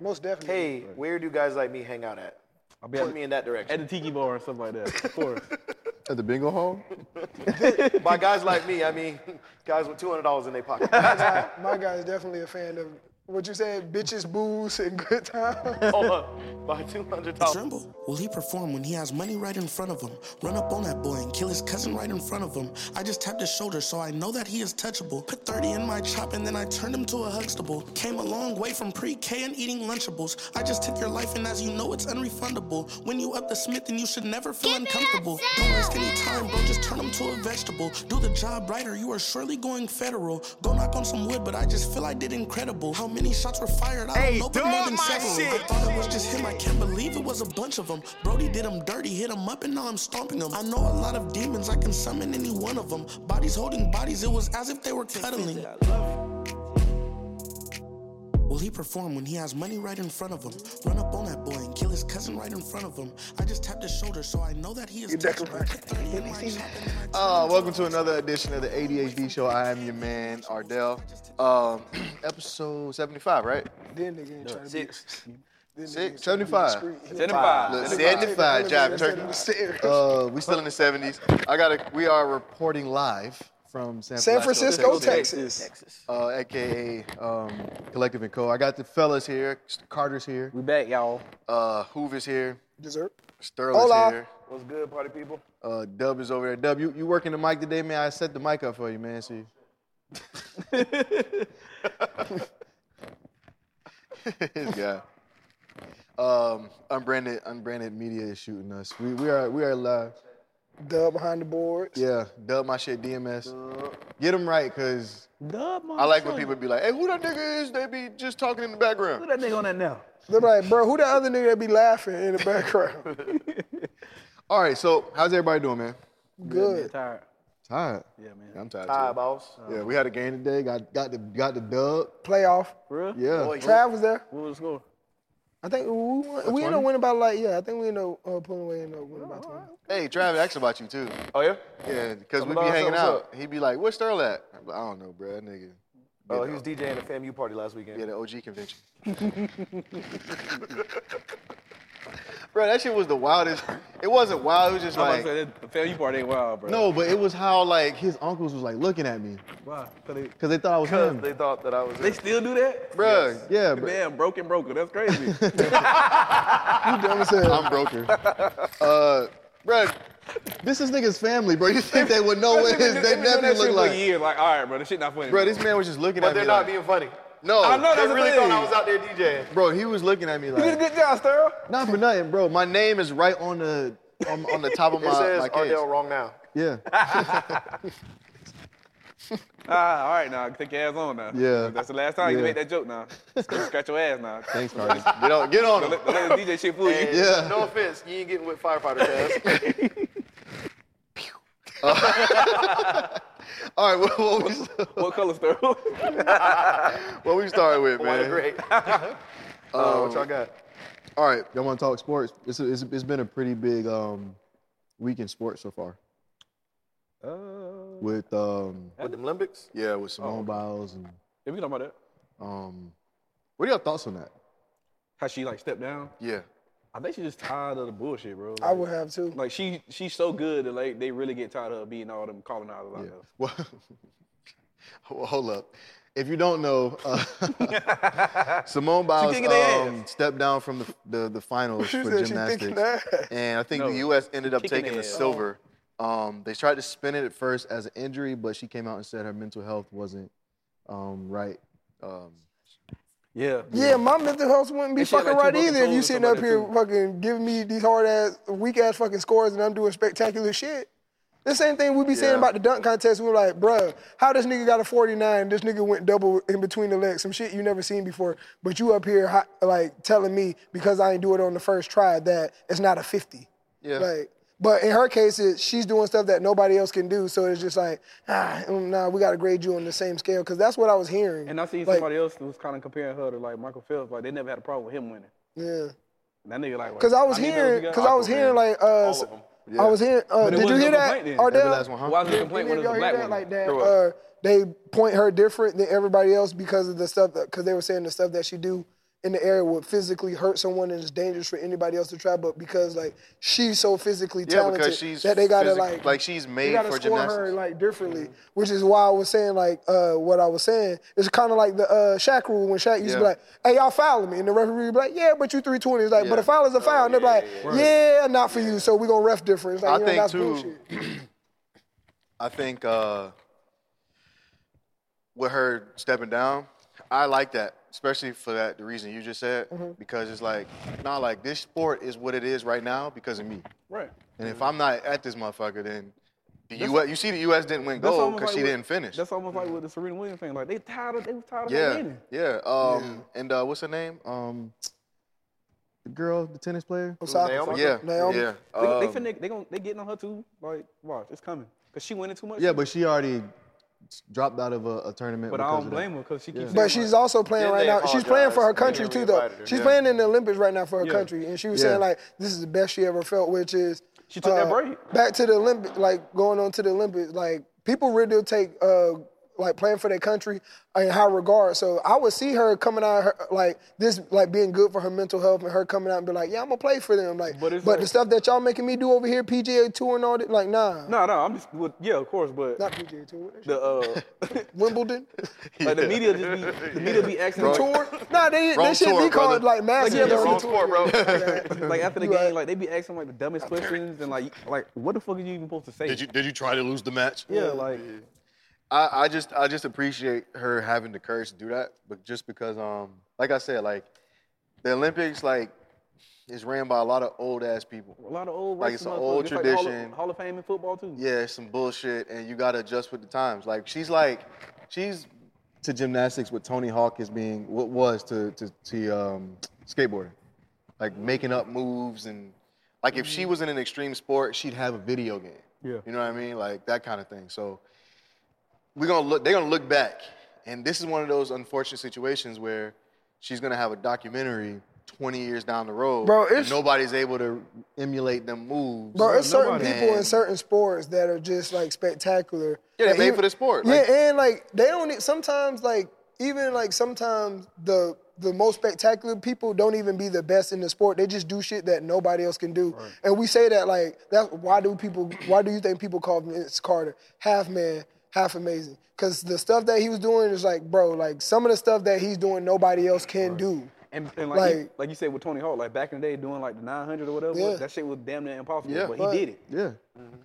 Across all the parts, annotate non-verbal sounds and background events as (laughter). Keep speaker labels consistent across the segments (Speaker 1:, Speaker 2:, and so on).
Speaker 1: Most definitely.
Speaker 2: Hey, where do guys like me hang out at?
Speaker 3: I'll be
Speaker 2: Put
Speaker 3: at,
Speaker 2: me in that
Speaker 3: at
Speaker 2: direction.
Speaker 3: the tiki bar or something like that. Of course.
Speaker 4: At the bingo hall?
Speaker 2: (laughs) By guys like me, I mean guys with two hundred dollars in their pocket. (laughs)
Speaker 1: My guy's definitely a fan of what you said, bitches, booze, and good times.
Speaker 2: (laughs) Hold up. By two hundred dollars.
Speaker 5: Dremel, will he perform when he has money right in front of him? Run up on that boy and kill his cousin right in front of him. I just tapped his shoulder so I know that he is touchable. Put 30 in my chop and then I turned him to a Huxtable. Came a long way from pre-K and eating Lunchables. I just took your life and as you know it's unrefundable. When you up the Smith then you should never feel
Speaker 6: Give me that
Speaker 5: uncomfortable.
Speaker 6: sound.
Speaker 5: Don't waste any time, bro, just turn him to a vegetable. Do the job right or you are surely going federal. Go knock on some wood, but I just feel I did incredible. How many shots were fired? I don't
Speaker 7: Hey,
Speaker 5: know, but
Speaker 7: dog
Speaker 5: more than
Speaker 7: my
Speaker 5: several.
Speaker 7: shit.
Speaker 5: I thought it was just him. I can't believe it was a bunch of them. Brody did him dirty, hit him up, and now I'm stomping him. I know a lot of demons. I can summon any one of them. Bodies holding bodies. It was as if they were cuddling. Will he perform when he has money right in front of him? Run up on that boy and kill his cousin right in front of him. I just tapped his shoulder, so I know that he is. touchable. Put 30 in my shop and then I
Speaker 4: Uh, welcome to another edition of the ADHD Show. I am your man, Ardell. Um, (clears throat) episode 75, right?
Speaker 1: then they getting trying to be-
Speaker 2: Six.
Speaker 1: then they
Speaker 4: Six,
Speaker 1: trying to be
Speaker 4: 75.
Speaker 1: discreet.
Speaker 4: Look,
Speaker 3: Identify.
Speaker 4: 75, job.
Speaker 1: That's
Speaker 4: Turkey.
Speaker 1: in the series.
Speaker 4: Uh, we still in the 70s. I got to We are reporting live from San Francisco,
Speaker 1: San Francisco,
Speaker 4: Texas.
Speaker 1: Texas.
Speaker 4: Uh, AKA um, Collective and Co. I got the fellas here. Carter's here.
Speaker 3: We back, y'all.
Speaker 4: Uh, Hoover's here.
Speaker 1: Dessert.
Speaker 4: Sterling's
Speaker 1: Hola.
Speaker 4: here.
Speaker 2: What's good, party people?
Speaker 4: Uh, Dub is over there. Dub, you, you working the mic today, man? I set the mic up for you, man. See. (laughs) yeah. Um, unbranded, unbranded media is shooting us. We we are we are live.
Speaker 1: Dub behind the boards.
Speaker 4: Yeah, dub my shit DMS. Get them right, cause
Speaker 3: Dub, my
Speaker 4: I like when
Speaker 3: son.
Speaker 4: people be like, "Hey, who that nigga is?" They be just talking in the background.
Speaker 3: Put that nigga on that now.
Speaker 1: They're like, bro, who the other nigga that be laughing in the background?
Speaker 4: All right, so how's everybody doing, man?
Speaker 1: Good.
Speaker 3: Tired.
Speaker 4: Tired.
Speaker 3: Yeah, man.
Speaker 4: I'm tired.
Speaker 2: Hi,
Speaker 4: too.
Speaker 2: boss. Uh-huh.
Speaker 4: Yeah, we had a game today. Got got the got the dub.
Speaker 1: Playoff.
Speaker 3: For real?
Speaker 4: Yeah.
Speaker 2: Boy,
Speaker 1: Trav was there.
Speaker 3: What was the score?
Speaker 1: I think we won, we ended
Speaker 4: 20?
Speaker 1: up winning by like yeah. I think we ended up uh, pulling away and uh, winning by twenty.
Speaker 4: Hey, Travis asked about you too.
Speaker 2: Oh yeah.
Speaker 4: Yeah, because we be
Speaker 2: Hello, what's
Speaker 4: hanging
Speaker 2: up, what's
Speaker 4: out. He'd be like, "Where's Sterl at?" I'm like, I don't know, bro. That nigga.
Speaker 2: Oh, he was DJing the FAMU party last weekend.
Speaker 4: Yeah, the OG
Speaker 2: (laughs)
Speaker 4: convention. (laughs) bro, that shit was the wildest. It wasn't wild. It was just
Speaker 3: I was
Speaker 4: like
Speaker 3: about to say, that family part ain't wild, bro.
Speaker 4: no, but it was how like his uncles was like looking at me
Speaker 3: Why? 'Cause They,
Speaker 4: because they thought I was
Speaker 2: Because
Speaker 4: him.
Speaker 2: they thought that I was.
Speaker 3: they still do that?
Speaker 4: Bro, yeah, bro.
Speaker 3: Damn, broken, broken. That's
Speaker 4: (laughs)
Speaker 3: crazy.
Speaker 1: That was it.
Speaker 4: I'm broken. (laughs) uh, bro, this is niggas family, bro. You think they would know what his they
Speaker 3: that
Speaker 4: definitely
Speaker 3: shit
Speaker 4: look
Speaker 3: for
Speaker 4: like?
Speaker 3: years. Like, all right, bro, this shit not funny.
Speaker 4: Bro, this man was just looking
Speaker 2: But
Speaker 4: at me.
Speaker 2: they're not
Speaker 4: like-
Speaker 2: being funny.
Speaker 4: no,
Speaker 3: I know
Speaker 2: They
Speaker 3: that's the
Speaker 2: really
Speaker 3: thing.
Speaker 2: thought I was out there DJing.
Speaker 4: Bro, he was looking at me like.
Speaker 3: You did a good job, Sterl.
Speaker 4: Not for nothing, bro. My name is right on the on, on the top of my,
Speaker 2: It says
Speaker 4: my case.
Speaker 2: Ardell wrong now.
Speaker 4: Yeah.
Speaker 3: Ah, all right, now take your ass on now.
Speaker 4: Yeah.
Speaker 3: That's the last time you
Speaker 4: Yeah.
Speaker 3: make that joke
Speaker 4: (laughs)
Speaker 3: now. Scratch your ass now.
Speaker 4: Thanks, Cardi. (laughs) Get on, get on
Speaker 3: Don't
Speaker 4: him.
Speaker 3: let, don't let the DJ shit fool you.
Speaker 2: And
Speaker 4: Yeah.
Speaker 2: No offense, you ain't getting with firefighter ass.
Speaker 4: All right, what, what, we,
Speaker 3: What color, Sterl?
Speaker 4: (laughs) what we started with,
Speaker 2: White
Speaker 4: man? Um,
Speaker 2: and
Speaker 4: (laughs)
Speaker 2: gray. Uh, what y'all got?
Speaker 4: (laughs) All right, y'all want to talk sports? It's, it's it's been a pretty big um week in sports so far
Speaker 3: Uh,
Speaker 4: with um
Speaker 2: With them Olympics?
Speaker 4: yeah with Simone Biles and
Speaker 3: if Oh. we talking about that,
Speaker 4: um what are your thoughts on that?
Speaker 3: how she like stepped down,
Speaker 4: Yeah.
Speaker 3: I think she just tired of the bullshit, bro.
Speaker 1: I
Speaker 3: Like-
Speaker 1: would have too.
Speaker 3: Like she, she's so good that like they really get tired of her being all them colonizers out
Speaker 4: Yeah.
Speaker 3: there.
Speaker 4: Well, well, hold up. If you don't know, uh,
Speaker 1: (laughs)
Speaker 4: Simone Biles
Speaker 3: kicking their
Speaker 4: um,
Speaker 3: ass.
Speaker 4: stepped down from the the, the finals
Speaker 1: She
Speaker 4: for
Speaker 1: said she kicking
Speaker 4: gymnastics,
Speaker 1: their ass.
Speaker 4: and I think
Speaker 3: No,
Speaker 4: the U.S. ended up
Speaker 3: kicking
Speaker 4: taking
Speaker 3: their
Speaker 4: the
Speaker 3: ass.
Speaker 4: silver. Um, they tried to spin it at first as an injury, but she came out and said her mental health wasn't um, right. Um,
Speaker 3: Yeah.
Speaker 1: Yeah, my mental health wouldn't be
Speaker 3: And she had,
Speaker 1: fucking
Speaker 3: like,
Speaker 1: right
Speaker 3: two fucking
Speaker 1: either if you
Speaker 3: toes or
Speaker 1: sitting
Speaker 3: something
Speaker 1: up
Speaker 3: like
Speaker 1: here
Speaker 3: that, too.
Speaker 1: fucking giving me these hard ass, weak ass fucking scores and I'm doing spectacular shit. The same thing we be saying
Speaker 4: Yeah.
Speaker 1: about the dunk contest. We're like, bruh, how this nigga got a 49? This nigga went double in between the legs, some shit you never seen before. But you up here hot, like telling me because I ain't do it on the first try that it's not a 50.
Speaker 4: Yeah.
Speaker 1: Like, but in her case, it, she's doing stuff that nobody else can do. So it's just like, ah, mm, nah, we gotta grade you on the same scale because that's what I was hearing.
Speaker 3: And I seen
Speaker 1: Like-
Speaker 3: somebody else who was kind of comparing her to like Michael Phelps. Like they never had a problem with him winning.
Speaker 1: yeah.
Speaker 3: And that nigga like.
Speaker 1: Cause I was
Speaker 3: need those
Speaker 1: hearing,
Speaker 3: guys.
Speaker 1: cause I was hearing like, uh,
Speaker 3: of 'em.
Speaker 1: I was hearing. Uh,
Speaker 3: it
Speaker 1: did you
Speaker 3: wasn't
Speaker 1: hear
Speaker 3: no
Speaker 1: that,
Speaker 3: complaint then.
Speaker 4: the
Speaker 1: Ardell?
Speaker 4: last one, huh?
Speaker 3: Why was the complaint when it
Speaker 1: Did
Speaker 3: was
Speaker 1: y'all
Speaker 3: a black
Speaker 1: hear that?
Speaker 3: woman?
Speaker 1: Like that,
Speaker 3: Sure.
Speaker 1: uh, they point her different than everybody else because of the stuff that, cause they were saying the stuff that she do in the area would physically hurt someone and it's dangerous for anybody else to try. But because like she's so physically
Speaker 4: Yeah,
Speaker 1: talented
Speaker 4: because she's
Speaker 1: that they gotta
Speaker 4: physic-
Speaker 1: like
Speaker 4: like she's
Speaker 1: they
Speaker 4: made
Speaker 1: gotta
Speaker 4: for
Speaker 1: score
Speaker 4: gymnastics.
Speaker 1: her like differently, which is why I was saying like uh, what I was saying. It's kind of like the uh, Shaq rule when Shaq used to be
Speaker 4: Yeah.
Speaker 1: like, "Hey, y'all fouling me," and the referee would be like, "Yeah, but you 320." It's like, but
Speaker 4: Yeah.
Speaker 1: a foul is a foul, and they're like, "Yeah, not for you, so we gonna ref different." It's
Speaker 4: I
Speaker 1: like, you know,
Speaker 4: think,
Speaker 1: that's
Speaker 4: too,
Speaker 1: bullshit.
Speaker 4: (clears throat) I think uh, with her stepping down, I like that, especially for that the reason you just said,
Speaker 1: Mm-hmm.
Speaker 4: because it's like, not like this sport is what it is right now because of me.
Speaker 3: Right.
Speaker 4: And
Speaker 1: Mm-hmm.
Speaker 4: if I'm not at this motherfucker, then the U.S. You see, the U.S. didn't win
Speaker 3: That's
Speaker 4: gold
Speaker 3: almost
Speaker 4: because
Speaker 3: like
Speaker 4: she
Speaker 3: what-
Speaker 4: didn't finish.
Speaker 3: That's almost like with the Serena Williams thing. Like they tired of they was tired of that
Speaker 4: yeah,
Speaker 3: winning.
Speaker 4: yeah. Um, and uh, what's her name? Um, the girl, the tennis player.
Speaker 1: Osaka.
Speaker 2: Naomi?
Speaker 4: Yeah,
Speaker 1: Naomi.
Speaker 4: yeah.
Speaker 3: They, they
Speaker 4: um,
Speaker 3: finna they gon' they getting on her too. Like watch, it's coming. Cause she winning too much.
Speaker 4: yeah,
Speaker 3: shit.
Speaker 4: but she already dropped out of a, a tournament.
Speaker 3: but I
Speaker 4: because
Speaker 3: don't
Speaker 4: of that.
Speaker 3: blame her because she keeps.
Speaker 1: But
Speaker 3: saying,
Speaker 1: she's also playing
Speaker 2: Then
Speaker 1: right
Speaker 2: they
Speaker 1: now. She's playing for her
Speaker 2: apologized. They
Speaker 1: country too,
Speaker 2: never
Speaker 1: though.
Speaker 2: invited her.
Speaker 1: She's
Speaker 2: Yeah.
Speaker 1: playing in the Olympics right now for her
Speaker 3: Yeah.
Speaker 1: country, and she was
Speaker 4: Yeah.
Speaker 1: saying like, "This is the best she ever felt," which is uh,
Speaker 3: She took that break.
Speaker 1: back to the Olympic, like going on to the Olympics. Like people really do take uh, like playing for their country in high regard. So I would see her coming out her, like this, like being good for her mental health, and her coming out and be like, "Yeah, I'm gonna play for them." Like, but,
Speaker 3: But it's like-
Speaker 1: the stuff that y'all making me do over here, PGA Tour and all that, like, nah,
Speaker 3: no, no, I'm just well, yeah, of course, but
Speaker 1: not PGA Tour, what that shit?
Speaker 3: the uh,
Speaker 4: (laughs)
Speaker 1: Wimbledon.
Speaker 3: like the media just be the media be acting like,
Speaker 1: Tour? Nah, they,
Speaker 4: Wrong
Speaker 1: they should
Speaker 4: tour,
Speaker 1: be called
Speaker 4: brother.
Speaker 1: like massive.
Speaker 3: yeah,
Speaker 1: though.
Speaker 2: Wrong sport, bro.
Speaker 3: (laughs) like after the
Speaker 1: You
Speaker 3: game,
Speaker 1: right.
Speaker 3: like they be asking like the dumbest questions and like like what the fuck are you even supposed to say?
Speaker 4: Did you did you try to lose the match?
Speaker 3: yeah, like
Speaker 4: I, I just I just appreciate her having the courage to do that, but just because um like I said like the Olympics like is ran by a lot of old ass people.
Speaker 3: a lot of old
Speaker 4: Like,
Speaker 3: racist
Speaker 4: it's an
Speaker 3: motherfuckers.
Speaker 4: old
Speaker 3: It's like the Hall of-
Speaker 4: tradition.
Speaker 3: Hall of Fame in football too.
Speaker 4: Yeah, it's some bullshit, and you gotta adjust with the times. Like she's like she's to gymnastics what Tony Hawk is being what was to to, to um, skateboarding, like making up moves and like if
Speaker 1: Mm-hmm.
Speaker 4: she was in an extreme sport, she'd have a video game.
Speaker 3: Yeah.
Speaker 4: you know what I mean, like that kind of thing. So we're gonna look. They're gonna look back, and this is one of those unfortunate situations where she's gonna have a documentary. 20 years down the road,
Speaker 1: Bro,
Speaker 4: and
Speaker 1: it's-
Speaker 4: nobody's able to emulate them moves.
Speaker 1: Bro, it's certain
Speaker 3: nobody-
Speaker 1: people in
Speaker 4: Man.
Speaker 1: certain sports that are just like spectacular.
Speaker 4: Yeah, they
Speaker 1: Like,
Speaker 4: made
Speaker 1: even-
Speaker 4: for the sport,
Speaker 1: Yeah,
Speaker 4: like-
Speaker 1: and like they don't. e- Sometimes like even like sometimes the the most spectacular people don't even be the best in the sport. They just do shit that nobody else can do. And we say that like that's why do people? Why do you think people call Vince Carter half man? Half amazing, cause the stuff that he was doing is like, bro, like some of the stuff that he's doing, nobody else can do.
Speaker 3: And, and like, you-
Speaker 1: Like-
Speaker 3: like you said with Tony Hawk, like back in the day doing like the 900 or whatever,
Speaker 1: Yeah.
Speaker 3: that shit was damn near impossible.
Speaker 4: Yeah.
Speaker 3: but he
Speaker 4: Right.
Speaker 3: did it.
Speaker 4: Yeah.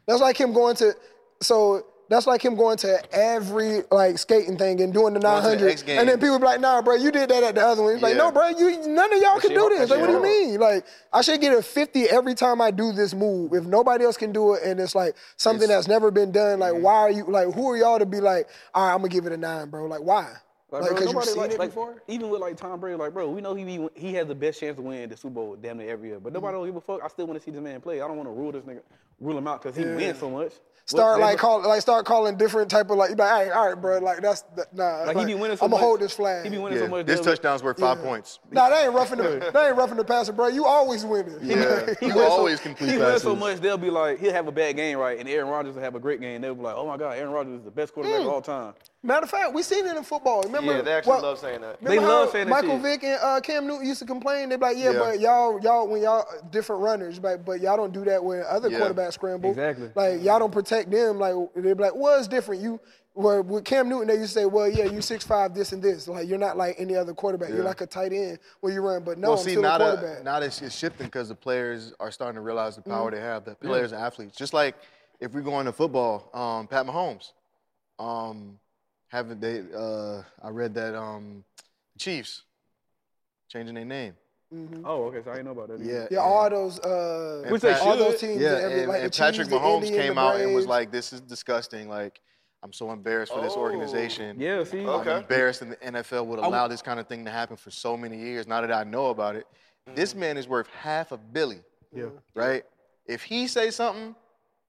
Speaker 1: That's like him going to so that's like him going to every like skating thing and doing the
Speaker 4: Going to the
Speaker 1: 900,
Speaker 4: X Games.
Speaker 1: and then people be like, "Nah, bro, you did that at the other one." He's like,
Speaker 4: Yeah.
Speaker 1: "No, bro, you none of y'all can
Speaker 3: shit
Speaker 1: do
Speaker 3: hard.
Speaker 1: this.
Speaker 3: That
Speaker 1: Like, what do you
Speaker 3: shit
Speaker 1: mean? Like, I should get a 50 every time I do this move if nobody else can do it, and it's like something
Speaker 4: It's-
Speaker 1: that's never been done. Like,
Speaker 3: Mm-hmm.
Speaker 1: why are you like who are y'all to be like? All right, I'm gonna give it a nine, bro. Like, why? Like,
Speaker 3: bro,
Speaker 1: because you've
Speaker 3: nobody,
Speaker 1: seen
Speaker 3: like-
Speaker 1: it
Speaker 3: like,
Speaker 1: before.
Speaker 3: Even with like Tom Brady, like bro, we know he be, he has the best chance to win the Super Bowl damn near every year. But
Speaker 1: Mm-hmm.
Speaker 3: nobody don't give a fuck. I still want to see this man play. I don't want to rule this nigga, rule him out because he wins so much.
Speaker 1: Start
Speaker 3: What-
Speaker 1: like call like start calling different type of like you be like all right, all right, bro. Like that's nah.
Speaker 3: like, he be winning so
Speaker 1: I'm
Speaker 3: much.
Speaker 1: gonna hold this flag.
Speaker 3: He be winning so much.
Speaker 4: This
Speaker 3: damn-
Speaker 4: touchdown's worth five points.
Speaker 1: Nah, that ain't roughing the that ain't roughing the passer, bro. You always winning. (laughs)
Speaker 4: Yeah.
Speaker 3: He
Speaker 4: you
Speaker 3: wins so-
Speaker 4: always complete
Speaker 3: He wins
Speaker 4: passes.
Speaker 3: so much, they'll be like, he'll have a bad game, right? And Aaron Rodgers will have a great game. They'll be like, oh my God, Aaron Rodgers is the best quarterback
Speaker 1: Mm.
Speaker 3: of all time.
Speaker 1: Matter of fact, we seen it in football. Remember?
Speaker 2: Yeah, they actually
Speaker 1: well,
Speaker 2: love saying that.
Speaker 1: Remember
Speaker 3: They
Speaker 1: how
Speaker 3: love saying that
Speaker 1: Michael
Speaker 3: shit.
Speaker 1: Vick and uh, Cam Newton used to complain. They'd be like, yeah,
Speaker 4: Yeah.
Speaker 1: but y'all, y'all, when y'all different runners, but but y'all don't do that when other
Speaker 4: Yeah.
Speaker 1: quarterbacks scramble.
Speaker 3: Exactly.
Speaker 1: Like y'all don't protect them. Like they'd be like, well, it's different. You well, with Cam Newton, they used to say, well, yeah, you six five, this and this. Like you're not like any other quarterback. You're like a tight end when you run. But no,
Speaker 4: well,
Speaker 1: I'm
Speaker 4: see,
Speaker 1: still
Speaker 4: now
Speaker 1: a quarterback. Mm-hmm.
Speaker 4: that now that it's shifting because the players are starting to realize the power they have. The players and athletes, just like if we go into football, um, Pat Mahomes, um, haven't they? Uh, I read that um, Chiefs changing their name.
Speaker 1: Mm-hmm.
Speaker 3: Oh, okay, so I didn't know about that. either.
Speaker 4: Yeah,
Speaker 1: yeah, all those uh,
Speaker 4: Which they
Speaker 1: all those
Speaker 3: should.
Speaker 1: teams.
Speaker 4: yeah,
Speaker 1: and every,
Speaker 4: and,
Speaker 1: like,
Speaker 4: and
Speaker 1: the
Speaker 4: Patrick
Speaker 1: Chiefs, the
Speaker 4: Mahomes
Speaker 1: Indians,
Speaker 4: came
Speaker 1: the
Speaker 4: out and was
Speaker 1: Braves.
Speaker 4: like, "This is disgusting. Like, I'm so embarrassed for this
Speaker 2: Oh.
Speaker 4: organization.
Speaker 3: Yeah, see?
Speaker 4: I'm
Speaker 2: Okay.
Speaker 4: embarrassed that the NFL would allow this kind of thing to happen for so many years. Now that I know about it, this man is worth half a billy. Yeah.
Speaker 2: Mm-hmm.
Speaker 4: Right? If he say something,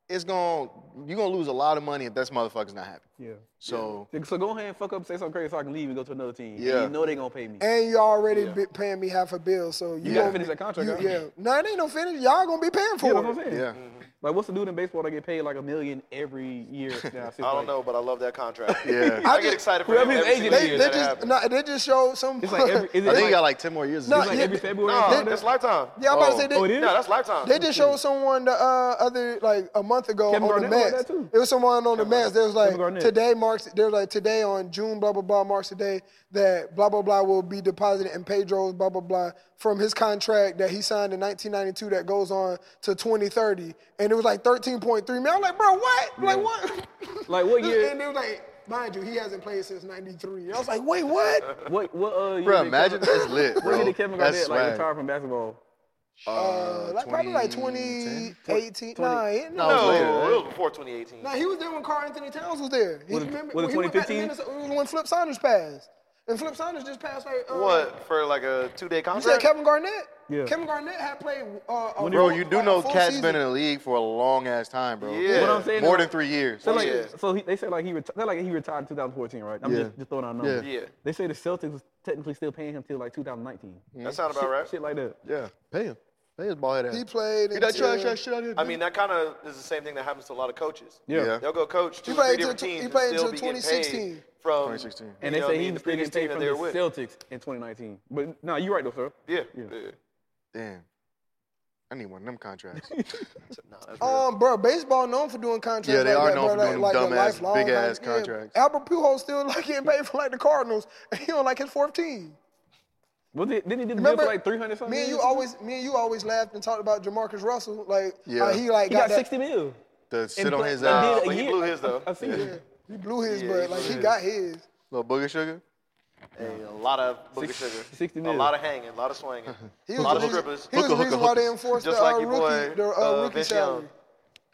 Speaker 4: it's going to you're gonna lose a lot of money if that motherfucker's not happy.
Speaker 3: Yeah.
Speaker 4: So
Speaker 3: So go ahead and fuck up, say something crazy, so I can leave and go to another team.
Speaker 4: Yeah.
Speaker 3: You know they gonna pay me.
Speaker 1: And you already be paying me half a bill, so you,
Speaker 3: You gotta
Speaker 1: gonna
Speaker 3: finish
Speaker 1: be-
Speaker 3: that contract,
Speaker 1: you-
Speaker 3: huh?
Speaker 1: yeah, no, it ain't no finish. Y'all gonna be paying for
Speaker 3: You know
Speaker 1: it.
Speaker 3: what I'm saying?
Speaker 4: yeah,
Speaker 2: Mm-hmm.
Speaker 3: Like, what's the dude in baseball that get paid like a million every year? Now,
Speaker 2: I don't know, but I love that (laughs) contract.
Speaker 4: Yeah.
Speaker 2: I,
Speaker 1: I
Speaker 2: get
Speaker 1: just-
Speaker 2: excited for
Speaker 3: whoever
Speaker 2: him
Speaker 3: his
Speaker 2: every
Speaker 3: agent
Speaker 2: single
Speaker 3: is,
Speaker 1: They,
Speaker 2: year
Speaker 1: they
Speaker 2: that
Speaker 1: just
Speaker 2: happens.
Speaker 1: no, they just showed some.
Speaker 3: It's
Speaker 2: (laughs)
Speaker 3: like every. Is it
Speaker 4: I think
Speaker 3: like,
Speaker 4: you got like ten more years. of
Speaker 1: No,
Speaker 4: this.
Speaker 3: like
Speaker 1: yeah.
Speaker 3: every February? or
Speaker 2: No,
Speaker 3: something
Speaker 2: that's
Speaker 3: like
Speaker 2: lifetime.
Speaker 1: yeah, I'm about to
Speaker 4: Oh.
Speaker 1: say they,
Speaker 3: Oh, it is?
Speaker 2: No, that's lifetime.
Speaker 1: They just showed someone the uh, other like a month ago
Speaker 3: Kevin
Speaker 1: on the
Speaker 3: Garnett was like
Speaker 1: Mets.
Speaker 3: that too.
Speaker 1: It was someone on the Mets. There was
Speaker 3: Kevin
Speaker 1: like
Speaker 3: Garnett.
Speaker 1: today marks. There was like today on June blah blah blah marks the day that blah blah blah will be deposited in Pedro's blah blah blah from his contract that he signed in 1992 that goes on to 2030, and it was like 13.3 million. I'm like, bro, what? Like what?
Speaker 3: that? Like, what
Speaker 1: And
Speaker 3: year?
Speaker 1: they was like, mind you, he hasn't played since '93. I was like, wait, what?
Speaker 3: What what uh? Year
Speaker 4: Bro,
Speaker 3: did
Speaker 4: imagine
Speaker 3: Kevin,
Speaker 4: that's
Speaker 3: (laughs)
Speaker 4: lit,
Speaker 3: What year
Speaker 4: bro.
Speaker 3: did Kevin
Speaker 4: That's
Speaker 3: Garnett like
Speaker 4: swag.
Speaker 3: retire from basketball?
Speaker 1: Uh, like, probably like 2018.
Speaker 4: 2010?
Speaker 1: Nah, it-
Speaker 4: No,
Speaker 2: no,
Speaker 4: later,
Speaker 2: it
Speaker 4: right?
Speaker 2: was before 2018.
Speaker 1: Nah, he was there when Carl Anthony Towns was there. He,
Speaker 3: Was it-
Speaker 1: remember,
Speaker 3: was it
Speaker 1: he went back to
Speaker 3: 2015?
Speaker 1: Minnesota- it was when Flip Saunders passed. And Flip Saunders just passed like uh,
Speaker 2: What for like a two-day
Speaker 1: You
Speaker 2: contract?
Speaker 1: said Kevin Garnett?
Speaker 3: Yeah.
Speaker 1: Kevin Garnett had played. Uh, a
Speaker 4: Bro,
Speaker 1: full-
Speaker 4: you do
Speaker 1: like, a
Speaker 4: know
Speaker 1: full
Speaker 4: Cat's
Speaker 1: season.
Speaker 4: been in the league for a long ass time, bro.
Speaker 2: Yeah. What
Speaker 3: I'm saying
Speaker 4: more
Speaker 3: is-
Speaker 4: than three years.
Speaker 3: So like,
Speaker 2: yeah.
Speaker 3: so he, they said like he reti- they're like he retired in 2014, right? I'm
Speaker 4: Yeah.
Speaker 3: just, just throwing out numbers.
Speaker 2: Yeah. Yeah.
Speaker 3: They say the Celtics was technically still paying him till like 2019.
Speaker 2: That sound about
Speaker 3: shit,
Speaker 2: right.
Speaker 3: Shit like that.
Speaker 4: yeah, pay him, pay his ball head ass.
Speaker 1: He played.
Speaker 4: Get that
Speaker 1: until-
Speaker 2: uh,
Speaker 4: trash ass shit out of here.
Speaker 2: I
Speaker 4: dude.
Speaker 2: mean, that kind of is the same thing that happens to a lot of coaches.
Speaker 3: Yeah.
Speaker 4: Yeah.
Speaker 2: They'll go coach two,
Speaker 1: He
Speaker 2: three
Speaker 1: played
Speaker 2: different
Speaker 1: till- he
Speaker 2: teams and
Speaker 1: played
Speaker 2: still
Speaker 1: until
Speaker 2: be getting
Speaker 1: 2016.
Speaker 2: paid from
Speaker 4: 2016.
Speaker 2: you
Speaker 3: And
Speaker 2: know
Speaker 3: they
Speaker 2: what
Speaker 3: say
Speaker 2: I mean,
Speaker 3: he
Speaker 2: the
Speaker 3: was still
Speaker 2: previous
Speaker 3: getting
Speaker 2: team
Speaker 3: paid
Speaker 2: that
Speaker 3: from
Speaker 2: they
Speaker 3: the
Speaker 2: were with.
Speaker 3: Celtics in 2019. But no, nah, you're right though, sir.
Speaker 2: Yeah.
Speaker 3: Yeah.
Speaker 2: yeah.
Speaker 4: damn, I need one of them
Speaker 3: (laughs)
Speaker 4: contracts.
Speaker 2: Nah, that's real.
Speaker 1: Um, bro, baseball known for doing contracts.
Speaker 4: Yeah, they
Speaker 1: like
Speaker 4: are
Speaker 1: that,
Speaker 4: known
Speaker 1: bro,
Speaker 4: for
Speaker 1: like,
Speaker 4: doing
Speaker 1: like the
Speaker 4: dumbass,
Speaker 1: lifelong,
Speaker 4: big-ass
Speaker 1: like, yeah.
Speaker 4: contracts.
Speaker 1: Albert Pujols still (laughs) like getting paid for like the Cardinals, and he on like his fourth team.
Speaker 3: Was it? Didn't he do the deal
Speaker 1: Remember,
Speaker 3: for like 300 something?
Speaker 1: Me and you
Speaker 3: million?
Speaker 1: always, me and you always laughed and talked about Jamarcus Russell, like
Speaker 4: Yeah.
Speaker 1: how he like
Speaker 3: He got,
Speaker 1: that,
Speaker 3: 60 mil.
Speaker 4: to sit
Speaker 3: And
Speaker 4: on
Speaker 3: play-
Speaker 4: his
Speaker 3: and
Speaker 4: ass,
Speaker 3: did a
Speaker 2: but he
Speaker 3: year-
Speaker 2: blew his,
Speaker 3: I-
Speaker 2: though.
Speaker 3: I, I seen it.
Speaker 1: He blew his,
Speaker 2: Yeah, he
Speaker 1: but like
Speaker 2: blew
Speaker 1: he
Speaker 2: his.
Speaker 1: got his.
Speaker 4: little booger sugar.
Speaker 2: Hey, a lot of booger
Speaker 3: Six-
Speaker 2: sugar,
Speaker 3: 60
Speaker 2: a
Speaker 3: mil.
Speaker 2: lot of hanging, a lot of swinging,
Speaker 1: (laughs) He
Speaker 2: a lot of
Speaker 1: the reason-
Speaker 2: strippers.
Speaker 1: He was the
Speaker 4: Hooker,
Speaker 1: reason
Speaker 4: hooker,
Speaker 1: why they
Speaker 4: hooker.
Speaker 1: enforced
Speaker 2: Just
Speaker 1: the
Speaker 2: like
Speaker 1: uh,
Speaker 2: your
Speaker 1: rookie,
Speaker 2: boy,
Speaker 1: the uh,
Speaker 2: uh,
Speaker 1: rookie
Speaker 2: Vince
Speaker 1: salary.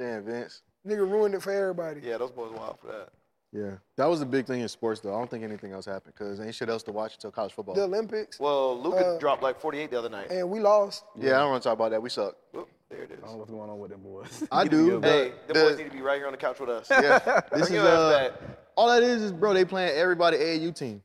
Speaker 2: Young.
Speaker 4: Damn, Vince.
Speaker 1: Nigga ruined it for everybody.
Speaker 2: Yeah, those boys wild for that.
Speaker 4: Yeah, that was the big thing in sports, though. I don't think anything else happened because ain't shit else to watch until college football.
Speaker 1: The Olympics, Uh,
Speaker 2: Well, Luca dropped like 48 the other night.
Speaker 1: and we lost.
Speaker 4: yeah, I don't want to talk about that.
Speaker 3: (laughs)
Speaker 4: We suck.
Speaker 2: Whoop, there it is.
Speaker 3: I don't know what's going on with them
Speaker 1: (laughs)
Speaker 3: boys.
Speaker 4: I
Speaker 3: Get it
Speaker 4: do.
Speaker 3: together.
Speaker 4: Hey,
Speaker 2: Hey, the,
Speaker 4: the-
Speaker 2: boys need to be right here on the couch with us. (laughs)
Speaker 4: Yeah, this is
Speaker 2: your ass
Speaker 4: uh,
Speaker 2: back.
Speaker 4: all that is is bro. They playing everybody AAU team,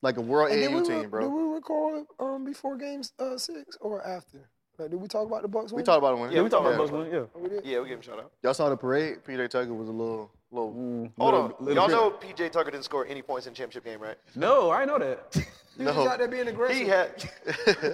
Speaker 4: like a world
Speaker 1: And did
Speaker 4: AAU
Speaker 1: we, re-
Speaker 4: team,
Speaker 1: Did
Speaker 4: bro.
Speaker 1: we record um, before games uh, six or after? Like, did we talk about the Bucks?
Speaker 4: We talked about it. When,
Speaker 3: Yeah, we talking
Speaker 2: Yeah.
Speaker 3: about Bucks, yeah.
Speaker 2: Yeah, we give him a shout out.
Speaker 4: Y'all saw the parade. P.J. Tucker was a little, little.
Speaker 2: Hold
Speaker 3: Mm, Little-
Speaker 2: on.
Speaker 3: little
Speaker 2: Y'all
Speaker 3: bit.
Speaker 2: know PJ Tucker didn't score any points in championship game, right?
Speaker 3: No, I know that.
Speaker 1: You was
Speaker 4: No.
Speaker 1: out there being aggressive.
Speaker 2: He had (laughs)
Speaker 1: (laughs)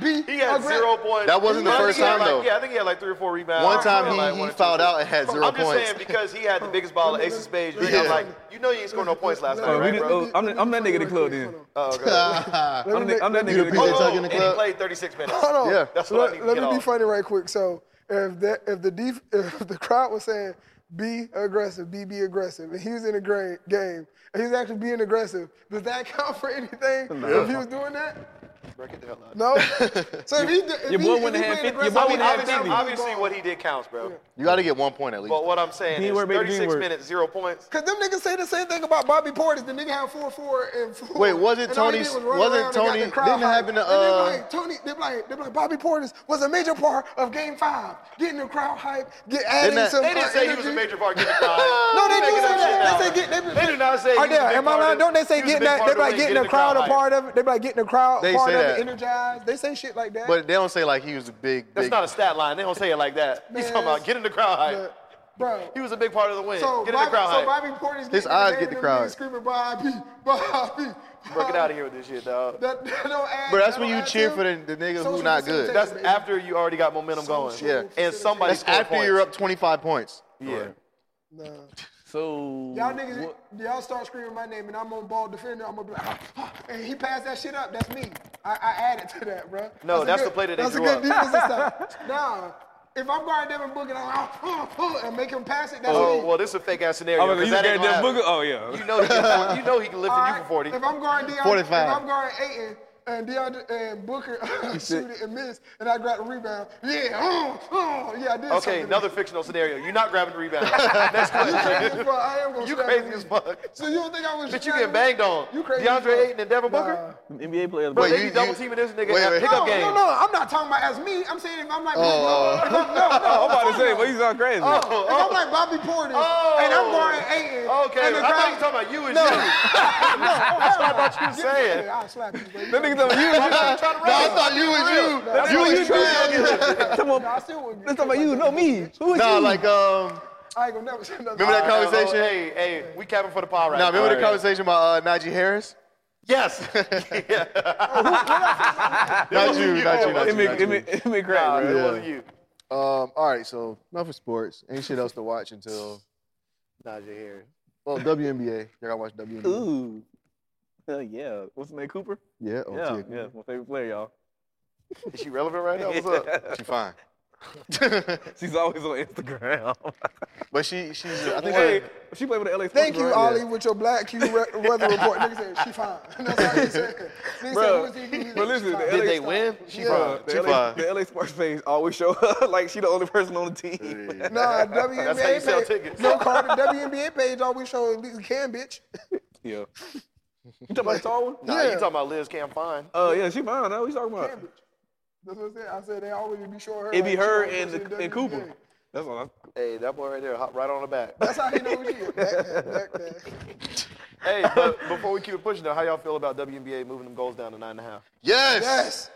Speaker 1: Be
Speaker 2: he had
Speaker 1: aggra-
Speaker 2: zero points.
Speaker 4: That wasn't the
Speaker 2: I think
Speaker 4: first
Speaker 2: he had
Speaker 4: time,
Speaker 2: like-
Speaker 4: though.
Speaker 2: Yeah, I think he had like three or four rebounds.
Speaker 4: One
Speaker 2: I
Speaker 4: time
Speaker 2: don't know,
Speaker 4: he-
Speaker 2: like
Speaker 4: he
Speaker 2: one or two
Speaker 4: fouled out
Speaker 2: assists.
Speaker 4: and had
Speaker 2: Bro,
Speaker 4: zero
Speaker 2: I'm just
Speaker 4: points.
Speaker 2: saying because he had the biggest ball of ace of spades. Drake, I'm
Speaker 4: Yeah.
Speaker 2: like, you know you ain't scored no points last night,
Speaker 1: Oh,
Speaker 3: we
Speaker 2: right,
Speaker 3: did-
Speaker 2: bro?
Speaker 3: oh, I'm the- I'm that nigga in the club then.
Speaker 1: Hold on.
Speaker 2: Oh, okay.
Speaker 4: yeah,
Speaker 3: (laughs) I'm, the, I'm that
Speaker 4: (laughs)
Speaker 3: nigga.
Speaker 4: You the
Speaker 3: that-
Speaker 4: PJ
Speaker 2: Oh,
Speaker 4: Tucker in the
Speaker 2: and he
Speaker 4: club?
Speaker 2: played 36 minutes.
Speaker 1: (laughs) Hold on.
Speaker 4: Yeah.
Speaker 2: That's what I
Speaker 1: let,
Speaker 2: need to
Speaker 1: let
Speaker 2: get
Speaker 1: me be
Speaker 2: off.
Speaker 1: funny right quick. So if that if the def, (laughs) if the crowd was saying be aggressive, be be aggressive, and he was in a great game, and he's actually being aggressive, does that (laughs) count for anything? If he was doing that,
Speaker 2: Bro, get the hell out.
Speaker 1: no. so if he d- if
Speaker 3: your
Speaker 1: he,
Speaker 3: boy
Speaker 1: if
Speaker 3: wouldn't
Speaker 1: he
Speaker 3: have
Speaker 1: being
Speaker 3: fifty- your boy wouldn't have
Speaker 2: I mean,
Speaker 1: aggressive, I mean, obviously-
Speaker 2: obviously,
Speaker 3: fifty.
Speaker 1: obviously
Speaker 2: obviously what he did counts, bro.
Speaker 4: you got to get one point at least.
Speaker 2: But what I'm saying
Speaker 3: He
Speaker 2: is
Speaker 3: ain't worried about the
Speaker 2: 36
Speaker 3: D-word.
Speaker 2: minutes, zero points.
Speaker 1: Cause them niggas say the same thing about Bobby Portis. The nigga had four, four, and four.
Speaker 4: Wait, wasn't
Speaker 1: and all he
Speaker 4: Tony's-
Speaker 1: did run
Speaker 4: wasn't
Speaker 1: around and got
Speaker 4: Tony-
Speaker 1: the crowd
Speaker 4: didn't it
Speaker 1: hyped.
Speaker 4: happen to,
Speaker 1: And they
Speaker 4: uh,
Speaker 1: like Tony? They like they like Bobby Portis was a major part of Game Five, getting the crowd hype, get adding
Speaker 4: that-
Speaker 1: some.
Speaker 2: They didn't
Speaker 1: uh,
Speaker 2: say he was a
Speaker 1: energy.
Speaker 2: major part getting the
Speaker 1: No, they do say that. They say get.
Speaker 2: They do not say.
Speaker 1: Are
Speaker 2: he was a
Speaker 1: there?
Speaker 2: big
Speaker 1: Oh, Am I
Speaker 2: part
Speaker 1: lying?
Speaker 2: of-
Speaker 1: Don't they
Speaker 2: he was
Speaker 1: say
Speaker 2: a
Speaker 1: getting
Speaker 2: big
Speaker 1: that?
Speaker 2: part
Speaker 1: They
Speaker 2: of the
Speaker 1: like
Speaker 2: win,
Speaker 1: getting the crowd a
Speaker 2: hype.
Speaker 1: part of it. They like getting the crowd
Speaker 4: They
Speaker 1: part
Speaker 4: say
Speaker 1: of
Speaker 4: that.
Speaker 1: it, energized. They say shit like that.
Speaker 4: But they don't say like he was a big,
Speaker 2: That's
Speaker 4: big.
Speaker 2: not a stat line. They don't say it like that. He's talking about getting the crowd hype.
Speaker 1: But, bro.
Speaker 2: He was a big part of the win.
Speaker 1: So
Speaker 2: getting
Speaker 1: Bobby,
Speaker 2: the crowd
Speaker 1: so
Speaker 2: hype.
Speaker 1: Bobby Portis.
Speaker 4: His
Speaker 1: getting
Speaker 4: eyes get
Speaker 1: in game
Speaker 4: the
Speaker 1: and them
Speaker 4: crowd.
Speaker 1: niggas Screaming Bobby, Bobby.
Speaker 2: Bro, get
Speaker 1: Bobby.
Speaker 2: out of here with this shit, dog.
Speaker 1: That, that don't add,
Speaker 4: Bro, that's
Speaker 1: that
Speaker 4: when
Speaker 1: don't
Speaker 4: you
Speaker 1: add
Speaker 4: cheer
Speaker 1: to
Speaker 4: for
Speaker 1: it.
Speaker 4: the- the niggas who
Speaker 1: Social
Speaker 4: not good.
Speaker 1: distancing,
Speaker 2: That's
Speaker 1: baby.
Speaker 2: after you already got momentum going.
Speaker 1: Social Yeah.
Speaker 2: And somebody
Speaker 4: That's
Speaker 2: scored
Speaker 4: after
Speaker 2: points.
Speaker 4: you're up 25 points.
Speaker 2: Yeah.
Speaker 1: Nah.
Speaker 3: So
Speaker 1: Y'all niggas,
Speaker 3: what-
Speaker 1: y'all start screaming my name, and I'm on ball defender. I'm gonna be like, "Ah, ah," and he passed that shit up. That's me. I, I added to that, bro.
Speaker 2: No, that's the
Speaker 1: good,
Speaker 2: play that they
Speaker 1: That's
Speaker 2: drew
Speaker 1: a
Speaker 2: up. (laughs)
Speaker 1: good defensive stop. Nah, if I'm guarding Devin Booker, and I'm like, "Ah, ah, ah," and make him pass it. That's
Speaker 2: Oh,
Speaker 1: me.
Speaker 2: well, this is a fake ass scenario.
Speaker 3: I was
Speaker 2: 'cause
Speaker 3: like, Oh, you
Speaker 2: that ain't
Speaker 3: scared that
Speaker 2: gonna
Speaker 3: booger?
Speaker 2: happen.
Speaker 1: (laughs)
Speaker 3: Oh yeah.
Speaker 2: You know, he can, you know he can lift
Speaker 1: All
Speaker 2: you
Speaker 1: right,
Speaker 2: for 40.
Speaker 1: If I'm guarding Deion,
Speaker 4: 45.
Speaker 1: if I'm guarding Aiton, and DeAndre and Booker (laughs)
Speaker 4: said-
Speaker 1: shoot it and miss, and I grabbed the rebound. Yeah, oh, oh, yeah, I did
Speaker 2: Okay,
Speaker 1: something.
Speaker 2: another fictional scenario. You're not grabbing the
Speaker 1: (laughs)
Speaker 2: rebound. Next
Speaker 1: You (laughs) crazy as
Speaker 2: question.
Speaker 1: fuck. I am gonna
Speaker 2: You
Speaker 1: stab
Speaker 2: crazy
Speaker 1: you.
Speaker 2: as fuck.
Speaker 1: So you don't think I was?
Speaker 2: But you
Speaker 1: grabbing
Speaker 2: getting banged
Speaker 1: it?
Speaker 2: on.
Speaker 1: You crazy? as
Speaker 2: DeAndre
Speaker 1: fuck.
Speaker 2: Ayton and Devin Booker?
Speaker 1: Nah.
Speaker 3: NBA players,
Speaker 2: Bro,
Speaker 3: bro.
Speaker 4: Wait,
Speaker 2: they
Speaker 4: you-
Speaker 2: be double
Speaker 4: you-
Speaker 2: teaming this nigga
Speaker 4: wait,
Speaker 2: at
Speaker 4: wait.
Speaker 2: pickup
Speaker 1: no,
Speaker 2: game.
Speaker 1: No, no, I'm not talking about as me. I'm saying if I'm like,
Speaker 4: Oh.
Speaker 1: no, no, no.
Speaker 3: I'm about to say, well, you sound crazy.
Speaker 1: If I'm like Bobby Portis
Speaker 2: Oh.
Speaker 1: and I'm Brian Ayton,
Speaker 2: Okay,
Speaker 1: and the
Speaker 2: I
Speaker 1: crowd-
Speaker 2: thought you were talking about you and
Speaker 1: (laughs) No.
Speaker 2: you.
Speaker 1: (laughs)
Speaker 4: (laughs)
Speaker 1: That's what I
Speaker 2: thought you were
Speaker 1: (laughs)
Speaker 2: saying.
Speaker 1: I'll slap you. baby.
Speaker 3: That nigga talking about you.
Speaker 2: Try to
Speaker 4: No, I
Speaker 2: run.
Speaker 4: thought you was
Speaker 1: That's
Speaker 4: you.
Speaker 1: what
Speaker 4: You
Speaker 1: you
Speaker 4: was trash.
Speaker 3: Come on.
Speaker 2: (laughs)
Speaker 1: No, I still wouldn't.
Speaker 3: Let's talk about you, no me. Who is
Speaker 4: Nah,
Speaker 3: you?
Speaker 4: like um.
Speaker 1: I ain't gonna never say nothing. Uh,
Speaker 4: Remember that
Speaker 2: Oh,
Speaker 4: conversation?
Speaker 2: Hey, hey, we capping for the power right
Speaker 4: Nah, remember the
Speaker 2: All right.
Speaker 4: conversation about uh, Najee Harris? (laughs)
Speaker 2: Yes. yeah.
Speaker 4: Not you, not you,
Speaker 3: it
Speaker 4: not you.
Speaker 3: make
Speaker 4: not
Speaker 3: it make
Speaker 4: you.
Speaker 3: it make crazy,
Speaker 2: Nah,
Speaker 3: bro.
Speaker 2: It wasn't you.
Speaker 4: Um, all right, so enough of sports. Ain't shit else to watch until
Speaker 2: Najee Harris.
Speaker 4: well WNBA. Y'all gotta watch WNBA.
Speaker 3: Ooh. Hell yeah. What's his name? Cooper?
Speaker 4: Yeah, oh,
Speaker 3: yeah,
Speaker 4: Tia.
Speaker 3: yeah. My favorite player, y'all.
Speaker 2: Is she
Speaker 4: (laughs)
Speaker 2: relevant right now? What's up?
Speaker 4: She fine.
Speaker 3: She's always on Instagram.
Speaker 4: but she she's I think
Speaker 3: hey,
Speaker 4: her-
Speaker 3: she played with the LA Sparks,
Speaker 1: Thank you,
Speaker 3: right?
Speaker 1: Ollie, with your black Q re- weather report. Nigga said she fine. That's all he said. Nigga
Speaker 3: Bro,
Speaker 1: said, who is he?
Speaker 3: but listen, the
Speaker 1: She
Speaker 3: LA
Speaker 1: fine.
Speaker 2: they win?
Speaker 3: She
Speaker 1: Yeah.
Speaker 3: fine.
Speaker 4: She
Speaker 3: The LA,
Speaker 4: fine.
Speaker 3: the LA Sparks page always show her (laughs) like she the only person on the team. (laughs)
Speaker 1: Nah,
Speaker 2: That's how you sell
Speaker 1: WNBA page.
Speaker 2: tickets.
Speaker 1: No, (laughs) Carter, WNBA page always show Lisa Cam, bitch.
Speaker 3: Yeah. you talking about the tall one?
Speaker 2: Nah,
Speaker 1: Yeah.
Speaker 2: you talking about Liz Cam Fine.
Speaker 3: Oh yeah, she fine. Now what you talking about?
Speaker 1: Cam, bitch. That's what I said. I said they always be showing her.
Speaker 3: It be
Speaker 1: like,
Speaker 3: her
Speaker 1: she
Speaker 3: and,
Speaker 1: always
Speaker 3: the,
Speaker 1: in
Speaker 3: and Cooper.
Speaker 1: WNBA.
Speaker 3: That's all. I-
Speaker 2: Hey, that boy right there, hop right on the back.
Speaker 1: (laughs) That's how he know who
Speaker 2: (laughs)
Speaker 1: she is. Back, back, back.
Speaker 2: hey, but before we keep it pushing, though, how y'all feel about WNBA moving them goals down to nine and a half?
Speaker 4: yes.
Speaker 1: Yes.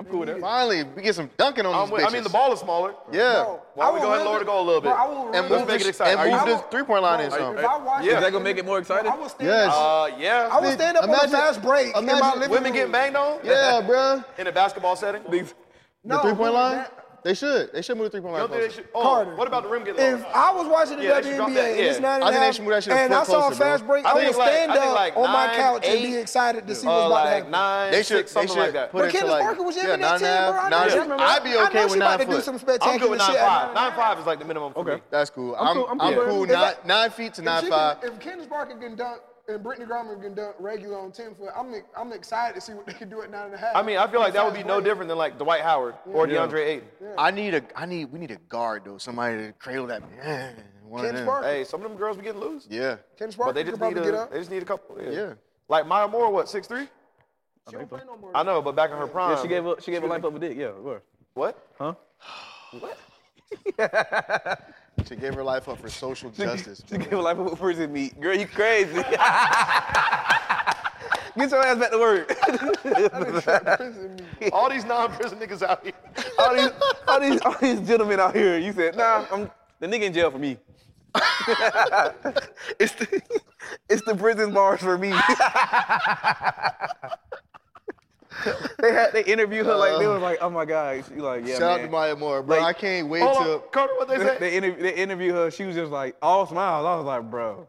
Speaker 3: I'm cool with that.
Speaker 4: Finally, we get some dunking on
Speaker 2: I'm
Speaker 4: these
Speaker 2: with-
Speaker 4: bitches.
Speaker 2: I mean, the ball is smaller.
Speaker 4: Yeah.
Speaker 1: Bro,
Speaker 2: Why
Speaker 1: I
Speaker 2: don't we
Speaker 1: would
Speaker 2: go ahead and lower
Speaker 1: rather-
Speaker 2: the goal a little
Speaker 1: bro,
Speaker 2: bit?
Speaker 1: I would
Speaker 4: And
Speaker 1: rather-
Speaker 4: move
Speaker 2: make it
Speaker 4: this-
Speaker 2: exciting.
Speaker 4: And
Speaker 2: Are
Speaker 4: move
Speaker 2: you-
Speaker 4: this three point line in
Speaker 1: Bro,
Speaker 4: some.
Speaker 1: If I watch
Speaker 2: Yeah.
Speaker 1: it,
Speaker 2: Is that
Speaker 3: gonna make it more
Speaker 1: bro, I
Speaker 3: exciting?
Speaker 1: would stand
Speaker 4: Yes.
Speaker 1: up.
Speaker 2: Uh, yeah.
Speaker 1: I would stand up on
Speaker 4: Imagine-
Speaker 1: a fast break in my
Speaker 4: imagine
Speaker 1: living
Speaker 2: Women
Speaker 1: room.
Speaker 2: getting banged on?
Speaker 4: Yeah, bruh.
Speaker 2: In a basketball setting? You
Speaker 3: These-
Speaker 1: No,
Speaker 4: the three point
Speaker 1: who-
Speaker 4: line?
Speaker 1: that-
Speaker 4: They should. They should move the three point line.
Speaker 2: don't think they
Speaker 4: closer.
Speaker 2: should? Oh,
Speaker 1: Carter.
Speaker 2: what about the rim getting
Speaker 1: If
Speaker 2: lower?
Speaker 1: I was watching the
Speaker 2: Yeah, they should drop
Speaker 1: WNBA
Speaker 2: that,
Speaker 1: and it's
Speaker 2: yeah.
Speaker 1: nine and
Speaker 4: I
Speaker 1: a
Speaker 4: think they
Speaker 1: half,
Speaker 4: should move that shit a
Speaker 1: and I
Speaker 4: foot
Speaker 1: saw a
Speaker 4: closer, bro.
Speaker 1: fast break,
Speaker 2: I
Speaker 1: I,
Speaker 2: think
Speaker 1: would
Speaker 2: like-
Speaker 1: stand
Speaker 2: I think
Speaker 1: up
Speaker 2: like
Speaker 1: on my
Speaker 2: nine,
Speaker 1: couch and
Speaker 2: eight,
Speaker 1: be excited to see
Speaker 2: Uh,
Speaker 1: what's about to
Speaker 2: like
Speaker 1: happen.
Speaker 2: nine,
Speaker 4: They should.
Speaker 2: six,
Speaker 4: they
Speaker 2: something
Speaker 4: should
Speaker 2: like that.
Speaker 4: put
Speaker 1: But
Speaker 4: it to
Speaker 1: Candace
Speaker 4: like
Speaker 1: Parker was in
Speaker 4: yeah,
Speaker 1: that
Speaker 4: nine and a
Speaker 1: team,
Speaker 4: half,
Speaker 1: bro. I
Speaker 4: nine
Speaker 1: know
Speaker 4: and-
Speaker 1: she-
Speaker 4: I'd be
Speaker 1: I know
Speaker 4: okay
Speaker 1: she
Speaker 4: with
Speaker 1: about
Speaker 4: nine
Speaker 1: to do
Speaker 4: foot.
Speaker 1: some
Speaker 2: I'm good
Speaker 1: spectacular
Speaker 2: with
Speaker 1: shit.
Speaker 2: nine five.
Speaker 1: I-
Speaker 2: Nine five is like the minimum for me.
Speaker 4: That's cool.
Speaker 3: I'm
Speaker 4: I'm,
Speaker 3: cool- I'm
Speaker 4: I'm
Speaker 3: cool.
Speaker 4: cool.
Speaker 3: If I-
Speaker 4: Nine, nine feet to
Speaker 1: If
Speaker 4: nine
Speaker 1: she
Speaker 4: five.
Speaker 1: can- If Candace Parker can dunk and Brittany Griner can dunk regular on ten foot, I'm I'm excited to see what they can do at nine and a half.
Speaker 2: I mean, I feel like that would be
Speaker 1: Fast
Speaker 2: no
Speaker 1: break.
Speaker 2: different than like Dwight Howard or DeAndre Ayton.
Speaker 4: I need a. I need. We need a guard though. Somebody to cradle that. One of
Speaker 1: Candace
Speaker 4: them.
Speaker 1: Parker.
Speaker 2: Hey, some of them girls be getting loose.
Speaker 4: Yeah.
Speaker 1: Candace
Speaker 2: But
Speaker 1: Parker
Speaker 2: they
Speaker 1: could
Speaker 2: just need
Speaker 1: probably get
Speaker 2: a,
Speaker 1: up.
Speaker 2: they just need a couple. Yeah.
Speaker 4: Yeah.
Speaker 2: Like Maya Moore, what, six three?
Speaker 1: She don't play no more.
Speaker 2: I know, but back in her prime.
Speaker 3: Yeah, she gave up. She gave a life up a dick. Yeah, word.
Speaker 2: What?
Speaker 3: Huh?
Speaker 4: (laughs) She gave her life up for
Speaker 3: (laughs)
Speaker 4: social justice.
Speaker 3: She gave a life up a prison meat. Girl, you crazy. (laughs) Get your ass back to
Speaker 1: (laughs)
Speaker 3: work. (laughs)
Speaker 2: All these non-prison niggas out here.
Speaker 3: all, these, all these, all these gentlemen out here. You said, nah, I'm the nigga in jail for me. (laughs) it's the, it's the prison bars for me. (laughs) they had, they interviewed her like they was like, oh my god, she like, yeah,
Speaker 4: Uh. Shout
Speaker 3: man.
Speaker 4: out to Maya Moore, bro.
Speaker 3: Like-
Speaker 4: I can't wait
Speaker 2: Hold
Speaker 4: to.
Speaker 2: on, Carter,
Speaker 4: (laughs)
Speaker 2: what they
Speaker 3: They,
Speaker 2: say?
Speaker 3: they, interview, they interviewed her. She was just like all smiles. I was like, bro.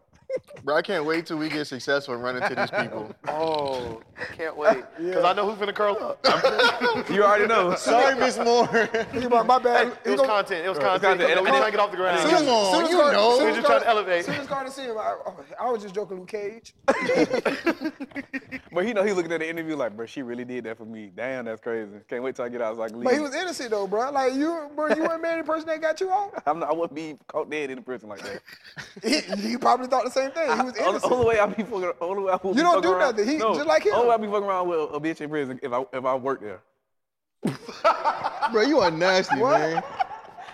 Speaker 4: Bro, I can't wait till we get successful and run
Speaker 3: (laughs)
Speaker 4: into these people.
Speaker 2: Oh, can't wait. Because I know who's gonna curl up.
Speaker 4: (laughs)
Speaker 3: You already
Speaker 2: (laughs)
Speaker 3: know.
Speaker 4: Sorry, Miss Moore.
Speaker 1: Think about my bad.
Speaker 2: it was content. It was
Speaker 3: got
Speaker 2: content.
Speaker 3: the
Speaker 2: It was
Speaker 3: element.
Speaker 2: trying to get off the ground.
Speaker 4: Come on, you
Speaker 1: Carter-
Speaker 4: know.
Speaker 1: soon
Speaker 2: We
Speaker 1: as
Speaker 2: just trying to
Speaker 1: Carter-
Speaker 2: elevate.
Speaker 1: Soon as Carter see him, I, oh, I was just joking,
Speaker 2: (laughs)
Speaker 1: Luke Cage.
Speaker 3: But he know he looking at the interview like, bro, she really did that for me. Damn, that's crazy. Can't wait till I get out so I can leave.
Speaker 1: But he was innocent though, bro. Like you, bro, you weren't married to the person that got you
Speaker 2: (laughs)
Speaker 1: off.
Speaker 3: (laughs) I'm not, I wouldn't be caught dead in the prison like that.
Speaker 1: He, he probably thought the same thing. He was
Speaker 3: only,
Speaker 1: innocent.
Speaker 3: only way I be fucking, only way I would
Speaker 1: You
Speaker 3: be
Speaker 1: don't
Speaker 3: fucking
Speaker 1: do
Speaker 3: around-
Speaker 1: nothing. He-
Speaker 3: no,
Speaker 1: just like him.
Speaker 3: Only way I be fucking around with a bitch in prison if I if I work
Speaker 1: (laughs)
Speaker 3: there.
Speaker 4: bro, you are nasty, man.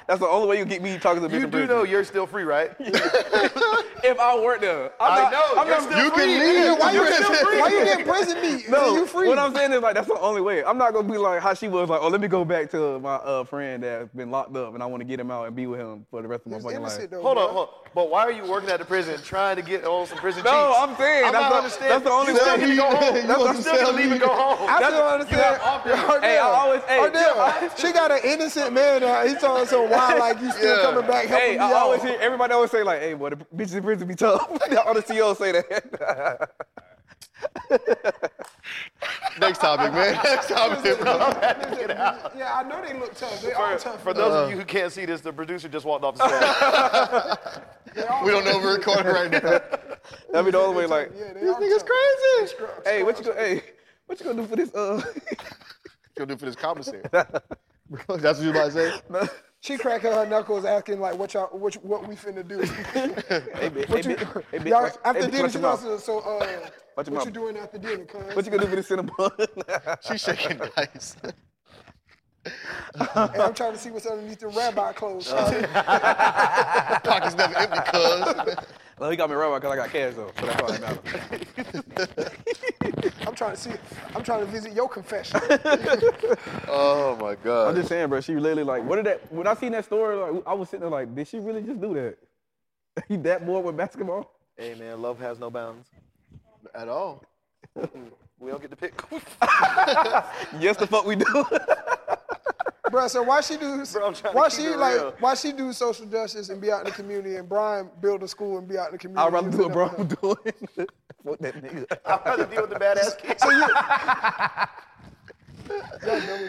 Speaker 3: That's the only way you get me talking to a bitch
Speaker 2: You
Speaker 3: in
Speaker 2: do
Speaker 3: prison.
Speaker 2: know you're still free, right?
Speaker 3: (laughs) if I work there, I'm
Speaker 2: I
Speaker 3: not-
Speaker 2: know.
Speaker 3: I'm
Speaker 2: you're
Speaker 3: not-
Speaker 2: still
Speaker 4: You
Speaker 2: free.
Speaker 4: can leave.
Speaker 1: Why you,
Speaker 4: You
Speaker 1: in-
Speaker 4: can-
Speaker 1: why you (laughs) getting prison meat?
Speaker 3: No,
Speaker 1: you free.
Speaker 3: what I'm saying is like that's the only way. I'm not gonna be like how she was like, oh, let me go back to my uh, friend that's been locked up and I want to get him out and be with him for the rest of my
Speaker 1: He was
Speaker 3: fucking life.
Speaker 1: innocent, though,
Speaker 2: Hold
Speaker 1: bro.
Speaker 2: on, hold on. But why are you working at the prison trying to get on some prison
Speaker 3: No,
Speaker 2: cheats?
Speaker 3: I'm saying,
Speaker 2: I'm
Speaker 3: that's
Speaker 2: not
Speaker 3: the-
Speaker 2: understanding.
Speaker 3: that's the only
Speaker 2: you still
Speaker 3: thing-
Speaker 2: need to go home.
Speaker 4: You
Speaker 2: That's
Speaker 4: want
Speaker 2: you
Speaker 4: to
Speaker 2: still need
Speaker 4: sell
Speaker 2: to leave
Speaker 4: me?
Speaker 2: and go (laughs) home.
Speaker 1: (laughs) I
Speaker 2: That's-
Speaker 1: still
Speaker 2: you have
Speaker 1: understand.
Speaker 2: off days.
Speaker 3: Hey, I always- hey,
Speaker 1: Odell, she got an innocent man. Now. He's telling so why like you still
Speaker 4: Yeah.
Speaker 1: coming back helping
Speaker 3: Hey,
Speaker 1: me
Speaker 3: I
Speaker 1: out.
Speaker 3: always hear everybody always say like, "Hey, boy, the bitches in prison be tough." (laughs) All the CEOs say that.
Speaker 4: (laughs) Next
Speaker 3: (laughs)
Speaker 4: topic, man.
Speaker 2: (laughs)
Speaker 4: Next topic, bro.
Speaker 1: yeah, I know they look tough. They all tough.
Speaker 2: For those of you who can't see this, the producer just walked off the stage.
Speaker 1: They all
Speaker 4: We don't know if we're
Speaker 2: (laughs)
Speaker 4: recording right now.
Speaker 3: That'd be the only way. Like,
Speaker 1: Yeah, they
Speaker 4: This
Speaker 1: are
Speaker 4: nigga's
Speaker 1: tough.
Speaker 4: crazy.
Speaker 3: hey, what you do? Hey, What you gonna do for this? Uh,
Speaker 4: You'll do for this (laughs) commissary. Bro, that's what you about to say?
Speaker 1: (laughs) She cracking her knuckles, asking like, "What y'all, what, what we finna do?"
Speaker 3: hey, bitch,
Speaker 1: What
Speaker 3: hey,
Speaker 1: you,
Speaker 3: bitch, hey, bitch,
Speaker 1: (laughs) y'all,
Speaker 3: watch-
Speaker 1: after
Speaker 3: hey, bitch,
Speaker 1: dinner,
Speaker 3: watch
Speaker 1: she
Speaker 3: your mouth.
Speaker 1: also, so uh,
Speaker 3: Watch
Speaker 1: what
Speaker 3: your
Speaker 1: you
Speaker 3: mouth.
Speaker 1: doing after dinner, cuz?
Speaker 3: What you gonna do
Speaker 1: (laughs)
Speaker 3: for this Cinnabon?
Speaker 4: (laughs)
Speaker 3: (laughs)
Speaker 4: She's shaking dice.
Speaker 1: And I'm trying to see what's underneath
Speaker 3: (laughs)
Speaker 1: the rabbi clothes.
Speaker 4: Uh, (laughs) Pockets never empty, cuz.
Speaker 3: no, he got me right because I got cash though, so that's all that matters.
Speaker 1: (laughs) I'm trying to see, I'm trying to visit your
Speaker 3: (laughs)
Speaker 1: confession.
Speaker 4: Oh my god.
Speaker 3: I'm just saying, bro. She literally like, what did that? When I seen that story, like, I was sitting there like, did she really just do that? (laughs) He that bored with basketball?
Speaker 2: Hey man, love has no bounds.
Speaker 4: At all.
Speaker 2: (laughs) We don't get to pick.
Speaker 3: Yes, the fuck we
Speaker 2: (laughs)
Speaker 3: do.
Speaker 1: Bruh, so why she do,
Speaker 2: Bro, I'm trying to
Speaker 1: why
Speaker 2: keep
Speaker 1: she
Speaker 2: it
Speaker 1: like,
Speaker 2: real.
Speaker 1: why she do social justice and be out in the community, and Brian build a school and be out in the community?
Speaker 3: I'd rather
Speaker 1: and
Speaker 3: do it,
Speaker 1: up
Speaker 3: bro.
Speaker 1: and
Speaker 3: I'm
Speaker 1: up?
Speaker 3: doing. it. Fuck that nigga.
Speaker 2: I'd rather deal with the
Speaker 1: (laughs)
Speaker 2: badass kids.
Speaker 1: Well,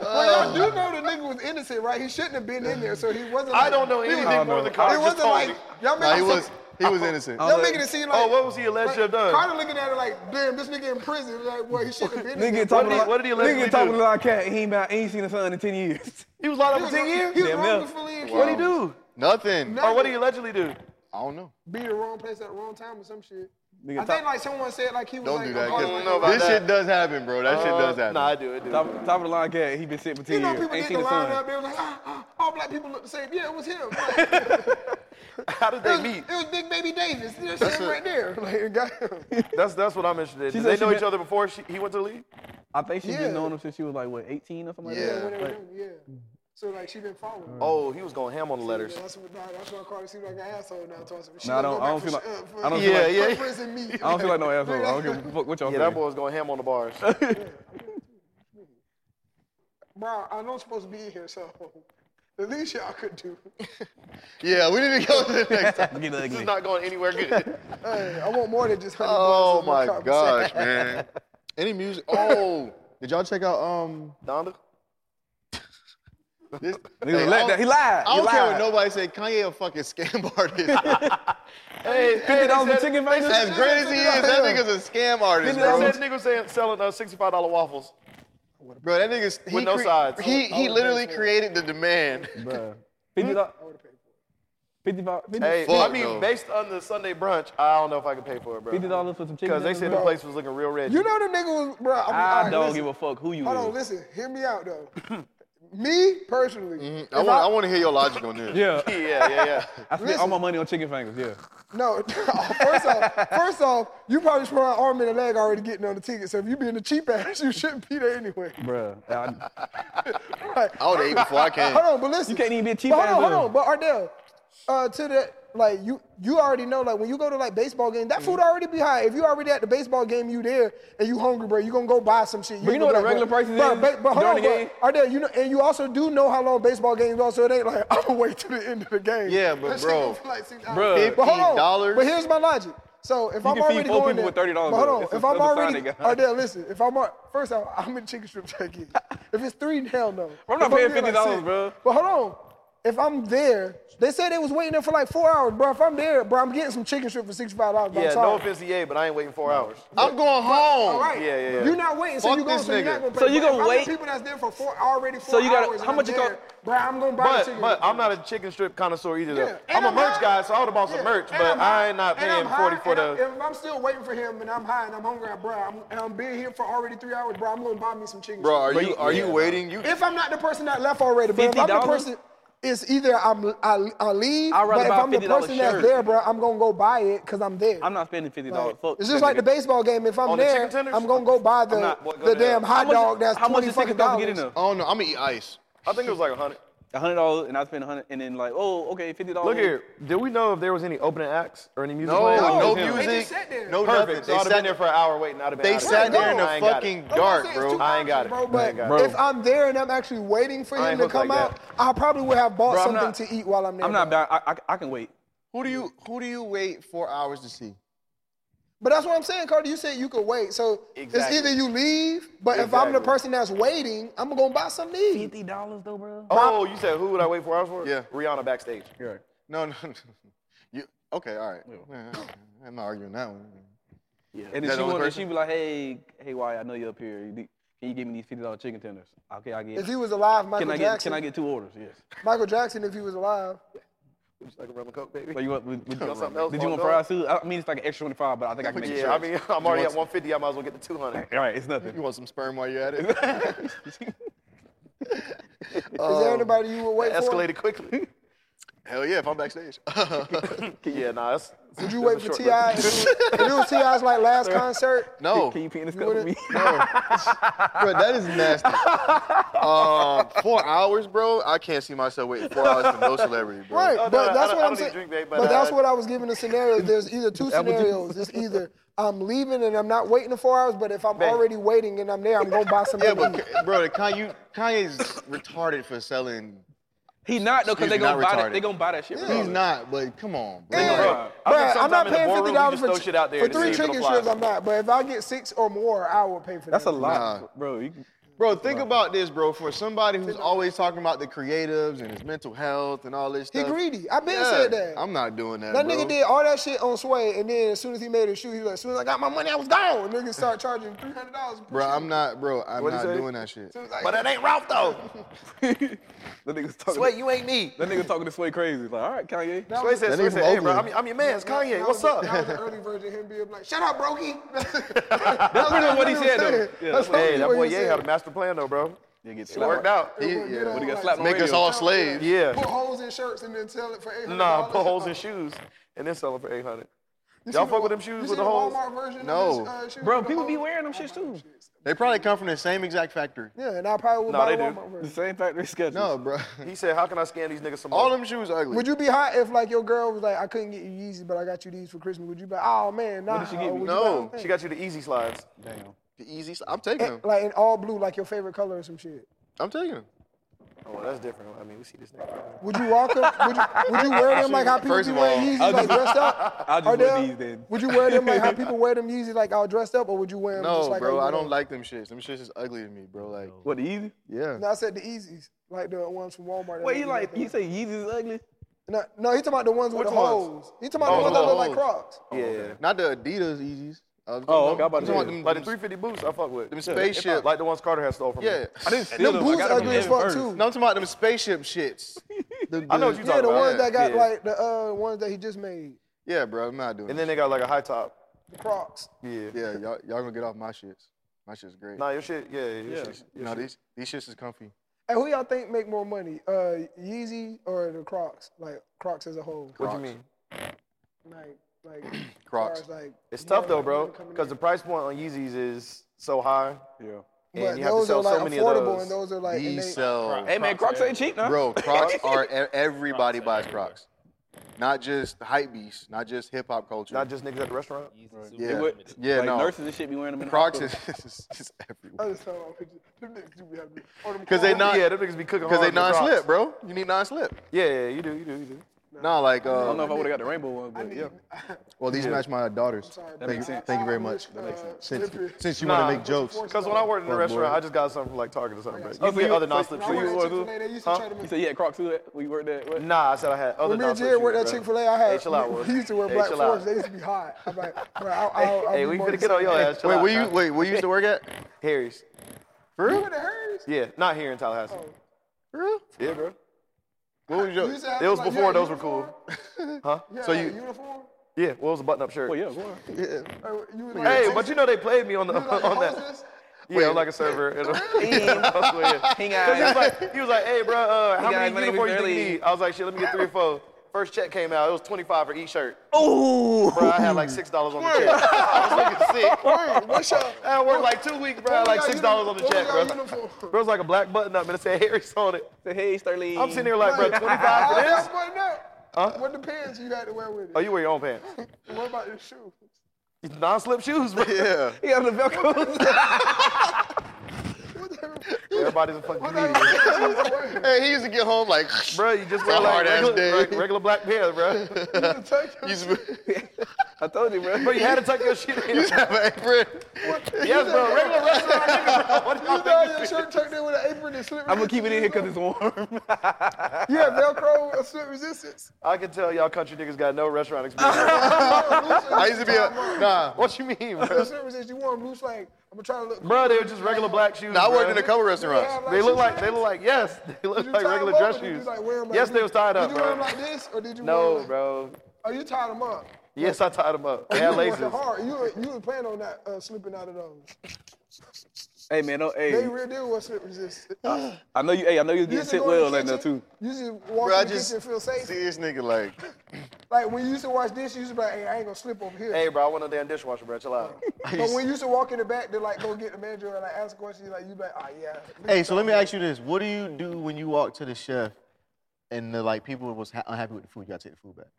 Speaker 1: y'all do know the nigga was innocent, right? He shouldn't have been in there, so he wasn't. Like,
Speaker 2: I don't know
Speaker 1: he was-
Speaker 2: anything
Speaker 3: don't
Speaker 2: more
Speaker 3: know.
Speaker 2: than
Speaker 1: It
Speaker 2: Carter just
Speaker 1: wasn't
Speaker 2: told
Speaker 1: like
Speaker 2: me.
Speaker 1: y'all
Speaker 4: Nah,
Speaker 1: making
Speaker 4: he
Speaker 1: it
Speaker 4: was
Speaker 1: seem-
Speaker 4: he was innocent.
Speaker 1: y'all making it seem like.
Speaker 2: Oh, what was he alleged to have done?
Speaker 1: Carter looking at it like, damn, this nigga in prison. Like, well, he shouldn't have been in there.
Speaker 3: Nigga talking
Speaker 2: did-
Speaker 3: like
Speaker 2: what did he allegedly
Speaker 3: nigga talking
Speaker 2: do?
Speaker 3: like a cat. He ain't, about, ain't seen the sun in ten years. (laughs)
Speaker 2: He was locked
Speaker 1: He
Speaker 2: up
Speaker 1: was
Speaker 2: for 10
Speaker 1: wrong-
Speaker 2: years?
Speaker 1: He was
Speaker 3: Damn,
Speaker 1: wrongfully accused.
Speaker 2: What'd he do?
Speaker 4: Nothing.
Speaker 1: No.
Speaker 2: Or Oh, what did he allegedly do?
Speaker 4: I don't know.
Speaker 1: Be in the wrong place at the wrong time or some shit.
Speaker 3: Nigga
Speaker 1: I
Speaker 3: talk-
Speaker 1: think like someone said like he was
Speaker 4: Don't
Speaker 1: like,
Speaker 4: do that.
Speaker 1: oh,
Speaker 2: I
Speaker 4: 'cause
Speaker 2: don't know about
Speaker 4: this
Speaker 2: that. Uh,
Speaker 4: shit does happen, bro. That shit does happen.
Speaker 2: Nah, I do. I do.
Speaker 3: Top, top of the line cat. He been sitting for ten
Speaker 1: You know,
Speaker 3: years.
Speaker 1: people
Speaker 3: ain't
Speaker 1: did
Speaker 3: seen
Speaker 1: the
Speaker 3: the
Speaker 1: line
Speaker 3: sun.
Speaker 1: up. They was like, ah, ah, all black people look the same. Yeah, it was him. Like, it,
Speaker 3: (laughs)
Speaker 2: How did they
Speaker 1: was,
Speaker 2: meet?
Speaker 1: it was Big Baby Davis. That's him
Speaker 4: it.
Speaker 1: right there. (laughs) Like, it got
Speaker 3: (laughs)
Speaker 1: him.
Speaker 2: That's that's what I'm interested in.
Speaker 3: She
Speaker 2: Did
Speaker 3: said
Speaker 2: they
Speaker 3: she
Speaker 2: know each
Speaker 3: been-
Speaker 2: other before she, he went to the league?
Speaker 3: I think she
Speaker 1: Yeah.
Speaker 3: been knowing him since she was like what, 18 or something like
Speaker 4: Yeah.
Speaker 3: that.
Speaker 1: Whatever,
Speaker 3: Like,
Speaker 1: yeah. So like, she been following. him.
Speaker 2: Oh, he was going ham on the letters.
Speaker 1: That's what, nah, that's why Carter seemed like an asshole now. Tossing. She
Speaker 3: Nah, I don't-
Speaker 1: gonna go
Speaker 3: I
Speaker 1: back
Speaker 3: don't
Speaker 1: for
Speaker 3: feel like-
Speaker 1: sh- for-
Speaker 3: I don't
Speaker 1: for
Speaker 3: feel like-
Speaker 2: Yeah, yeah.
Speaker 1: (laughs) prison meat.
Speaker 3: I don't feel like no asshole. I don't give a fuck what y'all
Speaker 2: Yeah,
Speaker 3: think.
Speaker 2: that boy was going ham on the
Speaker 3: (laughs)
Speaker 2: bars.
Speaker 1: Bro, I know I'm supposed to be here, so (laughs) at least y'all could do.
Speaker 4: Yeah, we need to go to the next
Speaker 1: (laughs)
Speaker 4: time.
Speaker 3: Get
Speaker 2: this
Speaker 3: ugly.
Speaker 2: is not going anywhere good.
Speaker 1: Hey, (laughs) I want more than just honey
Speaker 4: Oh
Speaker 1: buns in
Speaker 4: my
Speaker 1: conversation.
Speaker 4: gosh,
Speaker 1: (laughs)
Speaker 4: man. Any music? Oh, did y'all check out um
Speaker 2: Donda?
Speaker 4: (laughs) this?
Speaker 3: Nigga, let that- he lied.
Speaker 4: I
Speaker 3: He
Speaker 4: don't care what
Speaker 3: lied.
Speaker 4: nobody said. Kanye a fucking scam (laughs) artist.
Speaker 2: (laughs) Hey,
Speaker 3: Fifty
Speaker 2: hey,
Speaker 3: dollars
Speaker 2: they
Speaker 3: for
Speaker 2: said-
Speaker 3: chicken fingers.
Speaker 4: as great as he
Speaker 2: (laughs)
Speaker 4: is, that nigga's a scam artist,
Speaker 2: They
Speaker 4: bro.
Speaker 2: said the nigga was saying, selling uh, $65 waffles.
Speaker 4: Bro, that nigga's he
Speaker 2: With no sides.
Speaker 4: He he literally created the demand.
Speaker 3: Bruh.
Speaker 1: Hmm?
Speaker 3: Fifty dollars. Fifty five.
Speaker 2: Hey,
Speaker 4: Fuck
Speaker 2: I mean,
Speaker 4: no.
Speaker 2: based on the Sunday brunch, I don't know if I can pay for it, bro.
Speaker 3: Fifty dollars for some chicken.
Speaker 2: Because they
Speaker 3: nuggets,
Speaker 2: said the
Speaker 3: bro.
Speaker 2: place was looking real red.
Speaker 1: You know the nigga was, bro. I'm,
Speaker 3: I
Speaker 1: alright,
Speaker 3: don't
Speaker 1: listen.
Speaker 3: give a fuck who you
Speaker 1: Hold on,
Speaker 3: is.
Speaker 1: listen. Hear me out
Speaker 4: (clears throat)
Speaker 1: though. me personally, if
Speaker 4: Mm-hmm. I want I want to hear your logic on this.
Speaker 3: Yeah,
Speaker 2: (laughs) yeah, yeah, yeah.
Speaker 3: I spent all my money on chicken fingers. Yeah.
Speaker 1: No, (laughs) first off, first off, you probably spent an arm and a leg already getting on the ticket. So if you being a cheap ass, you shouldn't be there anyway.
Speaker 3: Bruh, I-
Speaker 1: (laughs) Right.
Speaker 4: I would have ate before I came.
Speaker 1: (laughs) Hold on, but listen.
Speaker 3: You can't even be a cheap
Speaker 1: But hold
Speaker 3: ass
Speaker 1: on,
Speaker 3: though.
Speaker 1: hold on. But Ardell, uh, to that, like you, you already know, like when you go to like baseball game, that
Speaker 4: Mm-hmm.
Speaker 1: food already be high. If you already at the baseball game, you there and you hungry, bro, you gonna go buy some shit.
Speaker 3: But you know what the regular prices
Speaker 1: bro,
Speaker 3: is
Speaker 1: But, but hold
Speaker 3: during
Speaker 1: on,
Speaker 3: the
Speaker 1: but
Speaker 3: game?
Speaker 1: Ardell, you know, and you also do know how long baseball games are, so it ain't like (laughs) I'm gonna wait till the end of the game.
Speaker 4: Yeah, but
Speaker 1: That shit
Speaker 4: bro,
Speaker 1: gonna feel like six hours.
Speaker 3: Bruh.
Speaker 1: but hold on.
Speaker 4: $15.
Speaker 1: But here's my logic. So if
Speaker 3: You can
Speaker 1: I'm
Speaker 3: feed
Speaker 1: already
Speaker 3: four
Speaker 1: going
Speaker 3: people
Speaker 1: there,
Speaker 3: with $30
Speaker 1: but hold
Speaker 3: though.
Speaker 1: on,
Speaker 3: It's
Speaker 1: if
Speaker 3: a-
Speaker 1: I'm
Speaker 3: it's a sign
Speaker 1: already,
Speaker 3: they got.
Speaker 1: Ardell, listen, if I'm al- first off, (laughs) I'm in chicken strip turkey. If it's three, hell no.
Speaker 3: I'm not
Speaker 1: If
Speaker 3: paying
Speaker 1: there, like,
Speaker 3: $50,
Speaker 1: six.
Speaker 3: bro.
Speaker 1: But hold on. If I'm there, they said they was waiting there for like four hours, bro. If I'm there, bro, I'm getting some chicken strip for sixty-five dollars.
Speaker 2: Yeah,
Speaker 1: I'm sorry.
Speaker 2: no offense to EA, but I ain't waiting four hours.
Speaker 4: I'm going home.
Speaker 1: All right.
Speaker 2: Yeah, yeah, yeah.
Speaker 1: You're not waiting, so
Speaker 4: Fuck
Speaker 1: you going
Speaker 4: this
Speaker 1: so you're
Speaker 4: nigga.
Speaker 1: not gonna pay.
Speaker 3: So you
Speaker 1: But if
Speaker 3: gonna
Speaker 1: I'm with
Speaker 3: wait-
Speaker 1: People that's there for four already. Four
Speaker 3: So you gotta-
Speaker 1: hours,
Speaker 3: how
Speaker 1: and
Speaker 3: much
Speaker 1: I'm
Speaker 3: it cost-
Speaker 1: there, bro? I'm gonna buy the
Speaker 2: But,
Speaker 1: chicken.
Speaker 2: but I'm not a chicken strip connoisseur either.
Speaker 1: Yeah,
Speaker 2: though.
Speaker 1: and
Speaker 2: I'm a merch
Speaker 1: high.
Speaker 2: guy, so I would have bought some
Speaker 1: Yeah,
Speaker 2: merch,
Speaker 1: and
Speaker 2: but
Speaker 1: I'm
Speaker 2: I
Speaker 1: high,
Speaker 2: ain't not
Speaker 1: and
Speaker 2: paying
Speaker 1: I'm
Speaker 2: forty
Speaker 1: high,
Speaker 2: for
Speaker 1: and
Speaker 2: the.
Speaker 1: I'm- If I'm still waiting for him and I'm high and I'm hungry, bro, I'm, and I'm being here for already three hours, bro, I'm gonna buy me some chicken.
Speaker 4: Bro, are
Speaker 3: Bro,
Speaker 4: you
Speaker 3: you-
Speaker 4: are you
Speaker 3: yeah.
Speaker 4: waiting? You
Speaker 1: if I'm not the person that left already, but if I'm the
Speaker 3: $50?
Speaker 1: person, it's either I'm I, I leave,
Speaker 3: I'd rather
Speaker 1: but if
Speaker 3: buy a
Speaker 1: I'm the
Speaker 3: $50
Speaker 1: person
Speaker 3: shirt.
Speaker 1: that's there, bro, I'm gonna go buy it because I'm there.
Speaker 3: I'm not spending fifty dollars.
Speaker 1: Like,
Speaker 3: Fuck.
Speaker 1: it's just like the baseball game. If I'm
Speaker 2: On the
Speaker 1: there,
Speaker 2: chicken tenders?
Speaker 1: I'm gonna go buy the,
Speaker 2: I'm not- what, go
Speaker 1: the
Speaker 2: there.
Speaker 1: damn hot dog that's
Speaker 3: how much
Speaker 1: twenty
Speaker 3: is
Speaker 1: fucking
Speaker 3: chicken dollars get in
Speaker 1: dollars.
Speaker 3: there?
Speaker 4: Oh no, I'm gonna eat ice.
Speaker 2: I think it was like a hundred.
Speaker 3: A hundred dollars, and I spend a hundred, and then like, oh, okay, fifty dollars.
Speaker 2: Look here, did we know if there was any opening acts or any music?
Speaker 4: No,
Speaker 2: playing?
Speaker 4: no,
Speaker 1: they
Speaker 4: music.
Speaker 1: just sat there.
Speaker 4: No nothing.
Speaker 2: Perfect. So I'd have
Speaker 4: sat
Speaker 2: been there for an hour waiting. I'd have been.
Speaker 4: They
Speaker 2: out of
Speaker 4: sat
Speaker 2: there.
Speaker 4: there in the
Speaker 2: I ain't got it.
Speaker 4: fucking
Speaker 1: That's why I
Speaker 4: dark,
Speaker 1: said it's
Speaker 4: bro.
Speaker 1: two
Speaker 2: I ain't got
Speaker 1: options,
Speaker 2: it.
Speaker 1: Bro,
Speaker 2: I ain't
Speaker 1: but
Speaker 2: got it.
Speaker 1: if I'm there and I'm actually waiting for
Speaker 2: I
Speaker 1: him
Speaker 2: ain't
Speaker 1: to
Speaker 2: hooked
Speaker 1: come
Speaker 2: like
Speaker 1: out,
Speaker 2: that.
Speaker 1: I probably would have bought
Speaker 2: Bro, I'm
Speaker 1: something
Speaker 2: not-
Speaker 1: to eat while I'm there.
Speaker 3: I'm
Speaker 1: bro.
Speaker 3: not. About, I, I, I can wait.
Speaker 4: Who do you who do you wait four hours to see?
Speaker 1: But that's what I'm saying, Carter. You said you could wait. So
Speaker 2: Exactly.
Speaker 1: it's either you leave, but if I'm the
Speaker 2: Exactly.
Speaker 1: person that's waiting, I'm going to buy something to eat.
Speaker 3: Fifty dollars though, bro.
Speaker 2: Oh, you said who would I wait four hours for?
Speaker 4: Yeah.
Speaker 2: Rihanna backstage.
Speaker 4: (laughs) No, no, no. You okay? All right. Yeah, all right. I'm not arguing that one.
Speaker 3: And
Speaker 4: Is that
Speaker 3: then
Speaker 4: the
Speaker 3: she
Speaker 4: only
Speaker 3: wanted,
Speaker 4: person?
Speaker 3: she'd be like, hey, hey, why I know you're up here. You do- Can you give me these fifty dollars chicken tenders? Okay, I get.
Speaker 1: If he was alive, Michael
Speaker 3: can I get
Speaker 1: Jackson.
Speaker 3: can I get two orders? Yes.
Speaker 1: Michael Jackson, if he was alive.
Speaker 2: Just like a rum and coke, baby.
Speaker 3: So you want? Would,
Speaker 2: (laughs)
Speaker 3: would,
Speaker 2: want something else,
Speaker 3: did you want
Speaker 2: Marco?
Speaker 3: fries too? I mean, it's like an extra twenty-five, but I think I can make it.
Speaker 2: yeah, I mean, I'm already at 150. I might as well get the
Speaker 3: (laughs)
Speaker 2: 200.
Speaker 3: all right, it's nothing.
Speaker 4: You want some sperm while you're
Speaker 3: (laughs)
Speaker 4: at it?
Speaker 1: Is there anybody you would wait for?
Speaker 2: Um, Oh. Escalated quickly. (laughs)
Speaker 4: Hell yeah, if I'm backstage.
Speaker 2: yeah, nah. That's,
Speaker 1: Would you wait for Ti? if it was
Speaker 2: (laughs)
Speaker 1: Ti's like last concert,
Speaker 4: no,
Speaker 3: Can you pee in this cup with me?
Speaker 4: bro, that is nasty. Um, four hours, bro. I can't see myself waiting four hours for no celebrity, bro.
Speaker 1: right?
Speaker 2: Oh, no,
Speaker 1: but
Speaker 2: I
Speaker 1: that's
Speaker 2: don't-
Speaker 1: what
Speaker 2: I
Speaker 1: I'm
Speaker 2: don't
Speaker 1: saying.
Speaker 2: even drink, babe,
Speaker 1: but
Speaker 2: but uh,
Speaker 1: that's
Speaker 2: I-
Speaker 1: what I was giving
Speaker 2: (laughs)
Speaker 1: the scenario. There's either two
Speaker 3: That would do-
Speaker 1: scenarios. It's either I'm leaving and I'm not waiting four hours, but if I'm already waiting and I'm there, I'm gonna buy something.
Speaker 4: Yeah,
Speaker 1: to
Speaker 4: but
Speaker 1: eat.
Speaker 4: bro, the Kanye, Kanye's retarded for selling.
Speaker 3: He not though, cause
Speaker 4: He's
Speaker 3: they gonna
Speaker 4: not
Speaker 3: buy that.
Speaker 4: retarded.
Speaker 3: They gonna buy that shit.
Speaker 4: He's
Speaker 3: regardless.
Speaker 4: not, but come on, bro.
Speaker 1: Yeah.
Speaker 2: Bro, I
Speaker 1: Bruh,
Speaker 2: think
Speaker 1: I'm
Speaker 2: sometime
Speaker 1: not
Speaker 2: in the
Speaker 1: paying
Speaker 2: boardroom,
Speaker 1: fifty
Speaker 2: we
Speaker 1: dollars
Speaker 2: just
Speaker 1: for,
Speaker 2: throw
Speaker 1: chi-
Speaker 2: shit out there
Speaker 1: for
Speaker 2: to see
Speaker 1: three
Speaker 2: if it'll
Speaker 1: chicken
Speaker 2: fly.
Speaker 1: strips. I'm not. But if I get six or more, I will pay for
Speaker 3: That's a
Speaker 1: that.
Speaker 3: lot, bro. You,
Speaker 4: Bro, think about this, bro. For somebody who's always talking about the creatives and his mental health and all this
Speaker 1: He
Speaker 4: stuff.
Speaker 1: greedy. I been said that.
Speaker 4: I'm not doing that.
Speaker 1: That
Speaker 4: bro.
Speaker 1: nigga did all that shit on Sway, and then as soon as he made his shoe, he was like, as soon as I got my money, I was gone. Niggas start charging three hundred dollars.
Speaker 4: Bro, I'm not, bro. I'm
Speaker 3: What'd
Speaker 4: not
Speaker 3: he say?
Speaker 4: doing that shit.
Speaker 2: but that ain't Ralph though.
Speaker 3: (laughs) that nigga's talking.
Speaker 2: Sway, you ain't me.
Speaker 3: That nigga talking to Sway crazy. He's like, all right, Kanye.
Speaker 2: Sway said,
Speaker 4: That
Speaker 2: Sway said,
Speaker 4: nigga from
Speaker 2: hey, bro, I'm,
Speaker 4: Oakland.
Speaker 2: I'm your man's Kanye. What's
Speaker 1: That
Speaker 2: up? (laughs)
Speaker 1: was the early version of him being like, shut up, brokey.
Speaker 3: That's pretty much what he
Speaker 1: I'm
Speaker 3: said
Speaker 1: saying.
Speaker 3: though. Yeah,
Speaker 1: That's
Speaker 3: that's
Speaker 1: what-
Speaker 3: what
Speaker 2: Hey, that
Speaker 1: what
Speaker 2: boy
Speaker 1: he
Speaker 2: Ye
Speaker 1: said.
Speaker 2: had a master plan though, bro.
Speaker 3: he gets
Speaker 2: It worked
Speaker 3: slapped.
Speaker 2: out.
Speaker 4: He-
Speaker 1: Get
Speaker 4: yeah.
Speaker 1: on,
Speaker 3: What he got
Speaker 1: like,
Speaker 3: slapped on
Speaker 4: Make us
Speaker 3: radio.
Speaker 4: all slaves.
Speaker 2: Yeah.
Speaker 1: Put holes in shirts and then sell it for eight hundred.
Speaker 2: Nah, put holes in shoes and then sell them
Speaker 1: (laughs)
Speaker 2: for 800. Y'all fuck with them shoes with the holes?
Speaker 1: Walmart version
Speaker 4: No.
Speaker 1: of his, uh, shoes
Speaker 3: Bro,
Speaker 1: with the
Speaker 3: people be
Speaker 1: holes?
Speaker 3: wearing them shits
Speaker 2: (clears throat)
Speaker 3: too.
Speaker 4: They probably come from the same exact factory.
Speaker 1: Yeah, and I probably would
Speaker 2: Nah,
Speaker 1: buy
Speaker 2: they
Speaker 1: the
Speaker 2: do.
Speaker 1: Walmart
Speaker 3: The
Speaker 1: version.
Speaker 3: same factory schedule.
Speaker 4: No, bro.
Speaker 2: He said, how can I scam these niggas some
Speaker 4: All
Speaker 2: more?
Speaker 4: them shoes ugly.
Speaker 1: Would you be hot if like your girl was like, I couldn't get you Yeezy, but I got you these for Christmas? Would you be like, oh man, nah.
Speaker 3: did she get
Speaker 1: or
Speaker 3: me?
Speaker 1: would you
Speaker 4: No,
Speaker 1: buy them?
Speaker 2: She got you the easy slides.
Speaker 3: Damn.
Speaker 4: the easy? s- I'm taking them.
Speaker 1: like in all blue, like your favorite color or some shit.
Speaker 4: I'm taking them.
Speaker 2: Oh, that's different. I mean, we see this nigga.
Speaker 1: Would you walk them? Would you, would
Speaker 4: (laughs)
Speaker 1: you wear them like how people
Speaker 4: First
Speaker 1: be
Speaker 4: of
Speaker 1: wearing
Speaker 4: all,
Speaker 1: Yeezys,
Speaker 3: I'll
Speaker 1: (laughs) like
Speaker 3: just-
Speaker 1: dressed up?
Speaker 3: I'll just
Speaker 1: Or
Speaker 3: wear
Speaker 1: them-
Speaker 3: these then.
Speaker 4: (laughs)
Speaker 1: Would you wear them like how people wear them Yeezys, like all dressed up, or would you wear them
Speaker 4: No,
Speaker 1: just like
Speaker 4: bro.
Speaker 1: how you
Speaker 4: I don't
Speaker 1: wear
Speaker 4: like them shits. Them shits is ugly to me, bro. Like,
Speaker 3: What the Yeezy?
Speaker 4: yeah.
Speaker 1: them? No, I said the Yeezys, like the ones from Walmart. that
Speaker 3: Wait,
Speaker 1: look
Speaker 3: you like
Speaker 1: that.
Speaker 3: you say Yeezy's ugly?
Speaker 1: No, no, he talking about the ones with
Speaker 2: Which
Speaker 1: the
Speaker 2: ones?
Speaker 1: holes. He talking about
Speaker 4: Oh,
Speaker 1: the ones that
Speaker 4: the
Speaker 1: look like
Speaker 4: holes.
Speaker 1: Crocs.
Speaker 2: Yeah.
Speaker 4: Not the Adidas Yeezys. Uh,
Speaker 3: Oh,
Speaker 4: no,
Speaker 3: okay, I'm about to
Speaker 4: you want
Speaker 3: say.
Speaker 4: them,
Speaker 2: Like the
Speaker 4: them,
Speaker 2: 350 boots, I fuck with.
Speaker 4: them spaceship.
Speaker 2: Like the ones Carter has stole from me.
Speaker 4: yeah.
Speaker 3: I didn't see
Speaker 1: Them
Speaker 3: them. I
Speaker 1: boots
Speaker 3: got them
Speaker 1: ugly as
Speaker 3: in
Speaker 1: fuck
Speaker 3: first.
Speaker 1: too.
Speaker 4: No, I'm talking about them spaceship
Speaker 2: (laughs)
Speaker 4: shits. The-
Speaker 2: I know what
Speaker 4: the-
Speaker 2: you talking
Speaker 1: yeah, the
Speaker 2: about.
Speaker 1: ones that got
Speaker 2: Yeah.
Speaker 1: like the uh ones that he just made,
Speaker 4: Yeah, bro. I'm not doing.
Speaker 2: And
Speaker 4: that
Speaker 2: then they got like a high top.
Speaker 1: the Crocs.
Speaker 2: Yeah.
Speaker 4: shit. yeah, y'all, y'all gonna get off my shits. My shit's great.
Speaker 2: Nah, your shit. Yeah, yeah, your
Speaker 3: Yeah.
Speaker 2: shit.
Speaker 4: no, these these shits is comfy.
Speaker 1: And who y'all think make more money, uh, Yeezy or the Crocs? Like Crocs as a whole.
Speaker 2: What you mean?
Speaker 1: Like,
Speaker 3: Oh,
Speaker 1: like as
Speaker 4: Crocs.
Speaker 1: far as, like,
Speaker 2: It's
Speaker 1: you
Speaker 2: tough
Speaker 1: know,
Speaker 2: though,
Speaker 1: like,
Speaker 2: bro,
Speaker 1: money coming
Speaker 2: because
Speaker 1: in.
Speaker 2: the price point on Yeezys is so high,
Speaker 3: Yeah.
Speaker 2: and
Speaker 1: But
Speaker 2: you have to
Speaker 1: those
Speaker 2: sell
Speaker 1: are like
Speaker 2: so many
Speaker 1: affordable,
Speaker 2: of those.
Speaker 1: and those are like. and
Speaker 4: These
Speaker 1: they-
Speaker 4: sell.
Speaker 3: Hey man, Crocs ain't cheap, nah.
Speaker 2: (laughs)
Speaker 4: Bro, Crocs are e- everybody buys Crocs. Not just hype beasts, not just hip hop culture.
Speaker 2: Not just niggas at the restaurant.
Speaker 4: yeah.
Speaker 3: What-
Speaker 4: yeah,
Speaker 3: like,
Speaker 4: no.
Speaker 3: Nurses and shit be wearing them. In the
Speaker 4: Crocs is
Speaker 3: hospital.
Speaker 4: (laughs) it's, it's
Speaker 1: I
Speaker 4: everywhere.
Speaker 1: just fell off. Them niggas do be having me. Or them
Speaker 4: Cause they
Speaker 1: Crocs.
Speaker 4: not
Speaker 2: yeah, them niggas be cooking
Speaker 4: because they
Speaker 2: hard with Crocs.
Speaker 4: non-slip, bro. You need non-slip.
Speaker 2: Yeah, yeah, you do, you do, you do.
Speaker 4: No, like
Speaker 3: I don't know if I
Speaker 4: uh,
Speaker 3: would have got the rainbow one, but yeah.
Speaker 4: well, these match my daughter's.
Speaker 1: That
Speaker 3: makes
Speaker 4: thank,
Speaker 3: sense.
Speaker 4: thank you
Speaker 1: I-
Speaker 4: very
Speaker 1: I
Speaker 4: much.
Speaker 1: wish, That makes uh, sense.
Speaker 4: Since,
Speaker 1: Flip it.
Speaker 4: since you
Speaker 2: Nah.
Speaker 4: want to make jokes,
Speaker 2: Because when I worked in the
Speaker 4: Fuck, boy.
Speaker 2: restaurant, I just got something from like Target or something. But you
Speaker 3: Oh, so
Speaker 2: get
Speaker 3: you-
Speaker 2: other non-slip
Speaker 3: so
Speaker 1: When I
Speaker 2: shoes.
Speaker 1: worked at Chick-fil-A, they used to
Speaker 2: Huh?
Speaker 1: try to make
Speaker 3: You said you had Crocs too? at- When you worked at what?
Speaker 2: Nah, I said I had other
Speaker 1: When me and
Speaker 2: non-slip
Speaker 1: Jared
Speaker 2: shoes.
Speaker 1: worked at
Speaker 2: bro.
Speaker 1: Chick Fil A, I had.
Speaker 2: Hey, chill out,
Speaker 1: we
Speaker 2: Will.
Speaker 1: used to wear
Speaker 2: Hey,
Speaker 1: black
Speaker 2: chill
Speaker 1: force.
Speaker 2: out.
Speaker 1: They used to be hot. I'm like,
Speaker 2: (laughs)
Speaker 1: bro, I'll, I'll, I'll
Speaker 2: Hey,
Speaker 1: be
Speaker 2: we
Speaker 1: more
Speaker 2: finna get on your ass. Chill
Speaker 4: wait,
Speaker 2: out,
Speaker 4: where you
Speaker 2: bro.
Speaker 4: wait, where you used to work at?
Speaker 2: Harry's.
Speaker 4: For
Speaker 1: You
Speaker 4: real?
Speaker 1: went to Harry's?
Speaker 2: Yeah, not here in Tallahassee.
Speaker 4: For real?
Speaker 2: Yeah, bro.
Speaker 4: What was
Speaker 1: Oh. You
Speaker 4: your?
Speaker 1: used to have
Speaker 2: It
Speaker 1: to,
Speaker 2: was
Speaker 1: like, you
Speaker 2: before
Speaker 1: had a
Speaker 2: those were cool.
Speaker 1: uniform?
Speaker 2: (laughs) Huh?
Speaker 1: (laughs) Yeah,
Speaker 4: So
Speaker 1: like,
Speaker 4: you-
Speaker 1: uniform?
Speaker 2: Yeah, what was a button-up shirt?
Speaker 3: Oh yeah, go on.
Speaker 1: Uh, you was like,
Speaker 2: Hey,
Speaker 1: a
Speaker 2: but
Speaker 1: hostess?
Speaker 2: you know they played me on the
Speaker 1: You was like a
Speaker 2: on that.
Speaker 1: hostess?
Speaker 2: Yeah, I'm like a server. And (laughs) I swear.
Speaker 3: Hang
Speaker 2: He was like, he was like, hey, bro, uh, how
Speaker 3: Hey, guys,
Speaker 2: many
Speaker 3: my name is
Speaker 2: uniforms you think you
Speaker 3: Barely."
Speaker 2: need? I was like, shit, let me get three or four. First check came out. It was 25 for each shirt.
Speaker 3: Oh. Ooh.
Speaker 2: Bro, I had like $6 on the check.
Speaker 4: (laughs)
Speaker 2: I was looking sick.
Speaker 1: What's your?
Speaker 2: (laughs) I worked like two weeks, bro. I had like $6 on the check, bro. Bro, it oh, was like a black button up and it said Harry's on it.
Speaker 3: Hey Sterling.
Speaker 2: I'm sitting here like,
Speaker 3: (laughs)
Speaker 2: bro, 25 for this?
Speaker 1: Huh? What the pants you had to wear with
Speaker 2: Oh,
Speaker 1: it?
Speaker 2: you wear your own pants.
Speaker 1: What about your shoes?
Speaker 2: Non slip shoes, bro. (laughs)
Speaker 4: Yeah.
Speaker 3: He got the Velcro.
Speaker 1: What the hell?
Speaker 2: Everybody's a fucking
Speaker 1: What
Speaker 2: idiot.
Speaker 1: the hell?
Speaker 4: Hey, he used to get home like.
Speaker 2: Bro, you just
Speaker 4: a
Speaker 2: wear like
Speaker 4: hard-ass
Speaker 2: regular,
Speaker 4: day.
Speaker 2: regular black pants, bro. (laughs)
Speaker 1: You took your-
Speaker 4: used to
Speaker 3: I told you, bro.
Speaker 2: Bro, you had to tuck your shit in.
Speaker 4: have an apron.
Speaker 2: (laughs) Yes, bro. Regular (laughs) restaurant nigga, bro. What do
Speaker 1: (laughs) You
Speaker 2: y'all
Speaker 1: know
Speaker 2: think?
Speaker 1: your shirt tucked in with an apron and slip.
Speaker 2: (laughs)
Speaker 3: I'm gonna keep it in here because it's warm.
Speaker 1: You had Velcro no sweat resistance.
Speaker 2: I can tell y'all country niggas got no restaurant (laughs) experience.
Speaker 4: I used to be a nah.
Speaker 2: what you mean, (laughs) (laughs)
Speaker 1: No
Speaker 2: bro?
Speaker 1: sweat resistance. You wore them blue flag. I'm gonna try to look.
Speaker 2: Bro, they're just regular black shoes.
Speaker 4: Nah, I worked
Speaker 2: bruh.
Speaker 4: in a couple restaurants.
Speaker 1: Yeah,
Speaker 2: They look
Speaker 1: (laughs)
Speaker 2: like they look like yes, (laughs) they look
Speaker 1: Did you
Speaker 2: like
Speaker 1: tie
Speaker 2: regular
Speaker 1: 'em up,
Speaker 2: dress
Speaker 1: or did you,
Speaker 2: shoes.
Speaker 1: like, wear 'em like
Speaker 2: Yes,
Speaker 1: this?
Speaker 2: they was tied
Speaker 1: Did
Speaker 2: up,
Speaker 1: you wear them
Speaker 2: bro.
Speaker 1: like this, or did you? wear 'em
Speaker 2: No,
Speaker 1: like-
Speaker 2: bro.
Speaker 1: Oh, you tied them up.
Speaker 2: Yes, I tied them up. They had
Speaker 1: (laughs) you working
Speaker 2: laces.
Speaker 1: Hard. You were- you were planning on not uh, slipping out of those.
Speaker 3: Hey man, no,
Speaker 1: They
Speaker 3: hey,
Speaker 1: really did want slip
Speaker 2: (sighs)
Speaker 1: resistance. You
Speaker 3: I know you. Hey, I know you getting
Speaker 1: used to
Speaker 3: shit
Speaker 1: go in
Speaker 3: well
Speaker 1: the
Speaker 3: like that
Speaker 1: kitchen,
Speaker 3: too.
Speaker 1: You used to walk
Speaker 4: Bro, I
Speaker 1: in the
Speaker 4: just
Speaker 1: kitchen and feel safe.
Speaker 4: see this nigga like.
Speaker 1: Like when you used to watch this, you used to be like, "Hey, I ain't gonna slip over here."
Speaker 2: Hey, bro, I want a damn dishwasher, bro. Chill out.
Speaker 1: (laughs) But when you used to walk in the back to like go get the manager and like ask questions, like you be like, "Ah, yeah."
Speaker 4: Hey, so let me ask you this: What do you do when you walk to the chef and the like people was ha- unhappy with the food? You gotta take the food back.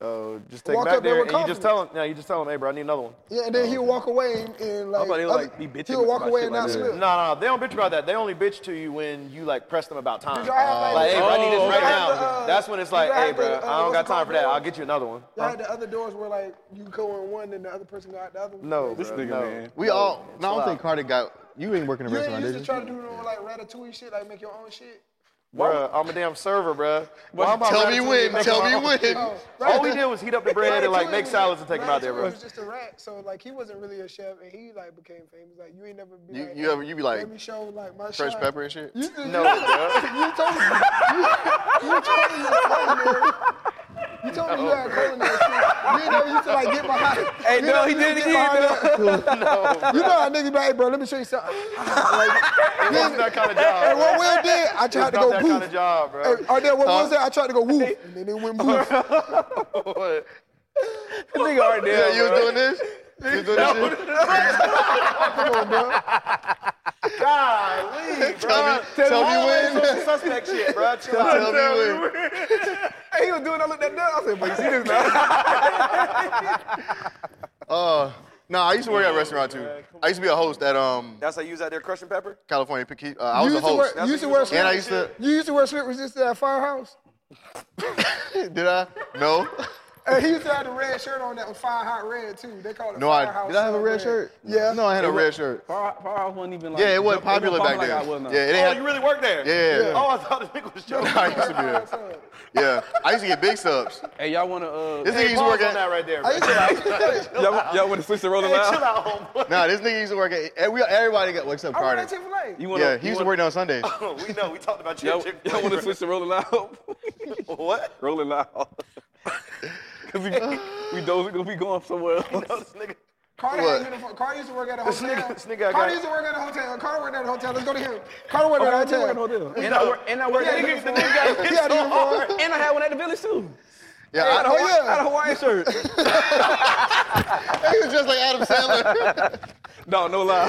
Speaker 2: So just take
Speaker 1: Walk
Speaker 2: them back
Speaker 1: up there
Speaker 2: there and
Speaker 1: with
Speaker 2: you just tell him. No, you just tell him, hey, bro, I need another one.
Speaker 1: Yeah, and then
Speaker 4: Oh,
Speaker 1: he'll walk away and, and like,
Speaker 3: thought they were,
Speaker 1: other-
Speaker 3: like, be bitching
Speaker 1: he'll walk
Speaker 3: about
Speaker 1: away
Speaker 3: shit
Speaker 1: and
Speaker 3: like
Speaker 1: not
Speaker 3: that.
Speaker 1: slip.
Speaker 2: No, no, no, they don't bitch about that. They only bitch to you when you like press them about time.
Speaker 1: Did y'all have, like,
Speaker 2: like, hey, bro, I need
Speaker 1: oh,
Speaker 2: this right
Speaker 1: okay.
Speaker 2: now.
Speaker 1: Uh,
Speaker 2: That's when it's
Speaker 1: did
Speaker 2: like,
Speaker 1: y'all have
Speaker 2: hey, bro,
Speaker 1: the,
Speaker 2: I
Speaker 1: uh,
Speaker 2: don't
Speaker 1: what's
Speaker 2: got
Speaker 1: it
Speaker 2: time for
Speaker 1: called,
Speaker 2: that.
Speaker 1: bro?
Speaker 2: I'll get you another one.
Speaker 1: Y'all had the other doors where like you go in one and the other person go out the other. one?
Speaker 2: No,
Speaker 3: This
Speaker 2: bro,
Speaker 3: nigga,
Speaker 2: no.
Speaker 3: man.
Speaker 4: We all. No, I
Speaker 2: chill
Speaker 4: don't think
Speaker 2: out.
Speaker 4: Carter got. You ain't
Speaker 1: (laughs)
Speaker 4: working in a
Speaker 1: You ain't
Speaker 4: restaurant,
Speaker 1: used to
Speaker 4: did you?
Speaker 1: try to do no like ratatouille shit, like make your own shit.
Speaker 2: Bro, I'm a damn server, bro.
Speaker 4: Tell me when. Tell me when.
Speaker 2: (laughs) All we did was heat up the bread and like
Speaker 1: Ratatouille
Speaker 2: make
Speaker 1: was-
Speaker 2: salads and take them out there,
Speaker 1: Ratatouille
Speaker 2: bro.
Speaker 1: was just a rat, so like he wasn't really a chef, and he like became famous. Like you ain't never be
Speaker 4: You-
Speaker 1: like,
Speaker 4: you ever- you be like,
Speaker 1: let me show like my
Speaker 4: Fresh
Speaker 1: shine."
Speaker 4: pepper and shit.
Speaker 1: You, (laughs) you,
Speaker 2: No,
Speaker 1: you,
Speaker 2: bro.
Speaker 1: you told me. (laughs) You, you told me you had culinary. You told me you had (laughs) culinary. shit. You ain't never used to like get behind.
Speaker 3: Hey,
Speaker 1: you
Speaker 3: no,
Speaker 1: never
Speaker 3: he
Speaker 1: used to
Speaker 3: did it
Speaker 1: get
Speaker 3: again,
Speaker 1: behind
Speaker 4: (laughs)
Speaker 1: that. You know how niggas be like, hey, bro, let me show you something. Like,
Speaker 2: It's that kind of
Speaker 1: and
Speaker 2: job.
Speaker 1: what Will did, I
Speaker 2: It's
Speaker 1: tried
Speaker 2: not
Speaker 1: to go
Speaker 2: that
Speaker 1: poof.
Speaker 2: kind of job, bro.
Speaker 1: Hey, Are there what was that? I tried to go woof, and then it went boof.
Speaker 4: (laughs)
Speaker 1: (laughs)
Speaker 2: What?
Speaker 3: This nigga already
Speaker 4: Yeah,
Speaker 3: there.
Speaker 4: you was doing this. You was doing this shit.
Speaker 2: Golly,
Speaker 4: Tell me,
Speaker 2: bro.
Speaker 4: tell me
Speaker 2: Always on
Speaker 4: when.
Speaker 2: some Suspect shit, bro. Chill out.
Speaker 4: Tell me when.
Speaker 3: Hey, he was doing. I looked at that. I said, "But you see this now?"
Speaker 4: Uh, no, I used to work at a restaurant too. I used to be a host at um
Speaker 2: That's how you use out there crushing pepper?
Speaker 4: California. Piqui- Uh, I was
Speaker 1: you
Speaker 4: a
Speaker 1: used to wear,
Speaker 4: host.
Speaker 1: you used to wear slip,
Speaker 4: And I used to-
Speaker 1: You used to wear slip resistance at Firehouse.
Speaker 4: (laughs) Did I? No.
Speaker 1: And he used to have the red shirt on that was fire hot red too. They call it
Speaker 4: No, I
Speaker 1: Firehouse.
Speaker 4: did. I have a
Speaker 1: uh,
Speaker 4: red shirt.
Speaker 1: Yeah.
Speaker 4: No, I had a red
Speaker 1: (laughs)
Speaker 4: shirt.
Speaker 3: Far, Firehouse wasn't even like.
Speaker 4: Yeah, it wasn't popular back
Speaker 3: like I
Speaker 4: then.
Speaker 3: was now.
Speaker 4: Yeah,
Speaker 2: Oh,
Speaker 4: it didn't
Speaker 2: you
Speaker 4: have-
Speaker 2: really work there?
Speaker 4: Yeah.
Speaker 2: Oh, I thought this nigga was joking.
Speaker 4: I (laughs) used to be there. Yeah, I used to get big subs.
Speaker 3: Hey, y'all wanna uh,
Speaker 4: This nigga
Speaker 2: Hey,
Speaker 4: used to work
Speaker 2: pause on that
Speaker 4: at.
Speaker 2: right there, bro.
Speaker 1: I used to
Speaker 4: (laughs)
Speaker 3: y'all, y'all wanna switch the rolling
Speaker 2: Hey,
Speaker 3: loud?
Speaker 2: chill out, homeboy.
Speaker 4: Nah, this nigga used to work at. and we- Everybody got wakes up
Speaker 1: I wore that
Speaker 4: Carter.
Speaker 1: Chick-fil-A.
Speaker 3: You wanna?
Speaker 4: Yeah, he used to
Speaker 3: you
Speaker 4: work there
Speaker 2: (laughs)
Speaker 4: on
Speaker 1: (laughs)
Speaker 4: Sundays.
Speaker 2: Oh, we know. We talked about you.
Speaker 3: Y'all,
Speaker 2: Chick-
Speaker 3: y'all wanna switch the rolling loud?
Speaker 2: (laughs) What?
Speaker 3: rolling loud.
Speaker 4: (laughs)
Speaker 3: (laughs) Cause we, we those gonna be going somewhere
Speaker 2: (laughs)
Speaker 3: else.
Speaker 2: No, this nigga.
Speaker 1: Carter,
Speaker 4: What?
Speaker 1: had uniform. Carter used to work at a hotel.
Speaker 2: nigga- this nigga
Speaker 1: Carter
Speaker 2: got-
Speaker 1: used to work at a hotel. Carter worked at a hotel. Let's go to him. Carter worked at a hotel.
Speaker 3: And I work. And I work.
Speaker 1: Yeah,
Speaker 3: at
Speaker 1: he
Speaker 3: the
Speaker 1: gets
Speaker 2: The
Speaker 3: Village.
Speaker 2: nigga got
Speaker 1: He had a uniform.
Speaker 3: (laughs) And I had one at the village too.
Speaker 4: Yeah,
Speaker 1: Hey,
Speaker 4: I,
Speaker 1: oh,
Speaker 3: I had a
Speaker 1: yeah.
Speaker 3: Hawaiian
Speaker 1: (laughs)
Speaker 3: shirt.
Speaker 4: he was just like Adam Sandler.
Speaker 3: (laughs) No, no lie.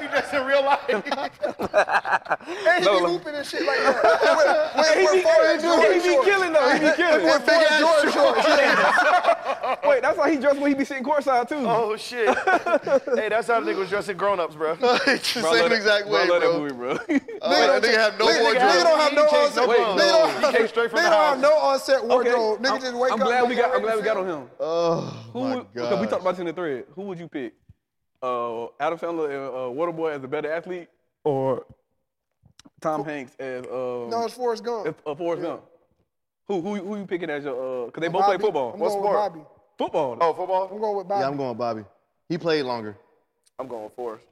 Speaker 2: you dressed in real life.
Speaker 1: And he
Speaker 3: No,
Speaker 1: be
Speaker 3: like-
Speaker 1: hooping and shit like that. Wait, wait,
Speaker 3: He
Speaker 1: wait,
Speaker 3: be,
Speaker 1: four
Speaker 3: he be killing though. He be killing.
Speaker 4: Big ass shorts.
Speaker 3: Wait, that's how he dressed when he be sitting courtside too.
Speaker 2: Oh shit. hey, that's how the nigga was dressed in grown ups, bro.
Speaker 4: It's the
Speaker 3: Bro, I love
Speaker 4: same
Speaker 3: that-
Speaker 4: exact
Speaker 3: bro,
Speaker 4: way,
Speaker 3: I
Speaker 4: bro.
Speaker 3: love that movie,
Speaker 2: (laughs)
Speaker 3: bro.
Speaker 4: Uh, that
Speaker 1: Nigga
Speaker 4: nigga have no
Speaker 1: nigga-
Speaker 4: wardrobe.
Speaker 1: nigga don't have
Speaker 2: He
Speaker 1: no
Speaker 2: changed no
Speaker 1: onset. Nigga
Speaker 2: clothes.
Speaker 1: don't
Speaker 2: He came straight from
Speaker 1: nigga
Speaker 2: the
Speaker 1: don't have
Speaker 2: house.
Speaker 1: no onset
Speaker 3: Okay,
Speaker 1: wardrobe. Nigga
Speaker 3: I'm-
Speaker 1: just wake
Speaker 3: I'm
Speaker 1: up.
Speaker 3: glad we
Speaker 1: make
Speaker 3: got.
Speaker 1: your
Speaker 3: I'm glad we got on
Speaker 1: breakfast.
Speaker 3: him.
Speaker 4: Oh
Speaker 3: Who
Speaker 4: my
Speaker 3: would, because we
Speaker 4: god.
Speaker 3: talked about this in the thread. Who would you pick? Uh, Adam Sandler and uh, Waterboy as a better athlete, or Tom Hanks as uh,
Speaker 1: No, it's Forrest Gump.
Speaker 3: as, uh, Forrest Gump? Who who who you picking as your? Uh, Cause they both
Speaker 1: Bobby.
Speaker 3: play football.
Speaker 1: I'm
Speaker 3: What's
Speaker 1: going
Speaker 2: sport?
Speaker 1: With Bobby.
Speaker 3: (laughs) football?
Speaker 2: Oh, football?
Speaker 1: I'm going with Bobby.
Speaker 4: Yeah, I'm going Bobby. He played longer.
Speaker 2: I'm going Forrest.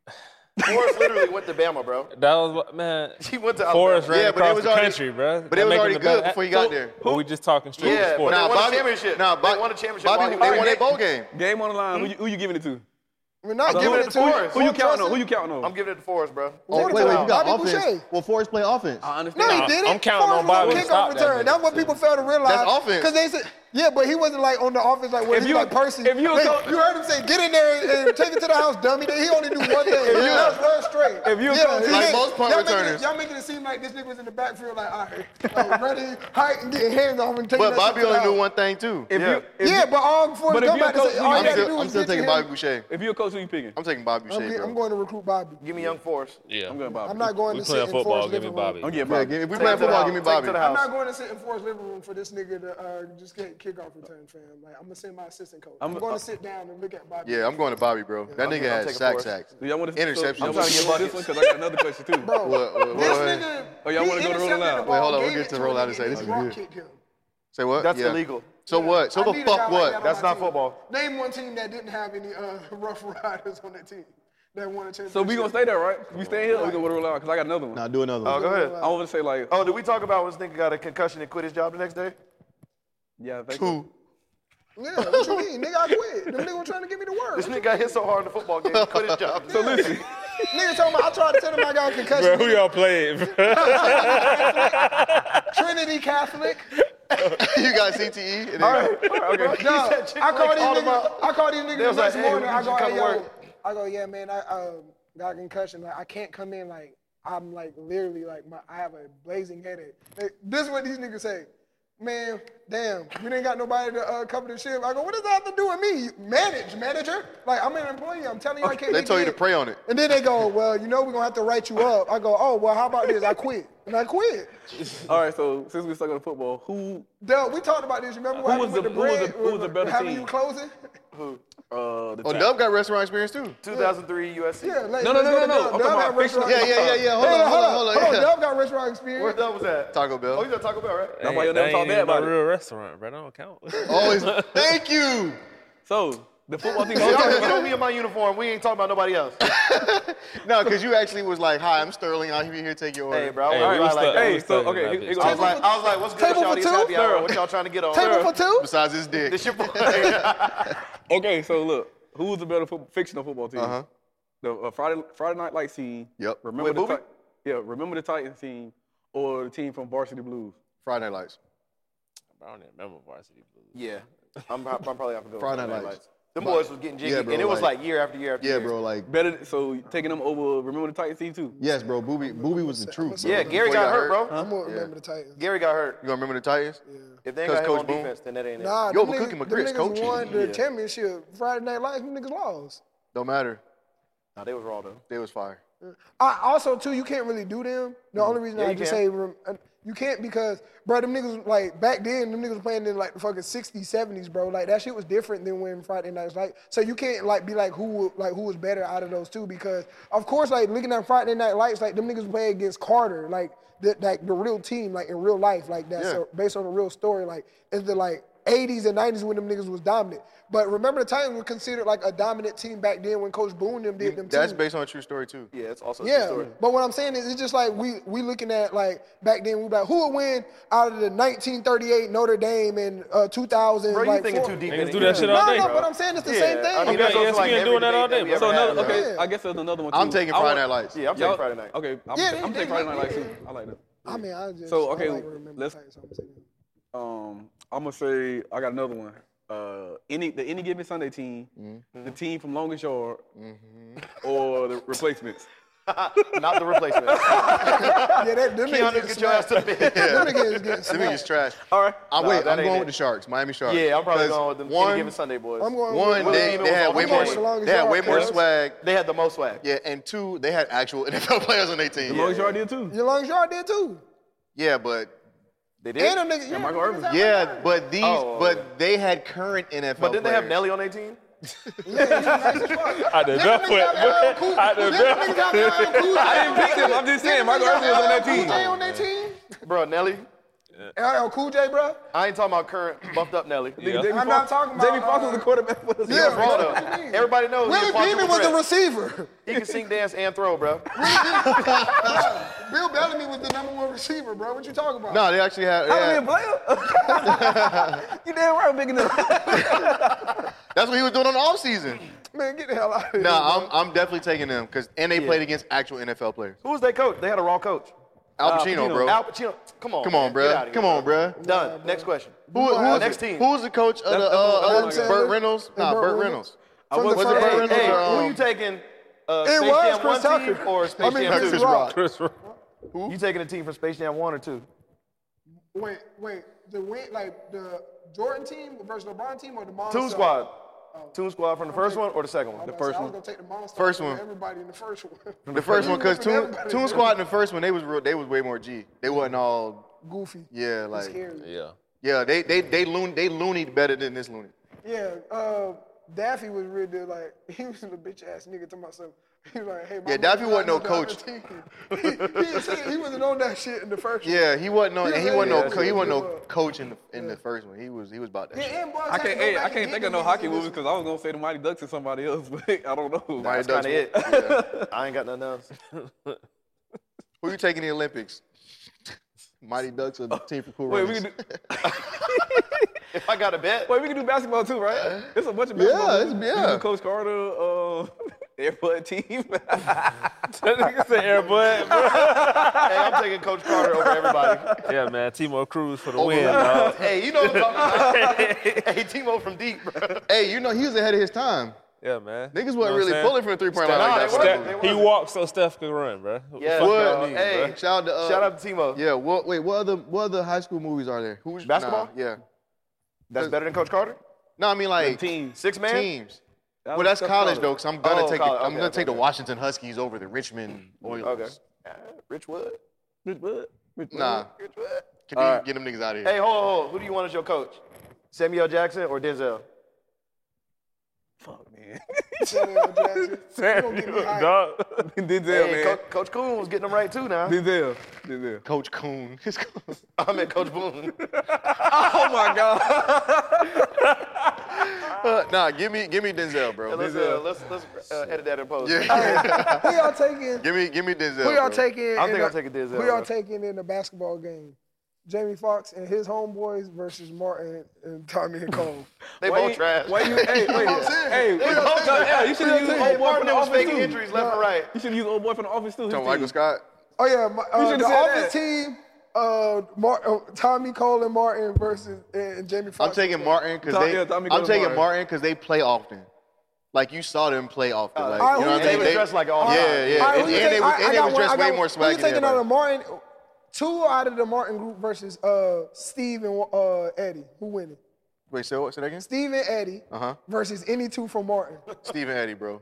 Speaker 2: (sighs) Forrest literally went to Bama, bro.
Speaker 8: That was what man.
Speaker 2: (laughs) He went to
Speaker 8: Forest
Speaker 2: Alabama.
Speaker 8: ran
Speaker 4: Yeah, but it
Speaker 8: across
Speaker 4: was
Speaker 8: the
Speaker 4: already-
Speaker 8: country, bro.
Speaker 4: but it was already good before he got there.
Speaker 8: Who we just talking straight
Speaker 2: Yeah, but
Speaker 4: Nah,
Speaker 8: sports.
Speaker 2: they won a
Speaker 4: Bobby-
Speaker 2: championship.
Speaker 4: Nah,
Speaker 2: They
Speaker 4: Bo-
Speaker 2: won a championship while
Speaker 4: Bobby,
Speaker 2: he
Speaker 4: they
Speaker 2: was
Speaker 4: won
Speaker 2: there.
Speaker 4: that bowl game.
Speaker 3: Game on the line. Who, you, who you giving it to?
Speaker 1: Hmm? We're not giving
Speaker 2: giving
Speaker 1: it
Speaker 2: it
Speaker 1: to
Speaker 2: to
Speaker 1: you.
Speaker 2: Forrest.
Speaker 3: Who you
Speaker 1: Don't
Speaker 3: counting on?
Speaker 1: trust
Speaker 3: Who
Speaker 1: it.
Speaker 3: you counting on?
Speaker 2: I'm giving it to Forrest, bro.
Speaker 4: Oh, wait, wait,
Speaker 1: Bobby
Speaker 4: you got
Speaker 1: Boucher.
Speaker 4: offense. Well, Forrest played offense.
Speaker 3: I
Speaker 1: No,
Speaker 3: understand.
Speaker 1: he
Speaker 8: Nah,
Speaker 1: didn't.
Speaker 8: I'm counting
Speaker 1: Forrest
Speaker 8: on
Speaker 1: was
Speaker 8: Bobby to
Speaker 1: Kickoff
Speaker 8: stop that
Speaker 1: return.
Speaker 8: nigga.
Speaker 1: That's what people fail to realize.
Speaker 4: That's offense.
Speaker 1: Because they said, yeah, but he wasn't like on the offense like where
Speaker 3: If
Speaker 1: he's
Speaker 3: you-
Speaker 1: like Percy.
Speaker 3: if you was
Speaker 1: Wait,
Speaker 3: go-
Speaker 1: you heard him say, get in there and, and take it to the house, dummy. He only do one thing.
Speaker 4: you-
Speaker 1: That was run straight.
Speaker 3: if you was go-
Speaker 1: he
Speaker 4: Like
Speaker 1: didn't.
Speaker 4: most punt
Speaker 1: y'all making it-
Speaker 4: returners.
Speaker 1: y'all making it seem like this nigga was in the backfield, like, all right, (laughs) like, running, height, and getting hands off and taking
Speaker 4: But
Speaker 1: that
Speaker 4: Bobby
Speaker 1: shit to the
Speaker 4: only knew
Speaker 1: house.
Speaker 4: one thing too.
Speaker 3: If
Speaker 2: Yeah.
Speaker 3: you, if
Speaker 1: Yeah,
Speaker 3: you,
Speaker 1: but all Forrest
Speaker 3: But if
Speaker 1: Gump
Speaker 3: you
Speaker 1: had to
Speaker 3: go-
Speaker 1: say, all
Speaker 3: I'm
Speaker 1: you
Speaker 4: I'm
Speaker 1: got to
Speaker 4: still,
Speaker 1: do
Speaker 4: I'm
Speaker 1: is
Speaker 4: still
Speaker 1: get to
Speaker 4: taking
Speaker 1: him.
Speaker 4: Bobby Boucher.
Speaker 3: if you a coach, who you picking?
Speaker 4: I'm taking Bobby
Speaker 1: I'm,
Speaker 4: Boucher,
Speaker 1: get- I'm
Speaker 4: bro.
Speaker 1: going to recruit Bobby.
Speaker 2: Give me young Forrest.
Speaker 8: Yeah.
Speaker 3: I'm going Bobby.
Speaker 1: I'm not going
Speaker 8: we
Speaker 1: to sit
Speaker 8: playing
Speaker 1: in
Speaker 8: football.
Speaker 1: Forrest
Speaker 8: Give me
Speaker 1: living room.
Speaker 8: Bobby.
Speaker 3: I'm getting
Speaker 4: Yeah,
Speaker 3: Bobby.
Speaker 4: give- if we
Speaker 2: Take
Speaker 4: play
Speaker 2: it to the
Speaker 4: football,
Speaker 2: house.
Speaker 4: give me
Speaker 2: Take it
Speaker 4: Bobby.
Speaker 2: to the
Speaker 1: I'm
Speaker 2: house.
Speaker 1: not going to sit in Forrest living room for this nigga to uh, just get kickoff return, fam. Like, I'm gonna send my assistant coach. I'm, gonna sit down and look at Bobby.
Speaker 4: Yeah, I'm going to Bobby, bro. That nigga
Speaker 2: I'm
Speaker 4: had
Speaker 2: taking
Speaker 4: sack
Speaker 2: four.
Speaker 4: sacks.
Speaker 3: Do y'all want to So,
Speaker 4: Interception.
Speaker 3: y'all want to get about this one because I got another question too.
Speaker 1: Bro,
Speaker 4: What- what-
Speaker 1: this
Speaker 4: what-
Speaker 1: nigga.
Speaker 3: Oh, y'all
Speaker 1: he
Speaker 3: wanna go to
Speaker 1: intercepted
Speaker 3: roll
Speaker 1: the
Speaker 3: out?
Speaker 1: ball,
Speaker 4: Wait, hold on, we'll
Speaker 1: gave
Speaker 4: get
Speaker 1: it
Speaker 4: to roll
Speaker 1: him,
Speaker 4: out in a
Speaker 1: and
Speaker 4: second.
Speaker 1: he drop
Speaker 4: This is
Speaker 1: kicked him.
Speaker 4: Say what?
Speaker 2: That's
Speaker 4: Yeah.
Speaker 2: illegal.
Speaker 4: So what? So
Speaker 1: I
Speaker 4: the
Speaker 1: need a guy
Speaker 4: fuck
Speaker 1: like
Speaker 4: what?
Speaker 1: that on
Speaker 2: That's
Speaker 1: my
Speaker 2: not
Speaker 1: team.
Speaker 2: football.
Speaker 1: Name one team that didn't have any uh, (laughs) rough riders on that team that won a championship.
Speaker 3: So we gonna stay there, right? We staying here or we gonna roll out? Because I got another one.
Speaker 4: Nah, do another
Speaker 2: Oh,
Speaker 4: one.
Speaker 2: go ahead.
Speaker 3: I want to say like,
Speaker 2: Oh, did we talk about when this nigga got a concussion and quit his job the next day?
Speaker 3: yeah, thank you.
Speaker 4: Cool.
Speaker 1: Yeah, what you mean, nigga? I quit. Them niggas were trying to give me
Speaker 2: (laughs)
Speaker 1: the word.
Speaker 2: This nigga got hit so hard in the football game, he quit his job.
Speaker 4: (laughs)
Speaker 3: So listen,
Speaker 2: (laughs)
Speaker 1: nigga talking about I tried to tell him I got a
Speaker 8: Bro,
Speaker 1: concussion.
Speaker 8: who y'all playing? bro?
Speaker 1: Trinity Catholic.
Speaker 4: you got CTE? And then, (laughs)
Speaker 2: okay.
Speaker 1: Dog, I call these
Speaker 2: all
Speaker 1: niggas.
Speaker 2: about-
Speaker 1: I call these niggas
Speaker 2: They
Speaker 1: the
Speaker 2: was like,
Speaker 1: next
Speaker 2: "Hey,
Speaker 1: morning.
Speaker 2: we
Speaker 1: I
Speaker 2: need
Speaker 1: go,
Speaker 2: you to
Speaker 1: hey,
Speaker 2: come
Speaker 1: yo.
Speaker 2: work."
Speaker 1: I go, yeah, man. I um, got a concussion. Like, I can't come in. Like, I'm like literally like my. I have a blazing headache. Like, this is what these niggas say. Man, damn, we didn't got nobody to uh, cover the ship. I go, what does that have to do with me? Manage, manager? Like, I'm an employee. I'm telling you, I can't.
Speaker 4: They
Speaker 1: get
Speaker 4: told you to
Speaker 1: in."
Speaker 4: pray on it.
Speaker 1: And then they go, well, you know, we're gonna have to write you up. I go, oh, well, how about this? I quit, and I quit.
Speaker 3: (laughs) all right. So since we stuck on football, who
Speaker 1: Duh, we talked about this. Remember what
Speaker 3: Who was
Speaker 1: happened
Speaker 3: the-
Speaker 1: with
Speaker 3: who was
Speaker 1: bread?
Speaker 3: the- who was the better
Speaker 1: having
Speaker 3: team?
Speaker 1: you closing?
Speaker 3: uh the
Speaker 4: Oh,
Speaker 3: Titans.
Speaker 4: Dub got restaurant experience too.
Speaker 2: 2003 USC.
Speaker 1: Yeah, like,
Speaker 3: No, no, no, no, no. I'm talking about fixing-
Speaker 4: Yeah, yeah, yeah, yeah. Hold on, hold on, hold on.
Speaker 1: Hold on,
Speaker 4: yeah.
Speaker 1: Dub got restaurant
Speaker 2: Where
Speaker 1: experience.
Speaker 2: Dub was at?
Speaker 4: Taco Bell.
Speaker 2: Oh, he's at Taco Bell, right?
Speaker 3: That's why
Speaker 8: Ain't-
Speaker 3: you never
Speaker 8: ain't
Speaker 3: talk
Speaker 8: even
Speaker 3: bad about
Speaker 8: no
Speaker 3: it.
Speaker 8: real restaurant, bro. That don't (laughs) count.
Speaker 4: Always. Thank you.
Speaker 3: So the football team.
Speaker 2: (laughs) Y'all can throw me in my uniform. We ain't talking about nobody else.
Speaker 4: (laughs) No, because you actually was like, "Hi, I'm Sterling. I'm here to take your order."
Speaker 2: hey, bro. I
Speaker 8: Hey, we
Speaker 2: wasn't
Speaker 8: was
Speaker 2: like
Speaker 8: stuck-
Speaker 2: that.
Speaker 8: we
Speaker 3: Hey,
Speaker 8: was
Speaker 3: so
Speaker 8: stuck in
Speaker 3: okay,
Speaker 8: that
Speaker 3: here- here
Speaker 8: bitch.
Speaker 3: go-
Speaker 2: I was like, I was like, what's good with
Speaker 1: Table
Speaker 2: y'all?
Speaker 1: for
Speaker 2: These
Speaker 1: two?
Speaker 2: happy hour. What y'all trying to get on?
Speaker 1: Table for two?
Speaker 4: Besides his dick.
Speaker 2: This your boy. That's
Speaker 3: (laughs) Okay, so look, who was the better foot fictional football team? Uh-huh. The uh, Friday Friday Night Light scene.
Speaker 4: Yep.
Speaker 3: Remember
Speaker 2: With
Speaker 3: the
Speaker 2: Booby?
Speaker 3: Ti- yeah, remember the Titans team or the team from Varsity Blues?
Speaker 4: Friday Night Lights.
Speaker 8: I don't even remember varsity blues.
Speaker 2: Yeah, I'm, I'm probably have to go. with
Speaker 4: Friday Night Lights.
Speaker 2: Them boys was getting jiggy,
Speaker 4: Yeah, bro,
Speaker 2: and it was
Speaker 4: like-
Speaker 2: like year after year after
Speaker 4: Yeah,
Speaker 2: year.
Speaker 4: bro. Like,
Speaker 3: Better th- so taking them over. Remember the Titans team too.
Speaker 4: yes, bro. Booby, Booby was the truth.
Speaker 2: Yeah,
Speaker 4: bro.
Speaker 2: Gary
Speaker 4: Before he
Speaker 2: got hurt, bro.
Speaker 1: I'm gonna remember the Titans.
Speaker 2: Gary got hurt.
Speaker 4: You gonna remember the Titans?
Speaker 2: If they ain't
Speaker 4: 'Cause
Speaker 2: got him
Speaker 4: Coach
Speaker 2: on
Speaker 4: Boone-
Speaker 2: defense, then that ain't it.
Speaker 1: Nah,
Speaker 4: Yo,
Speaker 1: them
Speaker 4: but
Speaker 1: niggas,
Speaker 4: Cookie
Speaker 1: them
Speaker 4: McGriff's
Speaker 1: niggas
Speaker 4: coaching.
Speaker 1: won the championship. Friday Night Lights, them niggas lost.
Speaker 4: Don't matter.
Speaker 2: Nah, they was raw though.
Speaker 4: They was fire.
Speaker 1: I also too, you can't really do them. The only reason
Speaker 2: Mm-hmm. Yeah,
Speaker 1: I
Speaker 2: you
Speaker 1: just
Speaker 2: can.
Speaker 1: say rem- uh, you can't because, bro, them niggas like back then, them niggas was playing in like the fucking 60s, 70s, bro. Like that shit was different than when Friday nights like. So you can't like be like who wa- like who was better out of those two because of course like looking at Friday Night Lights, like them niggas play against Carter, like the like the real team, like in real life, like that. So based on a real story, like it's the like 80s and 90s when them niggas was dominant. But remember the Titans were considered like a dominant team back then when Coach Boone them did them.
Speaker 4: That's
Speaker 1: teams.
Speaker 4: based on a true story too.
Speaker 2: Yeah, it's also a true
Speaker 1: Yeah,
Speaker 2: story.
Speaker 1: but what I'm saying is, it's just like we we looking at like back then we like who would win out of the 1938 Notre Dame and uh, 2000.
Speaker 2: Bro, you
Speaker 1: like,
Speaker 2: thinking
Speaker 1: four-
Speaker 2: too deep.
Speaker 8: Niggas
Speaker 2: in it.
Speaker 8: do that shit
Speaker 1: No,
Speaker 8: all day.
Speaker 1: no,
Speaker 8: bro.
Speaker 1: but I'm saying it's the same thing.
Speaker 2: I mean,
Speaker 8: Okay, E
Speaker 2: that's also like
Speaker 8: ESPN
Speaker 2: every
Speaker 8: doing that
Speaker 2: debate
Speaker 8: all day,
Speaker 2: we
Speaker 8: bro.
Speaker 2: ever
Speaker 3: So
Speaker 2: had,
Speaker 3: another,
Speaker 2: bro.
Speaker 3: okay,
Speaker 1: Yeah.
Speaker 3: I guess there's another one too.
Speaker 4: I'm taking
Speaker 3: I
Speaker 4: Friday
Speaker 3: want-
Speaker 4: Night Lights.
Speaker 2: Yeah, I'm
Speaker 3: y'all-
Speaker 2: taking Friday night.
Speaker 3: Okay, I'm,
Speaker 1: Yeah,
Speaker 3: ta-
Speaker 1: they-
Speaker 3: I'm
Speaker 1: they
Speaker 3: taking Friday
Speaker 1: like
Speaker 3: Night Light
Speaker 1: it.
Speaker 3: too. I like that.
Speaker 1: I mean, I just
Speaker 3: So, okay,
Speaker 1: I like
Speaker 8: (laughs)
Speaker 1: remember (laughs)
Speaker 3: let's-
Speaker 1: things, so I'm saying.
Speaker 3: Um, I'm gonna say I got another one. Uh, any the any given Sunday team,
Speaker 2: Mm-hmm.
Speaker 3: the team from longest yard, or the replacements.
Speaker 2: (laughs) Not the replacement.
Speaker 1: yeah, that them niggas
Speaker 2: Keanu,
Speaker 1: getting
Speaker 2: get your ass
Speaker 1: smacked.
Speaker 2: to the
Speaker 4: (laughs)
Speaker 2: bed.
Speaker 1: Them niggas getting
Speaker 4: Them niggas
Speaker 1: smacked.
Speaker 4: trash.
Speaker 2: All right.
Speaker 4: I
Speaker 2: Nah,
Speaker 4: wait.
Speaker 2: that
Speaker 4: I'm
Speaker 2: ain't
Speaker 4: going
Speaker 2: it.
Speaker 4: with the Sharks, Miami Sharks.
Speaker 2: Yeah, I'm probably
Speaker 4: 'Cause
Speaker 2: going with them. Any
Speaker 4: One,
Speaker 2: given Sunday boys.
Speaker 1: I'm going
Speaker 4: one,
Speaker 1: with-
Speaker 4: they,
Speaker 2: Even was
Speaker 4: they had
Speaker 2: on-
Speaker 4: way
Speaker 2: I'm
Speaker 4: more.
Speaker 2: going
Speaker 1: Shalon's
Speaker 4: They had
Speaker 1: Sharks,
Speaker 4: way more
Speaker 1: cuz.
Speaker 4: swag.
Speaker 2: They had the most swag.
Speaker 4: Yeah, and two, they had actual (laughs) NFL players on their team.
Speaker 3: Longest yard did too.
Speaker 1: Your long yard did too.
Speaker 4: Yeah, but
Speaker 2: They did.
Speaker 1: And them niggas. Yeah,
Speaker 3: Michael Irvin.
Speaker 4: yeah, but these,
Speaker 2: Oh,
Speaker 4: but they had current NFL.
Speaker 2: but didn't they have
Speaker 4: players.
Speaker 2: Nelly on their team?
Speaker 8: I did not put. (laughs) I did not.
Speaker 3: (laughs) I didn't pick them. I'm just saying Michael Irvin was on that team.
Speaker 1: on that team.
Speaker 2: Bro, Nelly.
Speaker 1: LL Cool J, bro.
Speaker 2: I ain't talking about current buffed up Nelly.
Speaker 8: Yeah.
Speaker 3: Jamie
Speaker 1: I'm not talking about,
Speaker 3: Jamie Foxx was
Speaker 1: uh,
Speaker 3: the quarterback for the
Speaker 1: Yeah,
Speaker 3: Seahawks.
Speaker 1: bro.
Speaker 2: Bro, though, Everybody knows.
Speaker 1: Willie Beeman was the receiver.
Speaker 2: the He can sing, dance, and throw, bro.
Speaker 1: Bill Bellamy was the number one receiver, bro. What you talking about?
Speaker 4: No, they actually had.
Speaker 3: I
Speaker 4: yeah.
Speaker 3: don't even play
Speaker 1: (laughs)
Speaker 3: him. you damn right I'm big enough.
Speaker 4: that's what he was doing on the (laughs) offseason.
Speaker 1: Man, get the hell out of here.
Speaker 4: no, I'm, I'm definitely taking them because and they played against actual NFL players.
Speaker 2: Who was their coach? They had a raw coach.
Speaker 4: Al Pacino, bro.
Speaker 2: Al Pacino. Come on.
Speaker 4: Come
Speaker 2: man. Get
Speaker 4: on, bro.
Speaker 2: outta here,
Speaker 4: Come on, bro.
Speaker 2: Done. Next question. Uh,
Speaker 4: Who, who was
Speaker 2: Next team.
Speaker 4: Who was the coach of the
Speaker 3: that's what
Speaker 4: uh,
Speaker 3: I'm
Speaker 4: other
Speaker 3: saying.
Speaker 4: Burt Reynolds?
Speaker 1: And
Speaker 4: Nah,
Speaker 1: Burt
Speaker 4: Burt
Speaker 1: Reynolds.
Speaker 4: Reynolds.
Speaker 1: From
Speaker 4: was
Speaker 1: the
Speaker 4: it
Speaker 1: front
Speaker 4: Burt Reynolds
Speaker 1: end.
Speaker 2: Hey,
Speaker 4: or
Speaker 2: who
Speaker 4: um,
Speaker 2: you taking? Uh,
Speaker 1: It
Speaker 2: Space
Speaker 1: was
Speaker 2: Jam
Speaker 1: Chris
Speaker 2: 1 team
Speaker 1: Tucker.
Speaker 2: or
Speaker 1: I
Speaker 2: Space
Speaker 1: mean,
Speaker 2: Jam
Speaker 1: Chris
Speaker 2: 2?
Speaker 1: Rock.
Speaker 8: Chris Rock.
Speaker 2: You taking a team from Space Jam 1 or 2?
Speaker 1: Wait, wait. The win, like the Jordan team versus LeBron team or the
Speaker 4: Oh,
Speaker 1: Monster?
Speaker 2: Toon Squad. Toon Squad from the first one or the
Speaker 4: (laughs)
Speaker 2: second one?
Speaker 1: The
Speaker 3: first
Speaker 1: I
Speaker 3: one.
Speaker 1: was gonna take the Monster.
Speaker 4: First
Speaker 1: over
Speaker 4: one.
Speaker 1: Everybody in the first one.
Speaker 4: (laughs) the first one?
Speaker 1: (laughs)
Speaker 4: Because
Speaker 1: From
Speaker 4: Toon,
Speaker 1: everybody.
Speaker 4: Toon Squad in the first one, they was real, they was way more G. They wasn't all
Speaker 1: Goofy.
Speaker 4: yeah like
Speaker 1: Scary.
Speaker 8: Yeah.
Speaker 4: Yeah, they they they loon they loonied better than this loony.
Speaker 1: Yeah, uh, Daffy was real deal. Like (laughs) he was a bitch ass nigga to myself. He was like, hey, my
Speaker 4: Yeah, Daffy
Speaker 1: mother
Speaker 4: wasn't no
Speaker 1: got another
Speaker 4: coach.
Speaker 1: team. he, he- he wasn't on that (laughs) shit in the first. one.
Speaker 4: Yeah, he wasn't no and he
Speaker 1: Yeah,
Speaker 4: wasn't no
Speaker 1: yeah,
Speaker 4: co- he
Speaker 1: yeah,
Speaker 4: wasn't no
Speaker 1: yeah.
Speaker 4: coach in the in the first one. He was he was about that.
Speaker 1: Yeah,
Speaker 4: shit.
Speaker 1: and boys
Speaker 3: I
Speaker 1: had to
Speaker 3: can't.
Speaker 1: go
Speaker 3: Hey,
Speaker 1: back
Speaker 3: I
Speaker 1: and
Speaker 3: can't
Speaker 1: get
Speaker 3: think
Speaker 1: them
Speaker 3: of no
Speaker 1: niggas
Speaker 3: hockey
Speaker 1: in
Speaker 3: movies
Speaker 1: this-
Speaker 3: because I was gonna say the Mighty Ducks or somebody else, (laughs) but I don't know.
Speaker 4: Mighty
Speaker 2: That's kinda it.
Speaker 4: Ducks won. Yeah.
Speaker 2: I ain't got nothing else.
Speaker 4: Who you taking in the Olympics? (laughs) Mighty Ducks or the team from Cool
Speaker 3: Wait, we can
Speaker 4: Runnings?
Speaker 3: do.
Speaker 2: if I got a bet, Uh-huh.
Speaker 3: Wait, we can do basketball too, right? It's a bunch of basketball.
Speaker 4: Yeah, it's-
Speaker 3: movies.
Speaker 4: yeah.
Speaker 3: We can do Coach Carter, uh, (laughs) Airbud
Speaker 2: (laughs)
Speaker 3: team. (laughs)
Speaker 8: That nigga said Air Bud. bro.
Speaker 2: hey, I'm taking Coach Carter over everybody.
Speaker 8: Yeah, man. Timo Cruz for the win, dog.
Speaker 4: Hey, you know what I'm talking about.
Speaker 2: hey, Timo from deep, bro.
Speaker 4: hey, you know he was ahead of his time.
Speaker 8: Yeah, man.
Speaker 4: Niggas wasn't
Speaker 8: You know what I'm
Speaker 4: really
Speaker 8: saying?
Speaker 4: pulling from the three point line
Speaker 2: Nah,
Speaker 4: like
Speaker 2: they
Speaker 4: that.
Speaker 2: wasn't.
Speaker 4: back
Speaker 2: They
Speaker 4: then.
Speaker 2: wasn't.
Speaker 8: He walked so Steph could run, bro. What the
Speaker 2: Yeah.
Speaker 8: fuck
Speaker 2: What?
Speaker 8: y'all mean,
Speaker 2: Hey.
Speaker 8: bruh?
Speaker 4: Shout out to uh,
Speaker 2: Shout out to Timo.
Speaker 4: Yeah, what wait, what other what other high school movies are there? Who's
Speaker 2: Basketball?
Speaker 4: Nah, yeah.
Speaker 2: That's better than Coach Carter.
Speaker 4: No, I mean like
Speaker 3: teams.
Speaker 2: Six man.
Speaker 4: teams.
Speaker 3: That
Speaker 4: Well,
Speaker 3: was
Speaker 4: that's
Speaker 3: Steph
Speaker 4: college
Speaker 3: Curry.
Speaker 4: though, because I'm gonna
Speaker 2: Oh,
Speaker 4: take
Speaker 2: college.
Speaker 4: the, I'm
Speaker 2: Okay,
Speaker 4: gonna
Speaker 2: okay,
Speaker 4: take the
Speaker 2: okay.
Speaker 4: Washington Huskies over the Richmond Oilers.
Speaker 2: Okay. Uh, Rich Wood. Rich Wood. Rich Wood.
Speaker 4: Nah.
Speaker 2: Rich Wood.
Speaker 4: Can we
Speaker 2: Alright.
Speaker 4: get them niggas out of here?
Speaker 2: Hey, hold on, hold on. Who do you want as your coach? Samuel Jackson or Denzel?
Speaker 1: Samuel
Speaker 2: (laughs)
Speaker 1: Jackson. You don't get me hyped.
Speaker 8: Dog.
Speaker 3: (laughs) Denzel,
Speaker 2: Hey,
Speaker 3: man.
Speaker 2: Co- Coach Coon was getting them right too now.
Speaker 4: (laughs)
Speaker 3: Denzel. Denzel.
Speaker 4: Coach Coon. (laughs) It's called-
Speaker 2: I meant Coach (laughs) Boone.
Speaker 3: (laughs) Oh my
Speaker 4: (laughs)
Speaker 3: God.
Speaker 4: Uh, nah, give me give me Denzel, bro.
Speaker 2: let's uh, let's, let's uh, edit that in post.
Speaker 1: Who y'all taking?
Speaker 4: give me give me Denzel.
Speaker 1: Who
Speaker 4: bro.
Speaker 1: y'all taking?
Speaker 2: I
Speaker 1: in
Speaker 2: think
Speaker 1: the-
Speaker 2: I'll take a Denzel,
Speaker 1: Who y'all
Speaker 2: bro.
Speaker 1: taking in the basketball game? Jamie Foxx and his homeboys versus Martin and Tommy and
Speaker 3: (laughs)
Speaker 1: Cole.
Speaker 2: They
Speaker 3: Why
Speaker 2: both
Speaker 3: you-
Speaker 2: trash.
Speaker 3: Why
Speaker 4: (laughs)
Speaker 3: you? Hey, wait.
Speaker 4: I'm saying.
Speaker 3: Hey,
Speaker 4: They
Speaker 3: wait,
Speaker 4: both trash.
Speaker 3: hey, you should have used
Speaker 2: Hey,
Speaker 3: old boy from
Speaker 2: Martin
Speaker 3: the
Speaker 2: was
Speaker 3: office
Speaker 2: faking
Speaker 3: too.
Speaker 2: injuries left and right.
Speaker 3: You should have used old boy from the office too. his
Speaker 4: Talking
Speaker 3: team.
Speaker 4: Michael Scott.
Speaker 1: Oh yeah, my, uh,
Speaker 3: should've
Speaker 1: the
Speaker 3: said
Speaker 1: offense team. Uh, Mar- uh, Tommy Cole and Martin versus and Jamie Foxx.
Speaker 4: I'm taking Martin because
Speaker 3: Tom-
Speaker 4: they.
Speaker 3: yeah, Tommy
Speaker 4: I'm
Speaker 3: Coleman
Speaker 4: taking
Speaker 3: Martin.
Speaker 4: Martin because they play often. Like you saw them play often. Like,
Speaker 1: All right,
Speaker 4: you
Speaker 1: who
Speaker 4: know what
Speaker 1: you
Speaker 4: I mean?
Speaker 1: taking?
Speaker 4: They
Speaker 2: Dressed like an all-star.
Speaker 4: Yeah, yeah.
Speaker 1: All right,
Speaker 4: and,
Speaker 1: who you
Speaker 4: and they,
Speaker 1: take- I- I
Speaker 4: and they
Speaker 1: got
Speaker 4: was
Speaker 1: one-
Speaker 4: dressed
Speaker 1: I got
Speaker 4: way
Speaker 1: one.
Speaker 4: more
Speaker 1: Who
Speaker 4: swag
Speaker 1: you
Speaker 4: than
Speaker 1: taking out of
Speaker 4: everybody.
Speaker 1: Martin? Two out of the Martin group versus uh, Steve and uh, Eddie. Who winning?
Speaker 4: Wait, so what? Say that again?
Speaker 1: Steve and Eddie
Speaker 4: Uh-huh.
Speaker 1: versus any two from Martin.
Speaker 4: Steve and Eddie, bro.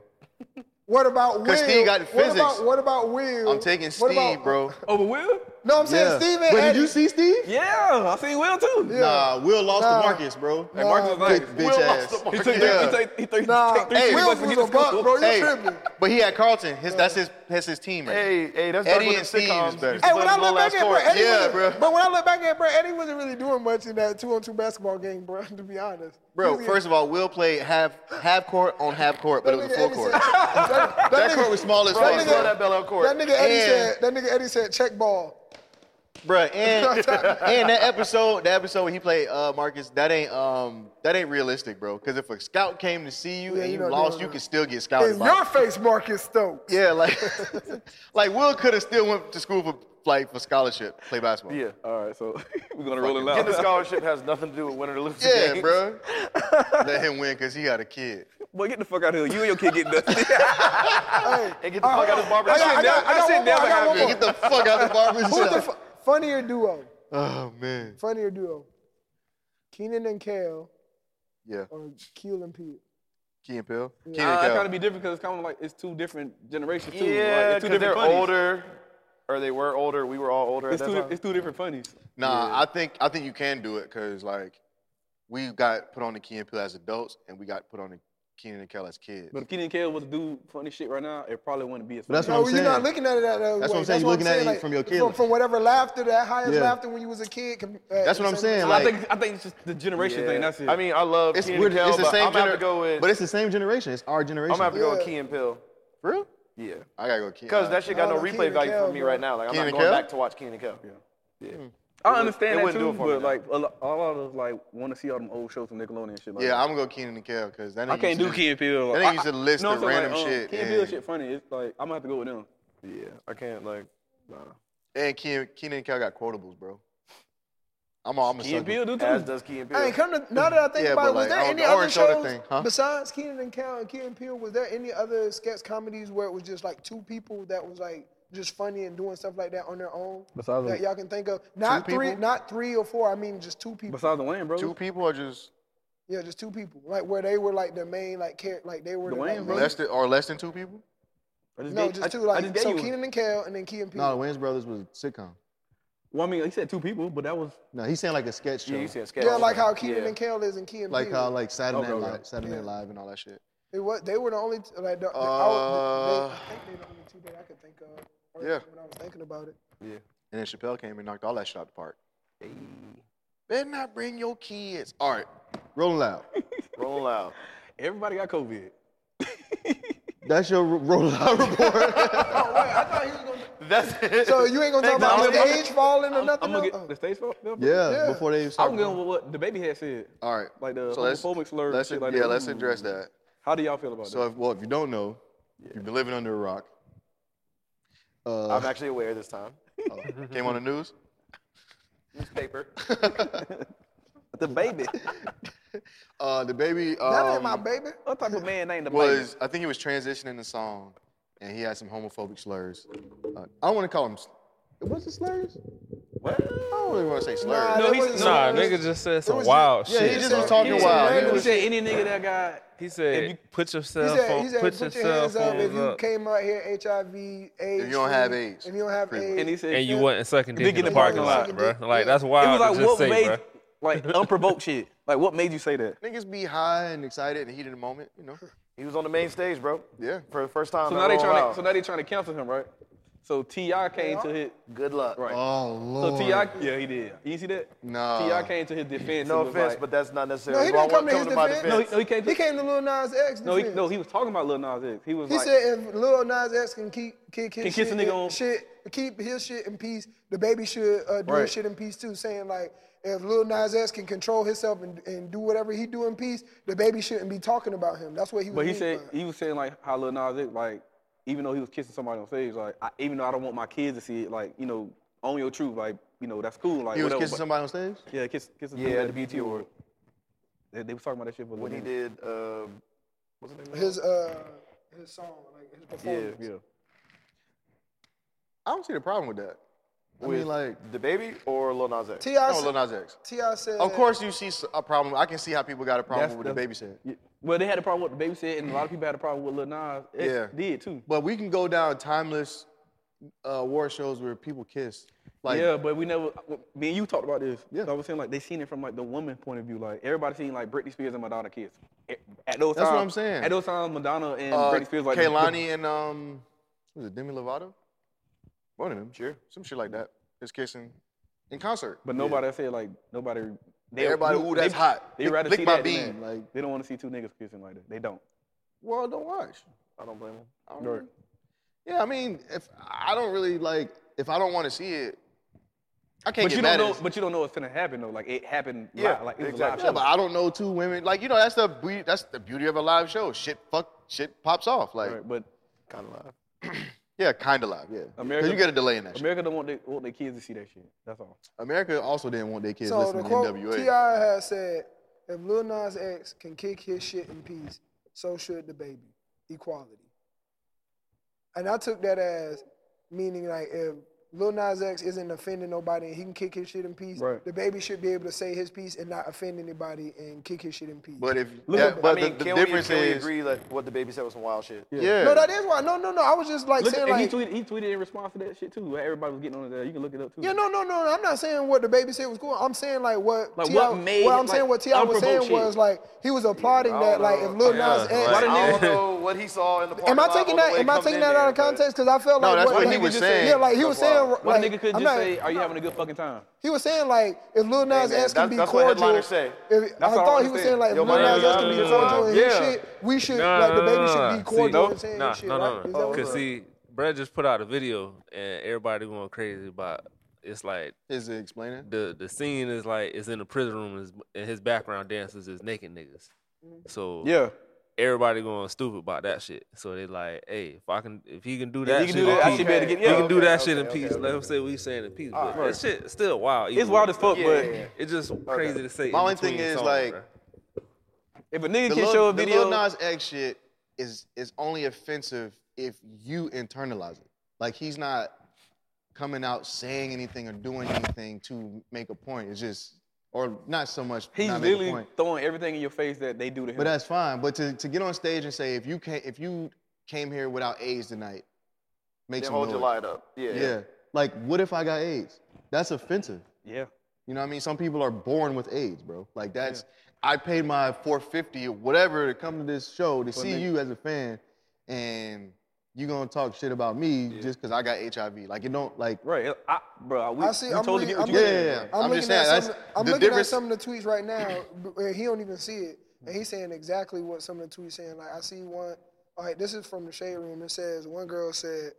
Speaker 1: What about
Speaker 4: (laughs)
Speaker 1: Will?
Speaker 4: 'Cause Steve got
Speaker 1: What
Speaker 4: physics.
Speaker 1: about, what about Will?
Speaker 4: I'm taking
Speaker 1: What
Speaker 4: Steve,
Speaker 1: about-
Speaker 4: bro.
Speaker 3: Over Will?
Speaker 1: No, I'm saying
Speaker 4: Yeah.
Speaker 1: Steve and
Speaker 4: Wait,
Speaker 1: Eddie.
Speaker 4: did you see Steve?
Speaker 3: Yeah, I seen Will too.
Speaker 4: Nah, Will lost
Speaker 1: Nah.
Speaker 4: to Marcus, bro.
Speaker 3: Hey, Marcus was
Speaker 4: Big
Speaker 3: nice.
Speaker 4: bitch
Speaker 3: Will
Speaker 4: ass.
Speaker 3: lost He took,
Speaker 4: Yeah.
Speaker 3: he took, he took,
Speaker 1: Nah,
Speaker 3: he took three
Speaker 1: hey,
Speaker 3: shots
Speaker 1: Will
Speaker 3: and
Speaker 1: was
Speaker 3: he
Speaker 1: a
Speaker 3: just
Speaker 1: buck,
Speaker 3: scored.
Speaker 1: bro. You
Speaker 4: Hey,
Speaker 1: tripping?
Speaker 4: but he had Carlton. His, that's his that's his team. Right?
Speaker 2: Hey, hey, that's
Speaker 4: Eddie
Speaker 2: back
Speaker 4: and
Speaker 2: when the
Speaker 4: Steve
Speaker 2: sitcoms
Speaker 4: is better.
Speaker 2: used to
Speaker 1: Hey,
Speaker 2: play
Speaker 1: when I
Speaker 2: little
Speaker 1: look back
Speaker 2: last
Speaker 1: at bro,
Speaker 2: chorus.
Speaker 1: Eddie,
Speaker 4: Yeah,
Speaker 1: wasn't-
Speaker 4: bro.
Speaker 1: but when I look back at bro, Eddie wasn't really doing much in that two-on-two basketball game, bro. (laughs) To be honest,
Speaker 4: Bro, first of all, Will played half half court on half court, but it was a full court.
Speaker 1: (laughs) that,
Speaker 4: That
Speaker 1: nigga-
Speaker 4: court was small as
Speaker 2: Bro,
Speaker 4: fuck,
Speaker 2: you throw
Speaker 4: bro.
Speaker 2: that bell out court.
Speaker 1: That nigga Eddie
Speaker 4: And-
Speaker 1: said. That nigga Eddie said check ball.
Speaker 4: Bro,
Speaker 1: (laughs)
Speaker 4: and, and that episode, that episode when he played uh, Marcus, that ain't um that ain't realistic, bro. Because if a scout came to see you
Speaker 1: Yeah,
Speaker 4: and
Speaker 1: you
Speaker 4: you
Speaker 1: know,
Speaker 4: lost,
Speaker 1: no,
Speaker 4: you
Speaker 1: no.
Speaker 4: could still get scouted.
Speaker 1: In
Speaker 4: by-
Speaker 1: your face, Marcus Stokes.
Speaker 4: Yeah, like (laughs) like Will could have still went to school for like for scholarship, play basketball.
Speaker 2: Yeah.
Speaker 3: All right, so (laughs) we're gonna roll it
Speaker 2: Getting the
Speaker 3: out.
Speaker 2: scholarship has nothing to do with winning or losing.
Speaker 4: (laughs) Yeah,
Speaker 2: games. (laughs)
Speaker 4: bro. Let him win because he got a kid.
Speaker 3: Boy, get the fuck out of here. You and your kid
Speaker 4: (laughs)
Speaker 3: get dusty. (laughs)
Speaker 1: Hey,
Speaker 2: And get the
Speaker 1: all
Speaker 2: fuck out
Speaker 1: right,
Speaker 2: of the barber
Speaker 1: I
Speaker 2: shop.
Speaker 1: got, I got,
Speaker 3: That
Speaker 1: I got
Speaker 3: shit
Speaker 1: one more. I
Speaker 3: never
Speaker 1: got one
Speaker 4: Man,
Speaker 1: more.
Speaker 4: get the fuck out the barber
Speaker 1: Who's the
Speaker 4: shop.
Speaker 1: fu- funnier duo?
Speaker 4: oh man.
Speaker 1: Funnier duo. Keenan and Kale
Speaker 4: Yeah.
Speaker 1: or Keel and Pete.
Speaker 4: Key and Pill. Key
Speaker 3: Nah, it's
Speaker 4: and
Speaker 3: gotta
Speaker 4: Kel.
Speaker 3: be different because it's kind of like it's two different generations too.
Speaker 2: Yeah,
Speaker 3: like, it's two
Speaker 2: because
Speaker 3: different
Speaker 2: they're
Speaker 3: funnies.
Speaker 2: older, or they were older. We were all older
Speaker 3: It's
Speaker 2: at that
Speaker 3: two,
Speaker 2: time.
Speaker 3: it's two different funnies.
Speaker 4: Nah, I think I think you can do it because like we got put on the Key and Pill as adults and we got put on the Keenan and Kel as kids.
Speaker 3: But if Keenan Kale was to do funny shit right now, it probably wouldn't be as funny.
Speaker 4: But that's
Speaker 1: No,
Speaker 4: what I'm
Speaker 1: you're not
Speaker 4: saying.
Speaker 1: looking at it that way.
Speaker 4: That's what I'm saying. You're looking at it from your kid.
Speaker 1: From, from whatever laughter, that highest
Speaker 4: Yeah.
Speaker 1: laughter when you was a kid. com- uh,
Speaker 4: That's what I'm
Speaker 1: same-
Speaker 4: saying.
Speaker 3: I
Speaker 4: Like
Speaker 3: think I think it's just the generation
Speaker 2: Yeah.
Speaker 3: thing. That's it.
Speaker 2: I mean, I love
Speaker 4: it's
Speaker 2: Keenan
Speaker 4: weird.
Speaker 2: and Kel,
Speaker 4: It's the
Speaker 2: but
Speaker 4: same
Speaker 2: I'm gonna have
Speaker 4: gener-
Speaker 2: to go with.
Speaker 4: But it's the same generation. It's our generation.
Speaker 2: I'm gonna have to go with
Speaker 1: Yeah.
Speaker 2: Key and Pill.
Speaker 4: For real?
Speaker 2: Yeah.
Speaker 4: I gotta go Key.
Speaker 2: Because that shit got no
Speaker 1: no, Keenan
Speaker 2: replay
Speaker 1: and
Speaker 2: value
Speaker 1: Kel,
Speaker 2: for me
Speaker 1: bro.
Speaker 2: right now. Like I'm
Speaker 4: Keenan
Speaker 2: not
Speaker 4: and
Speaker 2: going
Speaker 4: Kel?
Speaker 2: back to watch Keenan and Kel.
Speaker 3: I understand
Speaker 2: it
Speaker 3: that
Speaker 2: wouldn't
Speaker 3: too,
Speaker 2: do it for me
Speaker 3: but
Speaker 2: now.
Speaker 3: like a lot, a lot of like want to see all them old shows from Nickelodeon and shit. Like
Speaker 4: Yeah,
Speaker 3: that.
Speaker 4: I'm gonna go Keenan and Kel because that
Speaker 3: I can't do Key and Peele. Like,
Speaker 4: That nigga
Speaker 3: I-
Speaker 4: used to
Speaker 3: I-
Speaker 4: list
Speaker 3: know what
Speaker 4: the
Speaker 3: I'm saying?
Speaker 4: random
Speaker 3: um,
Speaker 4: shit
Speaker 3: Key and Peele
Speaker 4: and-
Speaker 3: shit funny. It's like I'm gonna have to go with them.
Speaker 2: Yeah. I can't like. Nah.
Speaker 4: And Keenan, Keenan and Kel got quotables, bro. I'm a, I'm a
Speaker 3: Key and
Speaker 4: sucker.
Speaker 3: Peele do too.
Speaker 2: As does Key and Pill.
Speaker 1: Hey, come to, now that I think
Speaker 4: Yeah,
Speaker 1: about
Speaker 4: but
Speaker 1: it, was
Speaker 4: like,
Speaker 1: there
Speaker 4: I don't-
Speaker 1: any
Speaker 4: the
Speaker 1: other
Speaker 4: Orange Soda
Speaker 1: shows
Speaker 4: thing, huh?
Speaker 1: besides Keenan and Kel and Keenan Peele? Was there any other sketch comedies where it was just like two people that was like just funny and doing stuff like that on their own?
Speaker 3: Besides
Speaker 1: that
Speaker 3: them-
Speaker 1: y'all can think of, not
Speaker 4: people?
Speaker 1: three, not three or four. I mean, just two people.
Speaker 3: Besides the Wayne bros.
Speaker 4: Two people are just
Speaker 1: yeah, just two people. Like where they were like the main like character, like they were the,
Speaker 3: Dwayne
Speaker 1: like,
Speaker 3: Bro-
Speaker 4: less than or less than two people.
Speaker 3: I just
Speaker 1: No,
Speaker 3: gave-
Speaker 1: just
Speaker 3: I-
Speaker 1: two.
Speaker 3: I
Speaker 1: Like
Speaker 3: just gave
Speaker 1: so,
Speaker 3: you one.
Speaker 1: Keenan and Kel, and then Key and Peele.
Speaker 4: Wayne's Brothers was a sitcom.
Speaker 3: Well, I mean, he said two people, but that was
Speaker 4: No, he's saying like a sketch show.
Speaker 2: Yeah, you said sketch.
Speaker 1: Yeah, like how Keenan
Speaker 2: Yeah.
Speaker 1: and Kel is in Key and
Speaker 4: like
Speaker 1: Peele.
Speaker 4: how like Saturday Night
Speaker 3: Okay,
Speaker 4: Live,
Speaker 3: okay.
Speaker 4: Saturday Night
Speaker 1: Yeah.
Speaker 4: Live and all that shit.
Speaker 1: They were, they were the only t- like the, the- I, was, they, I think they the only two that I could think of. or
Speaker 4: Uh. Yeah.
Speaker 1: When I was thinking about it.
Speaker 4: And then Chappelle came and knocked all that shit out the park. Better not bring your kids. All right, rolling loud.
Speaker 2: Rolling loud.
Speaker 3: everybody got COVID.
Speaker 4: That's your ro- rolling loud report.
Speaker 1: Oh, wait, I thought he was gonna.
Speaker 3: (laughs)
Speaker 2: That's it.
Speaker 1: So you ain't gonna talk
Speaker 2: Thanks,
Speaker 1: about
Speaker 2: Oliver.
Speaker 1: stage falling or nothing?
Speaker 3: I'm gonna
Speaker 1: else?
Speaker 3: get the stage for
Speaker 4: yeah,
Speaker 1: Yeah.
Speaker 4: before they start.
Speaker 3: I'm going with what the baby had said.
Speaker 4: All right,
Speaker 3: Like the
Speaker 4: let's-
Speaker 3: homophobic slurs,
Speaker 4: let's-
Speaker 3: shit like
Speaker 4: yeah,
Speaker 3: that.
Speaker 4: let's address that.
Speaker 3: How do y'all feel about
Speaker 4: So, if, well, if you don't know, you've been living under a rock. Uh, (laughs) oh.
Speaker 2: I'm actually aware this time. (laughs)
Speaker 4: came on the news.
Speaker 2: Newspaper.
Speaker 3: that? The baby.
Speaker 4: (laughs) Uh, the baby. Um,
Speaker 1: That ain't my baby.
Speaker 3: what type of man named the baby?
Speaker 4: was I think he was transitioning the song, and he had some homophobic slurs. Uh, I don't want to call him. s- Was it slurs?
Speaker 3: What?
Speaker 4: I don't really want to say slurs.
Speaker 1: Nah, that
Speaker 8: No,
Speaker 1: wasn't
Speaker 8: he's, nah,
Speaker 1: slurs.
Speaker 8: nigga just said
Speaker 1: It
Speaker 8: some
Speaker 1: was-
Speaker 8: wild
Speaker 4: yeah,
Speaker 8: shit.
Speaker 4: he just was talking wild.
Speaker 1: random
Speaker 3: He
Speaker 4: man.
Speaker 3: said any nigga that got
Speaker 8: He said,
Speaker 3: If you-
Speaker 8: "Put
Speaker 1: He
Speaker 8: yourself,
Speaker 1: said,
Speaker 8: on,
Speaker 1: he said,
Speaker 8: put,
Speaker 1: put, your hands up if
Speaker 8: phones
Speaker 1: you
Speaker 8: up,
Speaker 1: came out here HIV, AIDS.
Speaker 4: If you don't have AIDS.
Speaker 1: If you don't have
Speaker 4: Pretty
Speaker 1: AIDS.
Speaker 3: and he said
Speaker 8: and you wasn't sucking
Speaker 3: You
Speaker 8: dick
Speaker 3: did
Speaker 8: in the
Speaker 3: get in
Speaker 8: parking
Speaker 3: the
Speaker 8: lot,
Speaker 1: parking
Speaker 8: bro.
Speaker 1: lot.
Speaker 8: Like
Speaker 1: Yeah.
Speaker 8: that's
Speaker 3: It was
Speaker 8: wild
Speaker 3: like
Speaker 8: to just
Speaker 3: what
Speaker 8: say,
Speaker 3: made
Speaker 8: bro. (laughs)
Speaker 3: like unprovoked shit. Like what made you say that?
Speaker 4: Niggas be high and excited and heated in the moment, you know.
Speaker 2: (laughs) He was on the main stage, bro.
Speaker 4: Yeah.
Speaker 2: For the first time.
Speaker 3: So
Speaker 2: at
Speaker 3: now they
Speaker 2: Rolling
Speaker 3: trying
Speaker 2: Loud.
Speaker 3: to so now they trying to cancel him, right? So Ti came to his
Speaker 2: Good luck.
Speaker 3: right.
Speaker 4: Oh
Speaker 3: so
Speaker 4: lord.
Speaker 3: Ti yeah he did. You see that?
Speaker 4: Nah.
Speaker 3: Ti came to his defense.
Speaker 2: No
Speaker 3: and was
Speaker 2: offense,
Speaker 3: like-
Speaker 2: but that's not necessarily.
Speaker 1: No, he
Speaker 2: why I
Speaker 1: didn't come to his
Speaker 2: wouldn't come
Speaker 1: defense.
Speaker 2: to my
Speaker 3: no, he, no, he came. To,
Speaker 1: He came to Lil Nas X.
Speaker 3: no, he,
Speaker 1: defense.
Speaker 3: no, he was talking about Lil Nas X. He was
Speaker 1: He
Speaker 3: like,
Speaker 1: said if Lil Nas X can keep kick his
Speaker 3: Can kiss
Speaker 1: shit,
Speaker 3: a nigga on-
Speaker 1: shit, keep his shit in peace, the baby should uh, do
Speaker 3: Right.
Speaker 1: his shit in peace too. Saying like, if Lil Nas X can control himself and, and do whatever he do in peace, the baby shouldn't be talking about him. That's what he was.
Speaker 3: but he
Speaker 1: meaning
Speaker 3: said
Speaker 1: by it.
Speaker 3: he was saying like how Lil Nas X like even though he was kissing somebody on stage like I, even though I don't want my kids to see it like you know own your truth like you know that's cool like
Speaker 4: He was
Speaker 3: whatever,
Speaker 4: kissing
Speaker 3: but-
Speaker 4: somebody on stage.
Speaker 3: Yeah, kiss kiss the
Speaker 2: Yeah,
Speaker 3: dude at
Speaker 2: the
Speaker 3: the BT
Speaker 2: BET
Speaker 3: award. They, they was talking about that shit for a
Speaker 2: defense. When he
Speaker 3: little
Speaker 2: did, um, what's the name?
Speaker 1: his uh his song like his performance.
Speaker 3: minute. Yeah, yeah.
Speaker 4: I don't see the problem with that. I mean, like,
Speaker 2: the baby or Lil Nas X?
Speaker 1: Ti
Speaker 4: no, Lil
Speaker 1: said,
Speaker 4: Nas X.
Speaker 1: T.I. said.
Speaker 4: Of course, you see s- a problem. I can see how people got a problem
Speaker 3: That's
Speaker 4: with the
Speaker 3: the-
Speaker 4: baby said.
Speaker 3: Yeah. Well, they had a problem with the baby said, and a lot of people had a problem with Lil Nas. X
Speaker 4: Yeah.
Speaker 3: did too.
Speaker 4: But we can go down timeless uh, war shows where people kiss. Like,
Speaker 3: yeah, but we never. Me and you talked about this.
Speaker 4: Yeah.
Speaker 3: So I was saying like they seen it from like the woman point of view. Like everybody seen like Britney Spears and Madonna kiss. At- At those
Speaker 4: That's what
Speaker 3: times-
Speaker 4: I'm saying.
Speaker 3: At those times, Madonna and
Speaker 4: uh,
Speaker 3: Britney Spears like
Speaker 4: Kehlani and um, was it Demi Lovato? One of them, sure, some shit like that. Is kissing in concert.
Speaker 3: But nobody said like nobody. They,
Speaker 4: Everybody,
Speaker 3: they-
Speaker 4: ooh, that's
Speaker 3: they-
Speaker 4: hot.
Speaker 3: They
Speaker 4: Lick-
Speaker 3: rather
Speaker 4: lick
Speaker 3: see
Speaker 4: my
Speaker 3: that than-
Speaker 4: bean, like-
Speaker 3: they don't want to see two niggas kissing like that. They don't.
Speaker 4: well, don't watch.
Speaker 3: I don't blame them.
Speaker 4: I don't really- Yeah, I mean, if I don't really like, if I don't want to see it, I can't
Speaker 3: But
Speaker 4: get
Speaker 3: you
Speaker 4: mad
Speaker 3: don't know.
Speaker 4: at it.
Speaker 3: But you don't know what's gonna happen though. Like it happened.
Speaker 2: Yeah,
Speaker 3: live, like it was a
Speaker 2: exactly.
Speaker 4: Yeah,
Speaker 3: live show.
Speaker 4: but I don't know two women. Like you know, that's the be- that's the beauty of a live show. Shit, fuck, shit pops off. Like
Speaker 3: Right, but
Speaker 2: Kind of live.
Speaker 4: (clears throat) yeah, kind of live. Yeah,
Speaker 3: America-
Speaker 4: because you get a delay in that. shit.
Speaker 3: America don't want their, want their kids to see that shit. That's all.
Speaker 4: America also didn't want their kids
Speaker 1: So the
Speaker 4: listening to
Speaker 1: quote
Speaker 4: NWA.
Speaker 1: Ti has said, if Lil Nas X can kick his shit in peace, so should the baby. Equality. And I took that as meaning like if Lil Nas X isn't offending nobody and he can kick his shit in peace,
Speaker 3: Right.
Speaker 1: the baby should be able to say his piece and not offend anybody and kick his shit in peace.
Speaker 4: But if
Speaker 3: Look,
Speaker 4: that-
Speaker 3: I
Speaker 4: but
Speaker 2: I mean,
Speaker 4: the, the
Speaker 2: can,
Speaker 4: difference
Speaker 2: we, can
Speaker 4: is,
Speaker 2: we agree that what the baby said was some wild shit?
Speaker 4: yeah,
Speaker 1: no, that is why. No, no, no. I was just like
Speaker 3: Look,
Speaker 1: saying
Speaker 3: and
Speaker 1: like
Speaker 3: he tweeted. He tweeted in response to that shit too. Where everybody was getting on it there. You can look it up too.
Speaker 1: Yeah, no, no, no. I'm not saying what the baby said was cool. I'm saying like what
Speaker 3: Like,
Speaker 1: T.I.
Speaker 3: what made-
Speaker 1: well, I'm
Speaker 3: like,
Speaker 1: saying what T.I. was saying
Speaker 3: unprovoked
Speaker 1: was
Speaker 3: shit.
Speaker 1: like he was applauding
Speaker 2: I
Speaker 1: that
Speaker 2: don't
Speaker 1: like if
Speaker 2: know.
Speaker 1: Lil
Speaker 8: Yeah,
Speaker 1: Nas X.
Speaker 3: Why the
Speaker 2: I
Speaker 3: niggas-
Speaker 2: don't know what he saw in the parking
Speaker 1: Am I
Speaker 2: lot
Speaker 1: taking
Speaker 2: on the
Speaker 1: that?
Speaker 2: way
Speaker 1: Am I
Speaker 2: coming
Speaker 1: taking
Speaker 2: in
Speaker 1: that out of
Speaker 2: there, but-
Speaker 1: context? Because I felt
Speaker 4: No,
Speaker 1: like
Speaker 4: that's what
Speaker 1: like,
Speaker 4: he was
Speaker 1: Yeah,
Speaker 4: saying.
Speaker 1: like he
Speaker 2: That's
Speaker 1: was
Speaker 2: why.
Speaker 1: saying
Speaker 3: One
Speaker 1: like
Speaker 3: nigga could
Speaker 1: I'm
Speaker 3: just
Speaker 1: not-
Speaker 3: say, "Are you having a good fucking time?"
Speaker 1: he was saying like if Lil Nas
Speaker 2: man,
Speaker 1: X
Speaker 2: that's-
Speaker 1: can be
Speaker 2: that's what
Speaker 1: cordial.
Speaker 2: headliners say.
Speaker 1: if- I
Speaker 3: That's what I
Speaker 1: thought he was
Speaker 3: understand.
Speaker 1: saying like if
Speaker 2: Yo,
Speaker 1: Lil
Speaker 2: my
Speaker 1: Nas X
Speaker 2: nigga-
Speaker 1: can be
Speaker 2: Nah,
Speaker 1: cordial in his
Speaker 8: yeah.
Speaker 1: shit. We should
Speaker 8: Nah,
Speaker 1: like the
Speaker 8: nah,
Speaker 1: baby
Speaker 8: nah.
Speaker 1: should be
Speaker 8: See,
Speaker 1: cordial and saying
Speaker 8: Nah,
Speaker 1: his shit.
Speaker 8: no,
Speaker 1: right?
Speaker 8: no,
Speaker 1: Is that
Speaker 8: no.
Speaker 1: what-
Speaker 8: Cause see, Brad just put out a video and everybody going crazy about. It's like
Speaker 4: is it explaining?
Speaker 8: the the scene is like it's in the prison room and his, and his background dancers is naked niggas. So
Speaker 3: Yeah.
Speaker 8: everybody going stupid about that shit. So they like, hey, if I can, if he can do that,
Speaker 3: he can
Speaker 8: shit
Speaker 3: do
Speaker 8: in
Speaker 3: that, I
Speaker 8: peace,
Speaker 3: should be able to get-
Speaker 8: we
Speaker 3: yeah,
Speaker 8: can do
Speaker 2: okay,
Speaker 8: that shit in
Speaker 2: okay, okay,
Speaker 8: peace.
Speaker 2: okay.
Speaker 8: Let him say we saying in peace, but that shit still wild.
Speaker 3: It's wild as fuck,
Speaker 2: Yeah,
Speaker 3: but
Speaker 2: yeah, yeah.
Speaker 8: It's just crazy to say.
Speaker 4: My
Speaker 8: in
Speaker 4: only thing
Speaker 8: between
Speaker 4: is,
Speaker 8: songs,
Speaker 4: like,
Speaker 8: bruh.
Speaker 3: if a nigga
Speaker 4: The
Speaker 3: can show
Speaker 4: Lil,
Speaker 3: a
Speaker 4: the
Speaker 3: video,
Speaker 4: Lil Nas X shit is is only offensive if you internalize it. Like he's not coming out saying anything or doing anything to make a point. It's just or not so much.
Speaker 3: he's
Speaker 4: not make a
Speaker 3: literally
Speaker 4: point.
Speaker 3: throwing everything in your face that they do to him.
Speaker 4: But that's fine. But to, to get on stage and say if you can if you came here without AIDS tonight, make
Speaker 2: Then
Speaker 4: some
Speaker 2: hold
Speaker 4: noise.
Speaker 2: your light up. Yeah.
Speaker 4: Yeah. Like, what if I got AIDS? That's offensive.
Speaker 2: Yeah.
Speaker 4: You know what I mean? Some people are born with AIDS, bro. Like that's I paid my 450 or whatever to come to this show to see
Speaker 3: nigga.
Speaker 4: you as a fan, and you gonna talk shit about me just because I got HIV. Like it don't like
Speaker 3: Right. I, bro, we,
Speaker 1: I see.
Speaker 3: we
Speaker 1: I'm,
Speaker 3: totally
Speaker 1: looking-
Speaker 3: get what
Speaker 1: I'm
Speaker 3: you
Speaker 1: looking-
Speaker 4: saying,
Speaker 3: said.
Speaker 4: Yeah, yeah, yeah.
Speaker 1: I'm,
Speaker 4: I'm
Speaker 1: looking
Speaker 4: just
Speaker 1: at
Speaker 4: saying,
Speaker 1: some.
Speaker 4: that's-
Speaker 1: I'm
Speaker 4: the
Speaker 1: looking at
Speaker 4: difference-
Speaker 1: some of the tweets right now, b- and he don't even see it. And he's saying exactly what some of the tweets saying. Like I see one. All right, this is from the shade room. It says one girl said,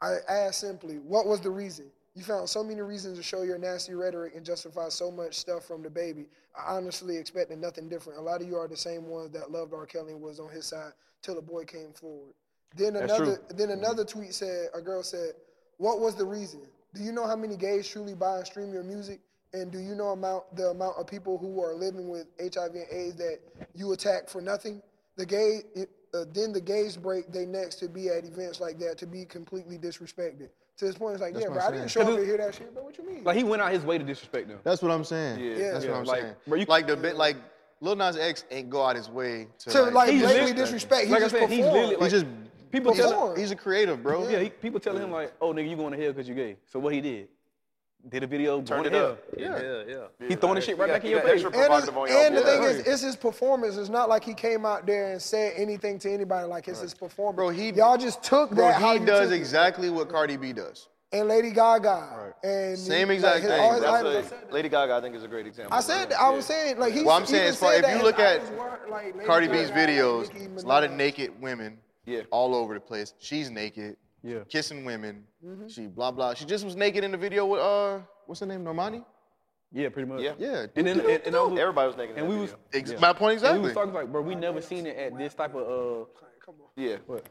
Speaker 1: "I asked simply, what was the reason? You found so many reasons to show your nasty rhetoric and justify so much stuff from the baby. I honestly expected nothing different. A lot of you are the same ones that loved R. Kelly and was on his side till the boy came forward. Then another, then another tweet said, a girl said, "What was the reason? Do you know how many gays truly buy and stream your music? And do you know amount the amount of people who are living with HIV and AIDS that you attack for nothing? The gay, it, uh, then the gays break their necks to be at events like that to be completely disrespected. To this point, it's like, yeah, bro, I didn't show up and hear that shit. But what you mean?
Speaker 3: Like he went out his way to disrespect them.
Speaker 4: that's what I'm saying.
Speaker 3: Yeah,
Speaker 4: that's
Speaker 3: yeah,
Speaker 4: what I'm
Speaker 3: like,
Speaker 4: saying.
Speaker 3: bro, you-
Speaker 4: like the bit like Lil Nas X ain't go out his way to,
Speaker 1: to like
Speaker 3: he's
Speaker 1: blatantly
Speaker 3: lit-
Speaker 1: disrespect. He
Speaker 3: like I
Speaker 1: just
Speaker 3: said, he's
Speaker 1: performed.
Speaker 3: literally,
Speaker 4: he
Speaker 3: like,
Speaker 4: just
Speaker 3: people
Speaker 4: he's,
Speaker 3: tell
Speaker 1: him-
Speaker 4: he's a creative, bro.
Speaker 3: Yeah, he, people telling him like, "Oh, nigga, you going to hell because you gay." So what he did? Did a video,
Speaker 2: Turned
Speaker 3: going
Speaker 2: it
Speaker 3: to hell.
Speaker 2: up.
Speaker 8: Yeah, yeah, yeah.
Speaker 3: He throwing the shit right
Speaker 2: You got-
Speaker 3: back in
Speaker 2: you
Speaker 3: your
Speaker 2: got
Speaker 3: face.
Speaker 2: extra
Speaker 3: And-
Speaker 1: And, it's-
Speaker 2: provocative on y'all
Speaker 1: and the
Speaker 2: boys.
Speaker 1: thing is, it's his performance. It's not like he came out there and said anything to anybody. Like it's his performance.
Speaker 4: Bro, he-
Speaker 1: y'all just took
Speaker 4: Bro,
Speaker 1: that. how
Speaker 4: he
Speaker 1: you
Speaker 4: does
Speaker 1: took it.
Speaker 4: exactly what Cardi B does.
Speaker 1: and Lady Gaga and
Speaker 4: Same
Speaker 1: like,
Speaker 4: exact
Speaker 1: his-
Speaker 4: thing,
Speaker 1: all his
Speaker 4: bro.
Speaker 2: That's
Speaker 1: idols-
Speaker 2: a- Lady Gaga, I think, is a great example.
Speaker 1: I said, I was saying, like he.
Speaker 4: Well, I'm saying
Speaker 1: even
Speaker 4: as far-
Speaker 1: said
Speaker 4: if
Speaker 1: that
Speaker 4: you
Speaker 1: his
Speaker 4: look at
Speaker 1: idols weren't, like, Lady
Speaker 4: Cardi B's
Speaker 1: Gaga and
Speaker 4: videos,
Speaker 1: Nicki
Speaker 4: it's a lot of
Speaker 1: Minaj.
Speaker 4: naked women
Speaker 2: Yeah.
Speaker 4: all over the place. She's naked,
Speaker 3: Yeah.
Speaker 4: kissing women.
Speaker 1: Mm-hmm.
Speaker 4: She blah blah. She just was naked in the video with uh, what's her name, Normani?
Speaker 3: yeah, pretty much.
Speaker 2: Yeah.
Speaker 4: Yeah.
Speaker 3: And then and, and I was-
Speaker 2: Everybody was naked. in
Speaker 3: and
Speaker 2: that
Speaker 3: we was
Speaker 2: video.
Speaker 4: Ex-
Speaker 3: yeah.
Speaker 4: My
Speaker 3: and we
Speaker 4: point exactly.
Speaker 3: was talking like, bro, we never seen it at this type of uh.
Speaker 2: Yeah.
Speaker 4: what?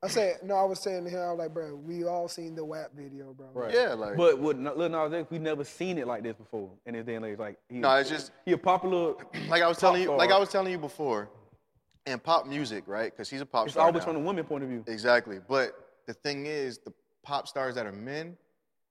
Speaker 1: I said no. I was saying to him, I was like, bro, we all seen the WAP video, bro. Right.
Speaker 4: Yeah, like.
Speaker 3: But with N- Lil Nas X, we never seen it like this before in his day and age. Like, he,
Speaker 4: No, it's just-
Speaker 3: he a popular.
Speaker 4: (clears throat) like I was telling you,
Speaker 3: pop
Speaker 4: like
Speaker 3: star.
Speaker 4: I was telling you before, in pop music, right? Because he's a pop
Speaker 3: It's
Speaker 4: star.
Speaker 3: always
Speaker 4: now.
Speaker 3: from the women point of view.
Speaker 4: Exactly. But the thing is, the pop stars that are men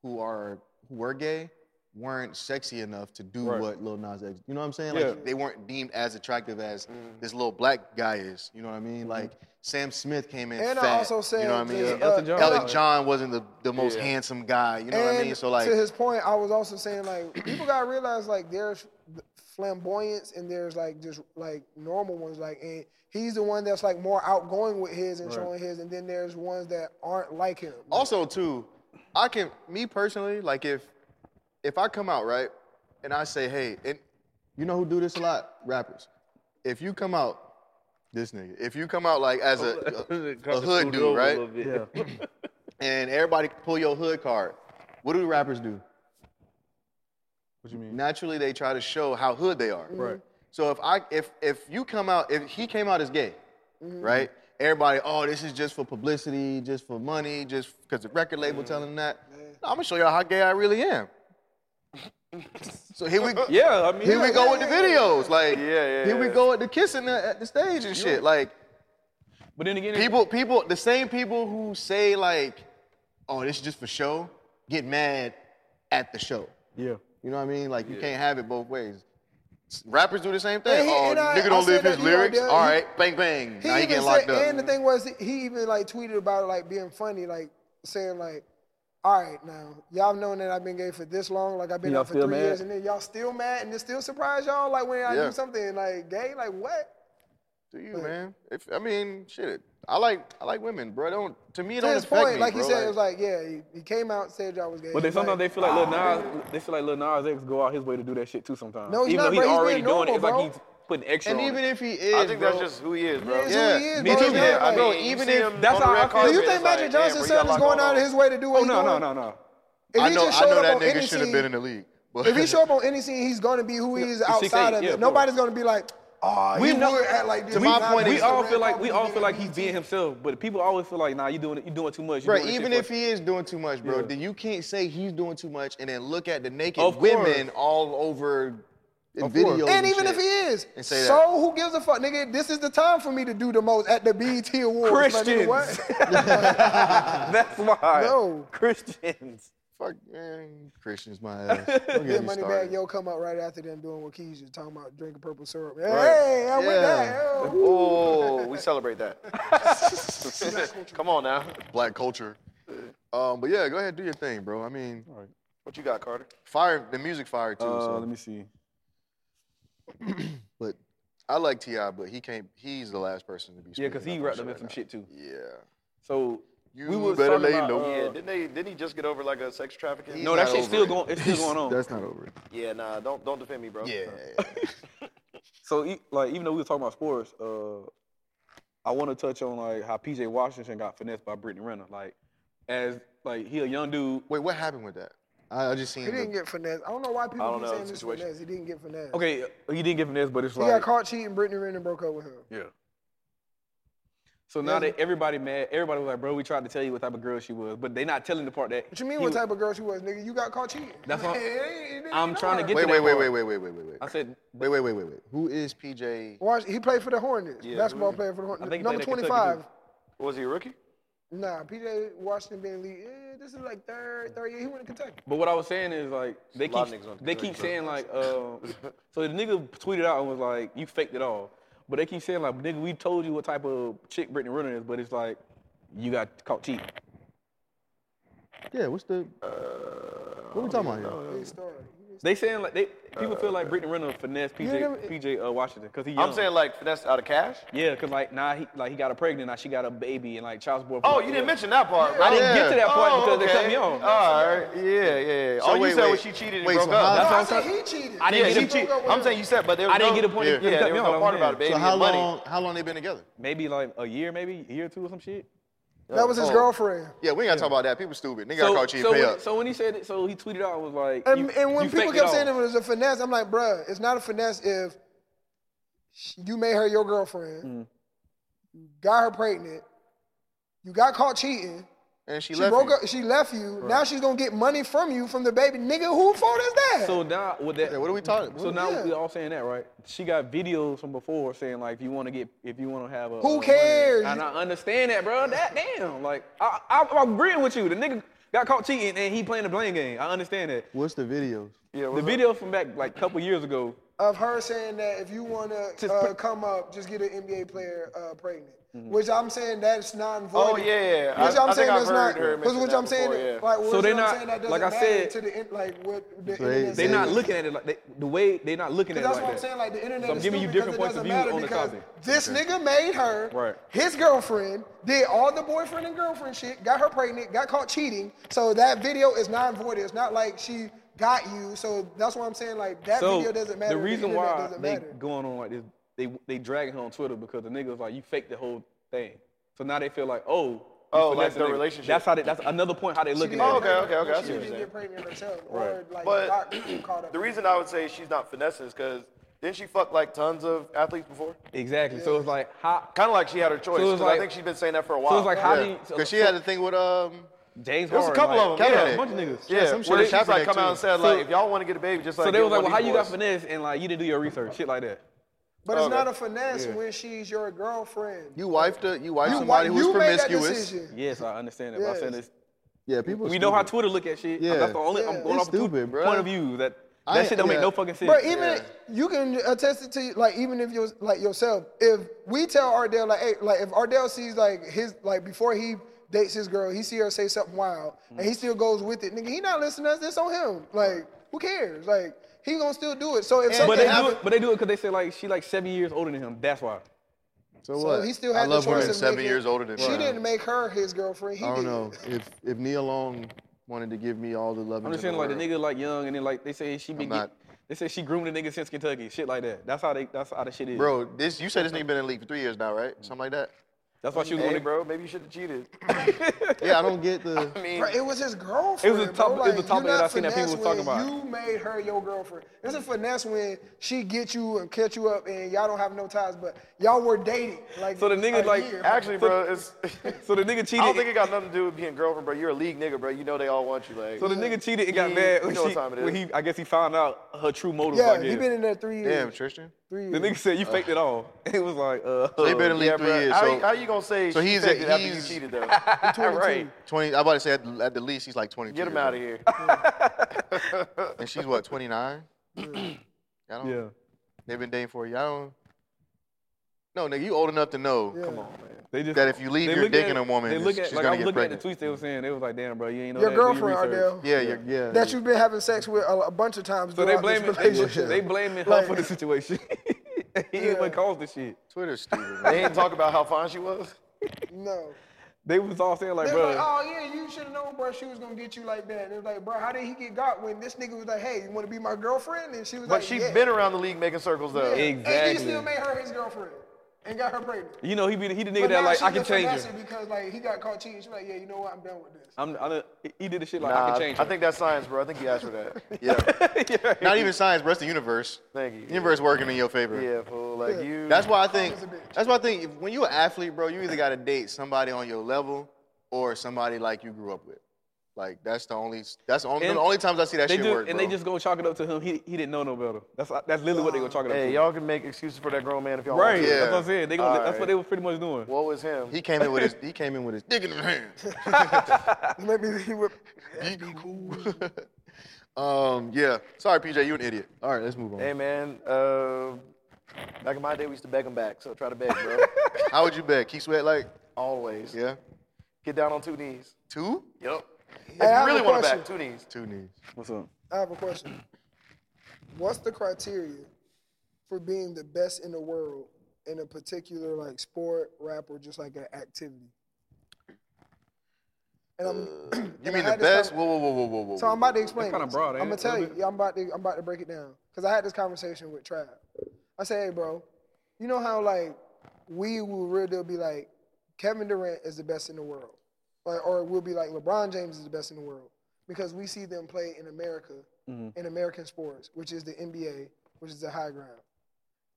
Speaker 4: who are who were gay weren't sexy enough to do
Speaker 3: Right.
Speaker 4: what Lil Nas X. You know what I'm saying?
Speaker 3: Yeah.
Speaker 4: Like they weren't deemed as attractive as this little black guy is. You know what I
Speaker 3: Mm-hmm.
Speaker 4: mean? Like Sam Smith came in
Speaker 1: And I
Speaker 4: fat.
Speaker 1: also
Speaker 4: you
Speaker 1: said
Speaker 4: know what I mean?
Speaker 1: just,
Speaker 3: Yeah, Elton John.
Speaker 4: Elton John wasn't the, the most
Speaker 2: Yeah.
Speaker 4: handsome guy. You know
Speaker 1: and
Speaker 4: what I mean? So like
Speaker 1: to his point, I was also saying like people gotta realize like there's flamboyance and there's like just like normal ones. Like and he's the one that's like more outgoing with his and showing his, and then there's ones that aren't like him.
Speaker 4: Also, too, I can me personally, like if if I come out right and I say, hey, and you know who do this a lot, rappers. If you come out, this nigga. If you come out like as a, a, a hood dude, right,
Speaker 3: Yeah.
Speaker 4: and everybody pull your hood card, what do rappers do?
Speaker 3: what you mean?
Speaker 4: Naturally, they try to show how hood they are.
Speaker 3: Right.
Speaker 4: So if I if if you come out if he came out as gay,
Speaker 1: Mm-hmm.
Speaker 4: right? Everybody, oh, this is just for publicity, just for money, just because the record label telling them that. I'm gonna show y'all how gay I really am. so here we
Speaker 3: (laughs) Yeah, I mean,
Speaker 4: here we
Speaker 3: yeah.
Speaker 4: go with the videos, like
Speaker 2: yeah,
Speaker 4: here we
Speaker 2: yeah.
Speaker 4: go with the kissing at at the stage and shit, like
Speaker 3: But then again,
Speaker 4: people people the same people who say like, oh, this is just for show, get mad at the show.
Speaker 3: Yeah.
Speaker 4: You know what I mean? Like you can't have it both ways. S- Rappers do the same thing.
Speaker 1: And he-
Speaker 4: oh,
Speaker 1: and I-
Speaker 4: nigga
Speaker 1: I
Speaker 4: don't
Speaker 1: said
Speaker 4: live
Speaker 1: that
Speaker 4: his
Speaker 1: the other
Speaker 4: lyrics.
Speaker 1: day.
Speaker 4: All
Speaker 1: He-
Speaker 4: right, bang bang.
Speaker 1: He
Speaker 4: now he
Speaker 1: even
Speaker 4: getting
Speaker 1: said,
Speaker 4: locked up.
Speaker 1: and the thing was, he even like tweeted about it, like being funny, like saying like, "All right, now y'all known that I've been gay for this long, like I've been
Speaker 3: Y'all
Speaker 1: out for
Speaker 3: still
Speaker 1: three
Speaker 3: mad?
Speaker 1: years, and then y'all still mad, and it still surprise y'all, like when I
Speaker 4: Yeah.
Speaker 1: do something like gay, like what?"
Speaker 4: do you, man? If I mean, shit. I like I like women, bro. Don't to me it
Speaker 1: To
Speaker 4: don't
Speaker 1: his
Speaker 4: affect
Speaker 1: point,
Speaker 4: me,
Speaker 1: like
Speaker 4: bro.
Speaker 1: he said, it was like, yeah, he, he came out, said y'all was gay.
Speaker 3: But they,
Speaker 1: He's like,
Speaker 3: sometimes they feel like Lil Nas, they feel like Lil Nas X go out his way to do that shit too. Sometimes,
Speaker 1: No, he's
Speaker 3: even though
Speaker 1: not,
Speaker 3: he's
Speaker 1: bro. He's
Speaker 3: already
Speaker 1: being
Speaker 3: doing it, it's
Speaker 1: normal,
Speaker 3: like he's putting extra.
Speaker 4: and
Speaker 3: on
Speaker 4: even
Speaker 3: it.
Speaker 4: if he is,
Speaker 2: I think
Speaker 4: bro,
Speaker 2: that's just who he is, bro.
Speaker 1: That's who
Speaker 4: yeah,
Speaker 1: he is,
Speaker 4: me
Speaker 1: bro.
Speaker 4: too,
Speaker 1: He's
Speaker 4: man.
Speaker 1: not, like-
Speaker 4: Bro,
Speaker 1: do
Speaker 4: even
Speaker 2: you see
Speaker 4: if-
Speaker 2: him
Speaker 3: That's
Speaker 2: on the
Speaker 3: how I
Speaker 2: red
Speaker 3: feel.
Speaker 2: carpet,
Speaker 1: you
Speaker 2: it's
Speaker 1: think
Speaker 2: like,
Speaker 1: Magic
Speaker 2: damn,
Speaker 1: Johnson
Speaker 2: bro, you
Speaker 1: son
Speaker 2: got a
Speaker 1: is
Speaker 2: lot
Speaker 1: going
Speaker 2: going
Speaker 1: out of
Speaker 2: on.
Speaker 1: his way to do what
Speaker 3: Oh
Speaker 1: he
Speaker 3: no, no,
Speaker 1: doing?
Speaker 3: no, no.
Speaker 1: If
Speaker 4: I
Speaker 1: he
Speaker 4: know
Speaker 1: just
Speaker 4: I
Speaker 1: showed
Speaker 4: know
Speaker 1: up
Speaker 4: that
Speaker 1: on
Speaker 4: nigga
Speaker 1: any
Speaker 4: should have
Speaker 1: scene-
Speaker 4: been in the league. But
Speaker 1: If he show up on any scene, he's gonna be who he is
Speaker 3: He's 6'8",
Speaker 1: outside of
Speaker 3: yeah,
Speaker 1: it.
Speaker 3: of
Speaker 1: Nobody's
Speaker 3: course.
Speaker 1: gonna be like, oh,
Speaker 3: We
Speaker 1: he
Speaker 3: know-
Speaker 1: would act like this.
Speaker 4: to my
Speaker 1: Nah,
Speaker 4: point
Speaker 1: this
Speaker 4: is-
Speaker 3: we
Speaker 1: is
Speaker 3: all
Speaker 1: the
Speaker 3: feel
Speaker 1: red
Speaker 3: like we
Speaker 1: carpet,
Speaker 3: all
Speaker 1: he
Speaker 3: feel like he's
Speaker 1: BET.
Speaker 3: being himself, but people always feel like, nah, you doing it, you doing too much. you
Speaker 4: Bro,
Speaker 3: doing this shit
Speaker 4: even
Speaker 3: for-
Speaker 4: if he is doing too much, bro,
Speaker 3: Yeah.
Speaker 4: then you can't say he's doing too much and then look at the naked
Speaker 3: Of course.
Speaker 4: women all over in
Speaker 3: Of course.
Speaker 4: videos.
Speaker 1: And even
Speaker 4: shit.
Speaker 1: if he is,
Speaker 4: and
Speaker 1: so
Speaker 4: say that.
Speaker 1: who gives a fuck, nigga? This is the time for me to do the most at the BET Awards. Like,
Speaker 3: Christians.
Speaker 2: (laughs)
Speaker 1: nigga, what?
Speaker 3: That's (laughs) why.
Speaker 1: No.
Speaker 3: Christians.
Speaker 4: Fuck, man. Christian's my ass.
Speaker 2: (laughs)
Speaker 4: Don't get
Speaker 1: Yeah,
Speaker 4: me
Speaker 1: Moneybag
Speaker 4: started.
Speaker 1: Yo come out right after them doing what Keisha talking about drinking purple syrup. Hey, I
Speaker 4: Right.
Speaker 1: went
Speaker 4: Yeah.
Speaker 1: that. yo.
Speaker 2: Oh, we celebrate that. (laughs) Come on now.
Speaker 4: (laughs) Black culture. Um, but yeah, go ahead, do your thing, bro. I mean,
Speaker 2: What you got, Carter?
Speaker 4: Fire, the music fire too.
Speaker 3: Uh,
Speaker 4: so.
Speaker 3: let me see.
Speaker 4: But I like Ti, but he can't. He's the last person to be.
Speaker 3: Yeah, because he
Speaker 4: speaking
Speaker 3: wrapped
Speaker 4: on
Speaker 3: up in
Speaker 4: this
Speaker 3: some shit
Speaker 4: right
Speaker 3: too.
Speaker 4: now. Yeah.
Speaker 3: So
Speaker 4: You
Speaker 3: we was
Speaker 4: better
Speaker 3: talking
Speaker 4: lay
Speaker 3: about,
Speaker 4: low.
Speaker 3: uh,
Speaker 4: Yeah,
Speaker 2: yeah, didn't they? Didn't he just get over like a sex trafficking?
Speaker 4: He's
Speaker 3: no, that
Speaker 4: not
Speaker 3: shit's still
Speaker 4: over it.
Speaker 3: going. It's still going on.
Speaker 4: That's not over.
Speaker 2: Yeah, nah. Don't don't defend me, bro.
Speaker 4: Yeah.
Speaker 3: So e- like even though we were talking about sports, uh, I want to touch on like how PJ Washington got finessed by Brittany Renner. Like as like he a young dude.
Speaker 4: Wait, what happened with that? I, I just seen.
Speaker 1: He didn't
Speaker 4: the,
Speaker 1: get finesse. I don't know why people
Speaker 2: don't
Speaker 1: keep
Speaker 2: know
Speaker 1: saying
Speaker 2: the
Speaker 1: this
Speaker 2: situation.
Speaker 1: finesse. He didn't get finesse.
Speaker 3: Okay, uh, he didn't get finessed, but it's
Speaker 1: He
Speaker 3: like
Speaker 1: got caught cheating. Brittany Renner broke up with him.
Speaker 3: yeah. So now
Speaker 1: Yeah.
Speaker 3: that everybody mad, everybody was like, "Bro, we tried to tell you what type of girl she was," but they not telling the part that.
Speaker 1: What you mean?
Speaker 3: he
Speaker 1: What
Speaker 3: was-
Speaker 1: type of girl she was, nigga? You got caught cheating. (laughs)
Speaker 3: That's what-
Speaker 1: It ain't- it ain't
Speaker 3: I'm trying to
Speaker 1: hard.
Speaker 3: get-
Speaker 4: wait,
Speaker 3: that
Speaker 4: wait, wait,
Speaker 3: part.
Speaker 4: wait, wait, wait, wait, wait, wait.
Speaker 3: I said,
Speaker 4: Wait, wait, wait, wait, wait. Who is PJ?
Speaker 1: Watch, he played for the Hornets. basketball player for
Speaker 3: I
Speaker 1: the Hornets.
Speaker 3: think he
Speaker 1: Number
Speaker 3: played at Kentucky,
Speaker 1: 25.
Speaker 2: Was he a rookie?
Speaker 1: Nah, PJ Washington been in the league. eh, this is like third, third year. He went to Kentucky.
Speaker 3: But what I was saying is like they
Speaker 2: lot
Speaker 3: keep
Speaker 2: of niggas on
Speaker 3: they
Speaker 2: Kentucky,
Speaker 3: keep saying like um,
Speaker 2: (laughs)
Speaker 3: so the nigga tweeted out and was like you faked it all, but they keep saying like nigga we told you what type of chick Brittany Renner is, but it's like you got caught cheating.
Speaker 4: Yeah, what's the?
Speaker 2: Uh,
Speaker 4: what are we talking about here?
Speaker 1: He started.
Speaker 3: They saying like they people feel like Brittany Renner finesse PJ
Speaker 1: Yeah, they-
Speaker 3: PJ uh, Washington because he young.
Speaker 2: Uh, I'm saying like finesse out of cash.
Speaker 3: yeah, because like now he like he got her pregnant now she got a baby and like child support.
Speaker 2: Oh, you didn't mention that part,
Speaker 3: I
Speaker 2: right?
Speaker 3: didn't get to that part
Speaker 2: Oh,
Speaker 3: because they cut
Speaker 2: okay.
Speaker 3: me off.
Speaker 2: All right. Yeah, yeah. yeah.
Speaker 4: So
Speaker 2: All you
Speaker 4: Oh, wait,
Speaker 2: said
Speaker 4: wait.
Speaker 2: was she cheated and
Speaker 4: Wait,
Speaker 2: broke
Speaker 4: so
Speaker 2: up.
Speaker 4: how-
Speaker 1: No,
Speaker 3: That's
Speaker 1: I
Speaker 3: what I'm
Speaker 1: said he cheated.
Speaker 3: I didn't
Speaker 2: yeah,
Speaker 3: get
Speaker 2: she
Speaker 3: a point.
Speaker 2: cheated. I'm saying you said, but there was
Speaker 3: I didn't
Speaker 2: no-
Speaker 3: get a point.
Speaker 2: Yeah,
Speaker 3: if you cut
Speaker 2: there
Speaker 3: me
Speaker 2: was
Speaker 3: off,
Speaker 2: no
Speaker 3: I'm
Speaker 2: part
Speaker 3: saying.
Speaker 2: about it, baby.
Speaker 4: So how
Speaker 2: and money.
Speaker 4: long? How long they been together?
Speaker 3: Maybe like a year, maybe a year or two or some shit.
Speaker 1: That was his
Speaker 4: Oh.
Speaker 1: girlfriend.
Speaker 4: Yeah, we ain't gotta talk about that. People stupid. Nigga got
Speaker 3: So,
Speaker 4: caught cheating.
Speaker 3: so,
Speaker 4: Pay
Speaker 3: when,
Speaker 4: up.
Speaker 3: so when he said it, so he tweeted out was like,
Speaker 1: And,
Speaker 3: you-
Speaker 1: and when
Speaker 3: you
Speaker 1: people
Speaker 3: faked
Speaker 1: kept
Speaker 3: all.
Speaker 1: saying it was a finesse, I'm like, bruh, it's not a finesse if sh- you made her your girlfriend,
Speaker 2: Mm.
Speaker 1: you got her pregnant, you got caught cheating,
Speaker 4: And she,
Speaker 1: she
Speaker 4: left.
Speaker 1: broke
Speaker 4: you.
Speaker 1: up, she left you. Now she's gonna get money from you from the baby, nigga. Who fault is that?
Speaker 3: So now with that,
Speaker 4: Yeah, what are we talking?
Speaker 3: So now
Speaker 1: Yeah.
Speaker 3: we all saying that, right? She got videos from before saying like, if you want to get, if you want to have a,
Speaker 1: Who
Speaker 3: uh,
Speaker 1: cares?
Speaker 3: Money, and I understand that, bro. That damn, like I, I, I'm agreeing with you. The nigga got caught cheating and he playing the blame game. I understand that.
Speaker 4: What's the videos?
Speaker 2: Yeah,
Speaker 3: The
Speaker 2: what's up?
Speaker 3: video from back like a couple years ago.
Speaker 1: of her saying that if you want to
Speaker 3: Just
Speaker 1: uh,
Speaker 3: put-
Speaker 1: come up, just get an NBA player uh, pregnant. Which I'm saying that's non-void.
Speaker 2: Mm-hmm. Oh, yeah, yeah, yeah.
Speaker 1: Which
Speaker 2: I-
Speaker 1: am
Speaker 2: I
Speaker 1: saying
Speaker 2: think I've
Speaker 1: that's
Speaker 2: heard
Speaker 1: not.
Speaker 2: her
Speaker 1: Because
Speaker 2: mention
Speaker 1: which
Speaker 2: that
Speaker 1: I'm saying,
Speaker 2: before,
Speaker 1: that-
Speaker 2: yeah.
Speaker 1: like, so
Speaker 3: they
Speaker 1: they're
Speaker 3: not-
Speaker 1: not. Saying, that doesn't
Speaker 3: like I
Speaker 1: matter
Speaker 3: said-
Speaker 1: to the in, like what the
Speaker 4: So they-
Speaker 1: internet.
Speaker 4: they
Speaker 3: They
Speaker 1: says.
Speaker 3: not looking at it like they, the way they not looking at it
Speaker 1: That's
Speaker 3: like
Speaker 1: what I'm
Speaker 3: that.
Speaker 1: saying. Like the internet
Speaker 3: So I'm
Speaker 1: is
Speaker 3: giving you
Speaker 1: stupid
Speaker 3: different
Speaker 1: because
Speaker 3: points
Speaker 1: it
Speaker 3: of
Speaker 1: doesn't
Speaker 3: view
Speaker 1: matter
Speaker 3: on the
Speaker 1: because
Speaker 3: topic.
Speaker 1: this nigga made her
Speaker 3: Right.
Speaker 1: his girlfriend, did all the boyfriend and girlfriend shit, got her pregnant, got caught cheating. So that video is non-void. It's not like she got you. So that's why I'm saying like that
Speaker 3: so
Speaker 1: video doesn't matter.
Speaker 3: the reason
Speaker 1: internet
Speaker 3: why
Speaker 1: doesn't
Speaker 3: they
Speaker 1: matter.
Speaker 3: going on like this, they they dragging her on Twitter because the niggas like you faked the whole thing. So now they feel like oh. you
Speaker 2: Oh, like
Speaker 3: finessed
Speaker 2: the
Speaker 3: nigga.
Speaker 2: relationship.
Speaker 3: That's how they, that's another point how they looking at
Speaker 2: Oh,
Speaker 3: it.
Speaker 2: okay, okay, okay. I
Speaker 1: She
Speaker 2: see what you're
Speaker 1: didn't
Speaker 2: saying.
Speaker 1: get pregnant herself, or
Speaker 3: Right.
Speaker 1: like
Speaker 2: But
Speaker 1: got caught up.
Speaker 2: the reason I would say she's not finessing is because didn't she fuck like tons of athletes before?
Speaker 3: Exactly. So it's like how
Speaker 2: Kind of like she had her choice.
Speaker 3: So it's
Speaker 2: 'cause I
Speaker 3: like-
Speaker 2: think she's been saying that for a while.
Speaker 3: So it's like how do you?
Speaker 4: Yeah,
Speaker 3: so-
Speaker 4: because she
Speaker 3: so
Speaker 4: had a thing with um.
Speaker 3: James
Speaker 2: There's a
Speaker 3: Harden,
Speaker 2: couple
Speaker 3: like,
Speaker 2: of them.
Speaker 4: Kaepernick.
Speaker 2: Yeah,
Speaker 3: a bunch of niggas.
Speaker 2: Yeah,
Speaker 4: some shit
Speaker 2: where
Speaker 4: with
Speaker 2: she's like
Speaker 4: Kaepernick,
Speaker 2: come out and
Speaker 4: too.
Speaker 2: said like, if y'all want to get a baby, just like.
Speaker 3: So they
Speaker 2: get
Speaker 3: was like,
Speaker 2: one
Speaker 3: well, how
Speaker 2: of these
Speaker 3: you got
Speaker 2: boys."
Speaker 3: finesse and like you didn't do your research, shit like Oh, that.
Speaker 1: but it's
Speaker 2: Okay.
Speaker 1: not a finesse when she's your girlfriend.
Speaker 4: You wifed a, you wifed
Speaker 1: You-
Speaker 4: somebody who's
Speaker 1: you made that
Speaker 4: promiscuous.
Speaker 1: decision.
Speaker 3: Yes, I understand that. But I'm saying
Speaker 1: Yes.
Speaker 3: this,
Speaker 4: Yeah, people.
Speaker 3: we know how Twitter look at shit.
Speaker 4: Yeah.
Speaker 3: That's the only I'm
Speaker 1: Yeah.
Speaker 3: going
Speaker 4: It's
Speaker 3: off two
Speaker 4: stupid, bruh.
Speaker 3: point of view that
Speaker 4: I-
Speaker 3: that shit don't make
Speaker 4: yeah.
Speaker 3: no fucking sense.
Speaker 1: But even
Speaker 4: Yeah.
Speaker 1: you can attest it to you, like even if you like yourself, if we tell Ardell like hey, like if Ardell sees like his like before he dates his girl, he see her say something wild and he still goes with it, nigga, he not listening to us, this on him. Like, who cares? Like he gonna still do it. So if
Speaker 3: but
Speaker 1: something
Speaker 3: they do
Speaker 1: happens,
Speaker 3: it. But they do it because they say like she like seven years older than him. That's why.
Speaker 4: So
Speaker 1: so
Speaker 4: what?
Speaker 1: he still
Speaker 4: I
Speaker 1: had the
Speaker 4: love
Speaker 1: choice
Speaker 4: women
Speaker 1: of
Speaker 4: seven
Speaker 1: making-
Speaker 4: years older than me.
Speaker 1: She didn't make her his girlfriend. He
Speaker 4: I don't
Speaker 1: did.
Speaker 4: know if if Nia Long wanted to give me all the love.
Speaker 3: I'm just saying like the nigga like young and then like they say she been
Speaker 4: not-
Speaker 3: get, they say she groomed the nigga since Kentucky, shit like that. That's how they that's how the shit is.
Speaker 4: Bro, this you said this nigga been in the league for three years now, right? Something like that.
Speaker 3: that's why she was
Speaker 2: Hey,
Speaker 3: going to
Speaker 2: bro, maybe you should have cheated.
Speaker 4: Yeah, (laughs) I don't get the.
Speaker 2: I mean,
Speaker 1: Bro, it was his girlfriend.
Speaker 3: It was a
Speaker 1: bro.
Speaker 3: topic- it was a
Speaker 1: Like,
Speaker 3: topic
Speaker 1: you
Speaker 3: that I
Speaker 1: not
Speaker 3: seen that people
Speaker 1: finesse
Speaker 3: was talking
Speaker 1: when
Speaker 3: about.
Speaker 1: You made her your girlfriend. It's a finesse when she get you and catch you up, and y'all don't have no ties, but y'all were dating. Like
Speaker 3: So the nigga,
Speaker 1: a
Speaker 3: like,
Speaker 1: year.
Speaker 2: actually, bro, it's.
Speaker 3: So the
Speaker 2: (laughs)
Speaker 3: nigga cheated.
Speaker 2: I don't think it got nothing to do with being girlfriend, bro. You're a league nigga, bro. You know they all want you, like.
Speaker 3: So the nigga cheated and got
Speaker 2: Yeah,
Speaker 3: mad
Speaker 2: you
Speaker 3: when,
Speaker 2: know what
Speaker 3: she-
Speaker 2: time it
Speaker 3: when
Speaker 2: is.
Speaker 3: he, I guess he found out her true motive. I
Speaker 1: yeah,
Speaker 3: guess.
Speaker 1: he been in there three years.
Speaker 4: Damn, Tristan.
Speaker 1: three years.
Speaker 3: the nigga said you faked it all. (laughs) It was like, uh,
Speaker 4: So he been in the league
Speaker 2: Uh, Yeah,
Speaker 4: three
Speaker 2: bro.
Speaker 4: years.
Speaker 2: How,
Speaker 4: so
Speaker 2: you- how you gonna say
Speaker 4: so
Speaker 2: she
Speaker 4: he's a-
Speaker 2: faked it after you
Speaker 4: (laughs) he's-
Speaker 2: cheated though? (laughs)
Speaker 1: (laughs)
Speaker 3: right.
Speaker 4: twenty. I about to say at, at the least he's like twenty.
Speaker 2: Get him out of here.
Speaker 4: (laughs) And she's what twenty nine. I don't.
Speaker 3: Yeah.
Speaker 4: They've been dating for a year. I don't. No, nigga, you old enough to know.
Speaker 1: Come on.
Speaker 3: They just
Speaker 4: That if you leave
Speaker 3: they
Speaker 4: your
Speaker 3: look
Speaker 4: dick
Speaker 3: at-
Speaker 4: in a woman,
Speaker 3: they
Speaker 4: it's-
Speaker 3: look at,
Speaker 4: she's
Speaker 3: like,
Speaker 4: gonna
Speaker 3: I was
Speaker 4: get
Speaker 3: looking at
Speaker 4: pregnant.
Speaker 3: the
Speaker 2: (laughs)
Speaker 3: tweets they were saying. They was like, "Damn, bro, you ain't know
Speaker 1: Your
Speaker 3: that, do your
Speaker 1: girlfriend,
Speaker 3: research."
Speaker 1: Ardell.
Speaker 4: Yeah, yeah, yeah.
Speaker 1: That you've been having sex with a, a bunch of times.
Speaker 3: So they
Speaker 1: throughout this
Speaker 3: blaming they,
Speaker 1: relationship.
Speaker 3: they blaming her
Speaker 1: Like-
Speaker 3: for the situation. (laughs) he ain't what caused the shit. (laughs)
Speaker 4: Twitter's stupid.
Speaker 2: They ain't talk about how fine she was.
Speaker 1: No.
Speaker 3: They was all saying like,
Speaker 1: They were
Speaker 3: bro,
Speaker 1: like, oh yeah, you should have known, bro. She was gonna get you like that. And it was like, bro, how did he get got when this nigga was like, hey, you want to be my girlfriend? And she was
Speaker 2: But
Speaker 1: like,
Speaker 2: she's
Speaker 1: yeah.
Speaker 2: been around the league making circles though.
Speaker 1: Yeah. And he
Speaker 3: Exactly.
Speaker 1: still made her his girlfriend and got her pregnant.
Speaker 3: you know, he be the- he the
Speaker 1: But
Speaker 3: nigga
Speaker 1: now
Speaker 3: that like
Speaker 1: she
Speaker 3: I can
Speaker 1: just
Speaker 3: change
Speaker 1: finessing
Speaker 3: her.
Speaker 1: because like he got caught cheating. She's like, yeah, you know what? I'm done with this.
Speaker 3: I'm I done- he did the shit like I
Speaker 2: Nah,
Speaker 3: can change
Speaker 2: I
Speaker 3: her.
Speaker 2: think that's science, bro. I think he asked for
Speaker 3: (laughs)
Speaker 2: that.
Speaker 4: yeah. Not even science, bro. It's the universe.
Speaker 2: Thank you.
Speaker 4: The universe working in your favor.
Speaker 2: Yeah, fool. Like you.
Speaker 4: That's why I think.
Speaker 1: Karma's a bitch.
Speaker 4: That's why I think. If, when you're an athlete, bro, you either got to date somebody on your level or somebody like you grew up with. Like that's the only. That's the only,
Speaker 3: And
Speaker 4: the only times I see that
Speaker 3: they
Speaker 4: shit
Speaker 3: do,
Speaker 4: work,
Speaker 3: and
Speaker 4: bro.
Speaker 3: they just gonna chalk it up to him. He, he didn't know no better. That's that's literally what they gonna chalk it up
Speaker 2: Hey,
Speaker 3: to.
Speaker 2: y'all can make excuses for that grown man if y'all
Speaker 3: right?
Speaker 2: want to.
Speaker 4: Yeah.
Speaker 3: That's what I'm saying. They gonna,
Speaker 2: All
Speaker 3: that's
Speaker 2: right.
Speaker 3: what they was pretty much doing.
Speaker 2: Woe is him.
Speaker 4: he came in with his. He came in with his dick in his hand.
Speaker 3: (laughs)
Speaker 1: Let me he whip.
Speaker 4: Be cool. um. Yeah. Sorry, PJ. You an idiot. All right. Let's move on.
Speaker 2: hey, man. Uh, back in my day, we used to beg him back. So try to beg, bro.
Speaker 4: (laughs) How would you bet? Keep sweat like.
Speaker 2: Always.
Speaker 4: Yeah.
Speaker 2: Get down on two knees.
Speaker 4: Two.
Speaker 2: Yep. If
Speaker 1: I have
Speaker 2: you
Speaker 1: a
Speaker 2: really want to
Speaker 1: question.
Speaker 2: back, two knees.
Speaker 4: Two knees.
Speaker 3: What's up?
Speaker 1: I have a question. What's the criteria for being the best in the world in a particular like sport, rap, or just like an activity? And
Speaker 3: Uh,
Speaker 1: (clears throat) I'm,
Speaker 4: You
Speaker 1: and I
Speaker 4: mean the
Speaker 1: had this
Speaker 4: best?
Speaker 1: con-
Speaker 4: Whoa, whoa, whoa, whoa, whoa, whoa.
Speaker 1: So I'm about to explain.
Speaker 3: kinda
Speaker 1: this.
Speaker 3: broad, ain't
Speaker 1: I'm gonna
Speaker 3: it?
Speaker 1: tell
Speaker 3: Little
Speaker 1: you.
Speaker 3: bit.
Speaker 1: I'm about to. I'm about to break it down because I had this conversation with Trav. I said, "Hey, bro, you know how like we will real deal be like Kevin Durant is the best in the world, like, or we'll be like LeBron James is the best in the world because we see them play in America,
Speaker 4: Mm-hmm.
Speaker 1: in American sports, which is the NBA, which is the high ground."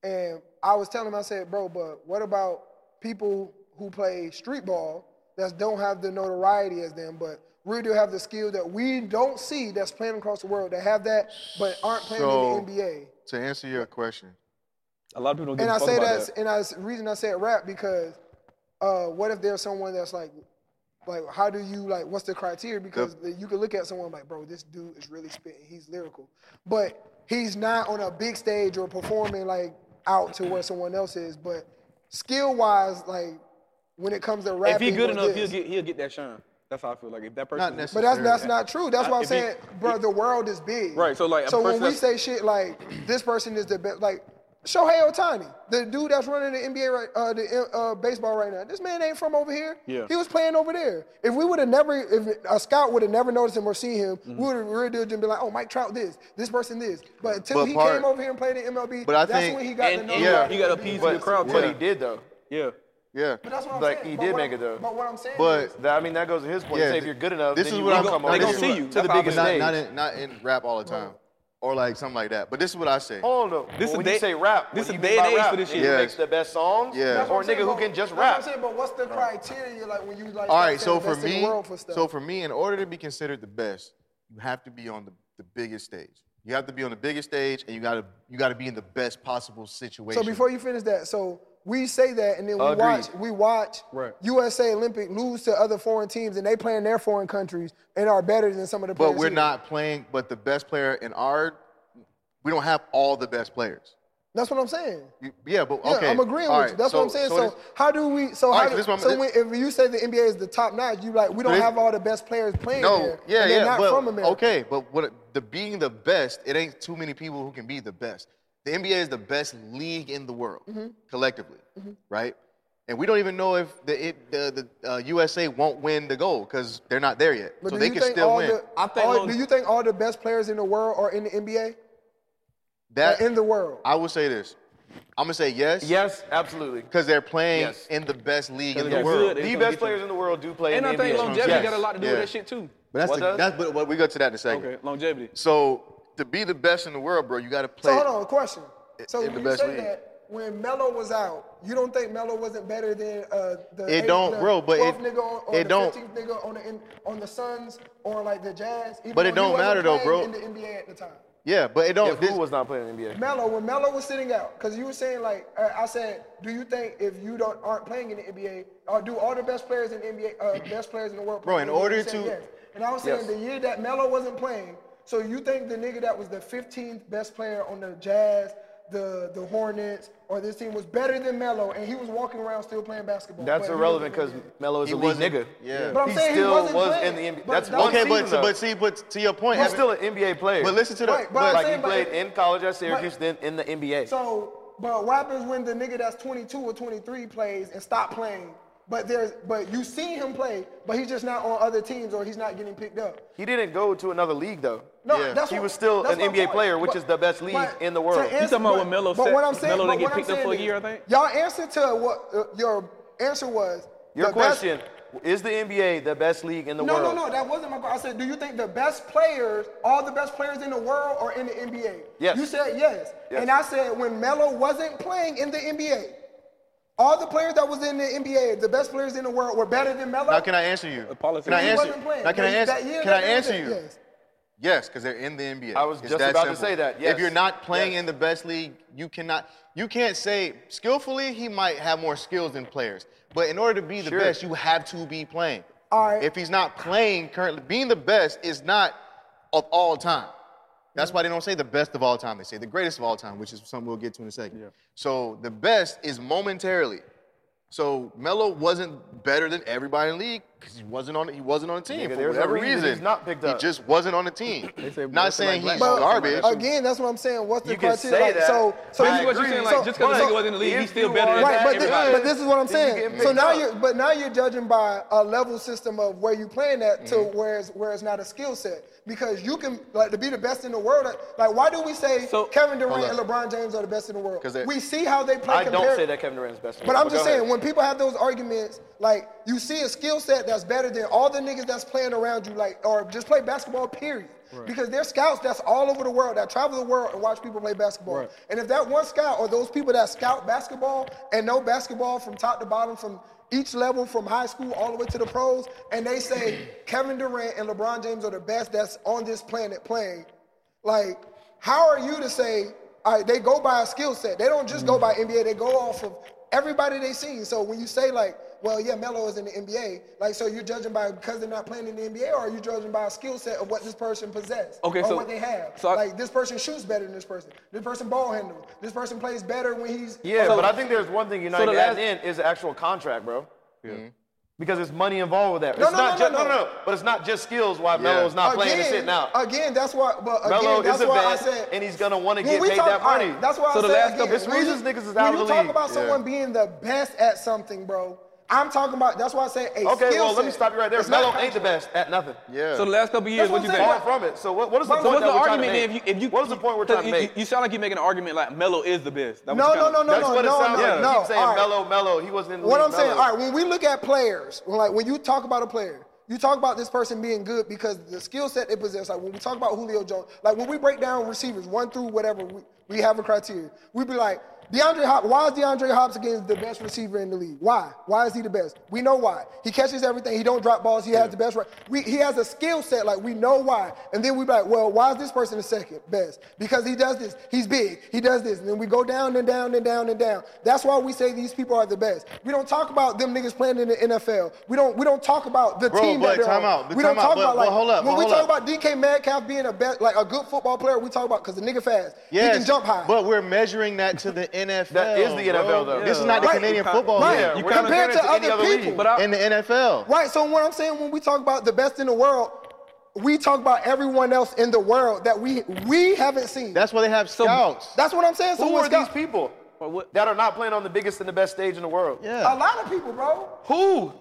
Speaker 1: And I was telling him, I said, bro, but what about people who play street ball that don't have the notoriety as them, but really do have the skill that we don't see that's playing across the world that have that, but aren't playing
Speaker 4: So-
Speaker 1: in the NBA?
Speaker 4: to answer your question.
Speaker 3: A lot of people don't give
Speaker 1: And
Speaker 3: a
Speaker 1: I
Speaker 3: fuck
Speaker 1: say
Speaker 3: about
Speaker 1: that's
Speaker 3: that.
Speaker 1: and I s- reason I said rap because uh, what if there's someone that's like, like how do you like what's the criteria? Because the- you can look at someone like, bro, this dude is really spitting, he's lyrical, but he's not on a big stage or performing like out to where someone else is. But skill wise, like when it comes to
Speaker 3: If
Speaker 1: rapping,
Speaker 3: he good
Speaker 1: or
Speaker 3: enough, he'll
Speaker 1: this-
Speaker 3: get he'll get that shine. That's how I feel. Like if that person.
Speaker 4: Not
Speaker 3: is-
Speaker 4: necessarily.
Speaker 1: But that's
Speaker 4: Fair.
Speaker 1: that's not true. That's why I'm
Speaker 3: if he-
Speaker 1: saying, bro, the world is big.
Speaker 3: Right, so, like, a
Speaker 1: so when
Speaker 3: person
Speaker 1: we
Speaker 3: that's-
Speaker 1: say shit like (clears throat) this person is the best, like Shohei Otani, the dude that's running the NBA right, uh, the uh, baseball right now. This man ain't from over here.
Speaker 3: Yeah.
Speaker 1: He was playing over there. If we would have never, if a scout would have never noticed him or seen him,
Speaker 3: Mm-hmm.
Speaker 1: we would have really done be like, oh, Mike Trout this, this person this. But until
Speaker 4: But
Speaker 1: he
Speaker 4: part-
Speaker 1: came over here and played in MLB,
Speaker 4: But I
Speaker 1: that's
Speaker 4: think-
Speaker 1: when he got
Speaker 3: and,
Speaker 1: the
Speaker 3: and
Speaker 4: Yeah.
Speaker 3: you got to appease your crowd
Speaker 2: But
Speaker 3: too.
Speaker 2: he did though.
Speaker 3: Yeah.
Speaker 4: Yeah.
Speaker 1: But that's what I'm
Speaker 2: Like,
Speaker 1: saying.
Speaker 2: he
Speaker 1: But
Speaker 2: did
Speaker 1: what
Speaker 2: make
Speaker 1: I'm-
Speaker 2: it, though.
Speaker 1: But what I'm saying
Speaker 4: But-
Speaker 1: is,
Speaker 2: That, I mean, that goes to his point.
Speaker 4: Yeah,
Speaker 2: Say if you're good enough,
Speaker 4: this
Speaker 2: then
Speaker 4: is
Speaker 2: you
Speaker 4: what
Speaker 2: will come
Speaker 4: I'm- they
Speaker 2: over
Speaker 4: gonna
Speaker 2: to-
Speaker 3: see you.
Speaker 2: to
Speaker 3: That's
Speaker 2: the
Speaker 3: how I
Speaker 2: biggest
Speaker 3: feel.
Speaker 4: not,
Speaker 2: stage.
Speaker 4: Not in, not in rap all the time, or like something like that. But this is what I say.
Speaker 2: Hold up.
Speaker 3: This
Speaker 2: Well,
Speaker 3: is
Speaker 2: when
Speaker 3: day-
Speaker 2: you say rap,
Speaker 3: this
Speaker 2: what
Speaker 3: is
Speaker 2: do
Speaker 3: day
Speaker 2: you mean
Speaker 3: and
Speaker 2: by
Speaker 3: age
Speaker 2: rap?
Speaker 3: for this
Speaker 2: Nigga
Speaker 3: shit.
Speaker 2: who
Speaker 4: Yes.
Speaker 2: Makes the best songs,
Speaker 4: Yeah.
Speaker 1: that's what
Speaker 2: or
Speaker 1: I'm
Speaker 2: nigga
Speaker 1: saying,
Speaker 2: who
Speaker 1: but-
Speaker 2: can just
Speaker 1: that's what I'm
Speaker 2: rap.
Speaker 1: saying, but what's the criteria like when you like?
Speaker 4: All
Speaker 1: start
Speaker 4: right.
Speaker 1: saying
Speaker 4: So
Speaker 1: the
Speaker 4: for
Speaker 1: best in
Speaker 4: me,
Speaker 1: the world for stuff?
Speaker 4: so for me, in order to be considered the best, you have to be on the, the biggest stage. You have to be on the biggest stage, and you gotta you gotta be in the best possible situation.
Speaker 1: So before you finish that, so we say that, and then we
Speaker 2: Agreed.
Speaker 1: watch we watch
Speaker 3: Right.
Speaker 1: USA Olympic lose to other foreign teams, and they play in their foreign countries and are better than some of the players.
Speaker 4: but we're
Speaker 1: here.
Speaker 4: not playing. But the best player in our, we don't have all the best players.
Speaker 1: That's what I'm saying.
Speaker 4: You- yeah, but
Speaker 1: Yeah,
Speaker 4: okay.
Speaker 1: I'm agreeing
Speaker 4: all
Speaker 1: with you.
Speaker 4: right,
Speaker 1: That's
Speaker 4: so-
Speaker 1: what I'm saying. So,
Speaker 4: this-
Speaker 1: how do we? So how?
Speaker 4: right, so
Speaker 1: do-
Speaker 4: this
Speaker 1: so
Speaker 4: one-
Speaker 1: when, if you say the NBA is the top notch, you like we don't
Speaker 4: this-
Speaker 1: have all the best players playing
Speaker 4: No,
Speaker 1: there.
Speaker 4: yeah,
Speaker 1: and
Speaker 4: yeah,
Speaker 1: They're not
Speaker 4: but
Speaker 1: from America.
Speaker 4: okay, but what the being the best, it ain't too many people who can be the best. The NBA is the best league in the world
Speaker 1: Mm-hmm.
Speaker 4: collectively, right? And we don't even know if the it, the, the uh, USA won't win the gold because they're not there yet,
Speaker 1: But
Speaker 4: so
Speaker 1: do
Speaker 4: they
Speaker 1: you
Speaker 4: can
Speaker 1: think
Speaker 4: still
Speaker 1: all
Speaker 4: win.
Speaker 1: the?
Speaker 3: I think
Speaker 1: all-
Speaker 3: on-
Speaker 1: do you think all the best players in the world are in the NBA?
Speaker 4: that
Speaker 1: Like, in the world.
Speaker 4: I would say this. I'm gonna say yes,
Speaker 2: Yes, absolutely.
Speaker 4: because they're playing
Speaker 2: Yes.
Speaker 4: in the best league
Speaker 3: Because
Speaker 4: in the
Speaker 3: they're
Speaker 4: world.
Speaker 3: good. They
Speaker 2: The
Speaker 3: gonna get you.
Speaker 2: best players in the world do play
Speaker 3: And I
Speaker 2: in the
Speaker 3: think
Speaker 2: NBA.
Speaker 3: longevity
Speaker 2: Yes.
Speaker 3: got a lot to do
Speaker 4: Yeah.
Speaker 3: with that shit too.
Speaker 4: But that's
Speaker 2: What
Speaker 4: the,
Speaker 2: does?
Speaker 4: that's but, but we go to that in a second.
Speaker 3: Okay, longevity.
Speaker 4: So to be the best in the world, bro, you gotta play.
Speaker 1: So hold on, question. So
Speaker 4: in
Speaker 1: when
Speaker 4: the
Speaker 1: you
Speaker 4: best
Speaker 1: say
Speaker 4: league.
Speaker 1: that when Melo was out, you don't think Melo wasn't better than uh, the
Speaker 4: It
Speaker 1: eighth-
Speaker 4: don't,
Speaker 1: the
Speaker 4: bro, but
Speaker 1: 12th
Speaker 4: it-
Speaker 1: nigga on, or
Speaker 4: it
Speaker 1: the
Speaker 4: don't.
Speaker 1: 15th nigga on the in- on the Suns or like the Jazz. even
Speaker 4: But it
Speaker 1: though he
Speaker 4: don't
Speaker 1: wasn't
Speaker 4: matter, though,
Speaker 1: playing
Speaker 4: bro.
Speaker 1: In the NBA at the time,
Speaker 4: Yeah, but it don't.
Speaker 2: If who
Speaker 4: this-
Speaker 2: was not playing in the NBA?
Speaker 1: Melo when Melo was sitting out, because you were saying like uh, I said, do you think if you don't aren't playing in the NBA, or do all the best players in the NBA, uh, best players in the world?
Speaker 4: Bro,
Speaker 1: play
Speaker 4: in
Speaker 1: the NBA?
Speaker 4: order
Speaker 1: You said
Speaker 4: to-
Speaker 1: yes. and I was saying
Speaker 2: Yes.
Speaker 1: the year that Melo wasn't playing, so you think the nigga that was the 15th best player on the Jazz, the the Hornets or this team was better than Melo, and he was walking around still playing basketball.
Speaker 2: That's
Speaker 1: But he
Speaker 2: irrelevant because
Speaker 1: wasn't playing.
Speaker 2: Melo is
Speaker 4: He
Speaker 2: a league
Speaker 4: wasn't-
Speaker 2: nigga.
Speaker 4: yeah.
Speaker 1: But I'm
Speaker 2: he
Speaker 1: saying he
Speaker 2: still
Speaker 1: wasn't
Speaker 2: was
Speaker 1: playing.
Speaker 2: in the NBA.
Speaker 1: But
Speaker 2: That's
Speaker 1: that-
Speaker 2: one
Speaker 4: Okay, but
Speaker 2: season, though.
Speaker 4: but see, but to your point,
Speaker 2: He's
Speaker 4: Evan-
Speaker 2: still an NBA player.
Speaker 4: but listen to the
Speaker 1: Right, but I'm
Speaker 4: but,
Speaker 2: like he
Speaker 1: saying, but-
Speaker 2: played in college at Syracuse, then in the NBA.
Speaker 1: So, but what happens when the nigga that's 22 or 23 plays and stop playing? But there's, but you see him play, but he's just not on other teams or he's not getting picked up.
Speaker 2: he didn't go to another league though.
Speaker 1: No,
Speaker 4: Yeah.
Speaker 1: that's
Speaker 2: He
Speaker 1: what-
Speaker 2: was still
Speaker 1: that's
Speaker 2: an
Speaker 1: my
Speaker 2: NBA
Speaker 1: point.
Speaker 2: player, which
Speaker 1: But-
Speaker 2: is the best league
Speaker 1: but
Speaker 2: in the
Speaker 1: to
Speaker 2: world. You
Speaker 1: answer-
Speaker 5: talking about
Speaker 1: but-
Speaker 5: when Melo
Speaker 1: but
Speaker 5: said-
Speaker 1: what I'm saying,
Speaker 5: Melo
Speaker 1: but
Speaker 5: didn't get
Speaker 1: what I'm
Speaker 5: picked up
Speaker 1: saying
Speaker 5: for a
Speaker 1: is,
Speaker 5: year, I think?
Speaker 1: Y'all answer to what uh, your answer was.
Speaker 2: Your
Speaker 1: the best-
Speaker 2: question is the NBA the best league in the
Speaker 1: no,
Speaker 2: world?
Speaker 1: no, no, that wasn't my question. I said, do you think the best players, all the best players in the world, are in the NBA?
Speaker 2: Yes.
Speaker 1: You said yes.
Speaker 2: Yes.
Speaker 1: And I said when Melo wasn't playing in the NBA, all the players that was in the NBA, the best players in the world, were better than Melo.
Speaker 4: now can I answer you?
Speaker 3: Apologize.
Speaker 4: Can I
Speaker 1: He
Speaker 4: answer?
Speaker 1: wasn't playing.
Speaker 4: Now can I
Speaker 1: That-
Speaker 4: answer?
Speaker 1: that year
Speaker 4: Can I
Speaker 1: that they
Speaker 4: answer
Speaker 1: did,
Speaker 4: you?
Speaker 1: yes.
Speaker 4: Yes, because they're in the NBA.
Speaker 2: I was
Speaker 4: It's
Speaker 2: just
Speaker 4: that
Speaker 2: about to
Speaker 4: simple.
Speaker 2: say that,
Speaker 4: If
Speaker 2: yes.
Speaker 4: you're not playing
Speaker 2: Yes.
Speaker 4: in the best league, you cannot. You can't say skillfully he might have more skills than players, but in order to be the
Speaker 2: Sure.
Speaker 4: best, you have to be playing.
Speaker 1: All right.
Speaker 4: If he's not playing currently, being the best is not of all time. That's why they don't say the best of all time. They say the greatest of all time, which is something we'll get to in a second. So the best is momentarily. So Melo wasn't better than everybody in the league because he wasn't on he wasn't on the team
Speaker 2: Nigga,
Speaker 4: for
Speaker 2: there's a
Speaker 4: whatever
Speaker 2: reason
Speaker 4: reason.
Speaker 2: he's not picked up.
Speaker 4: He just wasn't on the team.
Speaker 3: say
Speaker 4: not
Speaker 3: that's
Speaker 4: saying
Speaker 3: like
Speaker 4: he's
Speaker 3: black-
Speaker 1: But
Speaker 4: garbage.
Speaker 1: again, that's what I'm saying. What's the
Speaker 2: You can
Speaker 1: criteria?
Speaker 2: say
Speaker 1: Like,
Speaker 2: that.
Speaker 1: So, so
Speaker 2: I
Speaker 1: you-
Speaker 2: agree.
Speaker 5: what you're saying,
Speaker 1: so-
Speaker 5: like, just because
Speaker 1: so-
Speaker 5: the nigga wasn't in the league,
Speaker 2: if
Speaker 5: he's still
Speaker 2: you
Speaker 5: better
Speaker 2: are-
Speaker 5: than
Speaker 1: Right, but this,
Speaker 5: everybody.
Speaker 1: but this is what I'm
Speaker 2: Then you
Speaker 1: saying.
Speaker 2: getting
Speaker 1: So
Speaker 2: picked
Speaker 1: now
Speaker 2: up.
Speaker 1: you're, but now you're judging by a level system of where you playing at to
Speaker 2: Mm-hmm.
Speaker 1: where it's, where it's not a skill set because you can like to be the best in the world. Like why do we say
Speaker 5: So-
Speaker 1: Kevin Durant
Speaker 4: Hold
Speaker 1: and
Speaker 4: up.
Speaker 1: LeBron James are the best in the world?
Speaker 4: 'Cause they-
Speaker 1: We see how they play.
Speaker 2: I don't
Speaker 1: compared-
Speaker 2: say that Kevin Durant's best. in the
Speaker 1: But
Speaker 2: world,
Speaker 1: I'm just
Speaker 2: go ahead.
Speaker 1: saying, when people have those arguments, like you see a skill set that's better than all the niggas that's playing around you, like or just play basketball, period. Because there's scouts that's all over the world that travel the world and watch people play basketball. And if that one scout or those people that scout basketball and know basketball from top to bottom, from each level, from high school all the way to the pros, and they say (clears throat) Kevin Durant and LeBron James are the best that's on this planet playing, like, how are you to say, all right, they go by a skill set? They don't just go by NBA, they go off of everybody they seen. So when you say, like, well, yeah, Melo is in the NBA, like, so you're judging by because they're not playing in the NBA, or are you judging by a skill set of what this person possesses?
Speaker 5: Okay,
Speaker 1: or
Speaker 5: so-
Speaker 1: what they have.
Speaker 5: so I-
Speaker 1: like, this person shoots better than this person. This person ball handles. This person plays better when he's.
Speaker 2: Yeah,
Speaker 5: So-
Speaker 2: but I think there's one thing you're not
Speaker 5: so the
Speaker 2: even adding
Speaker 5: last-
Speaker 2: in is the actual contract, bro. Because there's money involved with that. it's
Speaker 1: no,
Speaker 2: not
Speaker 1: no,
Speaker 2: just,
Speaker 1: no,
Speaker 2: no,
Speaker 1: no.
Speaker 2: no, But it's not just skills why Melo's not playing and sitting out.
Speaker 1: Again, that's why. But again,
Speaker 2: Melo
Speaker 1: that's
Speaker 2: is a
Speaker 1: why I
Speaker 2: vet,
Speaker 1: said,
Speaker 2: and he's gonna want to
Speaker 1: When
Speaker 2: get
Speaker 1: we
Speaker 2: paid
Speaker 1: talk-
Speaker 2: that money.
Speaker 1: alright, that's why
Speaker 5: So
Speaker 1: I
Speaker 5: the
Speaker 1: said
Speaker 5: last
Speaker 1: again,
Speaker 5: couple- it's
Speaker 1: when
Speaker 2: reasons
Speaker 1: you-
Speaker 2: niggas is
Speaker 1: when
Speaker 2: out of
Speaker 1: you
Speaker 2: the
Speaker 1: talk
Speaker 2: league.
Speaker 1: about someone being the best at something, bro, I'm talking about. That's why I say a
Speaker 2: okay,
Speaker 1: skill
Speaker 2: well, let me
Speaker 1: set.
Speaker 2: stop you right there.
Speaker 1: It's not
Speaker 2: Melo ain't the
Speaker 1: contract.
Speaker 2: best at nothing.
Speaker 4: yeah.
Speaker 5: So the last couple years,
Speaker 1: That's what
Speaker 5: what you
Speaker 1: I'm
Speaker 5: think?
Speaker 1: saying,
Speaker 2: Far from it. So what, what is the
Speaker 1: So
Speaker 2: point
Speaker 5: So what's
Speaker 2: that
Speaker 5: the
Speaker 2: we're trying to
Speaker 5: argument then? If
Speaker 2: make?
Speaker 5: you, if you,
Speaker 2: what is the point we're trying to
Speaker 5: you,
Speaker 2: make?
Speaker 5: You, you sound like you're making an argument like Melo is the best. That
Speaker 1: No,
Speaker 5: what you
Speaker 1: no,
Speaker 5: kinda-
Speaker 1: no, no,
Speaker 2: That's
Speaker 1: no,
Speaker 2: what it
Speaker 1: no,
Speaker 2: sounds
Speaker 1: no,
Speaker 2: like.
Speaker 1: no.
Speaker 2: You keep saying
Speaker 1: alright.
Speaker 2: Melo, Melo. He wasn't in the
Speaker 1: What
Speaker 2: league,
Speaker 1: I'm saying,
Speaker 2: Melo.
Speaker 1: all right, when we look at players, when, like when you talk about a player, you talk about this person being good because the skill set they possess. Like when we talk about Julio Jones, like when we break down receivers, one through whatever, we, we have a criteria. We'd be like, DeAndre Hop, why is DeAndre Hopkins the best receiver in the league? Why? Why is he the best? We know why. He catches everything. He don't drop balls. He has the best. Right. We, he has a skill set. Like we know why. And then we be like, well, why is this person the second best? Because he does this. He's big. He does this. And then we go down and down and down and down. That's why we say these people are the best. We don't talk about them niggas playing in the NFL. We don't. We don't talk about the
Speaker 4: Bro,
Speaker 1: team
Speaker 4: but
Speaker 1: that they're
Speaker 4: time
Speaker 1: on.
Speaker 4: out. But
Speaker 1: We don't
Speaker 4: time out.
Speaker 1: talk
Speaker 4: But-
Speaker 1: about like
Speaker 4: but hold up,
Speaker 1: when
Speaker 4: but
Speaker 1: we
Speaker 4: hold
Speaker 1: talk
Speaker 4: up.
Speaker 1: about DK Metcalf being a best, like a good football player. We talk about because the nigga fast.
Speaker 4: Yes,
Speaker 1: he can jump high.
Speaker 4: But we're measuring that to the (laughs) NFL.
Speaker 2: That is the
Speaker 4: bro.
Speaker 2: NFL, though.
Speaker 4: This is not the
Speaker 1: Oh, Right.
Speaker 4: Canadian football
Speaker 1: Right.
Speaker 4: league.
Speaker 2: Yeah,
Speaker 1: You
Speaker 2: we're not
Speaker 1: compared
Speaker 2: comparing it
Speaker 1: to
Speaker 2: any
Speaker 1: other
Speaker 2: league.
Speaker 1: people.
Speaker 5: But I,
Speaker 4: in the NFL.
Speaker 1: Right. So what I'm saying when we talk about the best in the world, we talk about everyone else in the world that we we haven't seen.
Speaker 4: That's why they have scouts.
Speaker 1: That's what I'm saying. So
Speaker 2: Who
Speaker 1: when
Speaker 2: are
Speaker 1: Scott-
Speaker 2: these people
Speaker 5: what-
Speaker 2: that are not playing on the biggest and the best stage in the world?
Speaker 1: A
Speaker 4: yeah.
Speaker 1: lot of people, bro.
Speaker 2: Who?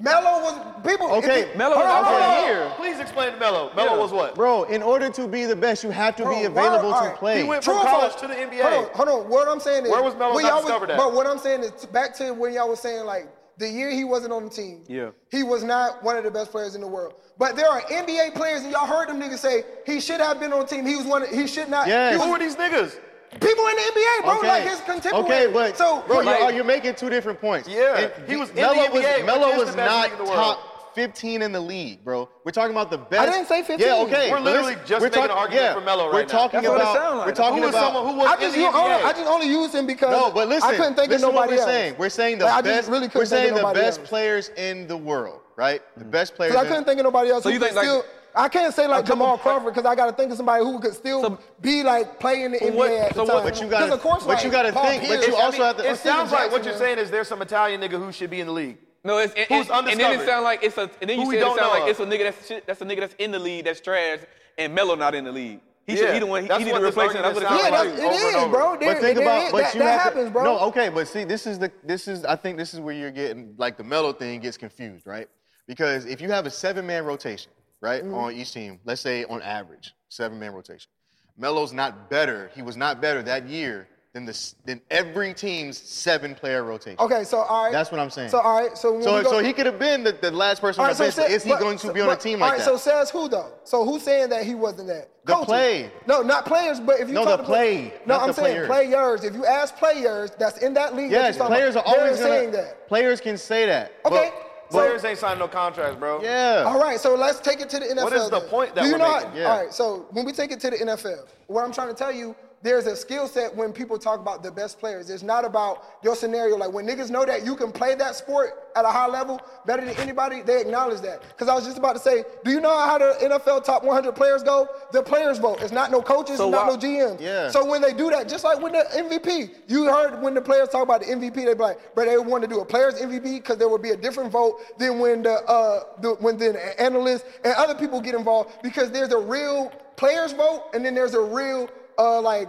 Speaker 1: Melo was people.
Speaker 4: Okay,
Speaker 1: if you-
Speaker 5: Melo
Speaker 1: Hold
Speaker 5: was
Speaker 1: on,
Speaker 5: out
Speaker 1: hold on,
Speaker 5: there
Speaker 1: hold on.
Speaker 2: Here, please explain to Melo. Melo
Speaker 5: Yeah.
Speaker 2: was what?
Speaker 4: Bro, in order to be the best, you have to
Speaker 1: Bro,
Speaker 4: be
Speaker 1: why-
Speaker 4: available
Speaker 1: all
Speaker 4: to
Speaker 1: right.
Speaker 4: play.
Speaker 2: He went
Speaker 1: True
Speaker 2: from
Speaker 1: or
Speaker 2: college
Speaker 1: false?
Speaker 2: to the NBA.
Speaker 1: Hold on, hold on. What I'm saying is,
Speaker 2: Where was Melo
Speaker 1: when
Speaker 2: not
Speaker 1: y'all
Speaker 2: discovered at?
Speaker 1: But what I'm saying is, back to when y'all was saying like the year he wasn't on the team.
Speaker 3: Yeah.
Speaker 1: He was not one of the best players in the world. But there are NBA players, and y'all heard them niggas say he should have been on the team. He was one. Of, he should not.
Speaker 4: Yes.
Speaker 1: he was
Speaker 2: Who are these niggas?
Speaker 1: people in the NBA, bro, like his contemporary.
Speaker 4: Okay, but
Speaker 1: so
Speaker 4: bro,
Speaker 1: like,
Speaker 4: you're, you're making two different points.
Speaker 2: Yeah,
Speaker 4: And
Speaker 2: he was in the
Speaker 4: Melo
Speaker 2: NBA, which
Speaker 4: Was, Melo
Speaker 2: is the best
Speaker 4: was not
Speaker 2: league in the world.
Speaker 4: top 15 in the league, bro. We're talking about the best.
Speaker 1: didn't say 15.
Speaker 4: Yeah, okay.
Speaker 2: We're literally just making an argument
Speaker 4: yeah,
Speaker 2: for Melo right
Speaker 4: We're
Speaker 2: now.
Speaker 4: talking
Speaker 5: That's what it
Speaker 4: about.
Speaker 5: sound like.
Speaker 4: We're talking
Speaker 2: Who is
Speaker 4: about
Speaker 2: someone who was
Speaker 1: I just
Speaker 2: in
Speaker 1: you-
Speaker 2: the
Speaker 1: I only,
Speaker 2: NBA?
Speaker 1: I just only used him because
Speaker 4: No, but listen.
Speaker 1: I couldn't think of
Speaker 4: listen to what
Speaker 1: nobody
Speaker 4: we're
Speaker 1: else.
Speaker 4: Saying. We're saying the
Speaker 1: Like, I
Speaker 4: best.
Speaker 1: just really couldn't
Speaker 4: we're saying
Speaker 1: think of
Speaker 4: the
Speaker 1: nobody
Speaker 4: best
Speaker 1: else. Mm-hmm.
Speaker 4: players in the world, right? The best players.
Speaker 1: Because I
Speaker 4: in-
Speaker 1: couldn't think of nobody else.
Speaker 5: So
Speaker 1: who
Speaker 5: you
Speaker 1: could
Speaker 5: think, like-
Speaker 1: still, I can't say
Speaker 4: Oh,
Speaker 1: like Jamal Crawford because I got to think of somebody who could still be like playing the NBA
Speaker 5: what-
Speaker 1: at
Speaker 5: so
Speaker 1: the
Speaker 5: what-
Speaker 1: time.
Speaker 4: But you gotta-
Speaker 1: 'Cause of course,
Speaker 4: but
Speaker 1: like,
Speaker 4: you gotta
Speaker 1: Paul
Speaker 4: think, but
Speaker 1: Pierce-
Speaker 4: you
Speaker 1: I mean,
Speaker 4: also have to-
Speaker 2: It
Speaker 1: or Steven
Speaker 2: sounds like what
Speaker 1: Jackson,
Speaker 2: you're
Speaker 1: man.
Speaker 2: saying is there's some Italian nigga who should be in the league.
Speaker 5: No, it's and,
Speaker 2: Who's
Speaker 5: and- and then it
Speaker 2: undiscovered?
Speaker 5: sound like it's a and then
Speaker 2: Who
Speaker 5: you
Speaker 2: we
Speaker 5: said it
Speaker 2: don't
Speaker 5: sound
Speaker 2: know
Speaker 5: like it's a
Speaker 2: of.
Speaker 5: nigga that's shit- that's a nigga that's in the league that's trash and Melo not in the league. He
Speaker 2: Yeah,
Speaker 5: should he the one he,
Speaker 2: that's
Speaker 5: he need
Speaker 2: what
Speaker 5: to
Speaker 2: this
Speaker 5: replace him. That's what it
Speaker 2: argument
Speaker 1: Yeah,
Speaker 5: sound
Speaker 2: sounds like.
Speaker 1: that's,
Speaker 5: like.
Speaker 1: it
Speaker 2: Over and
Speaker 1: is,
Speaker 2: over.
Speaker 1: bro. There-
Speaker 4: But think
Speaker 1: there-
Speaker 4: about,
Speaker 1: that,
Speaker 4: but
Speaker 1: that,
Speaker 4: you have to-
Speaker 1: happens, bro.
Speaker 4: No, okay, but see, this is the this is I think this is where you're getting like the mellow thing gets confused, right? Because if you have a seven man rotation, right,
Speaker 1: Mm-hmm.
Speaker 4: on each team, let's say on average seven man rotation, Melo's not better. He was not better that year than the s- than every team's seven player rotation.
Speaker 1: Okay, so all right.
Speaker 4: That's what I'm saying.
Speaker 1: So all right, so when
Speaker 4: So,
Speaker 1: we go,
Speaker 4: so he could have been the, the last person
Speaker 1: All
Speaker 4: on
Speaker 1: right,
Speaker 4: the bench.
Speaker 1: so
Speaker 4: but
Speaker 1: sa-
Speaker 4: is he
Speaker 1: but-
Speaker 4: going to
Speaker 1: so-
Speaker 4: be on a
Speaker 1: but-
Speaker 4: team like
Speaker 1: all
Speaker 4: that?
Speaker 1: right, so says who though? So who's saying that he wasn't that?
Speaker 4: The
Speaker 1: Coaches.
Speaker 4: play.
Speaker 1: No, not players. But if you
Speaker 4: No,
Speaker 1: talk
Speaker 4: the
Speaker 1: about-
Speaker 4: play,
Speaker 1: No,
Speaker 4: not
Speaker 1: I'm
Speaker 4: the
Speaker 1: saying
Speaker 4: players.
Speaker 1: players. If you ask players that's in that league, that
Speaker 4: yes,
Speaker 1: you're talking
Speaker 4: players are
Speaker 1: about, they're
Speaker 4: always gonna-
Speaker 1: saying that.
Speaker 4: Players can say that.
Speaker 1: Okay,
Speaker 4: but-
Speaker 1: so-
Speaker 2: Players ain't signing no contracts, bro.
Speaker 4: yeah.
Speaker 1: All right, so let's take it to the NFL.
Speaker 2: What is the
Speaker 1: then.
Speaker 2: point that
Speaker 1: Do you
Speaker 2: we're
Speaker 1: know?
Speaker 2: making?
Speaker 4: Yeah.
Speaker 1: All right, so when we take it to the NFL, what I'm trying to tell you, there's a skill set when people talk about the best players. It's not about your scenario. Like when niggas know that you can play that sport at a high level better than anybody, they acknowledge that. Because I was just about to say, do you know how the NFL top 100 players go? The players vote. It's not no coaches, it's not
Speaker 5: why-
Speaker 1: no GMs.
Speaker 4: Yeah.
Speaker 1: So when they do that, just like with the MVP, you heard when the players talk about the MVP, they be like, but they want to do a players MVP because there would be a different vote than when the, uh, the when the analysts and other people get involved because there's a real players vote and then there's a real uh, like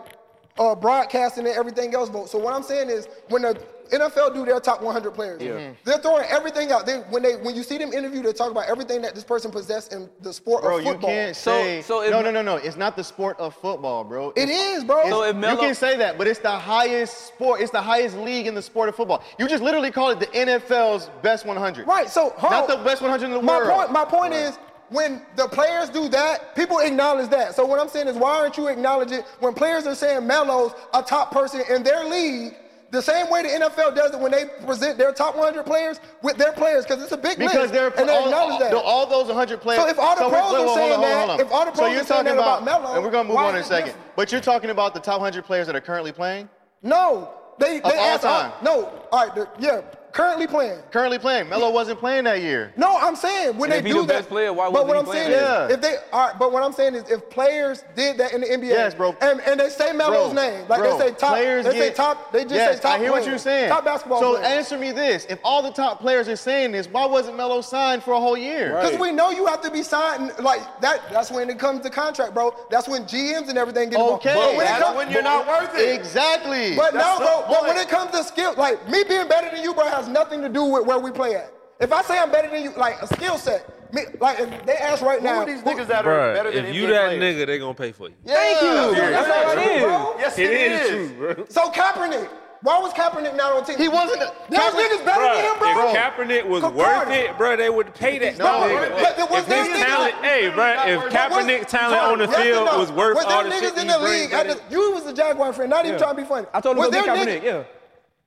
Speaker 1: uh, broadcasting and everything else vote. So what I'm saying is when the NFL do their top 100 players.
Speaker 5: Mm-hmm.
Speaker 1: They're throwing everything out. They, when they when you see them interview, they talk about everything that this person possessed in the sport
Speaker 4: Bro,
Speaker 1: of
Speaker 4: you
Speaker 1: football.
Speaker 4: can't
Speaker 5: So-
Speaker 4: say.
Speaker 5: so if-
Speaker 4: no, no, no, no. It's not the sport of football, bro.
Speaker 1: It is, bro.
Speaker 4: it's-
Speaker 5: So if Melo-
Speaker 4: you can say that, but it's the highest sport. It's the highest league in the sport of football. You just literally call it the NFL's best 100.
Speaker 1: Right. So hold
Speaker 4: not
Speaker 1: on.
Speaker 4: the best 100 in the
Speaker 1: my
Speaker 4: world.
Speaker 1: Point, my point is when the players do that, people acknowledge that. So what I'm saying is, why aren't you acknowledging it when players are saying Melo's a top person in their league? The same way the NFL does it when they present their top 100 players with their players, because it's a big
Speaker 4: Because
Speaker 1: list,
Speaker 4: they're
Speaker 1: and they
Speaker 4: all,
Speaker 1: acknowledge that.
Speaker 4: all- all those 100 players.
Speaker 1: So if all the
Speaker 4: we're-
Speaker 1: pros are
Speaker 4: hold on,
Speaker 1: saying
Speaker 4: hold on,
Speaker 1: that-
Speaker 4: hold on.
Speaker 1: if all the
Speaker 4: so
Speaker 1: pros
Speaker 4: you're
Speaker 1: are saying
Speaker 4: talking
Speaker 1: that about Melo,
Speaker 4: and we're gonna move
Speaker 1: why
Speaker 4: on in a
Speaker 1: is it
Speaker 4: second.
Speaker 1: different?
Speaker 4: But you're talking about the top 100 players that are currently playing,
Speaker 1: no, they they
Speaker 4: all
Speaker 1: ask all-
Speaker 4: time.
Speaker 1: no, all right, the- yeah, currently playing.
Speaker 4: currently playing. Melo wasn't playing that year.
Speaker 1: No, I'm saying when
Speaker 5: And
Speaker 1: they
Speaker 5: if
Speaker 1: do
Speaker 5: he the
Speaker 1: that.
Speaker 5: best player, why
Speaker 1: but
Speaker 5: wasn't
Speaker 1: what
Speaker 5: he
Speaker 1: I'm
Speaker 5: playing
Speaker 1: saying
Speaker 4: that?
Speaker 1: is, if they all right, but what I'm saying is, if players did that in the NBA,
Speaker 4: Yes, bro.
Speaker 1: and, and they say Melo's
Speaker 4: Bro,
Speaker 1: name, like
Speaker 4: bro,
Speaker 1: they say top,
Speaker 4: players
Speaker 1: they say
Speaker 4: get-
Speaker 1: top, they just
Speaker 4: yes,
Speaker 1: say top.
Speaker 4: I hear what
Speaker 1: player,
Speaker 4: you're saying.
Speaker 1: Top basketball
Speaker 4: So
Speaker 1: player.
Speaker 4: answer me this: If all the top players are saying this, why wasn't Melo signed for a whole year?
Speaker 1: Because we know you have to be signed like that. That's when it comes to contract, bro. That's when GMs and everything get involved.
Speaker 4: Okay.
Speaker 1: but when, it
Speaker 4: That's
Speaker 1: comes-
Speaker 2: when you're not worth it.
Speaker 4: Exactly.
Speaker 1: But no,
Speaker 2: That's
Speaker 1: bro.
Speaker 2: the
Speaker 1: But when
Speaker 2: point.
Speaker 1: it comes to skill, like me being better than you, bro, has nothing to do with where we play at. If I say I'm better than you, like a skill set, me, like if they ask right
Speaker 2: Who
Speaker 1: now,
Speaker 2: are these
Speaker 1: who-
Speaker 2: niggas that are
Speaker 8: Bruh,
Speaker 2: better than
Speaker 8: if you
Speaker 2: NBA
Speaker 8: that
Speaker 2: players?
Speaker 8: nigga, they gonna pay for you.
Speaker 5: Thank you.
Speaker 1: That's all
Speaker 5: That's
Speaker 1: it is, bro.
Speaker 2: Yes,
Speaker 8: it is,
Speaker 2: is.
Speaker 8: true, bro.
Speaker 1: So Kaepernick, why was Kaepernick not on team?
Speaker 4: He wasn't a-
Speaker 1: Those
Speaker 4: Kaepernick-
Speaker 1: niggas better than him, bro.
Speaker 8: If Kaepernick was
Speaker 1: Come
Speaker 8: worth
Speaker 1: on.
Speaker 8: it, bro, they would pay that.
Speaker 1: No,
Speaker 8: nigga.
Speaker 1: but there was
Speaker 8: if his
Speaker 1: no nigga-
Speaker 8: talent, hey, bro, if
Speaker 1: But was-
Speaker 8: Kaepernick talent on the
Speaker 1: Yes or
Speaker 8: field
Speaker 1: no?
Speaker 8: was worth
Speaker 1: was there
Speaker 8: all the
Speaker 1: niggas
Speaker 8: shit
Speaker 1: in
Speaker 8: he
Speaker 1: the
Speaker 8: brings,
Speaker 1: league.
Speaker 8: bro,
Speaker 1: At
Speaker 8: they-
Speaker 1: the, you was a Jaguar friend, not even trying to be funny.
Speaker 5: I told him
Speaker 1: was
Speaker 5: to go
Speaker 1: there
Speaker 5: get Kaepernick.
Speaker 1: niggas-
Speaker 5: Yeah.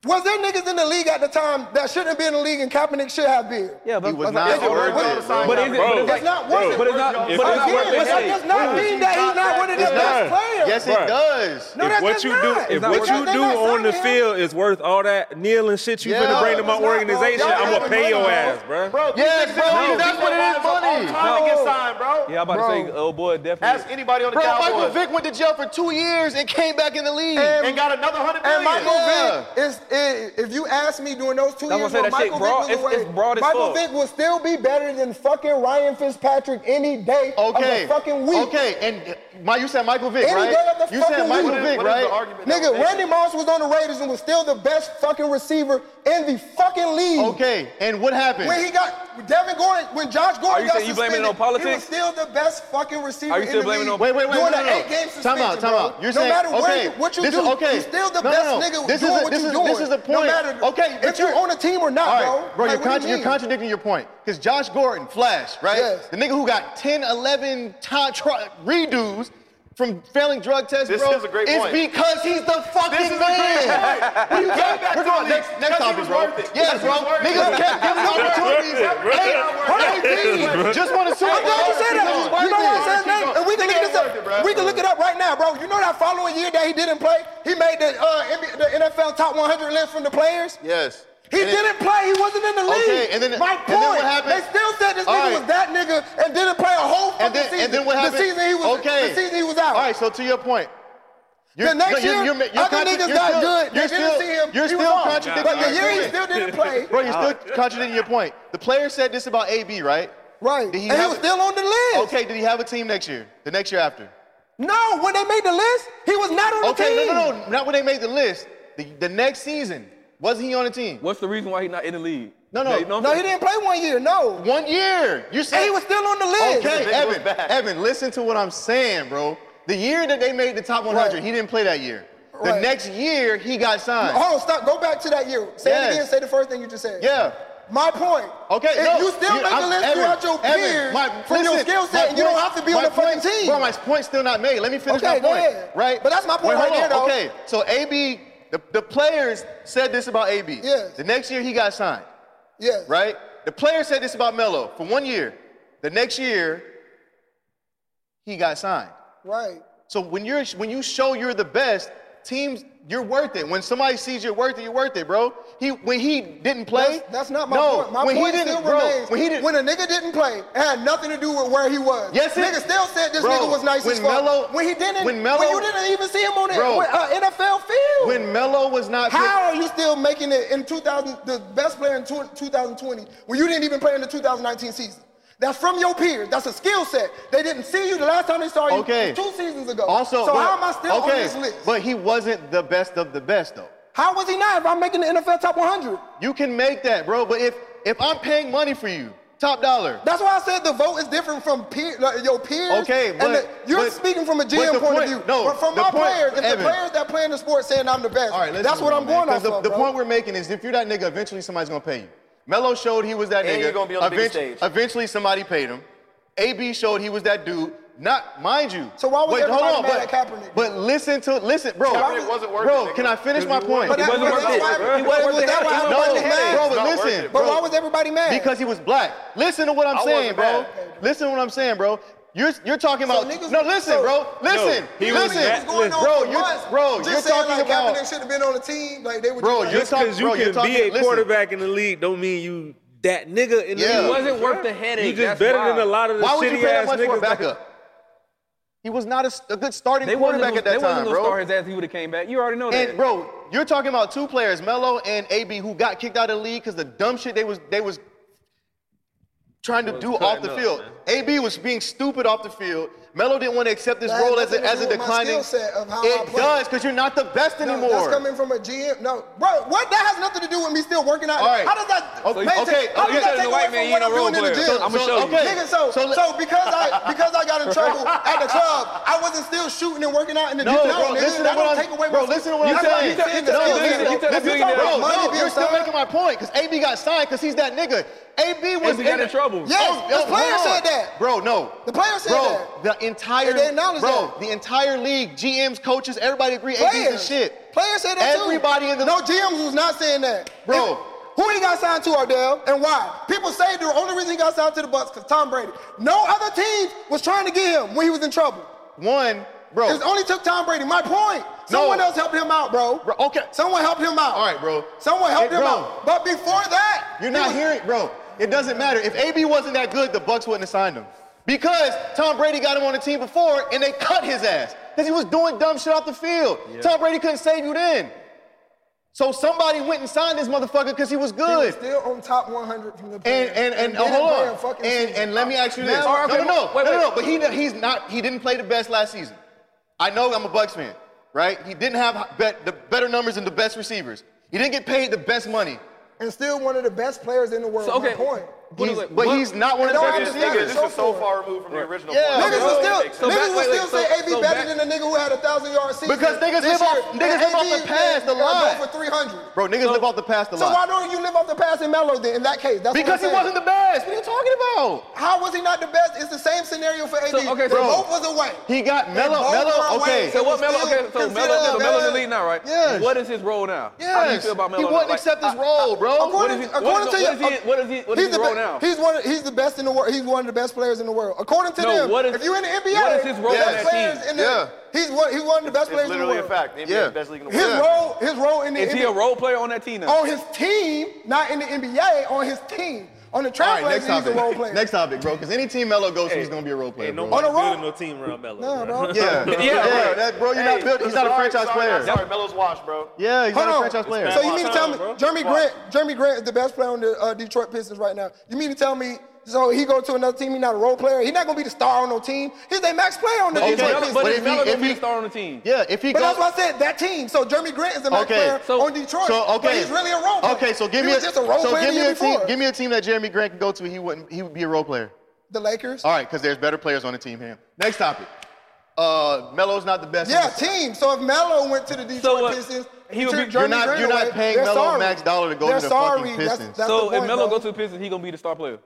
Speaker 1: Was there niggas in the league at the time that shouldn't be in the league and Kaepernick should have been?
Speaker 5: Yeah, but
Speaker 4: he was
Speaker 5: but-
Speaker 4: not
Speaker 1: it's-
Speaker 4: worth
Speaker 1: but-
Speaker 4: it. bro.
Speaker 5: But is it?
Speaker 8: Bro,
Speaker 5: But it's,
Speaker 1: It's
Speaker 5: like,
Speaker 1: not worth it.
Speaker 5: But it's not.
Speaker 8: If it's
Speaker 5: but it's
Speaker 8: worth
Speaker 1: Again,
Speaker 8: it,
Speaker 1: but that
Speaker 8: hey,
Speaker 1: does not mean that he's not one of the
Speaker 4: It's
Speaker 1: best
Speaker 8: not.
Speaker 1: players.
Speaker 4: Yes, it
Speaker 8: Bruh.
Speaker 4: does.
Speaker 1: No,
Speaker 8: if
Speaker 1: that
Speaker 8: what
Speaker 1: does
Speaker 8: you
Speaker 1: not.
Speaker 8: do, if
Speaker 1: It's
Speaker 8: what
Speaker 1: not
Speaker 8: you
Speaker 1: worth
Speaker 8: do
Speaker 1: it. It's
Speaker 8: on
Speaker 1: not
Speaker 8: the
Speaker 1: signing
Speaker 8: field is worth all that kneeling shit you
Speaker 4: Yeah.
Speaker 8: finna bring to
Speaker 1: It's
Speaker 8: my
Speaker 1: not, bro.
Speaker 8: organization,
Speaker 1: Y'all
Speaker 8: I'm gonna
Speaker 1: having
Speaker 8: pay your
Speaker 1: money,
Speaker 8: ass, bro.
Speaker 2: Bro, these
Speaker 4: Yes,
Speaker 2: niggas
Speaker 4: bro,
Speaker 2: in the league
Speaker 4: that's
Speaker 2: keep
Speaker 4: what
Speaker 2: their
Speaker 4: it is,
Speaker 2: wives up all
Speaker 4: money.
Speaker 2: time to get
Speaker 1: No.
Speaker 2: signed, bro.
Speaker 5: yeah, I'm about to say,
Speaker 1: Bro.
Speaker 5: oh boy,
Speaker 2: Ask
Speaker 5: definitely.
Speaker 2: anybody on the
Speaker 4: Bro, Michael
Speaker 2: Cowboys
Speaker 4: Vick went to jail for two years and came back in the league.
Speaker 2: and got another hundred million.
Speaker 1: And Michael
Speaker 4: Yeah.
Speaker 1: Vick is, i- if you ask me during those two
Speaker 5: That's
Speaker 1: years
Speaker 5: what
Speaker 1: when
Speaker 5: I'm saying, that shit
Speaker 1: Michael Vick
Speaker 5: broad-
Speaker 1: was
Speaker 5: it's-
Speaker 1: away,
Speaker 5: it's broad as
Speaker 1: Michael
Speaker 5: fuck.
Speaker 1: Vick will still be better than fucking Ryan Fitzpatrick any day
Speaker 4: okay.
Speaker 1: of the fucking week.
Speaker 4: Okay, and my, you said Michael Vick,
Speaker 1: Any
Speaker 4: right?
Speaker 1: day of the
Speaker 4: you said
Speaker 1: fucking
Speaker 4: Michael
Speaker 1: week.
Speaker 4: Vick,
Speaker 2: What is
Speaker 4: right?
Speaker 2: the argument? that
Speaker 1: Nigga,
Speaker 2: we're making?
Speaker 1: Randy Moss was on the Raiders and was still the best fucking receiver in the fucking league.
Speaker 4: Okay, and what happened?
Speaker 1: When he got Devin Gordon, when Josh Gordon
Speaker 5: Are you
Speaker 1: got
Speaker 5: saying you blaming it
Speaker 1: suspended,
Speaker 5: on politics?
Speaker 1: he was still the best fucking receiver.
Speaker 5: Are you still
Speaker 1: in the
Speaker 5: blaming it
Speaker 1: league
Speaker 5: on-
Speaker 4: Wait, wait, wait,
Speaker 1: During
Speaker 4: no, no,
Speaker 1: an
Speaker 4: no.
Speaker 1: eight-game suspension,
Speaker 4: Time out, time
Speaker 1: bro.
Speaker 4: out. You're
Speaker 1: no
Speaker 4: saying,
Speaker 1: matter
Speaker 4: okay,
Speaker 1: where you, what you
Speaker 4: this
Speaker 1: do,
Speaker 4: is- okay.
Speaker 1: you're still the
Speaker 4: No, no,
Speaker 1: best
Speaker 4: no.
Speaker 1: nigga
Speaker 4: This is
Speaker 1: doing
Speaker 4: a-
Speaker 1: what
Speaker 4: this
Speaker 1: you're
Speaker 4: is-
Speaker 1: doing.
Speaker 4: this is a point.
Speaker 1: No matter
Speaker 4: Okay, but
Speaker 1: if you're
Speaker 4: you're-
Speaker 1: on a team or not,
Speaker 4: All right,
Speaker 1: bro.
Speaker 4: bro,
Speaker 1: Like,
Speaker 4: you're,
Speaker 1: what
Speaker 4: con-
Speaker 1: do
Speaker 4: you
Speaker 1: you
Speaker 4: are
Speaker 1: mean?
Speaker 4: contradicting your point. Because Josh Gordon, Flash, right?
Speaker 1: Yes.
Speaker 4: The nigga who got 10, 11 ti- tri- redos from failing drug tests,
Speaker 2: This
Speaker 4: bro.
Speaker 2: is a great
Speaker 4: it's
Speaker 2: point.
Speaker 4: because he's the fucking
Speaker 2: This is a great
Speaker 4: man.
Speaker 2: point.
Speaker 4: What are you
Speaker 2: He
Speaker 4: talking
Speaker 2: came back
Speaker 4: We're
Speaker 2: to
Speaker 4: going
Speaker 2: the
Speaker 4: next,
Speaker 2: league
Speaker 4: next
Speaker 2: 'cause he
Speaker 4: topic,
Speaker 2: was
Speaker 4: bro.
Speaker 2: worth it.
Speaker 4: Yes,
Speaker 2: Because he
Speaker 4: bro.
Speaker 2: was worth
Speaker 4: Niggas
Speaker 2: it.
Speaker 4: kept giving him
Speaker 2: Because
Speaker 4: opportunities.
Speaker 2: he was worth it.
Speaker 4: Hey, hey, Just want to see
Speaker 1: I'm glad you said that. You know what I'm saying?
Speaker 2: Keep
Speaker 1: man?
Speaker 2: going.
Speaker 1: And we can
Speaker 2: Nigga
Speaker 1: look
Speaker 2: ain't
Speaker 1: this up.
Speaker 2: worth it, bro.
Speaker 1: We can look it up right now, bro. You know that following year that he didn't play, he made the uh, NBA the NFL top 100 list from the players.
Speaker 4: Yes.
Speaker 1: He
Speaker 4: And then-
Speaker 1: didn't play. He wasn't in the league.
Speaker 4: Okay, and then-
Speaker 1: my
Speaker 4: and
Speaker 1: point.
Speaker 4: then what happened-
Speaker 1: They still said this
Speaker 4: All
Speaker 1: nigga
Speaker 4: right.
Speaker 1: was that nigga and didn't play a whole fucking
Speaker 4: And then,
Speaker 1: season.
Speaker 4: and then what happened?
Speaker 1: The season he was.
Speaker 4: okay.
Speaker 1: The season he was out.
Speaker 4: All right. So to your point, you're,
Speaker 1: the next
Speaker 4: no, you're-
Speaker 1: year,
Speaker 4: you're ma- you're
Speaker 1: other
Speaker 4: contra-
Speaker 1: niggas
Speaker 4: you're
Speaker 1: got
Speaker 4: still-
Speaker 1: good.
Speaker 4: You're
Speaker 1: they
Speaker 4: still,
Speaker 1: didn't see him.
Speaker 4: You're
Speaker 1: he
Speaker 4: still
Speaker 1: was on.
Speaker 4: contradicting.
Speaker 1: But the year he
Speaker 4: Wait. (laughs)
Speaker 1: still didn't play.
Speaker 4: Bro, you're still contradicting your point. The player said this about AB, right?
Speaker 1: Right.
Speaker 4: Did he
Speaker 1: and he
Speaker 4: have
Speaker 1: was
Speaker 4: it?
Speaker 1: still on the list.
Speaker 4: Okay, did he have a team next year? The next year after?
Speaker 1: No, when they made the list, he was not on
Speaker 4: Okay,
Speaker 1: the
Speaker 4: no,
Speaker 1: team.
Speaker 4: no, no. Not when they made the list. The, the next season, wasn't he on the team?
Speaker 5: What's the reason why he's not in the league?
Speaker 4: No, no.
Speaker 5: Yeah, you know what I'm
Speaker 1: No, he
Speaker 5: saying?
Speaker 1: didn't play one year. No.
Speaker 4: One year. You said
Speaker 1: And he was still on the list.
Speaker 4: Okay,
Speaker 2: nigga was
Speaker 4: Evan,
Speaker 2: back.
Speaker 4: Evan, listen to what I'm saying, bro. The year that they made the top 100,
Speaker 1: Right.
Speaker 4: he didn't play that year. The
Speaker 1: Right.
Speaker 4: next year, he got signed.
Speaker 1: Hold on, stop. Go back to that year. Say
Speaker 4: Yes.
Speaker 1: it again. Say the first thing you just said.
Speaker 4: Yeah.
Speaker 1: My point.
Speaker 4: Okay,
Speaker 1: If
Speaker 4: no,
Speaker 1: you still make
Speaker 4: I'm-
Speaker 1: a list
Speaker 4: Evan,
Speaker 1: throughout your
Speaker 4: Evan,
Speaker 1: peers
Speaker 4: my-
Speaker 1: from your
Speaker 4: listen,
Speaker 1: skill set,
Speaker 4: my
Speaker 1: and you don't
Speaker 4: point-
Speaker 1: have to be on
Speaker 4: my
Speaker 1: the fucking
Speaker 4: point-
Speaker 1: team.
Speaker 4: Bro, my point's still not made. Let me finish
Speaker 1: Okay,
Speaker 4: my
Speaker 1: go
Speaker 4: point.
Speaker 1: ahead.
Speaker 4: Right?
Speaker 1: But that's my point
Speaker 4: Wait, hold
Speaker 1: right there,
Speaker 4: on.
Speaker 1: though.
Speaker 4: Okay, so AB, the, the players said this about AB.
Speaker 1: Yes.
Speaker 4: The next year, he got signed,
Speaker 1: yeah.
Speaker 4: right? The players said this about Melo for one year. The next year, he got signed.
Speaker 1: Right.
Speaker 4: So when you're when you show you're the best, teams you're worth it. When somebody sees you're worth it, you're worth it, bro. He when he didn't play.
Speaker 1: That's, that's not my
Speaker 4: no,
Speaker 1: point. My
Speaker 4: when
Speaker 1: point
Speaker 4: he didn't,
Speaker 1: still
Speaker 4: bro,
Speaker 1: remains.
Speaker 4: When he didn't.
Speaker 1: a nigga didn't play, it had nothing to do with where he was.
Speaker 4: Yes, it-
Speaker 1: nigga still said this
Speaker 4: Bro,
Speaker 1: nigga was nice
Speaker 4: when
Speaker 1: as fuck.
Speaker 4: Melo-
Speaker 1: when he didn't,
Speaker 4: when Melo-
Speaker 1: you didn't even see him on the
Speaker 4: Bro.
Speaker 1: with, uh, NFL field.
Speaker 4: when Melo was not.
Speaker 1: how are you still making it in 2000, the best player in tw- 2020 when you didn't even play in the 2019 season? That's from your peers. That's a skill set. They didn't see you the last time they saw you
Speaker 4: Okay.
Speaker 1: was two seasons ago.
Speaker 4: Also,
Speaker 1: so
Speaker 4: but-
Speaker 1: how am I still
Speaker 4: okay,
Speaker 1: on this list?
Speaker 4: But he wasn't the best of the best, though.
Speaker 1: how was he not if I'm making the NFL top 100?
Speaker 4: You can make that, bro. But if if I'm paying money for you, top dollar.
Speaker 1: That's why I said the vote is different from peer, like, your peers.
Speaker 4: Okay, but-
Speaker 1: and the, you're
Speaker 4: but-
Speaker 1: speaking from a
Speaker 4: but
Speaker 1: GM
Speaker 4: the
Speaker 1: point,
Speaker 4: point-
Speaker 1: of view.
Speaker 4: no,
Speaker 1: but from
Speaker 4: the
Speaker 1: my
Speaker 4: point-
Speaker 1: players, if
Speaker 4: Evan.
Speaker 1: the players that play in the sport saying I'm the best,
Speaker 4: All right, listen
Speaker 1: that's
Speaker 4: to
Speaker 1: what
Speaker 4: me,
Speaker 1: I'm
Speaker 4: man,
Speaker 1: going off
Speaker 4: 'cause
Speaker 1: of.
Speaker 4: the, the
Speaker 1: bro.
Speaker 4: point we're making is if you're that nigga, eventually somebody's gonna pay you. Melo showed he was that
Speaker 2: And
Speaker 4: nigga.
Speaker 2: you're gonna be on the biggest stage.
Speaker 4: Eventu- Eventually somebody paid him. AB showed he was that dude. Not mind you.
Speaker 1: So why was
Speaker 4: Wait, hold on,
Speaker 1: everybody mad
Speaker 4: but,
Speaker 1: at Kaepernick?
Speaker 4: But listen to listen, bro.
Speaker 1: Kaepernick was-
Speaker 2: wasn't worth
Speaker 4: bro,
Speaker 2: it, nigga.
Speaker 4: can I finish my point?
Speaker 1: But that-
Speaker 5: wasn't
Speaker 1: but
Speaker 5: worth
Speaker 1: that's
Speaker 5: it,
Speaker 1: why-
Speaker 5: bro. He wasn't
Speaker 1: was
Speaker 5: worth
Speaker 1: that
Speaker 5: it.
Speaker 1: why
Speaker 5: He
Speaker 4: no,
Speaker 1: everybody was
Speaker 5: wasn't worth
Speaker 1: mad?
Speaker 5: it.
Speaker 4: bro, but
Speaker 2: Not worth
Speaker 4: listen,
Speaker 2: it,
Speaker 1: But
Speaker 4: bro.
Speaker 1: why was everybody mad?
Speaker 4: Because he was black. Listen to what I'm
Speaker 2: I
Speaker 4: saying,
Speaker 2: wasn't
Speaker 4: bro.
Speaker 2: mad.
Speaker 4: Listen to what I'm saying, bro. You're, you're talking
Speaker 1: So
Speaker 4: about
Speaker 1: niggas-
Speaker 4: no. Listen,
Speaker 1: so-
Speaker 4: bro. Listen,
Speaker 5: he was
Speaker 4: listen,
Speaker 5: that-
Speaker 1: going on
Speaker 4: bro.
Speaker 1: for
Speaker 4: You're,
Speaker 1: months,
Speaker 4: bro,
Speaker 1: just
Speaker 4: you're
Speaker 1: saying,
Speaker 4: talking
Speaker 1: like,
Speaker 4: about
Speaker 1: Kaepernick should have been on the team. Like they were.
Speaker 4: Bro,
Speaker 1: just like,
Speaker 4: you're
Speaker 8: Just because
Speaker 4: bro,
Speaker 8: you
Speaker 4: you're
Speaker 8: can
Speaker 4: talking-
Speaker 8: be a
Speaker 4: listen.
Speaker 8: quarterback in the league, don't mean you that nigga in the
Speaker 4: Yeah.
Speaker 8: league.
Speaker 5: It wasn't worth the headache.
Speaker 8: You just
Speaker 5: That's
Speaker 8: better
Speaker 5: why.
Speaker 8: than a lot of the
Speaker 4: Why would you
Speaker 8: shitty
Speaker 4: pay that
Speaker 8: ass
Speaker 4: much for a
Speaker 8: niggas. that-
Speaker 4: backup? He was not a, s- a good starting
Speaker 5: They wasn't
Speaker 4: quarterback
Speaker 5: gonna,
Speaker 4: at that
Speaker 5: they wasn't
Speaker 4: time,
Speaker 5: gonna
Speaker 4: bro.
Speaker 5: start his ass if he would have came back. You already know that.
Speaker 4: And bro, you're talking about two players, Melo and AB, who got kicked out of the league because the dumb shit they was they was trying to do off the
Speaker 8: cutting up,
Speaker 4: field.
Speaker 8: man.
Speaker 4: AB was being stupid off the field. Melo didn't want to accept this
Speaker 1: That
Speaker 4: role
Speaker 1: has
Speaker 4: as a,
Speaker 1: nothing to
Speaker 4: as a
Speaker 1: do with my
Speaker 4: declining.
Speaker 1: skill set of how I
Speaker 4: it
Speaker 1: play.
Speaker 4: does because you're not the best
Speaker 1: No,
Speaker 4: anymore.
Speaker 1: That's coming from a GM. No, bro, what? That has nothing to do with me still working out.
Speaker 4: All right.
Speaker 1: How does that?
Speaker 4: Okay,
Speaker 1: maintain-
Speaker 4: okay,
Speaker 1: How
Speaker 4: okay.
Speaker 1: does that take
Speaker 5: You
Speaker 1: away
Speaker 5: white
Speaker 1: from
Speaker 5: man,
Speaker 1: what
Speaker 5: you
Speaker 1: I'm
Speaker 5: no role
Speaker 1: doing in the
Speaker 5: player.
Speaker 1: gym?
Speaker 4: So-
Speaker 5: I'ma
Speaker 4: so,
Speaker 5: show you.
Speaker 4: okay.
Speaker 1: Nigga, so
Speaker 4: So
Speaker 1: so,
Speaker 4: let-
Speaker 1: because I because I got in trouble at the club, I wasn't still shooting and working out in the
Speaker 4: No,
Speaker 1: gym.
Speaker 4: bro,
Speaker 1: nigga,
Speaker 4: listen to
Speaker 1: that
Speaker 4: what
Speaker 1: don't
Speaker 4: I'm-
Speaker 1: take away
Speaker 4: bro,
Speaker 1: my skill.
Speaker 4: listen to what
Speaker 1: You
Speaker 4: I'm
Speaker 1: tell-
Speaker 4: saying.
Speaker 1: you tell- you
Speaker 4: No,
Speaker 1: tell- you
Speaker 4: listen,
Speaker 1: tell-
Speaker 4: you tell
Speaker 1: you
Speaker 4: the
Speaker 1: tell
Speaker 5: billionaire.
Speaker 1: about
Speaker 4: Bro,
Speaker 1: money
Speaker 4: no,
Speaker 1: being
Speaker 4: you're still
Speaker 1: signed.
Speaker 4: making my point because AB got signed because he's that nigga. AB was
Speaker 5: got
Speaker 4: in
Speaker 5: in trouble.
Speaker 1: Yes,
Speaker 4: Oh,
Speaker 1: the
Speaker 4: oh,
Speaker 1: player
Speaker 4: hold on.
Speaker 1: said that.
Speaker 4: Bro, no.
Speaker 1: The player said
Speaker 4: bro,
Speaker 1: that.
Speaker 4: the entire
Speaker 1: And they acknowledged
Speaker 4: bro,
Speaker 1: that.
Speaker 4: the entire league, GMs, coaches, everybody agree. AB's the
Speaker 1: Players,
Speaker 4: shit.
Speaker 1: Players said that too.
Speaker 4: Everybody in the-
Speaker 1: no GMs was not saying that,
Speaker 4: Bro.
Speaker 1: Who he got signed to, Ardell, and why? People say the only reason he got signed to the Bucks because Tom Brady. No other team was trying to get him when he was in trouble.
Speaker 4: One, bro.
Speaker 1: It only took Tom Brady. My point. Someone
Speaker 4: No.
Speaker 1: else helped him out, bro.
Speaker 4: Bro, okay.
Speaker 1: Someone helped him out.
Speaker 4: All right, bro.
Speaker 1: Someone helped
Speaker 4: Hey,
Speaker 1: him
Speaker 4: bro.
Speaker 1: out. But before that,
Speaker 4: You're
Speaker 1: he
Speaker 4: not
Speaker 1: was-
Speaker 4: hearing, bro. It doesn't matter. If AB wasn't that good, the Bucks wouldn't have signed him. Because Tom Brady got him on the team before and they cut his ass. Because he was doing dumb shit off the field. Tom Brady couldn't save you then. So somebody went and signed this motherfucker because he was
Speaker 1: He
Speaker 4: good.
Speaker 1: was still on top 100 from the
Speaker 4: and
Speaker 1: players
Speaker 4: and and,
Speaker 1: didn't
Speaker 4: hold
Speaker 1: play a
Speaker 4: on.
Speaker 1: fucking
Speaker 4: And
Speaker 1: season.
Speaker 4: and let me ask you
Speaker 1: Now-
Speaker 4: this.
Speaker 5: All right,
Speaker 4: no, no,
Speaker 5: okay,
Speaker 4: no,
Speaker 5: wait,
Speaker 4: no, no, no.
Speaker 5: wait.
Speaker 4: But he he's not. He didn't play the best last season. I know I'm a Bucks fan, right? He didn't have bet, the better numbers and the best receivers. He didn't get paid the best money.
Speaker 1: and still one of the best players in the world.
Speaker 5: So, okay.
Speaker 1: My point.
Speaker 5: What is
Speaker 4: He's-
Speaker 5: it?
Speaker 4: but
Speaker 5: What-
Speaker 4: he's not one of the
Speaker 1: Don't
Speaker 2: This
Speaker 4: best
Speaker 1: understand
Speaker 2: nigga,
Speaker 4: receivers.
Speaker 2: this
Speaker 1: So
Speaker 2: is so
Speaker 1: forward.
Speaker 2: far removed from the original
Speaker 4: Yeah.
Speaker 2: point.
Speaker 1: Niggas
Speaker 5: bro.
Speaker 1: will still,
Speaker 5: So
Speaker 1: niggas
Speaker 5: back-
Speaker 1: will
Speaker 5: wait, wait,
Speaker 1: still
Speaker 5: so-
Speaker 1: say AB
Speaker 5: so
Speaker 1: better
Speaker 5: back-
Speaker 1: than the nigga who had a thousand yard season.
Speaker 4: Because niggas
Speaker 1: this
Speaker 4: live off-
Speaker 1: year,
Speaker 4: niggas live
Speaker 1: and
Speaker 4: off
Speaker 1: AB
Speaker 4: the pass, the
Speaker 1: got
Speaker 4: lie.
Speaker 1: Both for 300.
Speaker 4: Bro, niggas live off the past a
Speaker 1: So why
Speaker 4: lot.
Speaker 1: don't you live off the pass in Melo then? In that case, that's what
Speaker 4: Because he
Speaker 1: I'm saying.
Speaker 4: wasn't the best. What are you talking about?
Speaker 1: How was he not the best? It's the same scenario for AB.
Speaker 5: So, okay,
Speaker 1: They
Speaker 5: so-
Speaker 1: both was away.
Speaker 4: He got
Speaker 1: They
Speaker 4: Melo.
Speaker 1: both
Speaker 4: Melo.
Speaker 1: were
Speaker 4: Okay.
Speaker 1: away.
Speaker 5: So what
Speaker 1: It was
Speaker 5: Melo? Okay,
Speaker 1: still
Speaker 5: so Melo, so
Speaker 1: considered,
Speaker 5: Melo's
Speaker 1: man.
Speaker 5: in the league now, right?
Speaker 4: Yes.
Speaker 5: What is his role now? How do you
Speaker 4: Yes.
Speaker 5: feel about
Speaker 4: He
Speaker 5: Melo?
Speaker 4: wouldn't
Speaker 5: now?
Speaker 4: accept
Speaker 5: Like,
Speaker 4: his
Speaker 5: I-
Speaker 4: role, bro.
Speaker 5: What
Speaker 1: According,
Speaker 5: is he-
Speaker 1: according
Speaker 5: what is-
Speaker 1: to
Speaker 5: what is he- what is he- what is
Speaker 1: he's
Speaker 5: his
Speaker 1: the
Speaker 5: role
Speaker 1: be-
Speaker 5: now?
Speaker 1: He's one. Of, he's the best in the world. He's one of the best players in the world. According to
Speaker 5: No,
Speaker 1: them,
Speaker 5: what is-
Speaker 1: if you're in the NBA,
Speaker 5: what is his role
Speaker 1: the
Speaker 5: on
Speaker 1: best
Speaker 5: that
Speaker 1: players
Speaker 5: team?
Speaker 1: best in the.
Speaker 4: Yeah.
Speaker 1: He's one. He's one of the best
Speaker 2: It's
Speaker 1: players in the
Speaker 2: literally a
Speaker 1: world.
Speaker 2: fact. The NBA
Speaker 4: Yeah.
Speaker 2: is the best league in the
Speaker 1: His
Speaker 2: world.
Speaker 1: role, his role in the
Speaker 3: Is
Speaker 1: NBA,
Speaker 3: he a role player on that team now?
Speaker 1: on his team, not in the NBA, on his team, on the
Speaker 4: All
Speaker 1: track
Speaker 4: right, next
Speaker 1: he's a role player.
Speaker 4: topic. Next topic, bro. Because any team Melo goes to, he's gonna be a role player.
Speaker 8: Ain't
Speaker 4: Bro.
Speaker 8: nobody
Speaker 1: On a roll.
Speaker 8: building no team around Melo.
Speaker 1: Nah,
Speaker 8: bro.
Speaker 1: bro.
Speaker 8: (laughs)
Speaker 4: Yeah, (laughs) yeah, yeah. That, bro, you're not
Speaker 2: Hey,
Speaker 4: built. He's not a
Speaker 2: sorry,
Speaker 4: franchise
Speaker 2: sorry,
Speaker 4: player.
Speaker 2: not Sorry, Melo's washed, bro.
Speaker 4: Yeah, he's
Speaker 1: Hold
Speaker 4: not a
Speaker 1: on.
Speaker 4: franchise player.
Speaker 1: So you mean to tell
Speaker 8: Time,
Speaker 1: me
Speaker 8: bro.
Speaker 1: Jeremy Grant, Jeremy Grant is the best player on the uh, Detroit Pistons right now? You mean to tell me so he go to another team? He's not a role player. He's not gonna be the star on no team. He's a max player on the
Speaker 4: Okay,
Speaker 1: Detroit
Speaker 4: but-
Speaker 1: Pistons.
Speaker 3: but
Speaker 4: but
Speaker 3: is
Speaker 4: if he-
Speaker 3: Melo
Speaker 4: if
Speaker 3: gonna be
Speaker 4: he-
Speaker 3: the star on the team?
Speaker 4: yeah, if he
Speaker 1: But
Speaker 4: goes,
Speaker 1: that's why I said that team. So Jeremy Grant is the max
Speaker 4: Okay,
Speaker 1: player
Speaker 4: so-
Speaker 1: on Detroit.
Speaker 4: so okay,
Speaker 1: but he's really a role. player.
Speaker 4: Okay, so give
Speaker 1: he
Speaker 4: me
Speaker 1: was
Speaker 4: a,
Speaker 1: just a role
Speaker 4: so
Speaker 1: player
Speaker 4: give
Speaker 1: the
Speaker 4: me
Speaker 1: year
Speaker 4: a team.
Speaker 1: before.
Speaker 4: Give me a team that Jeremy Grant can go to. He wouldn't. He would be a role player.
Speaker 1: the Lakers.
Speaker 4: All right, because there's better players on the team here. Next topic. Uh, Melo's not the best. on
Speaker 1: Yeah,
Speaker 4: this-
Speaker 1: team. So if Melo went to the Detroit
Speaker 3: So, uh,
Speaker 1: Pistons,
Speaker 3: he
Speaker 1: and
Speaker 3: would
Speaker 1: took
Speaker 3: be-
Speaker 4: You're
Speaker 1: Jeremy
Speaker 4: not-
Speaker 1: Grant
Speaker 4: you're not
Speaker 1: away,
Speaker 4: paying
Speaker 1: they're
Speaker 4: Melo
Speaker 1: sorry.
Speaker 4: max dollar to go
Speaker 1: they're
Speaker 4: to the
Speaker 1: sorry.
Speaker 4: fucking
Speaker 1: That's-
Speaker 4: Pistons.
Speaker 1: that's
Speaker 3: so
Speaker 1: the
Speaker 3: if
Speaker 1: point,
Speaker 3: Melo
Speaker 1: bro.
Speaker 3: goes to the Pistons, he gonna be the star player.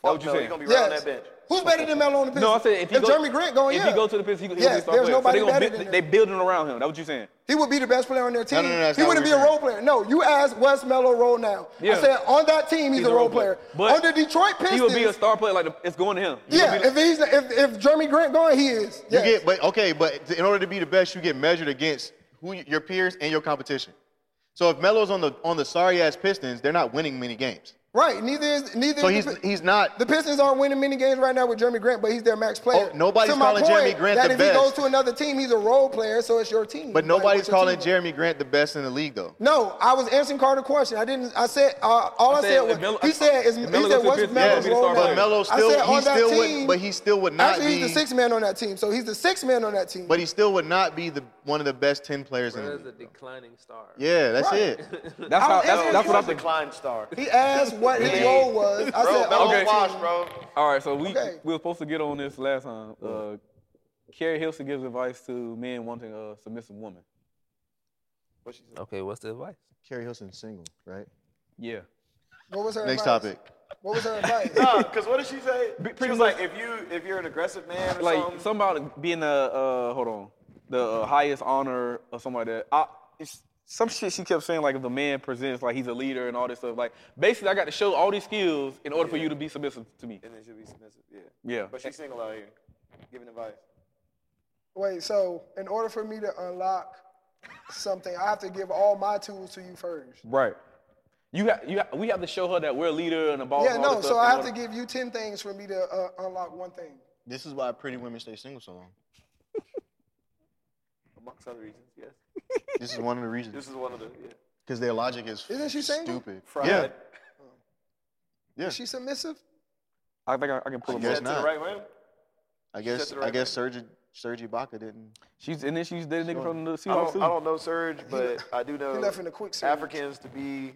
Speaker 2: Fuck
Speaker 3: what you
Speaker 2: Melo,
Speaker 3: saying?
Speaker 2: He's gonna be right on
Speaker 1: Yes.
Speaker 2: that bench.
Speaker 1: Who's better than Melo on the Pistons?
Speaker 3: No, I said if, he go,
Speaker 1: Jeremy Grant going,
Speaker 3: if
Speaker 1: yeah.
Speaker 3: he go to the Pistons, he, he
Speaker 1: Yes,
Speaker 3: gonna be the star
Speaker 1: there's
Speaker 3: player.
Speaker 1: nobody
Speaker 3: so they, gonna
Speaker 1: better
Speaker 3: build-
Speaker 1: than him.
Speaker 3: they building around him. That what you saying?
Speaker 1: He would be the best player on their team.
Speaker 4: no, no, that's
Speaker 1: he
Speaker 4: not
Speaker 1: wouldn't
Speaker 4: what
Speaker 1: be
Speaker 4: you're
Speaker 1: a role player. No, you asked what's Melo role now.
Speaker 3: Yeah.
Speaker 1: I said on that team he's, a role player.
Speaker 3: But
Speaker 1: on the Detroit Pistons,
Speaker 3: he would be a star player. Like the, it's going to him. He
Speaker 1: Yeah,
Speaker 3: gonna be the-
Speaker 1: if he's if, if Jeremy Grant going, he is.
Speaker 4: You
Speaker 1: Yes.
Speaker 4: get, but okay, but in order to be the best, you get measured against who you- your peers and your competition. So if Melo's on the on the sorry ass Pistons, they're not winning many games.
Speaker 1: right. Neither is neither.
Speaker 4: So
Speaker 1: is
Speaker 4: he's
Speaker 1: the, Pi-
Speaker 4: he's not.
Speaker 1: the Pistons aren't winning many games right now with Jeremy Grant, but he's their max player.
Speaker 4: Oh, nobody's
Speaker 1: to my
Speaker 4: calling
Speaker 1: point,
Speaker 4: Jeremy Grant
Speaker 1: that
Speaker 4: the
Speaker 1: if
Speaker 4: best.
Speaker 1: he goes to another team, he's a role player, so it's your team.
Speaker 4: But
Speaker 1: Hmm, Like,
Speaker 4: nobody's
Speaker 1: what's your
Speaker 4: calling
Speaker 1: team?
Speaker 4: Jeremy Grant the best in the league though.
Speaker 1: No, I was answering Carter's question. I didn't. I said uh, all I,
Speaker 3: said,
Speaker 1: said
Speaker 3: if
Speaker 1: was
Speaker 3: Melo-
Speaker 1: he said is he
Speaker 3: if Melo
Speaker 1: said
Speaker 3: goes to
Speaker 1: what's
Speaker 3: the Pistons,
Speaker 1: Melo's
Speaker 3: he's gonna be the star
Speaker 4: Yes, but
Speaker 1: role now?
Speaker 3: player.
Speaker 4: Melo
Speaker 1: I
Speaker 4: still
Speaker 1: said on
Speaker 4: he
Speaker 1: that
Speaker 4: still
Speaker 1: team-
Speaker 4: would, but he still would not
Speaker 1: Actually,
Speaker 4: be.
Speaker 1: he's the sixth man on that team, so he's the sixth man on that team.
Speaker 4: But he still would not be the one of the best ten players in the
Speaker 8: That's a
Speaker 4: league.
Speaker 8: declining star.
Speaker 4: Yeah, that's (laughs)
Speaker 1: Right.
Speaker 4: it.
Speaker 3: that's how.
Speaker 1: I'll
Speaker 3: That's,
Speaker 1: answer
Speaker 3: that's what
Speaker 1: you.
Speaker 3: I'm thinking.
Speaker 2: Decline star.
Speaker 1: he asked what his
Speaker 2: Yeah.
Speaker 1: role was. I
Speaker 2: Bro,
Speaker 1: said,
Speaker 2: Melo
Speaker 1: oh,
Speaker 3: okay.
Speaker 2: washed, bro.
Speaker 3: All right, so we
Speaker 1: Okay.
Speaker 3: we were supposed to get on this last time. Uh, Carrie Hilson gives advice to men wanting a submissive woman.
Speaker 8: Okay, what's the advice?
Speaker 4: Kerry Hilson single, right?
Speaker 3: Yeah.
Speaker 1: What was her
Speaker 4: Next
Speaker 1: advice?
Speaker 4: topic.
Speaker 2: (laughs)
Speaker 1: What was her advice?
Speaker 2: Nah, cause what did she say? She
Speaker 3: pretty
Speaker 2: was
Speaker 3: much-
Speaker 2: like, if you if you're an aggressive man or
Speaker 3: Like
Speaker 2: something,
Speaker 3: something about being a uh, hold on, the uh, highest honor or something like that. I, it's, some shit she kept saying like if the man presents like he's a leader and all this stuff. Like basically, I got to show all these skills in order for you to be submissive to me.
Speaker 2: then she'll be submissive. Yeah.
Speaker 3: Yeah.
Speaker 2: But she's single out here, giving advice.
Speaker 1: Wait, so in order for me to unlock something, I have to give all my tools to you first.
Speaker 3: Right. You have you ha- we have to show her that we're a leader and a boss.
Speaker 1: Yeah,
Speaker 3: and all
Speaker 1: no.
Speaker 3: this
Speaker 1: So
Speaker 3: stuff in
Speaker 1: I have
Speaker 3: order-
Speaker 1: to give you ten things for me to uh, unlock one thing.
Speaker 4: This is why pretty women stay single so long.
Speaker 2: Amongst other reasons, yes.
Speaker 4: This is one of the reasons.
Speaker 2: This is one of the yeah.
Speaker 4: Because their logic is
Speaker 1: Isn't she single?
Speaker 4: stupid.
Speaker 2: Fried.
Speaker 4: Yeah. Yeah.
Speaker 1: Is she submissive?
Speaker 3: I think I, I can pull them
Speaker 4: guess
Speaker 3: up.
Speaker 2: Said to the
Speaker 4: not.
Speaker 2: right man.
Speaker 4: I guess
Speaker 2: the right
Speaker 4: I guess Serge Serge Ibaka didn't.
Speaker 3: She's and then she's the nigga from the
Speaker 2: I
Speaker 3: Seahawks
Speaker 2: don't, I
Speaker 3: too.
Speaker 2: don't know Serge, but I do know
Speaker 1: He left in a quick series.
Speaker 2: Africans
Speaker 3: (laughs)
Speaker 2: to be.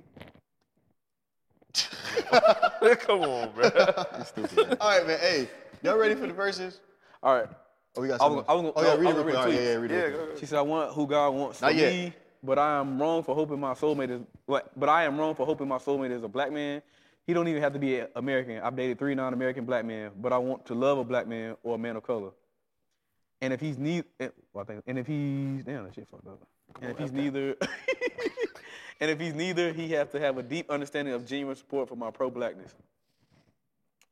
Speaker 8: Come on, bro.
Speaker 4: All right, man. Hey, y'all ready for the verses?
Speaker 3: All right.
Speaker 4: Oh, we got.
Speaker 3: I was-
Speaker 4: some-
Speaker 3: I was gonna-
Speaker 4: oh yeah,
Speaker 3: I
Speaker 4: read
Speaker 3: was
Speaker 4: it real
Speaker 3: gonna
Speaker 4: quick. All right,
Speaker 3: tweet.
Speaker 4: yeah, yeah, read it.
Speaker 2: Yeah,
Speaker 4: real
Speaker 2: go
Speaker 4: quick.
Speaker 2: ahead.
Speaker 3: She said, "I want who God wants for
Speaker 4: Not yet.
Speaker 3: me, but I am wrong for hoping my soulmate is. But, but I am wrong for hoping my soulmate is a black man. He don't even have to be a- American. I've dated three non-American black men, but I want to love a black man or a man of color. And if he's neither, well, I think, and if he's damn that shit fucked up. And if he's neither, (laughs) and if he's neither, he has to have a deep understanding of genuine support for my pro-blackness.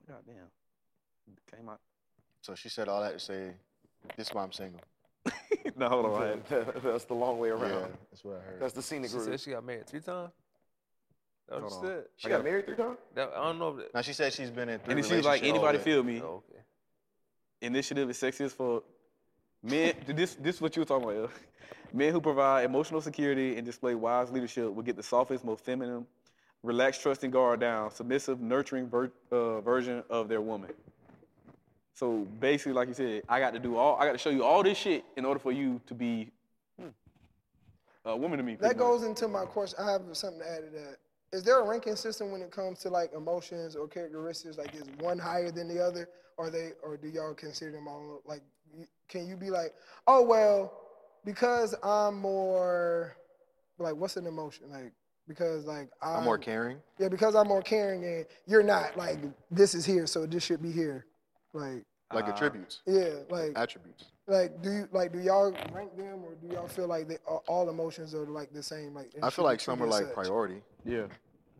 Speaker 3: God damn, came out.
Speaker 4: So she said all that to say, "This is why I'm single."
Speaker 3: no, hold on. I (laughs) had-
Speaker 2: That's the long way around.
Speaker 4: Yeah, that's what I heard.
Speaker 2: That's the scenic
Speaker 8: She said
Speaker 2: route.
Speaker 8: she got married three times. That was
Speaker 3: Hold on.
Speaker 8: it.
Speaker 2: She got married three times.
Speaker 8: That, I don't know
Speaker 4: (laughs)
Speaker 8: if that.
Speaker 4: Now she said she's been in. Three
Speaker 3: And she was like,
Speaker 4: relationships
Speaker 3: anybody
Speaker 4: already.
Speaker 3: feel me?
Speaker 8: Oh, okay.
Speaker 3: initiative is sexist for men. (laughs) this this is what you were talking about. yeah. Men who provide emotional security and display wise leadership will get the softest, most feminine, relaxed, trusting guard down, submissive, nurturing ver- uh, version of their woman. So basically, like you said, I got to do all. I got to show you all this shit in order for you to be hmm, a woman to me.
Speaker 1: That
Speaker 3: pretty much.
Speaker 1: goes into my question. I have something to add to that. Is there a ranking system when it comes to like emotions or characteristics? Like, is one higher than the other, or they, or do y'all consider them all like? you- Can you be like, oh well, because I'm more, like, what's an emotion? Like, because like I'm,
Speaker 4: I'm more caring.
Speaker 1: Yeah, because I'm more caring, and you're not. Like, this is here, so this should be here. Like,
Speaker 3: Uh,
Speaker 4: Like
Speaker 2: Uh,
Speaker 4: attributes,
Speaker 1: yeah, like
Speaker 4: attributes.
Speaker 1: like do you like do y'all rank them or do y'all feel like they, all- all emotions are like the same? Like and
Speaker 4: I
Speaker 1: should
Speaker 4: feel
Speaker 1: be
Speaker 4: like some are
Speaker 1: treated as
Speaker 4: like
Speaker 1: such?
Speaker 4: priority.
Speaker 3: Yeah,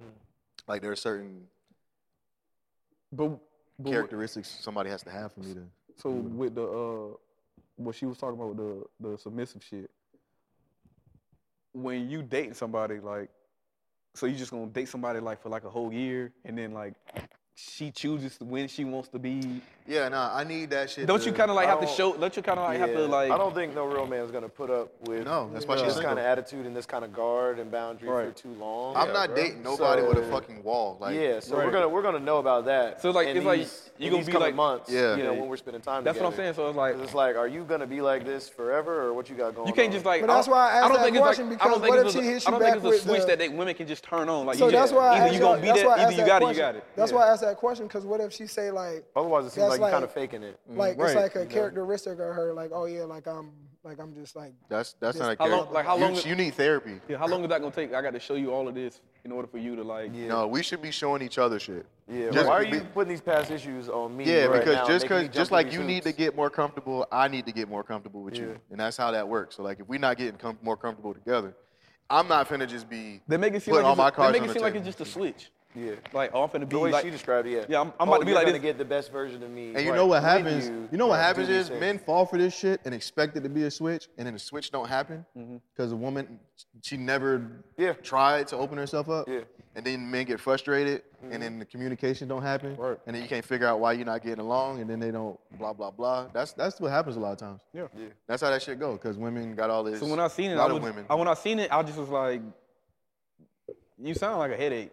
Speaker 2: Hmm.
Speaker 4: Like there are certain
Speaker 3: but, but
Speaker 4: characteristics somebody has to have for me to.
Speaker 3: so with the uh, what she was talking about with the the submissive shit. When you dating somebody, like, so you just gonna date somebody like for like a whole year, and then like she chooses when she wants to be.
Speaker 4: Yeah, nah, I need that shit.
Speaker 3: Don't you
Speaker 4: to-
Speaker 3: kind of like
Speaker 2: I
Speaker 3: have to
Speaker 2: don't-
Speaker 3: show? Don't you kind of like have to
Speaker 2: Yeah,
Speaker 3: like?
Speaker 2: I don't think no real man's gonna put up with
Speaker 4: No, that's why she's
Speaker 2: this
Speaker 4: single.
Speaker 2: kind of attitude and this kind of guard and boundary for
Speaker 3: Right.
Speaker 2: too long.
Speaker 4: I'm not
Speaker 2: bro.
Speaker 4: dating nobody
Speaker 2: So-
Speaker 4: with a fucking wall. Like,
Speaker 2: yeah, so
Speaker 3: Right.
Speaker 2: we're gonna we're gonna know about that.
Speaker 3: So, like,
Speaker 2: in
Speaker 3: it's like,
Speaker 2: these-
Speaker 3: you
Speaker 2: in
Speaker 3: gonna
Speaker 2: these
Speaker 3: be
Speaker 2: coming
Speaker 3: like-
Speaker 2: months.
Speaker 4: Yeah.
Speaker 2: you know when we're spending time.
Speaker 3: That's what I'm saying.
Speaker 2: together.
Speaker 3: So it's like
Speaker 2: 'Cause it's like, are you gonna be like this forever, or what you got going?
Speaker 3: you can't
Speaker 2: on?
Speaker 3: just like.
Speaker 1: But that's
Speaker 3: I don't-
Speaker 1: why I asked
Speaker 3: don't
Speaker 1: that
Speaker 3: think it's, like-
Speaker 1: question,
Speaker 3: I don't
Speaker 1: because
Speaker 3: think
Speaker 1: what
Speaker 3: it's
Speaker 1: if
Speaker 3: a-
Speaker 1: she hits
Speaker 3: I
Speaker 1: you
Speaker 3: don't think
Speaker 1: back
Speaker 3: it's a
Speaker 1: with
Speaker 3: switch
Speaker 1: the-
Speaker 3: that they, women can just turn on. Like
Speaker 1: So
Speaker 3: you
Speaker 1: that's
Speaker 3: just,
Speaker 1: why I
Speaker 3: either
Speaker 1: asked
Speaker 3: you
Speaker 1: y'all-
Speaker 3: gonna be
Speaker 1: that's why I
Speaker 3: that,
Speaker 1: asked
Speaker 3: either you
Speaker 1: that
Speaker 3: got it, you
Speaker 1: question.
Speaker 3: got it.
Speaker 1: That's why I asked that question because what if she say like,
Speaker 2: Otherwise, it seems like
Speaker 1: That's
Speaker 2: you're kind of
Speaker 1: like-
Speaker 2: faking it. Mm-hmm.
Speaker 1: like it's
Speaker 4: right,
Speaker 1: like a characteristic of her, like oh yeah, like I'm like I'm just like
Speaker 4: that's that's not a
Speaker 3: How long-
Speaker 4: character.
Speaker 3: like, how
Speaker 4: You-
Speaker 3: long-
Speaker 4: You, need therapy.
Speaker 3: Yeah, how long is that gonna take? I got to show you all of this in order for you to like.
Speaker 4: No, we should be showing each other shit.
Speaker 2: Yeah.
Speaker 4: Just
Speaker 2: why are
Speaker 4: be-
Speaker 2: you putting these past issues on me?
Speaker 4: Yeah,
Speaker 2: right
Speaker 4: because
Speaker 2: now,
Speaker 4: just
Speaker 2: making me jump
Speaker 4: because just
Speaker 2: through
Speaker 4: like
Speaker 2: these
Speaker 4: you
Speaker 2: hoops?
Speaker 4: need to get more comfortable, I need to get more comfortable with you, and that's how that works. So like, if we're not getting com- more comfortable together, I'm not finna just be
Speaker 3: They make it seem
Speaker 4: putting
Speaker 3: like
Speaker 4: all my
Speaker 3: it's a- they
Speaker 4: cards
Speaker 3: make
Speaker 4: on
Speaker 3: it
Speaker 4: the
Speaker 3: seem like it's
Speaker 4: table.
Speaker 3: just a switch.
Speaker 2: Yeah.
Speaker 3: Like off and
Speaker 2: The
Speaker 3: be
Speaker 2: way
Speaker 3: like.
Speaker 2: she described it, yeah.
Speaker 3: Yeah, I'm- I'm about
Speaker 2: Oh,
Speaker 3: to be
Speaker 2: you're
Speaker 3: like
Speaker 2: gonna
Speaker 3: this.
Speaker 2: get the best version of me.
Speaker 4: And you
Speaker 2: right,
Speaker 4: know
Speaker 2: when
Speaker 4: what happens? You, know what
Speaker 2: like, do
Speaker 4: happens
Speaker 2: these
Speaker 4: is
Speaker 2: things.
Speaker 4: men fall for this shit and expect it to be a switch, and then the switch don't happen
Speaker 3: Mm-hmm.
Speaker 4: because a woman she never
Speaker 2: Yeah.
Speaker 4: tried to open herself up.
Speaker 2: Yeah.
Speaker 4: And then men get frustrated,
Speaker 3: Mm-hmm.
Speaker 4: and then the communication don't happen, and then you can't figure out why you're not getting along, and then they don't blah blah blah. That's that's what happens a lot of times.
Speaker 3: Yeah.
Speaker 4: That's how that shit go because women got all this.
Speaker 3: So when I seen it,
Speaker 4: a lot
Speaker 3: I was,
Speaker 4: of women.
Speaker 3: I, when I seen it, I just was like, "You sound like a headache."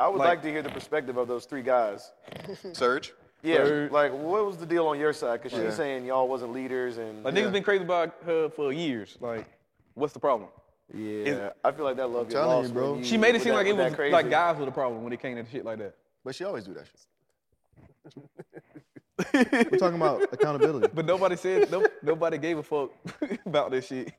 Speaker 2: I would
Speaker 3: like-
Speaker 2: like, to hear the perspective of those three guys.
Speaker 4: (laughs) Surge.
Speaker 2: Yeah,
Speaker 3: Third.
Speaker 2: like what was the deal on your side? Because
Speaker 4: Yeah.
Speaker 2: she's saying y'all wasn't leaders and
Speaker 3: Like
Speaker 4: Yeah.
Speaker 3: niggas been crazy about her for years. Like, what's the problem?
Speaker 2: yeah, I feel like that love gets
Speaker 4: telling you,
Speaker 2: lost.
Speaker 4: bro.
Speaker 2: when
Speaker 3: She made it
Speaker 2: with
Speaker 3: seem
Speaker 2: that-
Speaker 3: like it
Speaker 2: with that
Speaker 3: was
Speaker 2: crazy.
Speaker 3: like guys were the problem when it came to shit like that.
Speaker 4: But she always do that shit. We're talking about accountability.
Speaker 3: But nobody said, no, nobody gave a fuck (laughs) about this shit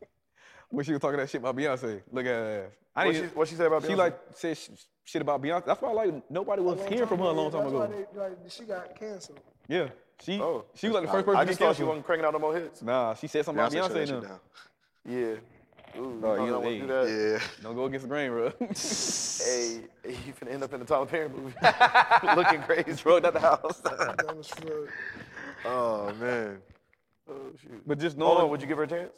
Speaker 3: when she was talking that shit about Beyonce. Look at her ass. I
Speaker 2: What she,
Speaker 3: didn't-
Speaker 2: what she said about
Speaker 3: She
Speaker 2: Beyonce?
Speaker 3: like said sh- shit about Beyonce. That's why like nobody was hearing from her a long time
Speaker 1: That's why
Speaker 3: ago.
Speaker 1: they- like, she got canceled.
Speaker 3: Yeah, she
Speaker 2: Oh.
Speaker 3: (laughs) she was like the first person
Speaker 2: I
Speaker 3: to get
Speaker 2: just thought she
Speaker 3: canceled.
Speaker 2: wasn't cranking out no more hits.
Speaker 3: Nah, she said something about Beyonce. now.
Speaker 2: Yeah. Ooh, no,
Speaker 3: you
Speaker 2: you
Speaker 3: know,
Speaker 2: don't want
Speaker 3: hey.
Speaker 2: to do that.
Speaker 4: Yeah.
Speaker 3: Don't go against the grain,
Speaker 4: (laughs)
Speaker 3: bro.
Speaker 2: Hey, you finna end up in the Tyler Perry
Speaker 4: (laughs)
Speaker 2: movie, looking crazy, drugged at the house.
Speaker 1: That was for-
Speaker 4: Oh man,
Speaker 2: oh shoot.
Speaker 3: but just
Speaker 2: Hold
Speaker 3: knowing,
Speaker 2: on, would you give her a chance?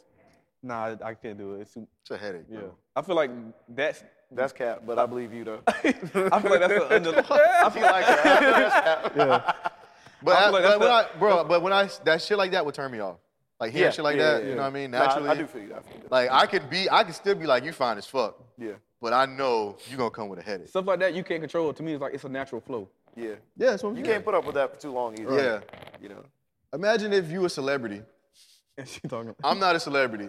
Speaker 3: nah, I can't do it. It's too,
Speaker 4: it's a headache.
Speaker 3: yeah.
Speaker 4: Bro.
Speaker 3: I feel like that's.
Speaker 2: That's cap, but I believe you though.
Speaker 3: (laughs) I feel (laughs) like that's an under.
Speaker 2: (laughs)
Speaker 3: I feel like (laughs)
Speaker 1: (laughs)
Speaker 4: But, I,
Speaker 3: feel like
Speaker 4: but
Speaker 3: that's
Speaker 4: when
Speaker 3: the-
Speaker 4: I, bro, but when I that shit like that would turn me off. Like hearing shit like that, you know what I mean?
Speaker 2: Nah,
Speaker 4: Naturally,
Speaker 2: I, do feel you. I feel you.
Speaker 4: like I could be, I could still be like you fine as fuck.
Speaker 2: Yeah.
Speaker 4: But I know you gonna come with a headache.
Speaker 3: stuff like that you can't control. To me, it's like it's a natural flow.
Speaker 2: Yeah.
Speaker 4: yeah, that's what I'm
Speaker 2: You can't put up with that for too long either.
Speaker 4: Yeah.
Speaker 2: You know.
Speaker 4: Imagine if you a celebrity.
Speaker 3: (laughs) And she talking.
Speaker 4: I'm not a celebrity.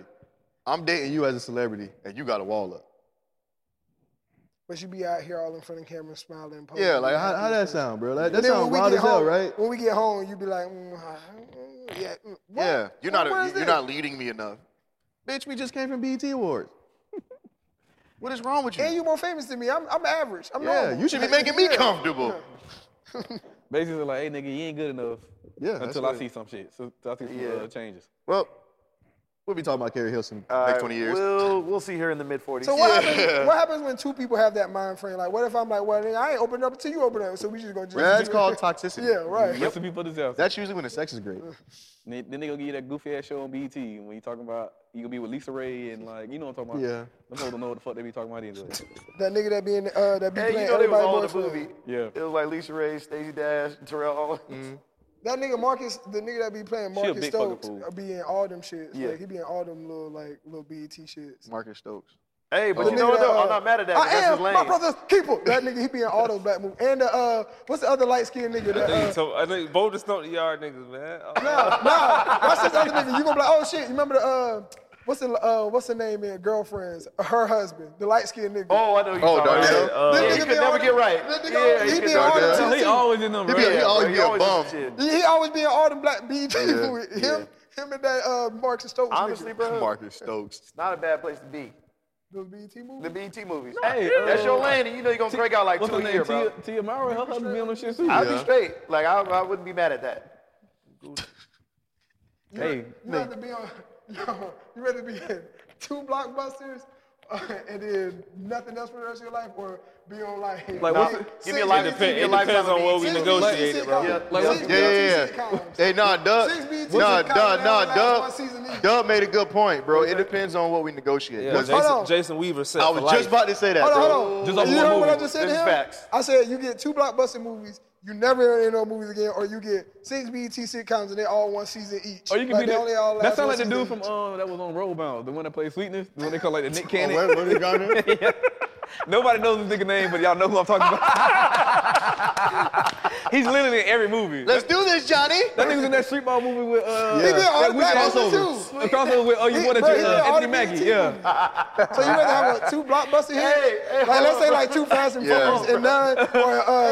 Speaker 4: I'm dating you as a celebrity, and you got a wall up.
Speaker 1: But you be out here all in front of the camera smiling. and
Speaker 4: Yeah,
Speaker 1: posing,
Speaker 4: like
Speaker 1: being
Speaker 4: how,
Speaker 1: happy
Speaker 4: how
Speaker 1: and
Speaker 4: that
Speaker 1: shit.
Speaker 4: sound, bro? That,
Speaker 1: And
Speaker 4: that
Speaker 1: then
Speaker 4: sounds
Speaker 1: when we
Speaker 4: wild as
Speaker 1: get
Speaker 4: hell,
Speaker 1: home,
Speaker 4: right?
Speaker 1: When we get home, you be like, mm, huh, mm, yeah, mm, what?
Speaker 4: Yeah, you're
Speaker 1: What-
Speaker 4: not
Speaker 1: what is
Speaker 4: you're
Speaker 1: this?
Speaker 4: not leading me enough. Bitch, we just came from BET Awards. what is wrong with you?
Speaker 1: And you more famous than me. I'm, I'm average. I'm
Speaker 4: yeah,
Speaker 1: normal.
Speaker 4: you should be making me
Speaker 1: Yeah.
Speaker 4: comfortable.
Speaker 3: (laughs) Basically, like, hey nigga, you ain't good enough.
Speaker 4: Yeah, that's
Speaker 3: Until
Speaker 4: what
Speaker 3: I
Speaker 4: it-
Speaker 3: see some shit. So until I see some uh, changes.
Speaker 4: Well, we'll be talking about Carrie Hilson
Speaker 2: All
Speaker 4: next
Speaker 2: right,
Speaker 4: 20 years.
Speaker 2: We'll we'll see her in the mid 40s.
Speaker 1: So what, happens, what happens when two people have that mind frame? Like, what if I'm like, well, nigga, I ain't opened up until you open up, so we just gonna just.
Speaker 4: That's
Speaker 1: do it.
Speaker 4: called toxicity.
Speaker 1: Yeah, right.
Speaker 3: Yep. Some people themselves.
Speaker 4: That's usually when the sex is great.
Speaker 3: Then then they gonna give you that goofy ass show on BET when you talking about you gonna be with Lisa Ray and like you know what I'm talking about.
Speaker 4: Yeah.
Speaker 3: Them hoes don't know what the fuck they be talking about either.
Speaker 1: That nigga that be in, the- uh, that be
Speaker 2: Hey,
Speaker 1: playing
Speaker 2: you know they was
Speaker 1: everybody
Speaker 2: all in the
Speaker 1: boyfriend.
Speaker 2: movie.
Speaker 3: Yeah.
Speaker 2: It was like Lisa Ray, Stacey Dash, Terrell Owens.
Speaker 4: Mm-hmm.
Speaker 1: That nigga Marcus, the nigga that be playing
Speaker 3: a
Speaker 1: Marcus
Speaker 3: big fucking
Speaker 1: Stokes,
Speaker 3: fool.
Speaker 1: uh, be in all them shits.
Speaker 2: Yeah.
Speaker 1: Like, he be in all them little like little BET shits.
Speaker 4: Marcus Stokes.
Speaker 2: Hey, but
Speaker 4: Oh.
Speaker 2: you know what
Speaker 1: Nigga,
Speaker 2: though?
Speaker 1: uh,
Speaker 2: I'm not mad at that.
Speaker 1: I
Speaker 2: 'cause that's
Speaker 1: am
Speaker 2: his lane.
Speaker 1: my brother's keeper. That nigga, he be in all those black movies. And the, uh, what's the other light skinned nigga? That, uh,
Speaker 8: So I think bold just don't yard niggas,
Speaker 4: (laughs)
Speaker 8: man. Oh,
Speaker 1: nah, watch this other nigga. You gonna be like, oh shit, you remember the uh, what's the uh, what's the name in Girlfriends? Her husband, the light skinned nigga.
Speaker 2: Oh, I know you.
Speaker 4: Oh,
Speaker 2: talking about.
Speaker 4: Darnell.
Speaker 2: Yeah,
Speaker 1: This
Speaker 2: yeah,
Speaker 1: nigga
Speaker 2: you could
Speaker 1: be
Speaker 2: never
Speaker 1: on
Speaker 2: get
Speaker 1: it.
Speaker 2: right.
Speaker 1: This nigga
Speaker 2: yeah,
Speaker 1: on-
Speaker 2: you
Speaker 1: he
Speaker 2: could
Speaker 1: be on
Speaker 2: never
Speaker 1: it
Speaker 2: get
Speaker 1: too.
Speaker 2: right.
Speaker 3: he always in them,
Speaker 4: He
Speaker 3: bro.
Speaker 4: be, he
Speaker 2: Yeah,
Speaker 4: always
Speaker 2: bro,
Speaker 4: be
Speaker 2: he
Speaker 4: a
Speaker 2: always is
Speaker 4: bum.
Speaker 2: shit.
Speaker 1: He, he always be in all them black BET movies. Him, him, and that uh, Marcus Stokes. nigga.
Speaker 2: Honestly,
Speaker 1: (laughs)
Speaker 2: bro,
Speaker 4: Marcus Stokes.
Speaker 2: not a bad place to be.
Speaker 1: those BET movies.
Speaker 2: The BT movies.
Speaker 3: Hey,
Speaker 2: that's
Speaker 3: uh,
Speaker 2: your lane, and you know you're gonna break out like
Speaker 3: What's
Speaker 2: two
Speaker 3: her
Speaker 2: a year,
Speaker 3: name?
Speaker 2: bro.
Speaker 3: Tia, Tia Mara, her husband be on them shit too.
Speaker 2: I'd be
Speaker 4: Yeah.
Speaker 2: straight. Like I, I wouldn't be mad at that.
Speaker 3: Hey,
Speaker 1: (laughs) You rather be on, yo, you rather be in two blockbusters uh, and then nothing else for the rest of your life, or be on like,
Speaker 3: Like, what's it-
Speaker 8: Give me a life. It, depend, it depends on what we negotiated, bro.
Speaker 4: Yeah, yeah, yeah. Hey, nah, Dub.
Speaker 1: Six BT
Speaker 4: Nah,
Speaker 1: sitcoms
Speaker 4: Dub,
Speaker 1: now
Speaker 4: nah,
Speaker 1: last one season
Speaker 4: Dub.
Speaker 1: each.
Speaker 4: Dub made a good point, bro. It depends on what we negotiate.
Speaker 8: Yeah,
Speaker 4: What's-
Speaker 1: hold
Speaker 8: Jason,
Speaker 1: on.
Speaker 8: Jason Weaver said
Speaker 4: I
Speaker 8: for
Speaker 4: was
Speaker 8: life.
Speaker 4: just about to say that.
Speaker 1: Hold on,
Speaker 4: bro.
Speaker 1: hold on.
Speaker 3: Just off
Speaker 1: you
Speaker 3: one
Speaker 1: heard what I
Speaker 3: movie.
Speaker 1: just said
Speaker 2: This
Speaker 1: to
Speaker 2: is
Speaker 1: him?
Speaker 2: facts.
Speaker 1: I said you get two blockbuster movies, you never hear any no movies again, or you get six BET sitcoms and they all one season each.
Speaker 3: Or Oh, you can
Speaker 1: Like,
Speaker 3: be
Speaker 1: they only all
Speaker 3: the,
Speaker 1: last
Speaker 3: that sound
Speaker 1: one
Speaker 3: like the dude
Speaker 1: season
Speaker 3: from um that was on Roll Bound, the one that played Sweetness, the one they call like the
Speaker 1: (laughs)
Speaker 3: Nick
Speaker 4: Oh,
Speaker 3: Cannon.
Speaker 4: what, what is
Speaker 3: (laughs)
Speaker 4: going on?
Speaker 3: Nobody knows this nigga name, but y'all know who I'm talking about. (laughs) He's literally in every movie.
Speaker 4: Let's do this, Johnny.
Speaker 3: that nigga's in that streetball movie with uh,
Speaker 1: He did all
Speaker 3: that
Speaker 1: the
Speaker 3: weekend
Speaker 1: Black Ops
Speaker 3: crossover.
Speaker 1: too.
Speaker 3: A crossover with oh you
Speaker 1: He-
Speaker 3: wanted to
Speaker 1: bro, he did
Speaker 3: uh,
Speaker 1: all the
Speaker 3: Anthony Mackie,
Speaker 1: BET
Speaker 3: yeah.
Speaker 1: each. (laughs) So you rather have a two blockbuster hits? like let's say like two Fast and
Speaker 4: Yeah.
Speaker 1: Furious and none, or uh,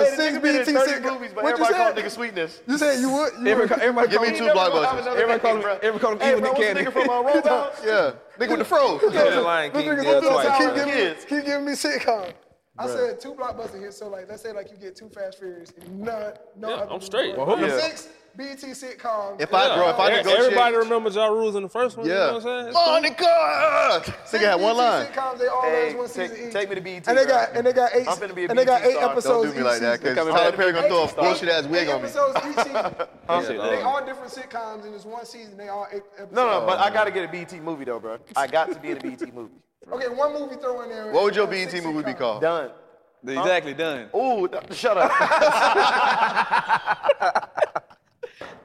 Speaker 2: Hey, the
Speaker 1: six
Speaker 2: nigga been in
Speaker 1: BET
Speaker 2: 30
Speaker 1: sitcoms.
Speaker 2: movies, but
Speaker 1: What you
Speaker 2: everybody call
Speaker 1: said?
Speaker 2: nigga sweetness.
Speaker 1: You said you would. You
Speaker 3: Everybody,
Speaker 1: would.
Speaker 3: ca- everybody
Speaker 4: Give me
Speaker 3: call
Speaker 4: two
Speaker 3: him-
Speaker 4: blockbusters.
Speaker 3: Everybody call him. Everybody call him.
Speaker 2: Hey,
Speaker 3: Evil Nick
Speaker 2: bro, what's the
Speaker 3: Cannon.
Speaker 2: nigga from uh, Roll Bounce?
Speaker 4: Yeah, nigga with the fro.
Speaker 8: Yeah, the Lion
Speaker 1: Those
Speaker 8: King
Speaker 1: niggas
Speaker 8: did
Speaker 1: up
Speaker 8: it
Speaker 1: there
Speaker 8: twice.
Speaker 1: keep
Speaker 2: Tower
Speaker 1: giving me-
Speaker 2: Kids.
Speaker 1: Keep giving me sitcom. I said two blockbuster hits, so like let's say like you get two Fast Furious and none, no
Speaker 8: Yeah,
Speaker 1: other
Speaker 8: I'm
Speaker 1: movies.
Speaker 8: straight.
Speaker 1: Or
Speaker 8: Well,
Speaker 3: hope-
Speaker 1: Six BT sitcoms.
Speaker 4: If I, bro, if I
Speaker 8: Yeah,
Speaker 4: negotiate.
Speaker 8: Everybody remember Ja Rule's in the first one.
Speaker 4: Yeah.
Speaker 8: You know what I'm saying?
Speaker 4: Monica! Nigga
Speaker 1: Six
Speaker 4: had one
Speaker 1: BET
Speaker 4: line.
Speaker 1: Sitcoms, they all
Speaker 2: Hey,
Speaker 1: last one
Speaker 2: take-
Speaker 1: season each.
Speaker 2: take me to BET,
Speaker 1: And they
Speaker 2: bro.
Speaker 1: got and they got eight
Speaker 2: I'm finna be a
Speaker 1: and they got
Speaker 2: BET
Speaker 1: eight
Speaker 2: star. Don't
Speaker 4: Don't
Speaker 1: episodes
Speaker 4: do me like
Speaker 1: each
Speaker 4: that,
Speaker 1: season.
Speaker 4: because
Speaker 2: Coming
Speaker 4: Tyler
Speaker 2: back.
Speaker 4: Perry gonna throw a
Speaker 2: Eight
Speaker 4: bullshit ass wig
Speaker 1: Eight
Speaker 4: on me.
Speaker 1: episodes each season.
Speaker 8: Yeah, uh,
Speaker 1: They
Speaker 8: dog.
Speaker 1: all different sitcoms in this one season. They all eight episodes.
Speaker 2: No, no, but I gotta get a BT movie though, bro. I got to be in a BT movie.
Speaker 1: Okay, one movie throw in there.
Speaker 4: What would your
Speaker 1: uh,
Speaker 4: BET
Speaker 1: six
Speaker 4: movie be
Speaker 1: sitcoms.
Speaker 4: called?
Speaker 2: Done.
Speaker 3: Exactly done.
Speaker 2: Ooh, th- shut up. (laughs)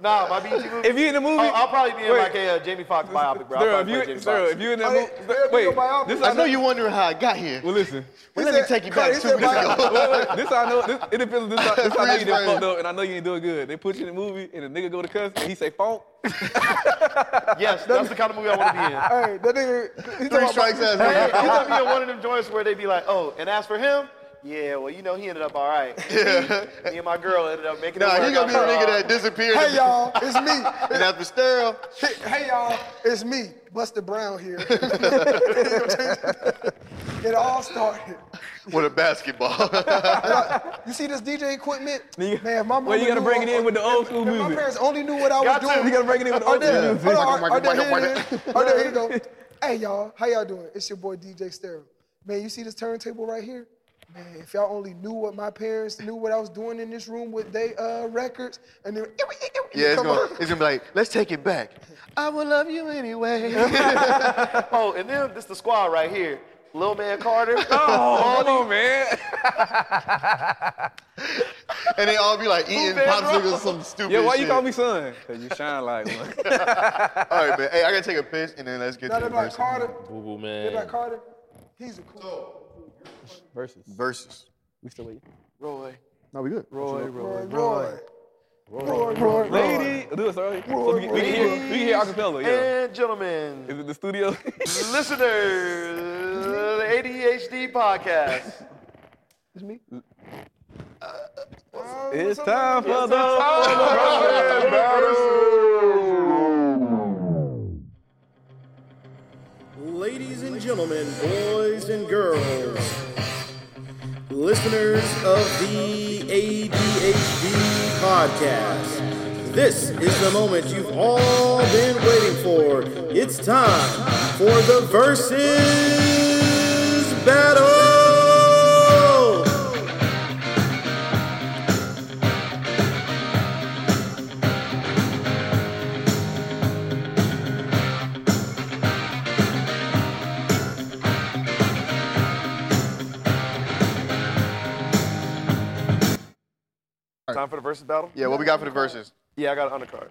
Speaker 2: nah, my BT movie.
Speaker 3: If you in the movie,
Speaker 2: Oh, I'll probably be in
Speaker 3: Wait.
Speaker 2: like a uh, Jamie Foxx biopic, bro. I'll
Speaker 3: Sir,
Speaker 2: probably
Speaker 3: if
Speaker 2: play
Speaker 3: you,
Speaker 2: Jamie
Speaker 3: sir,
Speaker 2: Foxxx.
Speaker 3: if you in that
Speaker 1: Oh,
Speaker 3: movie,
Speaker 1: they-
Speaker 3: but-
Speaker 1: they'll do a
Speaker 3: wait.
Speaker 1: biopic.
Speaker 3: This
Speaker 4: I
Speaker 3: I
Speaker 4: know
Speaker 3: know.
Speaker 4: you're wondering how I got here.
Speaker 3: Well, listen.
Speaker 1: He
Speaker 4: Let me
Speaker 1: said-
Speaker 4: take you
Speaker 1: Cardi,
Speaker 4: back
Speaker 1: he
Speaker 4: two
Speaker 1: said
Speaker 2: (laughs)
Speaker 4: weeks
Speaker 1: bio-
Speaker 4: ago.
Speaker 3: Wait,
Speaker 4: (laughs)
Speaker 3: wait, this I know. This, it depends. This, I- this I know you done
Speaker 4: Freeze
Speaker 3: fucked up, and I know you ain't doing good. They put you in the movie, and the nigga go to cuss, and he say, "Funk."
Speaker 2: (laughs) yes, that's the kind of movie I want to be in.
Speaker 1: (laughs) Hey, that nigga. he talking
Speaker 4: Three
Speaker 1: about-
Speaker 4: strikes ass
Speaker 2: Hey,
Speaker 4: nigga.
Speaker 2: you gotta be in one of them joints where they be like, oh, and as for him, yeah, well, you know, he ended up all
Speaker 4: (laughs)
Speaker 2: right. Me, me and my girl ended up making it
Speaker 4: Nah,
Speaker 2: work. Uh,
Speaker 4: he gonna be the
Speaker 2: I'm
Speaker 4: nigga
Speaker 2: like,
Speaker 4: that disappeared.
Speaker 1: Hey y'all, it's me.
Speaker 4: (laughs) And after sterile,
Speaker 1: Hey, hey, y'all, it's me, Buster
Speaker 4: (laughs)
Speaker 1: Brown here. (laughs) it all started.
Speaker 4: with a basketball.
Speaker 1: You see this DJ equipment?
Speaker 3: Nigga.
Speaker 1: Man, if my mama
Speaker 3: Well, you gotta
Speaker 1: knew
Speaker 3: bring
Speaker 1: what-
Speaker 3: it in with the old school
Speaker 1: if my
Speaker 3: music.
Speaker 1: parents only knew what I
Speaker 2: Got
Speaker 1: was
Speaker 2: to.
Speaker 1: doing.
Speaker 3: You gotta bring it in with the old
Speaker 1: Oh, there-
Speaker 3: school music.
Speaker 1: Hold on, oh, there, here it is. Oh, there, here you go. Hey y'all, how y'all doing? It's your boy DJ Stereo. Man, you see this turntable right here? Man, if y'all only knew what my parents knew what I was doing in this room with they uh records, and then
Speaker 4: yeah, it's
Speaker 1: come
Speaker 4: gonna,
Speaker 1: on.
Speaker 4: it's gonna be like, let's take it back. I will love you anyway.
Speaker 1: (laughs)
Speaker 2: Oh, and then this the squad right here. Lil Man Carter.
Speaker 3: (laughs) Oh, come on, man.
Speaker 4: and they all be like (laughs) eating
Speaker 2: bad, bro?
Speaker 4: popsicles, some stupid
Speaker 3: Yeah, why you
Speaker 4: shit.
Speaker 3: call me son? Cause you shine like
Speaker 4: (laughs)
Speaker 3: one.
Speaker 4: All right, man. Hey, I gotta take a piss and then let's get
Speaker 1: Now
Speaker 4: to
Speaker 1: they're
Speaker 4: the
Speaker 1: like
Speaker 4: verses.
Speaker 1: Carter.
Speaker 8: Boo boo
Speaker 1: They're
Speaker 8: man.
Speaker 1: like Carter. He's a cool.
Speaker 3: Versus.
Speaker 4: Verses.
Speaker 3: We still waiting.
Speaker 4: No, we good.
Speaker 1: Roy, Roy. Roy, Roy, Roy.
Speaker 3: Lady, do it, sorry. So we, we can hear, we can hear acapella. Yeah.
Speaker 2: And gentlemen,
Speaker 3: Is it the studio?
Speaker 2: listeners, ADHD podcast.
Speaker 3: it's time for the.
Speaker 9: Ladies and gentlemen, boys and girls, listeners of the ADHD podcast, this is the moment you've all been waiting for. It's time for the Versus Battle!
Speaker 2: Time for the versus battle?
Speaker 4: Yeah, what we got for the verses?
Speaker 2: Yeah, I got an undercard.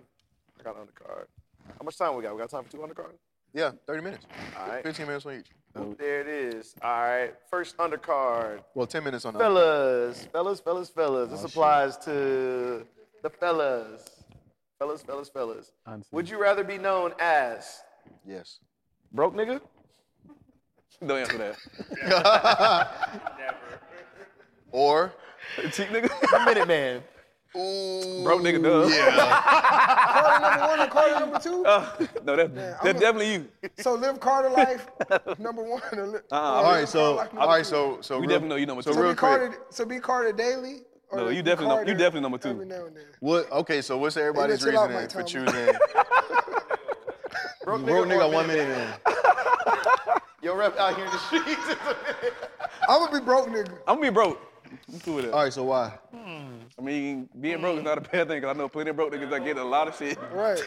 Speaker 2: I got an undercard. How much time we got? We got time for two undercards?
Speaker 4: Yeah, 30 minutes.
Speaker 2: All right.
Speaker 4: 15 minutes on each.
Speaker 2: Oop, there it is. All right. First undercard.
Speaker 4: Well, 10 minutes on the
Speaker 2: Fellas, fellas, fellas, fellas.
Speaker 1: Oh,
Speaker 2: This applies to the fellas. Fellas, fellas, fellas. Would you rather be known
Speaker 1: (laughs)
Speaker 2: as
Speaker 4: Yes.
Speaker 2: broke nigga?
Speaker 3: (laughs) Don't answer that.
Speaker 4: Or
Speaker 3: (laughs) Cheap nigga.
Speaker 2: Minute man.
Speaker 3: Broke nigga dub. (laughs)
Speaker 1: Carter number one and Carter number two.
Speaker 3: Uh, No, that,
Speaker 1: I'm a-
Speaker 3: that's definitely you. Uh-uh.
Speaker 1: So live Carter life (laughs) number one.
Speaker 4: (laughs)
Speaker 1: or li-
Speaker 4: all right, so
Speaker 1: Carter life
Speaker 4: all
Speaker 1: number
Speaker 4: right,
Speaker 1: two.
Speaker 4: so so
Speaker 3: We
Speaker 4: real,
Speaker 3: definitely know you number
Speaker 4: so
Speaker 3: two.
Speaker 1: so
Speaker 4: real
Speaker 1: be
Speaker 4: quick.
Speaker 1: Carter. So be Carter daily. or
Speaker 3: No, you
Speaker 1: be
Speaker 3: definitely num- you
Speaker 1: Carter
Speaker 3: definitely number two.
Speaker 1: Every now and then.
Speaker 4: What? Okay, so what's everybody's
Speaker 1: chill out,
Speaker 4: reasoning
Speaker 1: Mike
Speaker 4: for (laughs)
Speaker 1: Tomlin.
Speaker 4: choosing? Broke nigga, one minute man.
Speaker 2: Your rep out here in the streets.
Speaker 1: I'm gonna be broke, nigga.
Speaker 3: I'm gonna be broke. I'm cool with that.
Speaker 4: All right, so why?
Speaker 3: I mean, being broke is not a bad thing 'cause I know plenty of broke niggas that get a lot of shit. (laughs)
Speaker 1: Right.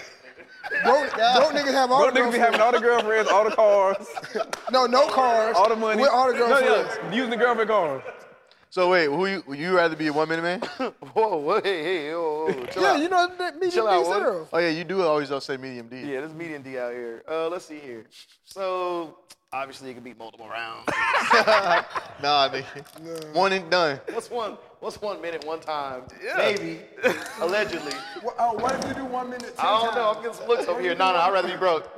Speaker 1: Broke, broke niggas have all
Speaker 3: Broke
Speaker 1: the
Speaker 3: niggas be
Speaker 1: girlfriends.
Speaker 3: having all the girlfriends, all the cars,
Speaker 1: No, no cars.
Speaker 3: all the money.
Speaker 1: With all the
Speaker 3: No, yeah,
Speaker 1: girlfriends.
Speaker 3: using the girlfriend cars.
Speaker 4: So wait, who you would you rather be a one minute man?
Speaker 2: whoa, whoa, hey, hey, whoa, whoa, whoa, chill
Speaker 1: Yeah,
Speaker 2: out.
Speaker 1: you know, that
Speaker 2: Chill
Speaker 1: me Chill
Speaker 2: out,
Speaker 1: out,
Speaker 2: Woody.
Speaker 1: zero.
Speaker 4: oh yeah, you do always say medium D.
Speaker 2: Yeah, this medium D out here. Uh, let's see here. So obviously it could be multiple rounds.
Speaker 4: Nah, nigga. One and done.
Speaker 2: What's one? What's one minute, one time? Maybe, allegedly.
Speaker 1: Well, oh, what if you do one minute? Ten
Speaker 2: I don't know. I'm
Speaker 1: times?
Speaker 2: getting some looks over here. No, no, I'd rather be broke.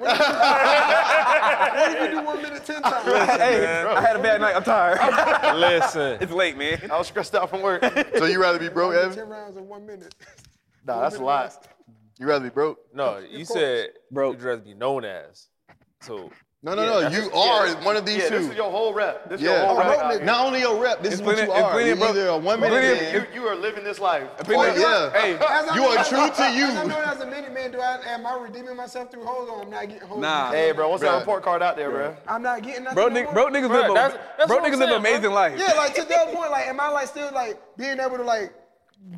Speaker 1: What if you do one minute ten times?
Speaker 3: Hey, I had a bad night. I'm tired.
Speaker 8: Listen,
Speaker 3: (laughs) it's late, man.
Speaker 2: I was stressed out from work. nah,
Speaker 4: So you rather be broke, Evan?
Speaker 1: ten rounds in one minute.
Speaker 2: that's a lot.
Speaker 4: You rather be broke?
Speaker 8: no, you said
Speaker 3: Bro.
Speaker 8: you'd rather be known as. So
Speaker 4: No, no, no. You are one of these
Speaker 2: Yeah,
Speaker 4: two.
Speaker 2: this is your whole rep. This is
Speaker 4: yeah.
Speaker 2: your whole rep. out here.
Speaker 4: Not only your rep, this is what
Speaker 3: plenty-
Speaker 4: you
Speaker 3: it's
Speaker 4: are.
Speaker 3: plenty
Speaker 4: You're
Speaker 3: of broke-
Speaker 4: either a one minute
Speaker 3: plenty of-
Speaker 4: man.
Speaker 2: You, you are living this life.
Speaker 4: Oh,
Speaker 3: Plenty of-
Speaker 4: yeah.
Speaker 3: Hey,
Speaker 1: As I
Speaker 4: You
Speaker 1: know-
Speaker 4: are true to
Speaker 1: As I
Speaker 4: you.
Speaker 1: know as a minute man, do I am I redeeming myself through hoes or I'm not getting hoes?
Speaker 3: Nah.
Speaker 2: Hey, bro, what's that
Speaker 4: Bruh.
Speaker 2: report card out there, bro?
Speaker 1: I'm not getting nothing.
Speaker 3: bro,
Speaker 1: no
Speaker 3: nigg-
Speaker 1: more.
Speaker 3: bro, niggas
Speaker 8: Bruh,
Speaker 3: live
Speaker 8: that's-
Speaker 3: a,
Speaker 8: that's
Speaker 3: bro,
Speaker 8: what I'm
Speaker 3: niggas live
Speaker 8: saying, bro.
Speaker 3: amazing life.
Speaker 1: Yeah, like to that point, like am I like still like being able to like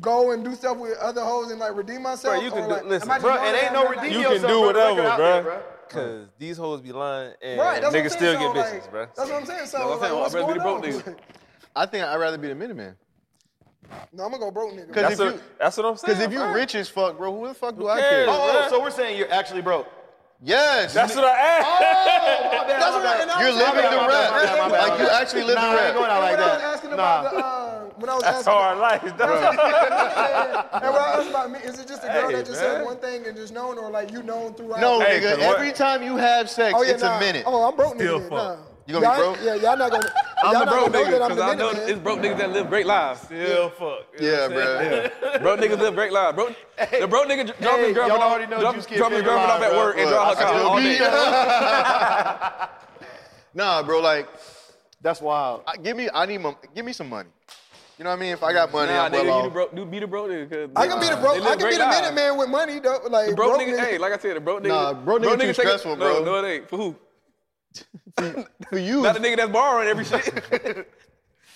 Speaker 1: go and do stuff with other hoes and like redeem myself?
Speaker 8: Bro, you can
Speaker 1: Or, like,
Speaker 8: do-
Speaker 1: am I
Speaker 8: listen,
Speaker 1: just
Speaker 2: Bro,
Speaker 1: knowing
Speaker 2: it
Speaker 1: that
Speaker 2: ain't
Speaker 1: I'm
Speaker 2: no
Speaker 1: not-
Speaker 2: redeeming
Speaker 8: you
Speaker 2: yourself,
Speaker 8: can do
Speaker 2: bro. The record
Speaker 8: whatever,
Speaker 2: out there,
Speaker 8: bro. Cause these hoes be lying and
Speaker 1: Right, that's
Speaker 8: niggas
Speaker 1: what I'm saying.
Speaker 8: still get
Speaker 1: so,
Speaker 8: bitches,
Speaker 1: like,
Speaker 8: bro.
Speaker 1: That's what I'm saying. So
Speaker 3: That's what I'm saying.
Speaker 1: like, what's
Speaker 3: I'd rather
Speaker 1: going
Speaker 3: be
Speaker 1: on?
Speaker 3: the broke
Speaker 4: I think I'd rather be the minute man.
Speaker 1: no, I'm gonna go broke,
Speaker 4: (laughs)
Speaker 1: nigga.
Speaker 4: Cause
Speaker 8: That's,
Speaker 4: if
Speaker 8: what-
Speaker 4: you,
Speaker 8: that's what I'm saying.
Speaker 4: cause if you
Speaker 8: bruh.
Speaker 4: rich as fuck, bro, who the fuck do I
Speaker 8: cares?
Speaker 4: care?
Speaker 8: Oh,
Speaker 2: Oh, so we're saying you're actually broke.
Speaker 4: Yes.
Speaker 8: that's what I
Speaker 2: Oh,
Speaker 8: asked.
Speaker 1: That's what I- and I
Speaker 4: You're
Speaker 1: was asking-
Speaker 4: living the
Speaker 1: my bad, my
Speaker 4: rep.
Speaker 1: bad, my
Speaker 4: Like you
Speaker 1: bad.
Speaker 4: actually living
Speaker 2: Nah,
Speaker 4: the
Speaker 2: I ain't going
Speaker 4: rep.
Speaker 2: out like
Speaker 1: when I was
Speaker 2: that.
Speaker 1: asking about the, uh, when I was
Speaker 8: That's
Speaker 1: asking,
Speaker 8: hard life. That's
Speaker 1: and when I asked about me, is it just a girl
Speaker 8: Hey,
Speaker 1: that just
Speaker 8: man.
Speaker 1: said one thing and just known, or like you known throughout?
Speaker 4: No,
Speaker 8: Hey,
Speaker 4: nigga.
Speaker 8: cause what-
Speaker 4: Every time you have sex,
Speaker 1: oh yeah,
Speaker 4: it's
Speaker 1: nah.
Speaker 4: a minute.
Speaker 1: Oh, I'm broke,
Speaker 8: Still
Speaker 1: nigga.
Speaker 8: fuck.
Speaker 1: Nah.
Speaker 4: You gonna be
Speaker 1: Y'all-
Speaker 4: broke?
Speaker 1: Yeah, y'all not gonna.
Speaker 3: I'm
Speaker 1: y'all
Speaker 3: the broke
Speaker 1: not gonna know
Speaker 3: nigga,
Speaker 1: that I'm
Speaker 3: cause
Speaker 1: the
Speaker 3: I know
Speaker 1: minute
Speaker 3: it's
Speaker 1: man.
Speaker 3: broke niggas that live great lives.
Speaker 8: Still fuck. You know
Speaker 4: Yeah,
Speaker 8: what I'm saying?
Speaker 4: bro.
Speaker 3: Broke niggas live great lives. Bro, the broke nigga dr- dropping
Speaker 2: Hey,
Speaker 3: his girlfriend
Speaker 2: y'all
Speaker 3: off,
Speaker 2: already know
Speaker 3: drop,
Speaker 2: Juice Kid
Speaker 3: dropping his
Speaker 2: been
Speaker 3: girlfriend off
Speaker 2: alive,
Speaker 3: at
Speaker 2: bro.
Speaker 3: work and drive her
Speaker 4: I
Speaker 3: car
Speaker 4: still
Speaker 3: all
Speaker 4: be-
Speaker 3: day. (laughs)
Speaker 4: Nah, bro. Like,
Speaker 2: That's wild.
Speaker 4: I- give me. I need. My, give me some money. You know what I mean? If I got money,
Speaker 3: Nah,
Speaker 4: I'm well
Speaker 3: nigga, you
Speaker 4: off.
Speaker 3: the broke, do be the broke nigga. 'cause
Speaker 1: I can be the broke.
Speaker 3: they live
Speaker 1: I can be
Speaker 3: great
Speaker 1: the
Speaker 3: lives.
Speaker 1: minute man with money, though. Like
Speaker 3: The broke, nigga, hey, like I said, the broke nigga.
Speaker 4: Nah, broke nigga too
Speaker 3: take it-
Speaker 4: stressful, bro.
Speaker 3: No, no, it ain't. For
Speaker 1: (laughs)
Speaker 3: who?
Speaker 4: For you,
Speaker 3: Not the nigga that's borrowing every shit. (laughs)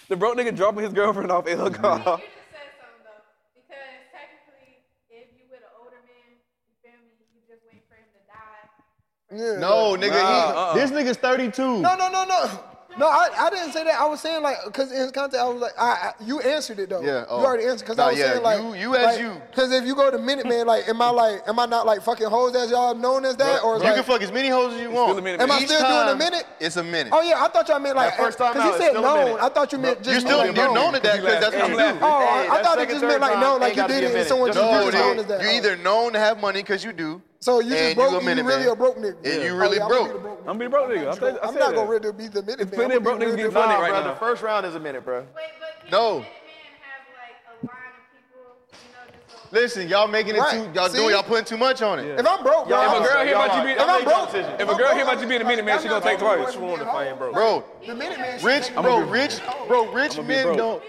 Speaker 3: the broke nigga dropping his girlfriend off at her
Speaker 10: You
Speaker 3: car.
Speaker 10: just said something though, because technically, if you with an older man, you feel me, you just wait for him to die.
Speaker 1: yeah.
Speaker 4: no, nigga. he,
Speaker 3: Nah, uh-uh.
Speaker 4: This nigga's 32.
Speaker 1: No, no, no, no. No, I, I didn't say that. I was saying like, cause in his content, I was like, I, I you answered it though.
Speaker 4: Yeah, oh.
Speaker 1: You already answered. Cause
Speaker 4: Nah,
Speaker 1: I was
Speaker 4: yeah,
Speaker 1: saying like,
Speaker 4: you- you as
Speaker 1: like,
Speaker 4: you.
Speaker 1: Cause if you go to Minuteman, like, am I like, am I not like fucking hoes as y'all known as that, or
Speaker 4: you
Speaker 1: is like,
Speaker 4: can fuck as many hoes as you want.
Speaker 3: still a minute,
Speaker 1: am I
Speaker 4: Each
Speaker 1: still doing a
Speaker 4: time,
Speaker 1: minute?
Speaker 4: It's a minute.
Speaker 1: Oh yeah, I thought y'all meant
Speaker 2: That
Speaker 1: like,
Speaker 2: first time
Speaker 1: cause
Speaker 2: out,
Speaker 1: he
Speaker 2: it's
Speaker 1: said
Speaker 2: still a
Speaker 1: known.
Speaker 2: minute.
Speaker 1: I thought you meant
Speaker 4: You're
Speaker 1: just
Speaker 4: still
Speaker 1: known.
Speaker 4: you're known at that because
Speaker 3: laugh.
Speaker 4: that's what
Speaker 3: Hey,
Speaker 4: you
Speaker 3: laugh.
Speaker 4: do.
Speaker 1: Oh, I-
Speaker 2: Hey,
Speaker 1: I,
Speaker 2: that
Speaker 1: thought it
Speaker 2: second,
Speaker 1: just
Speaker 2: third
Speaker 1: meant like
Speaker 2: time
Speaker 1: known,
Speaker 2: ain't
Speaker 1: like you
Speaker 2: gotta
Speaker 1: did
Speaker 2: be
Speaker 1: it
Speaker 2: a
Speaker 1: and
Speaker 2: minute.
Speaker 1: someone
Speaker 2: Just
Speaker 1: you
Speaker 2: a
Speaker 1: just
Speaker 2: minute.
Speaker 4: No,
Speaker 1: known as that.
Speaker 4: nigga. You either known to have money because you do,
Speaker 1: so you
Speaker 4: and
Speaker 1: just
Speaker 4: you
Speaker 1: broke,
Speaker 4: a
Speaker 1: and you
Speaker 4: minute
Speaker 1: really
Speaker 4: man.
Speaker 1: a broke nigga.
Speaker 4: and you
Speaker 1: Oh,
Speaker 4: really
Speaker 1: yeah, I'm
Speaker 4: broke.
Speaker 1: gonna be the broke. nigga.
Speaker 3: I'm be the broke nigga. I said- I
Speaker 1: I'm
Speaker 3: said
Speaker 1: not
Speaker 3: that.
Speaker 1: gonna really be the minute man.
Speaker 3: plenty
Speaker 1: I'm
Speaker 3: of broke
Speaker 1: gonna be
Speaker 3: niggas
Speaker 1: really
Speaker 3: getting
Speaker 1: the-
Speaker 3: money
Speaker 2: Nah,
Speaker 3: right
Speaker 2: bro,
Speaker 3: now.
Speaker 2: the first round is a minute, bro.
Speaker 10: Wait, but can
Speaker 4: No.
Speaker 10: the minute man have like a line of people, you know, just a
Speaker 4: Listen, y'all making it
Speaker 1: Right.
Speaker 4: too. Y'all
Speaker 1: See?
Speaker 4: doing. Y'all putting too much on it.
Speaker 1: If I'm broke, bro,
Speaker 2: Y'all
Speaker 1: I'm
Speaker 3: If a girl
Speaker 2: Y'all
Speaker 3: hear about you
Speaker 2: are-
Speaker 3: being,
Speaker 2: y'all
Speaker 1: If I'm
Speaker 2: make your
Speaker 1: broke,
Speaker 2: decision.
Speaker 3: if a girl hear about you being a minute man, she gonna think twice.
Speaker 8: She wanna find bro.
Speaker 4: Bro,
Speaker 1: The minute man,
Speaker 4: rich,
Speaker 1: shit,
Speaker 4: bro, rich, bro, rich men
Speaker 3: broke.
Speaker 4: don't.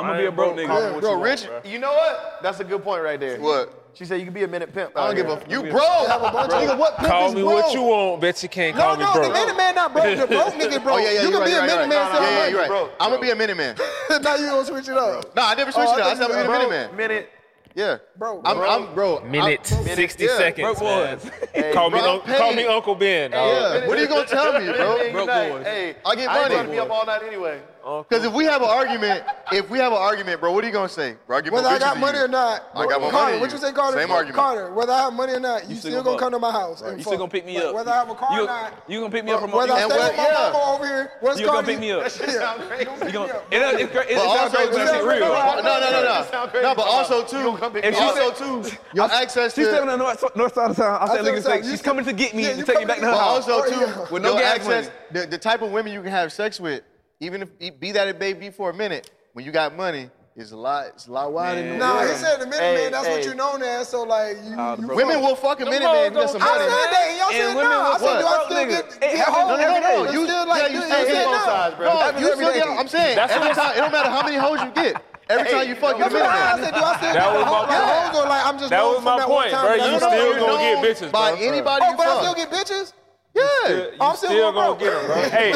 Speaker 3: I'm gonna be a broke nigga.
Speaker 4: Bro, rich.
Speaker 2: You know what? That's a good point right there.
Speaker 4: What?
Speaker 2: She said you could be a minute pimp.
Speaker 4: I
Speaker 2: out
Speaker 4: don't give
Speaker 2: here.
Speaker 4: a. You broke. Nigga, what pimp
Speaker 8: Call
Speaker 4: is
Speaker 8: me
Speaker 4: broke?
Speaker 8: what you want, bet you can't
Speaker 1: No,
Speaker 8: call
Speaker 1: no,
Speaker 8: me
Speaker 1: the
Speaker 8: broke.
Speaker 1: minute man not broke. The broke (laughs) nigga broke.
Speaker 4: Oh yeah, yeah,
Speaker 1: you
Speaker 4: you're
Speaker 1: can
Speaker 4: right,
Speaker 1: be
Speaker 4: you're
Speaker 1: a
Speaker 4: right,
Speaker 1: minute
Speaker 4: you're
Speaker 1: man.
Speaker 4: right.
Speaker 1: selling
Speaker 4: Yeah, yeah,
Speaker 1: money.
Speaker 4: you're right.
Speaker 2: Broke,
Speaker 4: I'm gonna be a minute man.
Speaker 1: now you gonna switch it up.
Speaker 4: No, I never switched
Speaker 1: Oh,
Speaker 4: it
Speaker 1: I
Speaker 4: up. I
Speaker 1: thought
Speaker 4: said I'm
Speaker 1: you-
Speaker 4: gonna be a
Speaker 1: bro,
Speaker 4: minute man.
Speaker 2: Minute.
Speaker 4: Yeah.
Speaker 1: Bro,
Speaker 4: I'm,
Speaker 1: bro.
Speaker 4: I'm bro. I'm-
Speaker 8: Minute, sixty
Speaker 4: yeah.
Speaker 8: seconds.
Speaker 3: Broke
Speaker 8: man.
Speaker 3: boys.
Speaker 8: call me,
Speaker 4: bro, I'm
Speaker 8: un- call me
Speaker 4: paid.
Speaker 8: Uncle Ben. dog.
Speaker 4: Yeah. What are you gonna tell me,
Speaker 2: Hey,
Speaker 4: bro?
Speaker 3: Broke
Speaker 2: goodnight.
Speaker 3: boys.
Speaker 2: Hey,
Speaker 4: I get
Speaker 2: I ain't
Speaker 4: money.
Speaker 2: gonna be up all night anyway.
Speaker 8: Oh,
Speaker 4: Because if we have an argument, if we have an argument, bro, what are you gonna say? Bro, I give my
Speaker 1: Whether I
Speaker 4: bitches
Speaker 1: got
Speaker 4: to
Speaker 1: money
Speaker 4: you.
Speaker 1: or not,
Speaker 4: I got my
Speaker 1: Carter,
Speaker 4: money to
Speaker 1: What
Speaker 4: you.
Speaker 1: you say, Carter?
Speaker 4: Same argument.
Speaker 1: Carter, whether I have money or not, you,
Speaker 3: still
Speaker 1: still,
Speaker 3: gonna
Speaker 1: gonna
Speaker 3: fuck.
Speaker 1: come to my house.
Speaker 3: Right.
Speaker 1: and
Speaker 3: You still
Speaker 1: fuck.
Speaker 3: gonna pick me
Speaker 1: Like,
Speaker 3: up.
Speaker 1: Whether I have a car
Speaker 3: You-
Speaker 1: or not.
Speaker 3: you gonna pick me up from-
Speaker 1: Whether I
Speaker 4: And
Speaker 1: stay
Speaker 4: what-
Speaker 1: with my
Speaker 4: yeah.
Speaker 1: mama over here. What's
Speaker 3: You gonna
Speaker 1: Carter-
Speaker 3: pick
Speaker 8: (laughs)
Speaker 3: me up.
Speaker 2: That sound crazy.
Speaker 3: You gonna, it, it's, cra- it, it
Speaker 4: But
Speaker 3: sounds
Speaker 4: also-
Speaker 3: crazy, but that shit real.
Speaker 4: No, no, no,
Speaker 2: That sound
Speaker 4: no.
Speaker 2: crazy.
Speaker 4: No, but
Speaker 2: Come on.
Speaker 4: also
Speaker 2: You gonna
Speaker 4: too.
Speaker 2: come pick
Speaker 3: If
Speaker 2: me
Speaker 3: she
Speaker 2: up?
Speaker 3: said-
Speaker 4: Also too. Your access
Speaker 3: She's still on
Speaker 4: to.
Speaker 3: the north, north side of town. I
Speaker 1: I
Speaker 3: said,
Speaker 1: feel
Speaker 3: nigga,
Speaker 1: so-
Speaker 3: say,
Speaker 1: you
Speaker 3: she's
Speaker 1: said-
Speaker 3: coming to get me
Speaker 1: Yeah,
Speaker 3: and
Speaker 1: you
Speaker 3: take me back
Speaker 1: coming to
Speaker 3: to her
Speaker 1: get-
Speaker 4: But
Speaker 3: house.
Speaker 4: also
Speaker 1: Oh, yeah.
Speaker 4: too.
Speaker 3: With no
Speaker 4: your
Speaker 3: gas
Speaker 4: access.
Speaker 3: money.
Speaker 4: The, the type of women you can have sex with, even if e, be that a baby for a minute, when you got money, is a lot. It's a lot wider. than
Speaker 1: Nah,
Speaker 4: that.
Speaker 1: he said the minute
Speaker 2: Hey,
Speaker 1: man. That's
Speaker 2: hey.
Speaker 1: what you known as. So like you. you
Speaker 3: bro.
Speaker 4: Women will fuck a minute man and get some
Speaker 1: I
Speaker 4: money.
Speaker 1: said that, and y'all
Speaker 3: And
Speaker 1: said
Speaker 3: women
Speaker 1: no. I
Speaker 3: will-
Speaker 1: said, do
Speaker 3: What?
Speaker 1: I still
Speaker 3: Nigga,
Speaker 1: get,
Speaker 3: it
Speaker 1: get
Speaker 3: happens
Speaker 1: hoes
Speaker 4: No, no, no,
Speaker 1: every day?
Speaker 4: no.
Speaker 1: It's
Speaker 4: You
Speaker 1: still like,
Speaker 4: yeah, you
Speaker 1: this.
Speaker 4: still
Speaker 1: I
Speaker 4: get
Speaker 1: said
Speaker 2: both
Speaker 1: no.
Speaker 2: sides, bro.
Speaker 1: It
Speaker 4: No,
Speaker 1: happens
Speaker 4: you
Speaker 1: every
Speaker 4: still
Speaker 1: day.
Speaker 4: get. I'm saying
Speaker 8: That's
Speaker 4: every
Speaker 8: what
Speaker 4: time. It don't matter how many hoes you get. Every
Speaker 2: Hey,
Speaker 4: time you fuck, you
Speaker 1: That's
Speaker 4: a
Speaker 1: what
Speaker 4: minute
Speaker 1: I
Speaker 4: man.
Speaker 1: said. Do I still
Speaker 8: That
Speaker 1: get
Speaker 8: was
Speaker 1: hoes
Speaker 8: my
Speaker 1: like
Speaker 8: point.
Speaker 1: hoes or like I'm just
Speaker 8: That
Speaker 1: known
Speaker 8: was
Speaker 1: from
Speaker 8: my
Speaker 1: that one
Speaker 8: point,
Speaker 1: time?
Speaker 8: bro.
Speaker 1: That's
Speaker 4: No, no,
Speaker 1: what I'm
Speaker 8: You still
Speaker 1: saying.
Speaker 4: you're
Speaker 8: gonna get
Speaker 4: known
Speaker 8: bitches,
Speaker 4: by
Speaker 8: bro.
Speaker 4: anybody
Speaker 1: Oh,
Speaker 4: you
Speaker 1: but I
Speaker 4: fuck.
Speaker 1: still get bitches.
Speaker 4: Yeah.
Speaker 8: You
Speaker 4: I'm
Speaker 8: still
Speaker 4: one,
Speaker 8: gonna get him, bro. hey,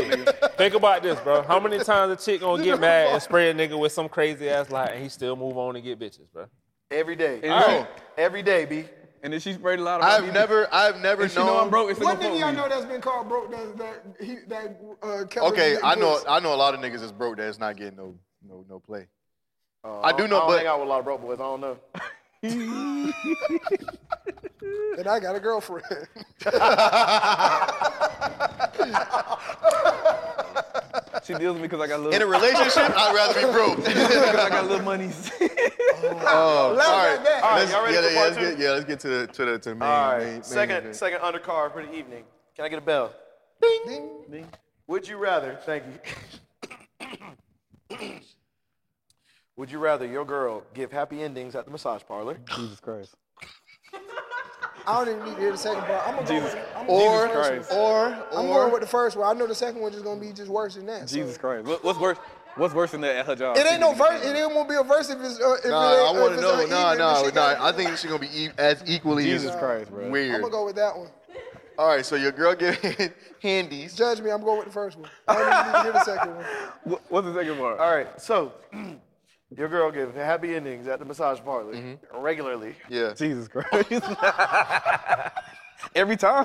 Speaker 8: think about this, bro. How many times a chick gonna get mad and spray a nigga with some crazy ass lie and he still move on and get bitches, bro?
Speaker 2: Every day.
Speaker 3: Alright.
Speaker 2: Every day, B.
Speaker 3: And then she sprayed a lot of.
Speaker 4: I've never, I've never
Speaker 3: You know I'm
Speaker 4: known.
Speaker 3: broke. It's
Speaker 1: One
Speaker 3: like
Speaker 1: thing y'all know that's been called broke that that he that uh Kevin
Speaker 4: Okay,
Speaker 1: Nick
Speaker 4: I know,
Speaker 1: was.
Speaker 4: I know a lot of niggas that's broke that's not getting no, no, no play.
Speaker 2: Uh,
Speaker 4: I do know,
Speaker 2: I don't
Speaker 4: but-
Speaker 2: hang out with a lot of broke boys. I don't know.
Speaker 1: and I got a girlfriend.
Speaker 4: (laughs)
Speaker 3: She deals with me because I got little.
Speaker 4: In a relationship, I'd rather be broke.
Speaker 3: I got little monies.
Speaker 4: Oh,
Speaker 1: Laugh
Speaker 4: all
Speaker 1: at
Speaker 4: right.
Speaker 1: that.
Speaker 2: All right,
Speaker 4: Let's-
Speaker 2: y'all ready
Speaker 4: yeah,
Speaker 2: for
Speaker 4: yeah,
Speaker 2: part
Speaker 4: let's
Speaker 2: two?
Speaker 4: get, yeah, let's get to the to the to the main.
Speaker 2: All
Speaker 4: main- main
Speaker 2: right, second
Speaker 4: event.
Speaker 2: second undercard for the evening. Can I get a bell? Ding. Would you (coughs) rather? Thank you. Would you rather your girl give happy endings at the massage parlor,
Speaker 3: Jesus Christ.
Speaker 1: I don't even need to hear the second part. I'm gonna go with, I'm,
Speaker 4: Or
Speaker 1: gonna go with the first one.
Speaker 4: or
Speaker 1: I'm
Speaker 4: or
Speaker 1: going with the firt one. I know the second one is gonna be just worse than that. so.
Speaker 3: Jesus Christ. What, what's worse? What's worse than that at her job?
Speaker 1: It ain't no verse. It ain't gonna be a verse if it's. Uh,
Speaker 4: Nah,
Speaker 1: if it ain't,
Speaker 4: I want
Speaker 1: if
Speaker 4: to
Speaker 1: it's
Speaker 4: know.
Speaker 1: uneven,
Speaker 4: Nah,
Speaker 1: the
Speaker 4: nah,
Speaker 1: shit
Speaker 4: nah.
Speaker 1: gotta
Speaker 4: I
Speaker 1: be-
Speaker 4: think she's gonna be e- as equally
Speaker 3: Jesus
Speaker 4: as
Speaker 3: Christ, bro.
Speaker 1: I'm
Speaker 4: weird.
Speaker 1: gonna go with that one.
Speaker 4: All right, so your girl giving handies.
Speaker 1: Judge me. I'm going with the first one. I don't even need to hear the second one.
Speaker 3: What- what's the second part?
Speaker 2: All right, so (clears throat) your girl gives happy endings at the massage parlor
Speaker 3: Mm-hmm.
Speaker 2: regularly.
Speaker 4: Yeah.
Speaker 3: Jesus Christ. (laughs) Every time.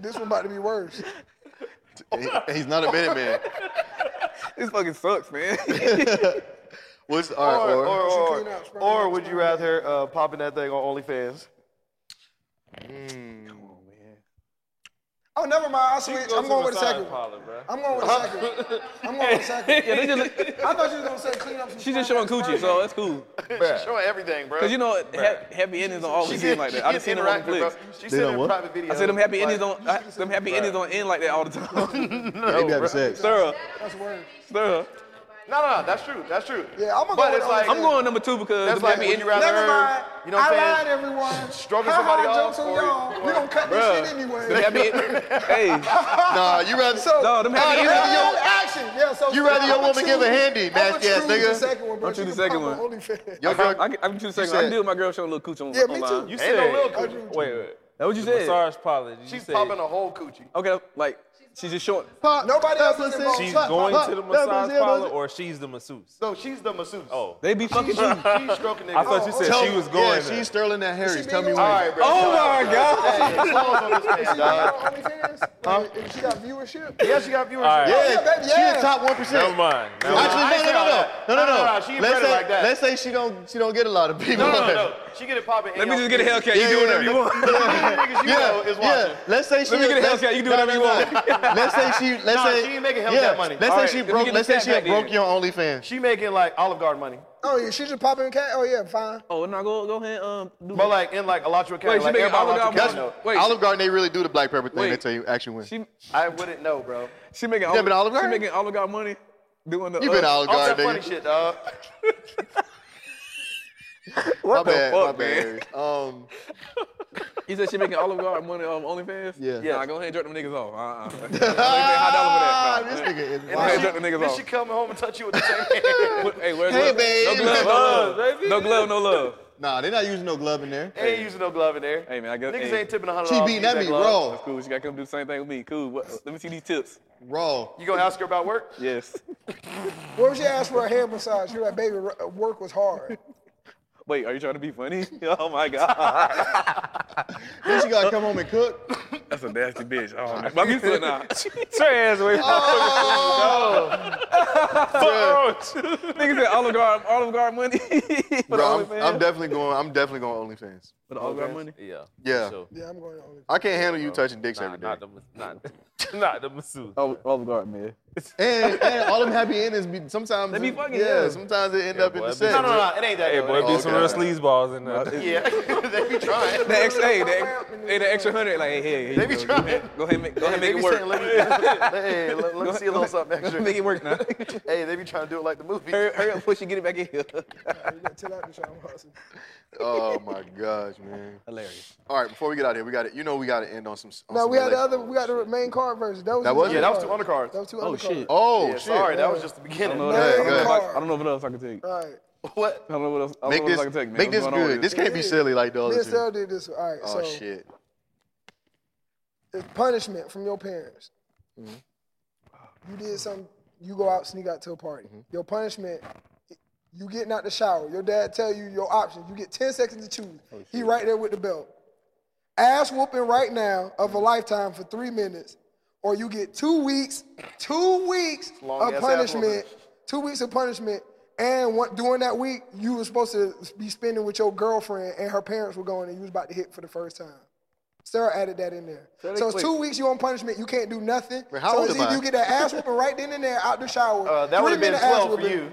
Speaker 1: This one about to be worse.
Speaker 4: He- he's not a minute man.
Speaker 3: (laughs) this fucking sucks, man.
Speaker 4: What's all right,
Speaker 2: Or,
Speaker 4: or,
Speaker 2: or,
Speaker 1: should
Speaker 2: or,
Speaker 1: clean up,
Speaker 2: or,
Speaker 1: scrub your
Speaker 2: would you rather uh, popping that thing on OnlyFans?
Speaker 3: Mm.
Speaker 1: Oh, never mind. I switch. I'm going with the second one.
Speaker 8: Parlor, bro.
Speaker 1: I'm going with the second one. I'm going with the second one. (laughs) I thought you was gonna say clean up some.
Speaker 3: She's just showing coochie, so it's
Speaker 2: (laughs)
Speaker 3: cool.
Speaker 2: She's showing everything, bro.
Speaker 3: Cause you know, ha- happy endings don't always end like that. I
Speaker 2: She
Speaker 3: just seen
Speaker 2: gets
Speaker 3: them on
Speaker 2: interactive, bro.
Speaker 3: Netflix.
Speaker 2: She
Speaker 4: done
Speaker 2: sent in
Speaker 4: what?
Speaker 2: private videos.
Speaker 3: I said them happy endings
Speaker 2: like,
Speaker 3: don't, I, them happy endings don't end like that all the
Speaker 2: (laughs)
Speaker 3: time. (laughs)
Speaker 4: they be having sex.
Speaker 3: Sarah,
Speaker 1: That's worse.
Speaker 3: Sarah.
Speaker 2: No, no, no, that's true. That's true.
Speaker 1: Yeah, I'ma go
Speaker 2: But
Speaker 1: with
Speaker 2: it's
Speaker 1: the
Speaker 2: like
Speaker 1: only-
Speaker 3: I'm going number two because
Speaker 2: That's
Speaker 3: them
Speaker 2: like
Speaker 3: happy
Speaker 2: would you
Speaker 3: endings.
Speaker 2: rather
Speaker 1: Never
Speaker 2: her,
Speaker 1: mind.
Speaker 2: you know what
Speaker 1: I
Speaker 2: I'm
Speaker 1: lied,
Speaker 2: saying? (laughs)
Speaker 1: everyone.
Speaker 2: Stroking
Speaker 1: Ha
Speaker 2: somebody
Speaker 1: ha,
Speaker 2: off
Speaker 1: jokes on
Speaker 2: or-
Speaker 1: y'all. We
Speaker 2: or-
Speaker 1: gonna cut this shit anyway.
Speaker 3: Them happy end-
Speaker 1: (laughs)
Speaker 3: hey,
Speaker 4: Nah, you rather
Speaker 1: So,
Speaker 3: No, them happy
Speaker 1: Nah,
Speaker 3: endings-
Speaker 1: hell yeah, action. Yeah, so
Speaker 4: You rather your
Speaker 1: I'ma
Speaker 4: woman give a
Speaker 1: choose-
Speaker 4: handy,
Speaker 1: I'ma
Speaker 4: nasty ass
Speaker 1: choose
Speaker 4: nigga.
Speaker 1: The second one, bro.
Speaker 3: I'ma
Speaker 1: She
Speaker 3: choose
Speaker 1: can
Speaker 3: the second
Speaker 1: pop
Speaker 3: one.
Speaker 1: on OnlyFans.
Speaker 4: your girl.
Speaker 3: I can, I can choose the second.
Speaker 4: said-
Speaker 3: I can deal with my girl showing a little cooch on
Speaker 1: Yeah, me
Speaker 3: online.
Speaker 1: too.
Speaker 8: You
Speaker 2: Ain't
Speaker 8: said
Speaker 2: no little coochie.
Speaker 8: wait, wait.
Speaker 3: That what you
Speaker 8: The
Speaker 3: said.
Speaker 8: massage parlor. You
Speaker 2: She's
Speaker 8: said
Speaker 2: popping a whole coochie.
Speaker 3: Okay, like she's just showing.
Speaker 1: Nobody else is involved.
Speaker 8: she's
Speaker 1: Pop,
Speaker 8: going
Speaker 1: pop,
Speaker 8: to the
Speaker 1: pop,
Speaker 8: massage
Speaker 1: pop,
Speaker 8: parlor
Speaker 1: pop.
Speaker 8: or she's the masseuse.
Speaker 2: So she's the masseuse.
Speaker 8: Oh,
Speaker 3: They be
Speaker 8: (laughs)
Speaker 3: fucking.
Speaker 2: she's stroking niggas.
Speaker 8: I thought you said
Speaker 4: Tell-
Speaker 8: she was going.
Speaker 4: Yeah,
Speaker 8: there.
Speaker 4: she's Sterling at Harry's.
Speaker 1: being
Speaker 4: Tell me
Speaker 1: on-
Speaker 4: why.
Speaker 2: All right, bro. Oh my god.
Speaker 1: Only fans? Like, if She got viewership.
Speaker 2: Yeah, she got viewership.
Speaker 8: right.
Speaker 4: Yeah,
Speaker 1: Yeah, baby, yeah.
Speaker 4: she a top one percent.
Speaker 8: Never mind. Never mind.
Speaker 2: I ain't
Speaker 4: Actually, no,
Speaker 2: say all
Speaker 4: no,
Speaker 2: that.
Speaker 4: no, no, no,
Speaker 2: No,
Speaker 4: no,
Speaker 2: no, no, she ain't
Speaker 4: Let's
Speaker 2: better
Speaker 4: say,
Speaker 2: like that.
Speaker 4: let's say she don't, she don't get a lot of people.
Speaker 2: No, no, no, no. She get it popping.
Speaker 3: Let me just get a Hellcat. You do whatever you want.
Speaker 2: Niggas you know
Speaker 4: Yeah,
Speaker 2: is watching.
Speaker 4: yeah. Let's say she.
Speaker 3: Let me get a
Speaker 4: let's-
Speaker 3: Hellcat. You do
Speaker 4: no,
Speaker 3: whatever
Speaker 4: no,
Speaker 3: you
Speaker 4: no.
Speaker 3: want.
Speaker 4: Let's say she. Let's
Speaker 2: Nah,
Speaker 4: say
Speaker 2: she ain't making Hellcat
Speaker 4: yeah,
Speaker 2: money.
Speaker 4: Let's
Speaker 3: All
Speaker 4: say
Speaker 3: right,
Speaker 4: she
Speaker 3: let me
Speaker 4: broke.
Speaker 3: get
Speaker 4: Let's
Speaker 3: the
Speaker 4: say
Speaker 3: cat
Speaker 4: she had
Speaker 3: back then.
Speaker 4: broke your OnlyFans.
Speaker 2: She making like Olive Garden money,
Speaker 1: Oh yeah, she just popping cat. Oh yeah, fine.
Speaker 3: Oh, no, go go ahead. Um, do
Speaker 2: but like in like Alachua County.
Speaker 3: she
Speaker 2: like
Speaker 3: making
Speaker 2: everybody
Speaker 3: Olive
Speaker 2: Alachua
Speaker 3: Garden
Speaker 2: County
Speaker 4: That's
Speaker 3: money?
Speaker 2: know.
Speaker 3: Wait.
Speaker 4: Olive Garden. They really do the black pepper thing. They
Speaker 3: Wait.
Speaker 4: tell you actually win.
Speaker 3: she
Speaker 2: I wouldn't know, bro.
Speaker 3: she making
Speaker 4: been Olive
Speaker 3: She
Speaker 4: Garden?
Speaker 3: making Olive Garden money. Doing the
Speaker 4: you been to
Speaker 3: uh,
Speaker 4: Olive
Speaker 2: All that funny
Speaker 4: Garden, nigga.
Speaker 2: shit, dog.
Speaker 4: My
Speaker 3: the
Speaker 4: bad, my
Speaker 3: fuck,
Speaker 4: bad. Um,
Speaker 3: (laughs) You said she making Olive Garden money on OnlyFans.
Speaker 4: Yeah.
Speaker 3: Yeah. Nah, go ahead and jerk them niggas off.
Speaker 4: (laughs)
Speaker 3: Uh uh. They pay high dollar for that.
Speaker 4: Ah, this
Speaker 3: Nah.
Speaker 4: nigga is
Speaker 3: Go ahead
Speaker 4: wild.
Speaker 3: and jerk them niggas
Speaker 2: Then
Speaker 3: off.
Speaker 2: she come home and touch you with the same hand.
Speaker 3: Put- Hey, where's
Speaker 4: Hey,
Speaker 3: love?
Speaker 4: babe.
Speaker 3: No glove, no
Speaker 8: Love,
Speaker 3: love.
Speaker 8: baby.
Speaker 3: uh, No glove, no love.
Speaker 4: Nah, they're not using no glove in there.
Speaker 2: Ain't using no glove in there.
Speaker 3: Hey, man, I guess-
Speaker 2: niggas
Speaker 3: hey.
Speaker 2: ain't tipping a hundred
Speaker 4: She
Speaker 2: dollars.
Speaker 4: beating
Speaker 2: to use
Speaker 4: that
Speaker 2: that
Speaker 4: me
Speaker 2: glove.
Speaker 4: raw,
Speaker 3: That's cool. She gotta come do the same thing with me. Cool. What, let me see these tips.
Speaker 4: raw.
Speaker 2: You gonna ask her about work?
Speaker 3: Yes.
Speaker 1: What if she asked for a hand massage? She like, baby, r- work was hard.
Speaker 3: Wait, are you trying to be funny? (laughs) Oh my god.
Speaker 4: (laughs)
Speaker 2: (laughs)
Speaker 4: Then she gotta come home
Speaker 3: (laughs)
Speaker 4: and cook.
Speaker 3: That's a nasty bitch. Oh, man. I'm used to it now. (laughs)
Speaker 8: Trans away.
Speaker 4: Oh.
Speaker 3: Niggas said Olive Garden, Olive Garden money. (laughs) for the
Speaker 4: Bro, I'm,
Speaker 3: OnlyFans.
Speaker 4: I'm definitely going. I'm definitely going OnlyFans.
Speaker 3: for the Olive Garden money.
Speaker 8: Yeah.
Speaker 4: Yeah.
Speaker 8: sure.
Speaker 1: Yeah, I'm going. On.
Speaker 4: I can't handle you touching dicks
Speaker 8: Nah,
Speaker 4: every day.
Speaker 8: not the
Speaker 4: (laughs)
Speaker 8: not, not (laughs) the masseuse.
Speaker 2: Oh,
Speaker 3: Olive, Olive Garden man.
Speaker 4: And, and all them happy endings be sometimes
Speaker 3: They be fucking,
Speaker 4: yeah,
Speaker 3: yeah.
Speaker 4: sometimes they end up in
Speaker 8: boy,
Speaker 4: the
Speaker 8: that be-
Speaker 4: sex.
Speaker 2: No, no, no, it ain't that.
Speaker 8: Hey,
Speaker 2: though.
Speaker 8: boy,
Speaker 2: It
Speaker 8: be
Speaker 2: ain't
Speaker 8: some
Speaker 4: okay.
Speaker 8: real sleaze balls in
Speaker 4: (laughs)
Speaker 8: there.
Speaker 2: that. Yeah, they be
Speaker 3: (laughs)
Speaker 2: trying.
Speaker 3: The extra, hey, the, hey, the extra hundred. Like, hey, hey, hey,
Speaker 2: They be
Speaker 3: go,
Speaker 2: trying.
Speaker 3: Go ahead, go ahead, and make, go ahead and
Speaker 2: They
Speaker 3: make
Speaker 2: be
Speaker 3: it
Speaker 2: saying,
Speaker 3: work.
Speaker 2: let me, hey, let, let me see a little something
Speaker 3: Go ahead and
Speaker 2: extra.
Speaker 3: make it work now.
Speaker 2: (laughs) Hey, they be trying to do it like the movie.
Speaker 3: hurry, hurry up, push you get it back in here.
Speaker 1: You got to tell out to Sean Watson.
Speaker 4: Oh my gosh, man!
Speaker 3: Hilarious.
Speaker 4: All right, before we get out of here, we got to You know, we got to end on some. On
Speaker 1: No,
Speaker 4: some
Speaker 1: we had the
Speaker 4: elect-
Speaker 1: other. We got the main card versus. That was
Speaker 4: That
Speaker 1: the
Speaker 4: was-
Speaker 1: undercard.
Speaker 4: yeah,
Speaker 2: that was two undercards.
Speaker 1: That was two
Speaker 3: Oh,
Speaker 1: undercards.
Speaker 3: shit.
Speaker 4: Oh
Speaker 2: Yeah,
Speaker 4: shit!
Speaker 2: sorry, that was just the
Speaker 3: I
Speaker 2: beginning.
Speaker 3: don't know
Speaker 1: No,
Speaker 3: what else- I
Speaker 4: go
Speaker 3: don't know
Speaker 1: ahead.
Speaker 3: if I- I don't know what else I can take. I
Speaker 1: All right.
Speaker 2: What?
Speaker 3: don't know what else I
Speaker 4: Make
Speaker 3: don't know what
Speaker 4: this
Speaker 3: else I can take. man.
Speaker 4: make
Speaker 3: What's
Speaker 4: this
Speaker 3: going on
Speaker 4: good.
Speaker 3: with
Speaker 4: This can't be silly like the
Speaker 1: Me
Speaker 3: Oh,
Speaker 4: other
Speaker 1: and Stell
Speaker 4: two.
Speaker 1: did this. All right.
Speaker 4: Oh
Speaker 1: so
Speaker 4: shit!
Speaker 1: It's punishment from your parents.
Speaker 2: Mm-hmm.
Speaker 1: You did something, you go out, sneak out to a party.
Speaker 2: Mm-hmm.
Speaker 1: Your punishment, you getting out the shower. Your dad tell you your options. You get 10 seconds to choose.
Speaker 2: Oh,
Speaker 1: he right there with the belt. Ass whooping right now of a lifetime for three minutes, or you get two weeks, two weeks
Speaker 2: long ass
Speaker 1: of
Speaker 2: ass
Speaker 1: punishment,
Speaker 2: whooping.
Speaker 1: two weeks of punishment, and one, during that week you were supposed to be spending with your girlfriend, and her parents were going, and you was about to hit for the first time. Sarah added that in there.
Speaker 2: Say that
Speaker 1: So it's
Speaker 2: quick.
Speaker 1: two weeks you on punishment. You can't do nothing.
Speaker 4: Wait, how
Speaker 1: so
Speaker 4: old
Speaker 1: it's
Speaker 4: am
Speaker 1: either
Speaker 4: I?
Speaker 1: you get that ass whooping right then and there out the shower.
Speaker 2: Uh, that
Speaker 1: three
Speaker 2: would have been
Speaker 1: minute ass
Speaker 2: 12 for
Speaker 1: whooping,
Speaker 2: you.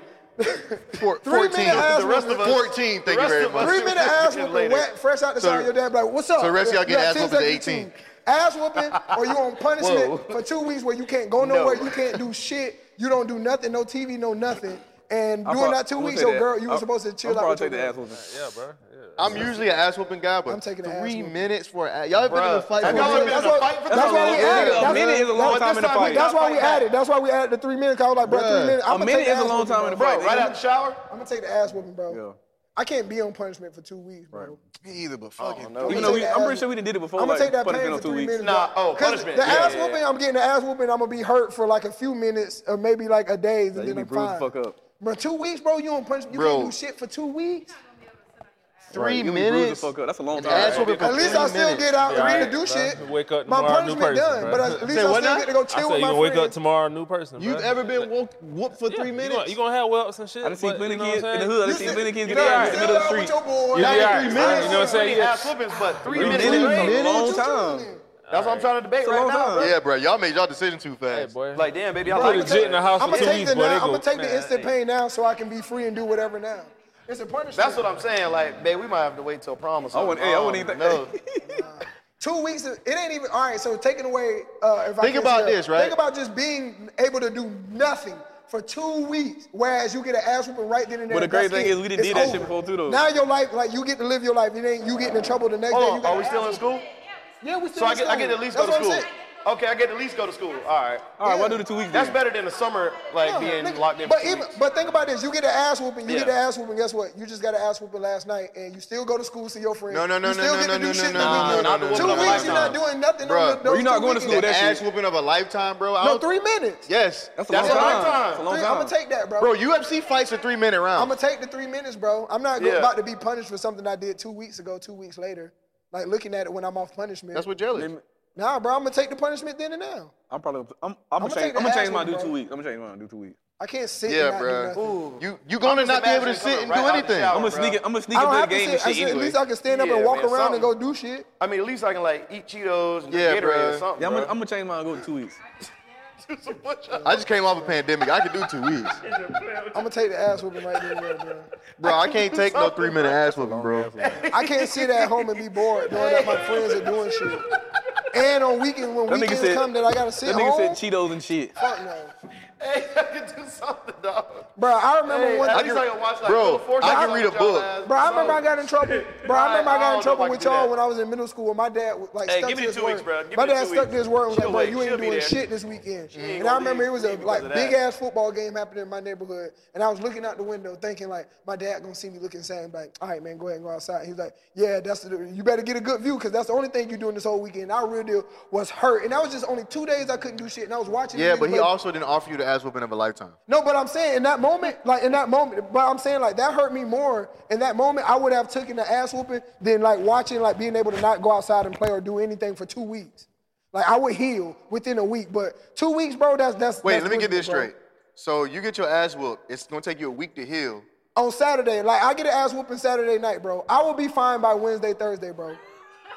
Speaker 4: Four,
Speaker 1: Three minute
Speaker 4: 14.
Speaker 1: ass
Speaker 2: The rest of us.
Speaker 4: 14, thank
Speaker 2: the
Speaker 4: you
Speaker 2: rest
Speaker 4: very
Speaker 2: of
Speaker 4: much.
Speaker 2: us-
Speaker 1: Three minute ass whooping,
Speaker 2: Later.
Speaker 1: wet, fresh out the
Speaker 4: So-
Speaker 1: shower. Your dad be like, "What's up?"
Speaker 4: so the rest of y'all
Speaker 1: You
Speaker 4: get
Speaker 1: got
Speaker 4: ass
Speaker 1: 10
Speaker 4: whooping
Speaker 1: seconds
Speaker 4: to
Speaker 1: to
Speaker 4: 18.
Speaker 1: choose. Ass whooping, or you on punishment
Speaker 4: Whoa.
Speaker 1: for two weeks where you can't go nowhere,
Speaker 2: No.
Speaker 1: you can't do shit, you don't do nothing, no TV, no nothing. And
Speaker 5: I'm
Speaker 1: during
Speaker 5: prob-
Speaker 1: that two
Speaker 5: I'm gonna
Speaker 1: weeks,
Speaker 5: take
Speaker 1: your
Speaker 5: that.
Speaker 1: girl, you were
Speaker 5: I'm-
Speaker 1: supposed to chill
Speaker 5: I'm
Speaker 1: out.
Speaker 5: probably
Speaker 1: with your
Speaker 5: take the
Speaker 1: girl.
Speaker 5: ass whooping.
Speaker 8: Yeah, bro. Yeah.
Speaker 4: I'm usually an ass whooping guy, but
Speaker 1: I'm taking an ass
Speaker 4: three
Speaker 1: whooping.
Speaker 4: minutes for an ass. Y'all ever been in a
Speaker 2: Bruh.
Speaker 4: fight?
Speaker 2: Have
Speaker 4: for
Speaker 2: y'all
Speaker 4: a
Speaker 2: ever
Speaker 4: minute?
Speaker 2: been in
Speaker 1: That's
Speaker 2: a
Speaker 1: why-
Speaker 2: fight for
Speaker 1: that's
Speaker 2: that
Speaker 1: why
Speaker 2: long?
Speaker 1: we
Speaker 2: Nigga,
Speaker 1: added- that's-
Speaker 2: A minute
Speaker 5: is a long
Speaker 1: that's-
Speaker 5: time in a
Speaker 1: that's why we-
Speaker 5: fight.
Speaker 1: That's why we
Speaker 2: Y'all fight
Speaker 1: added. That's why we added the three minutes. 'cause I was like, bro, three
Speaker 4: Bruh.
Speaker 1: minutes. I'm
Speaker 5: A
Speaker 1: gonna
Speaker 5: minute
Speaker 1: take the
Speaker 5: is a
Speaker 1: ass
Speaker 5: long
Speaker 1: whooping,
Speaker 5: time in a
Speaker 1: bro.
Speaker 2: Bro,
Speaker 5: fight.
Speaker 2: right out the shower?
Speaker 1: I'm gonna take the ass whooping, bro.
Speaker 5: Yeah.
Speaker 1: I can't be on punishment for two weeks, bro.
Speaker 4: Me either, but fucking.
Speaker 2: no.
Speaker 1: I'ma
Speaker 5: Even though
Speaker 1: take
Speaker 5: we,
Speaker 1: the
Speaker 5: I'm
Speaker 1: ass
Speaker 5: pretty sure we done did it before.
Speaker 1: I'm gonna
Speaker 5: like,
Speaker 1: take that
Speaker 5: put it
Speaker 1: pain
Speaker 5: in
Speaker 1: for
Speaker 5: on two
Speaker 1: three
Speaker 5: weeks.
Speaker 1: minutes.
Speaker 2: Nah,
Speaker 1: bro.
Speaker 2: oh,
Speaker 1: 'Cause
Speaker 2: punishment.
Speaker 1: The
Speaker 2: Yeah,
Speaker 1: ass
Speaker 2: yeah, yeah.
Speaker 1: whooping, I'm getting the ass whooping. I'm gonna be hurt for like a few minutes or maybe like a day, and
Speaker 5: Nah, you
Speaker 1: then
Speaker 5: be
Speaker 1: I'm
Speaker 5: bruised the
Speaker 1: fine.
Speaker 5: fuck up.
Speaker 1: Bro, two weeks, bro. You on punishment? You
Speaker 4: Bro.
Speaker 1: can't do shit for two weeks.
Speaker 4: Three
Speaker 5: You be bruised the
Speaker 4: minutes.
Speaker 5: fuck up. That's a long
Speaker 4: An
Speaker 5: time.
Speaker 4: ass whooping for
Speaker 1: At least I
Speaker 4: three
Speaker 1: still
Speaker 4: minutes.
Speaker 1: get out
Speaker 8: Yeah,
Speaker 1: and
Speaker 8: alright,
Speaker 1: to do
Speaker 8: bro.
Speaker 1: shit.
Speaker 8: Wake up
Speaker 1: My
Speaker 8: tomorrow, new
Speaker 1: punishment
Speaker 8: person,
Speaker 1: done,
Speaker 8: bro.
Speaker 1: but at least
Speaker 4: Say
Speaker 1: I
Speaker 4: what
Speaker 1: still
Speaker 4: now?
Speaker 1: get to go
Speaker 8: I
Speaker 1: chill
Speaker 8: said
Speaker 1: with
Speaker 8: you
Speaker 1: my
Speaker 8: gonna wake up
Speaker 1: friends.
Speaker 8: tomorrow, new person.
Speaker 4: You've
Speaker 8: bro.
Speaker 4: ever been woke, whooped for three
Speaker 8: You
Speaker 4: minutes?
Speaker 8: gonna, you gonna have whelps and shit.
Speaker 5: I done seen
Speaker 8: but you
Speaker 5: plenty
Speaker 8: know what I'm
Speaker 5: kids in the
Speaker 8: saying?
Speaker 5: hood. I done
Speaker 1: You
Speaker 5: seen plenty
Speaker 1: sit-
Speaker 5: kids
Speaker 1: you
Speaker 5: get their
Speaker 1: know,
Speaker 5: ass
Speaker 1: you
Speaker 5: in the
Speaker 1: sit
Speaker 5: middle of
Speaker 1: down
Speaker 5: the
Speaker 1: with
Speaker 5: street.
Speaker 1: your boy. Nah,
Speaker 8: You be all right.
Speaker 4: three
Speaker 8: You
Speaker 4: minutes.
Speaker 8: know what I'm saying?
Speaker 2: Many
Speaker 8: Yeah.
Speaker 2: ass whoopings,
Speaker 4: (laughs)
Speaker 2: but three
Speaker 5: Three
Speaker 2: minutes.
Speaker 5: minutes
Speaker 2: straight?
Speaker 5: is a long
Speaker 1: Two
Speaker 5: time.
Speaker 1: children.
Speaker 2: That's what I'm trying to debate
Speaker 5: a
Speaker 2: right
Speaker 5: long
Speaker 2: now,
Speaker 5: time.
Speaker 2: bro.
Speaker 4: Yeah, bro. Y'all made y'all decision too
Speaker 8: Hey,
Speaker 4: fast.
Speaker 8: boy.
Speaker 2: Like, damn, baby, I
Speaker 8: You
Speaker 2: like
Speaker 8: legit in the house
Speaker 1: I'm
Speaker 8: for
Speaker 1: gonna
Speaker 8: two
Speaker 1: take
Speaker 8: weeks,
Speaker 1: the
Speaker 8: boy. They
Speaker 1: now, I'm
Speaker 8: go.
Speaker 1: gonna take the
Speaker 2: Man,
Speaker 1: instant
Speaker 2: hey.
Speaker 1: pain now, so I can be free and do whatever now. It's a punishment.
Speaker 2: That's what I'm saying. Like, babe, we might have to wait till prom or
Speaker 5: I
Speaker 2: something.
Speaker 5: wouldn't, hey, I wouldn't even
Speaker 2: don't know.
Speaker 5: think.
Speaker 1: Two weeks. Of, it ain't even. All right. So taking away. Uh, if I
Speaker 4: Think
Speaker 1: can't
Speaker 4: about
Speaker 1: sell-
Speaker 4: this, right?
Speaker 1: Think about just being able to do nothing for two weeks, whereas you get an ass whooping right then and there.
Speaker 5: But the
Speaker 1: That's
Speaker 5: crazy thing
Speaker 1: it.
Speaker 5: is we didn't
Speaker 1: It's
Speaker 5: do that shit
Speaker 1: over.
Speaker 5: before, too, though.
Speaker 1: Now your life, like you get to live your life. It ain't you getting in trouble the next day. You
Speaker 2: Hold on,
Speaker 1: got
Speaker 2: are we
Speaker 1: an
Speaker 2: still in
Speaker 1: ass
Speaker 2: school?
Speaker 1: whooping. Yeah, we still.
Speaker 2: So I
Speaker 1: in
Speaker 2: get, I
Speaker 1: school.
Speaker 2: get to at least go
Speaker 1: That's
Speaker 2: to
Speaker 1: what I'm
Speaker 2: school.
Speaker 1: saying.
Speaker 2: Okay, I get to at least go to school. All right.
Speaker 5: All right, why
Speaker 1: Yeah.
Speaker 5: do the two weeks?
Speaker 2: That's
Speaker 5: then?
Speaker 2: better than the summer, like,
Speaker 1: Yeah,
Speaker 2: being
Speaker 1: nigga,
Speaker 2: locked in for
Speaker 1: But
Speaker 2: two
Speaker 1: even,
Speaker 2: weeks.
Speaker 1: but think about this: you get an ass whooping, you
Speaker 2: Yeah.
Speaker 1: get an ass whooping. Guess what? You just got an ass whooping last night, and you still go to school see your friends.
Speaker 4: No, no, no,
Speaker 1: you
Speaker 4: no,
Speaker 1: still
Speaker 4: no,
Speaker 1: get
Speaker 4: no,
Speaker 1: to do
Speaker 4: no,
Speaker 1: shit
Speaker 4: no,
Speaker 1: the
Speaker 4: no,
Speaker 1: weekend.
Speaker 4: no, no, no,
Speaker 1: Two
Speaker 4: no, no,
Speaker 1: weeks, you're
Speaker 4: no.
Speaker 1: not doing nothing.
Speaker 4: Bruh.
Speaker 1: on the,
Speaker 4: Bro,
Speaker 5: you're not going to school
Speaker 4: An
Speaker 5: that shit.
Speaker 4: ass whooping of a lifetime, bro. I
Speaker 1: No,
Speaker 4: don't-
Speaker 1: three minutes.
Speaker 4: Yes.
Speaker 5: That's a
Speaker 2: That's
Speaker 5: long
Speaker 2: a
Speaker 5: time.
Speaker 2: long time.
Speaker 5: That's a long
Speaker 1: Three,
Speaker 5: time.
Speaker 1: I'm gonna take that, bro.
Speaker 4: Bro, UFC fights a three minute round.
Speaker 1: I'm gonna take the three minutes, bro. I'm not go-
Speaker 2: Yeah.
Speaker 1: about to be punished for something I did two weeks ago, two weeks later. Like looking at it when I'm off punishment.
Speaker 4: That's what jealous.
Speaker 5: Maybe-
Speaker 1: Nah, bro, I'm gonna take the punishment then and now.
Speaker 5: I'm probably. I'm. I'm
Speaker 1: I'ma
Speaker 5: gonna
Speaker 1: take
Speaker 5: change.
Speaker 1: the
Speaker 5: I'm gonna
Speaker 1: ass
Speaker 5: change my
Speaker 1: whooping,
Speaker 5: do two
Speaker 1: bro.
Speaker 5: weeks. I'm gonna change mine do two weeks.
Speaker 1: I can't sit and
Speaker 4: Yeah,
Speaker 1: not do
Speaker 4: bro.
Speaker 1: nothing.
Speaker 4: You you gonna
Speaker 2: just
Speaker 4: not be able to
Speaker 2: imagining
Speaker 4: sit and
Speaker 2: coming
Speaker 4: do
Speaker 2: right out the
Speaker 4: anything.
Speaker 2: shower.
Speaker 5: I'm gonna
Speaker 2: Bruh.
Speaker 5: sneak. It, I'm gonna sneak
Speaker 1: I don't
Speaker 5: into the
Speaker 1: have to
Speaker 5: game
Speaker 1: sit.
Speaker 5: and
Speaker 1: I
Speaker 5: shit
Speaker 1: said, at
Speaker 5: anyway.
Speaker 1: least I can stand up
Speaker 2: Yeah,
Speaker 1: and walk
Speaker 2: man,
Speaker 1: around and go
Speaker 2: something.
Speaker 1: do
Speaker 2: (laughs)
Speaker 1: shit.
Speaker 2: I mean, at least I can, like, eat Cheetos and
Speaker 4: Yeah,
Speaker 2: Gatorade
Speaker 4: bruh.
Speaker 2: or something.
Speaker 5: Yeah, I'm gonna,
Speaker 2: bruh.
Speaker 5: I'm gonna change mine. Go to two weeks.
Speaker 4: I just came off a pandemic. I could do two weeks.
Speaker 1: I'm gonna take the ass whooping right then and there, bro.
Speaker 4: Bro, I can't take no three minute ass whooping, bro.
Speaker 1: I can't sit at home and be bored knowing that my friends are doing shit. And on weekend when
Speaker 5: That nigga
Speaker 1: weekends
Speaker 5: said-
Speaker 1: come that I gotta sit
Speaker 5: That nigga said
Speaker 1: home.
Speaker 5: Cheetos and shit.
Speaker 1: Fuck no.
Speaker 2: Hey, (laughs) I can do something, dog.
Speaker 1: Bro, I remember
Speaker 2: Hey,
Speaker 1: one
Speaker 2: at
Speaker 1: time.
Speaker 2: least I can watch, like,
Speaker 4: Bro,
Speaker 2: Phil Forsyth
Speaker 4: I can
Speaker 2: or
Speaker 4: read a
Speaker 2: something,
Speaker 4: book.
Speaker 2: y'all ass.
Speaker 1: Bro, I remember I got in trouble.
Speaker 2: (laughs)
Speaker 1: Bro, I remember I got in
Speaker 2: I don't know
Speaker 1: trouble
Speaker 2: if I
Speaker 1: with
Speaker 2: can do
Speaker 1: y'all
Speaker 2: that.
Speaker 1: when I was in middle school. and My dad was like
Speaker 2: Hey,
Speaker 1: stuck
Speaker 2: give me
Speaker 1: to
Speaker 2: the
Speaker 1: his
Speaker 2: two
Speaker 1: word.
Speaker 2: weeks, bro. Give
Speaker 1: my
Speaker 2: me the
Speaker 1: dad
Speaker 2: two
Speaker 1: stuck
Speaker 2: weeks.
Speaker 1: to his word and was
Speaker 2: She'll
Speaker 1: like, bro,
Speaker 2: wait.
Speaker 1: you ain't
Speaker 2: She'll be
Speaker 1: doing
Speaker 2: there.
Speaker 1: shit this weekend.
Speaker 2: ain't
Speaker 1: And
Speaker 2: gonna
Speaker 1: I remember
Speaker 2: leave.
Speaker 1: it was a
Speaker 2: Because
Speaker 1: like
Speaker 2: of that.
Speaker 1: big ass football game happening in my neighborhood, and I was looking out the window thinking like, my dad gonna see me looking sad. and be Like, all right, man, go ahead and go outside. He was like, yeah, that's the, you better get a good view because that's the only thing you doing this whole weekend. I real deal was hurt, and that was just only two days I couldn't do shit, and I was watching.
Speaker 4: Yeah,
Speaker 1: niggas
Speaker 4: but he
Speaker 1: play
Speaker 4: also didn't offer you the ass whooping of a lifetime.
Speaker 1: no, but I'm saying in that moment, like in that moment, but I'm saying like that hurt me more. In that moment, I would have taken the ass whooping than like watching like being able to not go outside and play or do anything for two weeks. Like I would heal within a week, but two weeks, bro, that's that's.
Speaker 4: Wait,
Speaker 1: that's
Speaker 4: let me get this
Speaker 1: miserable, bro.
Speaker 4: straight. So you get your ass whooped. It's gonna take you a week to heal.
Speaker 1: On Saturday, like I get an ass whooping Saturday night, bro. I will be fine by Wednesday, Thursday, bro.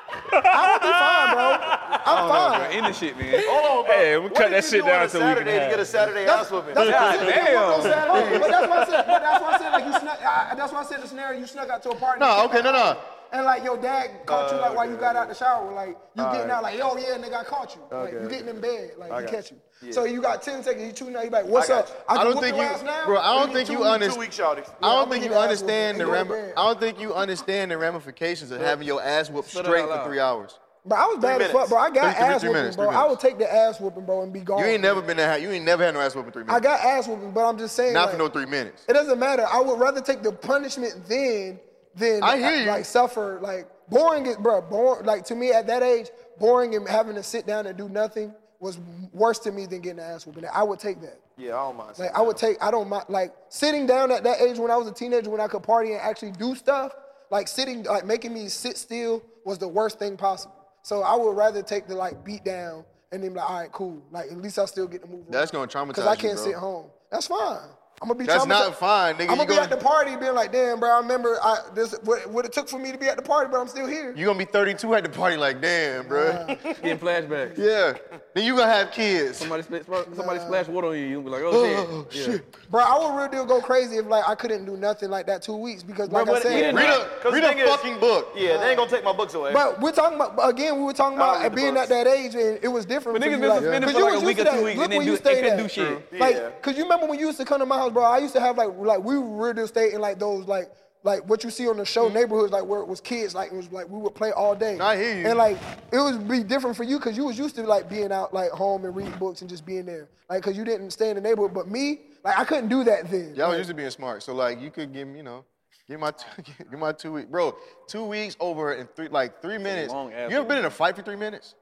Speaker 1: I will be fine, bro. I'm fine.
Speaker 5: Bro, end the shit, man.
Speaker 2: Hold on, bro.
Speaker 8: Hey, we
Speaker 2: What
Speaker 8: cut
Speaker 2: did
Speaker 8: that
Speaker 2: you
Speaker 8: shit
Speaker 2: do on
Speaker 8: down
Speaker 2: a
Speaker 8: so we can
Speaker 2: Saturday to
Speaker 8: have
Speaker 2: get
Speaker 8: it.
Speaker 2: a Saturday ass
Speaker 1: That's,
Speaker 2: whooping.
Speaker 1: that's what I'm
Speaker 5: God
Speaker 1: saying.
Speaker 5: damn.
Speaker 1: On Saturday. But that's why I said. But that's why I said like you snuck. I, that's why I said the scenario. You snuck out to a party.
Speaker 4: No, okay, no, no.
Speaker 1: And like your dad caught you like while you got out the shower, like you getting out like, yo, yeah, nigga, I caught you. Like you getting in bed, like he catch you. So you got ten seconds. You two now. You like, what's
Speaker 2: got
Speaker 1: up?
Speaker 2: you.
Speaker 4: I
Speaker 1: can
Speaker 4: don't
Speaker 1: whoop
Speaker 4: think
Speaker 1: your
Speaker 4: you,
Speaker 1: ass now,
Speaker 4: bro. I
Speaker 1: or
Speaker 4: don't think
Speaker 2: two
Speaker 4: you
Speaker 2: weeks-
Speaker 4: understand.
Speaker 2: two weeks, shawty.
Speaker 4: I
Speaker 1: Yeah,
Speaker 4: don't
Speaker 1: I'ma
Speaker 4: think you
Speaker 1: get the ass
Speaker 4: understand the
Speaker 1: whooping.
Speaker 4: ram-
Speaker 1: Ain't no
Speaker 4: I
Speaker 1: bad.
Speaker 4: don't think you understand the ramifications of having your ass whooped
Speaker 5: Shut up
Speaker 4: straight
Speaker 5: out
Speaker 4: for
Speaker 5: loud.
Speaker 4: three hours.
Speaker 1: Bro, I was bad as
Speaker 2: minutes.
Speaker 1: fuck, bro. I got
Speaker 4: Three- three-
Speaker 1: ass
Speaker 4: three
Speaker 1: whooping,
Speaker 4: minutes,
Speaker 1: bro.
Speaker 4: three
Speaker 1: I would
Speaker 4: minutes.
Speaker 1: take the ass whooping, bro, and be gone.
Speaker 4: You ain't never been that. You ain't never had no ass whooping three
Speaker 1: I
Speaker 4: minutes.
Speaker 1: got ass whooping, but I'm just saying.
Speaker 4: Not
Speaker 1: like,
Speaker 4: for no three minutes.
Speaker 1: It doesn't matter. I would rather take the punishment then than
Speaker 4: I hear you.
Speaker 1: like suffer. Like boring is bro, boring like to me at that age, boring and having to sit down and do nothing was worse to me than getting an ass whooping. I would take that.
Speaker 2: um, Yeah, I don't mind.
Speaker 1: Like I would take, I don't mind. Like sitting down at that age when I was a teenager, when I could party and actually do stuff. Like sitting, like making me sit still was the worst thing possible. So I would rather take the like beat down and then be like, all right, cool. Like at least I still get to move.
Speaker 4: That's gonna traumatize
Speaker 1: Because I
Speaker 4: you,
Speaker 1: can't
Speaker 4: bro.
Speaker 1: sit home. That's fine. I'm gonna be.
Speaker 4: That's
Speaker 1: traumatize-
Speaker 4: not fine, nigga.
Speaker 1: I'm
Speaker 4: You
Speaker 1: gonna be
Speaker 4: gonna-
Speaker 1: at the party being like, damn, bro. I remember I, this what, what it took for me to be at the party, but I'm still here.
Speaker 4: You're gonna be 32 at the party, like, damn, bro.
Speaker 5: Getting flashbacks.
Speaker 4: yeah. Then you gonna have kids.
Speaker 5: Somebody, spit- somebody splash water on you. You'll be like, oh, shit. Yeah.
Speaker 1: Bro, I would real deal go crazy if like I couldn't do nothing like that two weeks because like I
Speaker 2: but
Speaker 1: said,
Speaker 2: we didn't-
Speaker 4: Read a,
Speaker 2: 'Cause
Speaker 4: read
Speaker 2: the
Speaker 4: a
Speaker 2: thing is-
Speaker 4: fucking book.
Speaker 2: Yeah, they ain't gonna take my books away.
Speaker 1: But we're talking about but again. We were talking
Speaker 2: I'll
Speaker 1: about
Speaker 2: read the
Speaker 1: being
Speaker 2: books.
Speaker 1: at that age, and it was different.
Speaker 5: But
Speaker 1: for
Speaker 5: niggas
Speaker 1: you,
Speaker 5: been
Speaker 1: like,
Speaker 5: suspended
Speaker 1: 'cause
Speaker 5: for
Speaker 1: you
Speaker 5: like
Speaker 1: was
Speaker 5: a week
Speaker 1: used
Speaker 5: or
Speaker 1: to
Speaker 5: two
Speaker 1: that.
Speaker 5: weeks,
Speaker 1: Look
Speaker 5: and then
Speaker 1: when
Speaker 5: do
Speaker 1: you
Speaker 5: it. They
Speaker 1: stayed
Speaker 5: couldn't
Speaker 1: at.
Speaker 5: do shit.
Speaker 1: Like,
Speaker 2: Yeah.
Speaker 1: cause you remember when you used to come to my house, bro? I used to have like like we were real stay in like those like like what you see on the
Speaker 5: Mm-hmm.
Speaker 1: show neighborhoods, like where it was kids, like it was like we would play all day.
Speaker 4: I hear you.
Speaker 1: And like it would be different for you because you was used to like being out like home and reading books and just being there, like because you didn't stay in the neighborhood. But me, like I couldn't do that then.
Speaker 4: Y'all
Speaker 1: Like,
Speaker 4: used to being smart, so like you could give me, you know, give my (laughs) two, give my two weeks, bro. Two weeks over in three, like three minutes.
Speaker 5: long ass
Speaker 4: You ever been in a fight for three (laughs) minutes?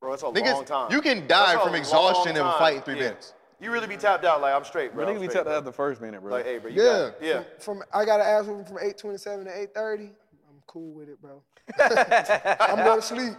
Speaker 2: bro, it's a
Speaker 4: Niggas,
Speaker 2: long time.
Speaker 4: you can die
Speaker 2: That's a
Speaker 4: from exhaustion
Speaker 2: long
Speaker 4: of a
Speaker 2: time.
Speaker 4: fight in three
Speaker 2: Yeah.
Speaker 4: minutes.
Speaker 2: You really be tapped out. Like I'm straight, bro.
Speaker 5: Bro,
Speaker 2: I'm
Speaker 5: niggas be
Speaker 2: straight,
Speaker 5: tapped
Speaker 2: bro.
Speaker 5: out the first minute, bro.
Speaker 2: Like, hey, bro. You
Speaker 4: Yeah.
Speaker 2: Got, yeah.
Speaker 1: from I got an ass whooping from 8:27 to 8:30. I'm cool with it, bro. I'm going to sleep.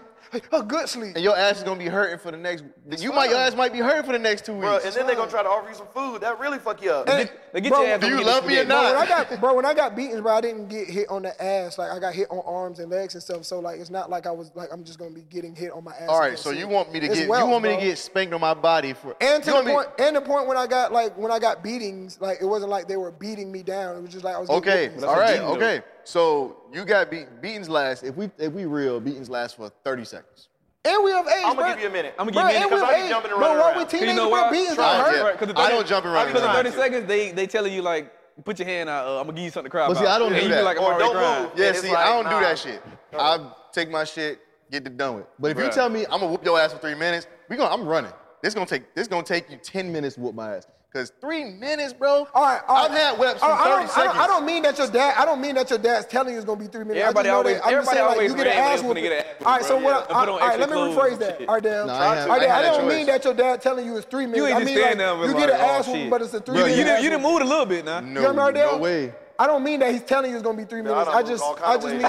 Speaker 1: A good sleep.
Speaker 4: And your ass is gonna be hurting for the next. you might, your ass might be hurting for the next two weeks.
Speaker 2: Bro, and then they gonna try to offer you some food. That really fuck you up.
Speaker 5: They get
Speaker 1: Bro,
Speaker 5: your ass
Speaker 1: do
Speaker 5: on
Speaker 4: you
Speaker 5: the
Speaker 4: love
Speaker 5: internet
Speaker 4: me or
Speaker 5: today.
Speaker 4: not?
Speaker 1: Bro, when I got bro, when I got beaten, bro, I didn't get hit on the ass. Like I got hit on arms and legs and stuff. So like it's not like I was like I'm just gonna be getting hit on my ass.
Speaker 4: All right,
Speaker 1: again
Speaker 4: so
Speaker 1: soon.
Speaker 4: you want me to
Speaker 1: It's
Speaker 4: get,
Speaker 1: welt,
Speaker 4: you want me
Speaker 1: bro.
Speaker 4: to get spanked on my body for,
Speaker 1: And
Speaker 4: you
Speaker 1: to the
Speaker 4: want me-
Speaker 1: point, and the point when I got like when I got beatings, like it wasn't like they were beating me down. It was just like I was. getting
Speaker 4: Okay,
Speaker 1: beatings.
Speaker 4: all right,
Speaker 5: beating, though.
Speaker 4: okay. So you got beat, beatings last. If we, if we real, beatings last for 30 seconds.
Speaker 1: And we have age.
Speaker 2: I'm
Speaker 1: bro.
Speaker 2: gonna give you a minute.
Speaker 5: I'ma give
Speaker 1: Bro,
Speaker 5: you a
Speaker 1: and
Speaker 5: minute,
Speaker 1: we
Speaker 2: 'cause
Speaker 1: have
Speaker 2: I be
Speaker 1: age.
Speaker 2: jumping and
Speaker 1: Bro,
Speaker 2: running
Speaker 1: why we
Speaker 2: around.
Speaker 1: teenagers?
Speaker 5: You know
Speaker 1: bro,
Speaker 5: why?
Speaker 1: beatings
Speaker 4: Try
Speaker 1: don't
Speaker 4: it,
Speaker 1: hurt.
Speaker 4: yeah.
Speaker 5: Right, 'cause the
Speaker 4: I
Speaker 5: thing
Speaker 4: don't
Speaker 5: is-
Speaker 4: jump in
Speaker 5: I
Speaker 4: running
Speaker 5: mean, 'cause
Speaker 4: around.
Speaker 5: in 30 seconds, they, they tell you, like, put your hand out. Uh, I'm going to give you something to cry
Speaker 4: Well,
Speaker 5: about.
Speaker 4: see, I don't
Speaker 5: and
Speaker 4: do
Speaker 5: you be
Speaker 4: that.
Speaker 5: Like, I'm
Speaker 2: Or
Speaker 5: already
Speaker 2: don't
Speaker 5: crying.
Speaker 2: move.
Speaker 4: Yeah,
Speaker 2: And it's
Speaker 4: see,
Speaker 2: like,
Speaker 4: I don't
Speaker 2: nah.
Speaker 4: do that shit. I take my shit, get the done with. But if you
Speaker 5: Bruh.
Speaker 4: tell me I'm gonna whoop your ass for three minutes, we gonna I'm running. This gonna take this gonna take you ten minutes to whoop my ass. Cause three minutes, bro.
Speaker 1: All right, all right.
Speaker 4: I've had webs
Speaker 1: All
Speaker 4: for
Speaker 1: right, I
Speaker 4: thirty
Speaker 1: don't, I
Speaker 4: seconds.
Speaker 1: don't- I don't mean that your dad. I don't mean that your dad's telling you it's gonna be three minutes.
Speaker 5: Everybody
Speaker 1: I just know
Speaker 5: always-
Speaker 1: that- I'm just
Speaker 5: everybody
Speaker 1: saying, like,
Speaker 5: always
Speaker 1: you get an
Speaker 5: saying
Speaker 1: ass
Speaker 5: they was gonna
Speaker 1: whooping.
Speaker 5: get an ass
Speaker 1: All right, so
Speaker 5: whooping,
Speaker 1: what?
Speaker 5: bro.
Speaker 1: I,
Speaker 5: Yeah,
Speaker 1: all
Speaker 5: put on
Speaker 1: right,
Speaker 5: extra
Speaker 1: let me
Speaker 5: clothes
Speaker 1: rephrase
Speaker 5: and
Speaker 1: that.
Speaker 5: shit.
Speaker 1: Ardell,
Speaker 4: Nah, I
Speaker 1: Ardell,
Speaker 4: had-
Speaker 1: I,
Speaker 4: I had that
Speaker 1: don't mean
Speaker 4: choice.
Speaker 1: that your dad telling you it's three minutes.
Speaker 5: ain't
Speaker 1: I
Speaker 5: just
Speaker 1: mean,
Speaker 5: stand
Speaker 1: like,
Speaker 5: there and be
Speaker 1: you
Speaker 5: like,
Speaker 1: get an
Speaker 5: "Oh,
Speaker 1: ass whooping,
Speaker 5: shit."
Speaker 1: but it's a three
Speaker 5: Bro,
Speaker 1: minute
Speaker 5: you,
Speaker 1: ass
Speaker 5: done- you done
Speaker 1: whooping.
Speaker 5: moved a little bit now.
Speaker 1: You hear
Speaker 4: no,
Speaker 1: me, Ardell?
Speaker 4: no way.
Speaker 1: I don't mean that he's telling you it's gonna be three minutes. I just, I just mean.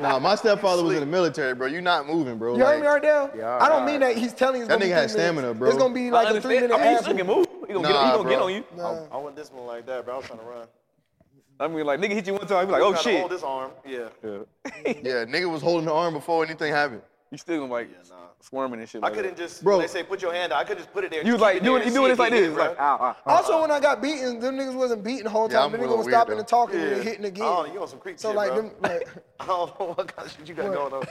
Speaker 4: Nah, my stepfather was in the military, bro. You not moving, bro.
Speaker 1: You hear
Speaker 4: Like,
Speaker 1: me, Ardell? I don't mean that he's telling you it's
Speaker 4: That nigga
Speaker 1: gonna be three
Speaker 4: had
Speaker 1: minutes.
Speaker 4: stamina, bro.
Speaker 1: It's gonna be
Speaker 5: I
Speaker 1: like a three
Speaker 5: understand.
Speaker 1: minute
Speaker 5: I mean,
Speaker 1: ass
Speaker 5: you still
Speaker 1: whooping.
Speaker 5: can move. He gonna, get,
Speaker 4: Nah,
Speaker 5: he gonna get
Speaker 4: bro.
Speaker 5: on you.
Speaker 2: I want this one like that, bro. I was trying to run.
Speaker 5: I mean, like, nigga hit you one time. You be like, oh,
Speaker 2: Trying to
Speaker 5: shit.
Speaker 2: Hold this arm. Yeah.
Speaker 4: yeah, nigga was holding the arm before anything happened.
Speaker 5: You still gonna, like, squirming and shit
Speaker 2: I
Speaker 5: like
Speaker 2: couldn't
Speaker 5: that.
Speaker 2: just.
Speaker 4: Bro.
Speaker 2: When they say put your hand out. I could just put it there.
Speaker 5: You was
Speaker 2: keep
Speaker 5: like,
Speaker 2: it
Speaker 5: doing,
Speaker 2: there
Speaker 5: you
Speaker 2: and see
Speaker 5: doing this
Speaker 2: if
Speaker 5: like
Speaker 2: it hit,
Speaker 5: this.
Speaker 2: bro.
Speaker 5: Like, ow, ow, ow.
Speaker 1: Also, when I got beaten, them niggas wasn't beating the whole
Speaker 4: Yeah,
Speaker 1: time.
Speaker 4: I'm
Speaker 1: the nigga
Speaker 4: real
Speaker 1: was
Speaker 4: weird,
Speaker 1: stopping
Speaker 4: though.
Speaker 1: and talking
Speaker 2: Yeah.
Speaker 1: and hitting again.
Speaker 2: I don't know, you on some creep
Speaker 1: so
Speaker 2: shit,
Speaker 1: like
Speaker 2: bro.
Speaker 1: them, like
Speaker 2: I don't know what kind of shit you got going on.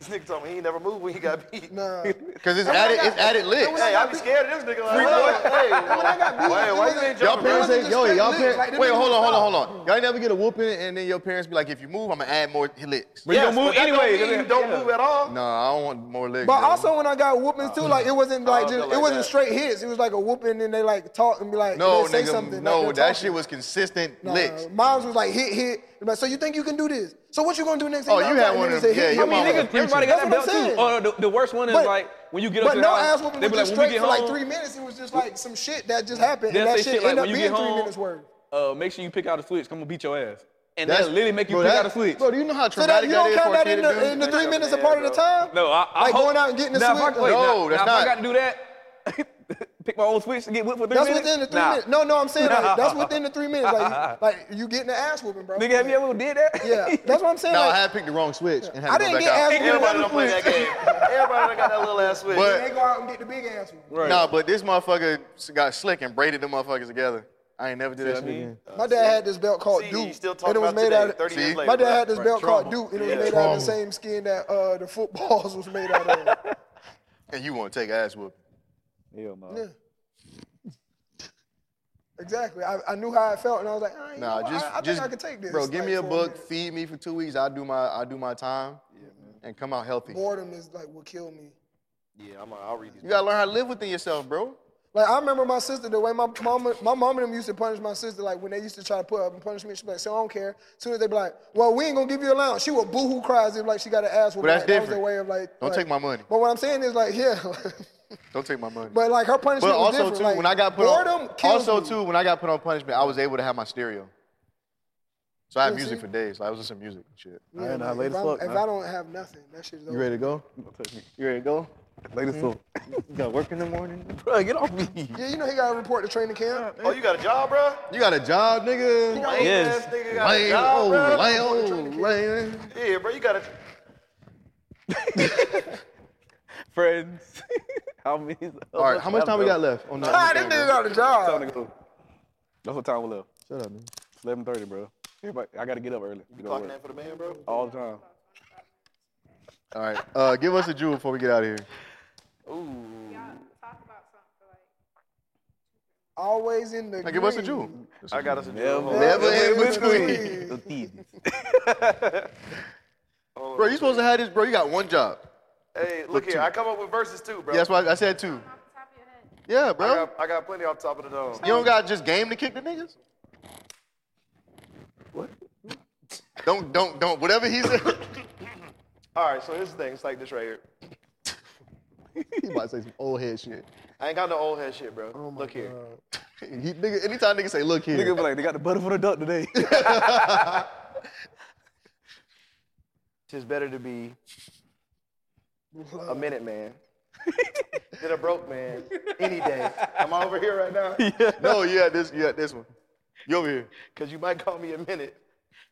Speaker 2: This nigga told me he ain't never moved when he got beat.
Speaker 1: nah.
Speaker 4: Cause it's added, it's added licks.
Speaker 2: Hey, I be scared of this nigga. Like, hey,
Speaker 1: When I got beat,
Speaker 2: why, why
Speaker 1: it
Speaker 2: you
Speaker 1: wasn't-
Speaker 2: ain't
Speaker 4: Y'all
Speaker 2: jumping, bro?
Speaker 4: parents
Speaker 1: bro.
Speaker 4: say, yo,
Speaker 1: Just
Speaker 4: y'all
Speaker 1: straight
Speaker 4: parents.
Speaker 1: licks, like, them
Speaker 4: wait,
Speaker 1: niggas
Speaker 4: hold on, hold
Speaker 1: stop.
Speaker 4: on, hold on. Y'all ain't never get a whooping, and then your parents be like, if you move, I'ma add more licks.
Speaker 5: But you don't
Speaker 2: Yes, but that
Speaker 5: move
Speaker 2: don't
Speaker 5: anyway.
Speaker 2: mean you
Speaker 5: doesn't-
Speaker 2: don't
Speaker 5: yeah.
Speaker 2: move at all.
Speaker 4: No, I don't want more licks.
Speaker 1: But
Speaker 4: bro.
Speaker 1: also when I got whoopings too, like it wasn't like
Speaker 2: I
Speaker 1: just
Speaker 2: feel
Speaker 1: it
Speaker 2: like
Speaker 1: wasn't
Speaker 2: that.
Speaker 1: straight hits. It was like a whooping, and they like talk and be like,
Speaker 4: No,
Speaker 1: they say
Speaker 4: nigga,
Speaker 1: something.
Speaker 4: no,
Speaker 1: like,
Speaker 4: that
Speaker 1: they're talking.
Speaker 4: shit was consistent
Speaker 1: Nah,
Speaker 4: Uh, licks.
Speaker 1: Moms was like hit hit. They're Like, so you think you can do this? So what you gonna do next?
Speaker 4: Oh,
Speaker 1: thing
Speaker 4: you
Speaker 1: know,
Speaker 4: had
Speaker 1: I'm
Speaker 4: one
Speaker 1: telling
Speaker 4: of them.
Speaker 1: niggas to
Speaker 4: Yeah,
Speaker 1: hit
Speaker 4: your
Speaker 1: me.
Speaker 4: mama
Speaker 5: Nigga, everybody got
Speaker 1: That's
Speaker 5: that belt
Speaker 1: what I'm
Speaker 5: too.
Speaker 1: saying.
Speaker 5: Oh, the, the worst one is
Speaker 1: But-
Speaker 5: like when you get up
Speaker 1: But
Speaker 5: to
Speaker 1: no
Speaker 5: the house,
Speaker 1: ass whooping
Speaker 5: they
Speaker 1: was
Speaker 5: be
Speaker 1: just
Speaker 5: like, when
Speaker 1: straight
Speaker 5: we get
Speaker 1: for
Speaker 5: home,
Speaker 1: like three minutes. It was just like some shit that just happened,
Speaker 5: they'll
Speaker 1: and that
Speaker 5: say
Speaker 1: shit,
Speaker 5: shit like,
Speaker 1: ended up
Speaker 5: when you
Speaker 1: being
Speaker 5: get
Speaker 1: three
Speaker 5: home-
Speaker 1: minutes worth.
Speaker 5: uh, make sure you pick out a switch. I'm gonna beat your ass, and
Speaker 4: That's-
Speaker 5: that'll literally make you
Speaker 4: bro,
Speaker 5: pick
Speaker 4: that-
Speaker 5: out a switch.
Speaker 4: Bro, do you know how
Speaker 1: So that
Speaker 4: traumatic
Speaker 1: you don't
Speaker 4: that is
Speaker 1: count
Speaker 4: for a
Speaker 1: that
Speaker 4: kid
Speaker 1: in
Speaker 4: to
Speaker 1: the,
Speaker 4: do?
Speaker 1: in the three minutes a
Speaker 2: man,
Speaker 1: part of the
Speaker 2: bro.
Speaker 1: time?
Speaker 5: no, I, I
Speaker 1: like
Speaker 5: hope,
Speaker 1: going out and getting the
Speaker 5: Nah, if I-
Speaker 1: switch.
Speaker 5: wait,
Speaker 4: No,
Speaker 5: nah,
Speaker 4: that's
Speaker 5: nah, If
Speaker 4: not.
Speaker 5: I got to do that, (laughs) pick my own switch to get whipped for three
Speaker 1: That's
Speaker 5: minutes.
Speaker 1: within the three
Speaker 5: Nah.
Speaker 1: minutes. No, no, I'm saying like,
Speaker 5: (laughs)
Speaker 1: that's within the three minutes. Like, you, like you getting the ass whooping, bro.
Speaker 5: Nigga, have you ever did that?
Speaker 1: Yeah, that's what I'm saying.
Speaker 4: No, I
Speaker 1: like,
Speaker 4: had picked the wrong switch and had to go
Speaker 1: I didn't
Speaker 4: back
Speaker 1: get
Speaker 4: out.
Speaker 1: ass whooping.
Speaker 2: Everybody don't play that game. Everybody done got that little ass switch.
Speaker 4: But-
Speaker 1: They go out and get the big ass whooping.
Speaker 5: Right.
Speaker 4: Nah, but this motherfucker got slick and braided them motherfuckers together. I ain't never did that shit
Speaker 5: mean?
Speaker 4: again.
Speaker 1: My dad had this belt called
Speaker 2: See,
Speaker 1: Duke,
Speaker 2: you still
Speaker 1: and
Speaker 2: talking
Speaker 1: it was
Speaker 2: about
Speaker 1: made
Speaker 2: today,
Speaker 1: out of.
Speaker 2: 30
Speaker 4: See?
Speaker 2: years later.
Speaker 1: my dad
Speaker 2: bro.
Speaker 1: had this belt called Duke, and it was
Speaker 2: Yeah.
Speaker 1: made out of
Speaker 4: Trauma.
Speaker 1: the same skin that uh, the footballs (laughs) was made out of.
Speaker 4: And you want to take ass whooping?
Speaker 5: Hell no.
Speaker 1: Yeah. Exactly. I, I knew how it felt, and I was like, "Ah, I,
Speaker 4: Nah, just
Speaker 1: I, I
Speaker 4: just
Speaker 1: think I could take this.
Speaker 4: bro, give
Speaker 1: like,
Speaker 4: me a
Speaker 1: for
Speaker 4: book,
Speaker 1: minute.
Speaker 4: feed me for two weeks. I do my I do my time, and come out healthy.
Speaker 1: Boredom is like what killed me.
Speaker 2: Yeah, I'm. I'll read these.
Speaker 4: You gotta learn how to live within yourself, bro.
Speaker 1: Like I remember my sister, the way my mama, my mom and them used to punish my sister, like when they used to try to put up and punish me, she'd be like, so I don't care. As soon as they be like, well, we ain't gonna give you a allowance, she would boo-hoo cries if like she got an ass whooping.
Speaker 4: But that's
Speaker 1: Like, that was their
Speaker 4: different.
Speaker 1: way of like
Speaker 4: Don't
Speaker 1: like-
Speaker 4: take my money.
Speaker 1: But what I'm saying is like, (laughs) yeah.
Speaker 4: Don't take my money.
Speaker 1: but like her punishment
Speaker 4: But
Speaker 1: was
Speaker 4: also
Speaker 1: different.
Speaker 4: too,
Speaker 1: like,
Speaker 4: when I got put
Speaker 1: boredom
Speaker 4: on,
Speaker 1: kills
Speaker 4: also
Speaker 1: me.
Speaker 4: too, when I got put on punishment, I was able to have my stereo. So I had
Speaker 1: Yeah,
Speaker 4: music
Speaker 1: see?
Speaker 4: for days. Like, I was listening to music and shit.
Speaker 1: Yeah,
Speaker 5: I ain't
Speaker 1: like,
Speaker 5: late
Speaker 1: if,
Speaker 5: as
Speaker 1: I'm-
Speaker 5: fuck,
Speaker 1: if
Speaker 5: man.
Speaker 1: I don't have nothing, that shit is over.
Speaker 4: to go? You ready to go?
Speaker 5: Latest fool.
Speaker 4: You got work in the morning?
Speaker 5: Bro, get off me.
Speaker 1: Yeah, you know he gotta report to training camp.
Speaker 2: Oh, you got a job, bro?
Speaker 4: You got a job, nigga?
Speaker 2: Lame
Speaker 5: Yes.
Speaker 2: ass nigga got a
Speaker 4: Lame,
Speaker 2: job,
Speaker 4: oh,
Speaker 2: bro.
Speaker 4: lame, oh, lame.
Speaker 2: Yeah, bro, you got a.
Speaker 5: Friends. (laughs) how many?
Speaker 4: All right, how much time we got left? On
Speaker 1: Ah, this nigga got a
Speaker 5: Time
Speaker 1: job.
Speaker 5: to go. That's what time we left.
Speaker 4: Shut up, man.
Speaker 5: It's 11:30, bro. Everybody, I gotta get up early. to go to
Speaker 2: Clocking
Speaker 5: work.
Speaker 2: that for the man, bro.
Speaker 5: All the time.
Speaker 4: All right, uh, give us a jewel before we get out of here.
Speaker 11: Y'all talk about something for like
Speaker 1: Always in the
Speaker 4: Now, give us a
Speaker 1: green.
Speaker 4: jewel.
Speaker 2: I got us a job.
Speaker 4: Never
Speaker 5: Never, (laughs)
Speaker 4: in
Speaker 1: between.
Speaker 5: The thieves.
Speaker 4: Bro, you supposed to have this, bro. You got one job.
Speaker 2: Hey, look here. I come up with verses too, bro.
Speaker 4: Yeah, that's why I said
Speaker 11: off
Speaker 4: two.
Speaker 11: the top of your head.
Speaker 4: Yeah,
Speaker 2: I
Speaker 4: bro.
Speaker 2: got, I got plenty off top of the dome.
Speaker 4: You don't got just game to kick the niggas? What? Don't, don't, don't. Whatever he said. (laughs)
Speaker 2: All right, so here's the thing. It's like this right here.
Speaker 4: he about to say some old head shit.
Speaker 2: I ain't got no old head shit, bro.
Speaker 4: Oh
Speaker 2: look here.
Speaker 4: He, nigga, anytime nigga say, look here.
Speaker 5: Nigga be like, they got the butter for the
Speaker 4: (laughs)
Speaker 5: duck today.
Speaker 2: Tis better to be a minute man (laughs) than a broke man any day.
Speaker 4: (laughs)
Speaker 2: Am I over here right now?
Speaker 4: no, you had Oh, this, you had this one. You over here.
Speaker 2: Because you might call me a minute.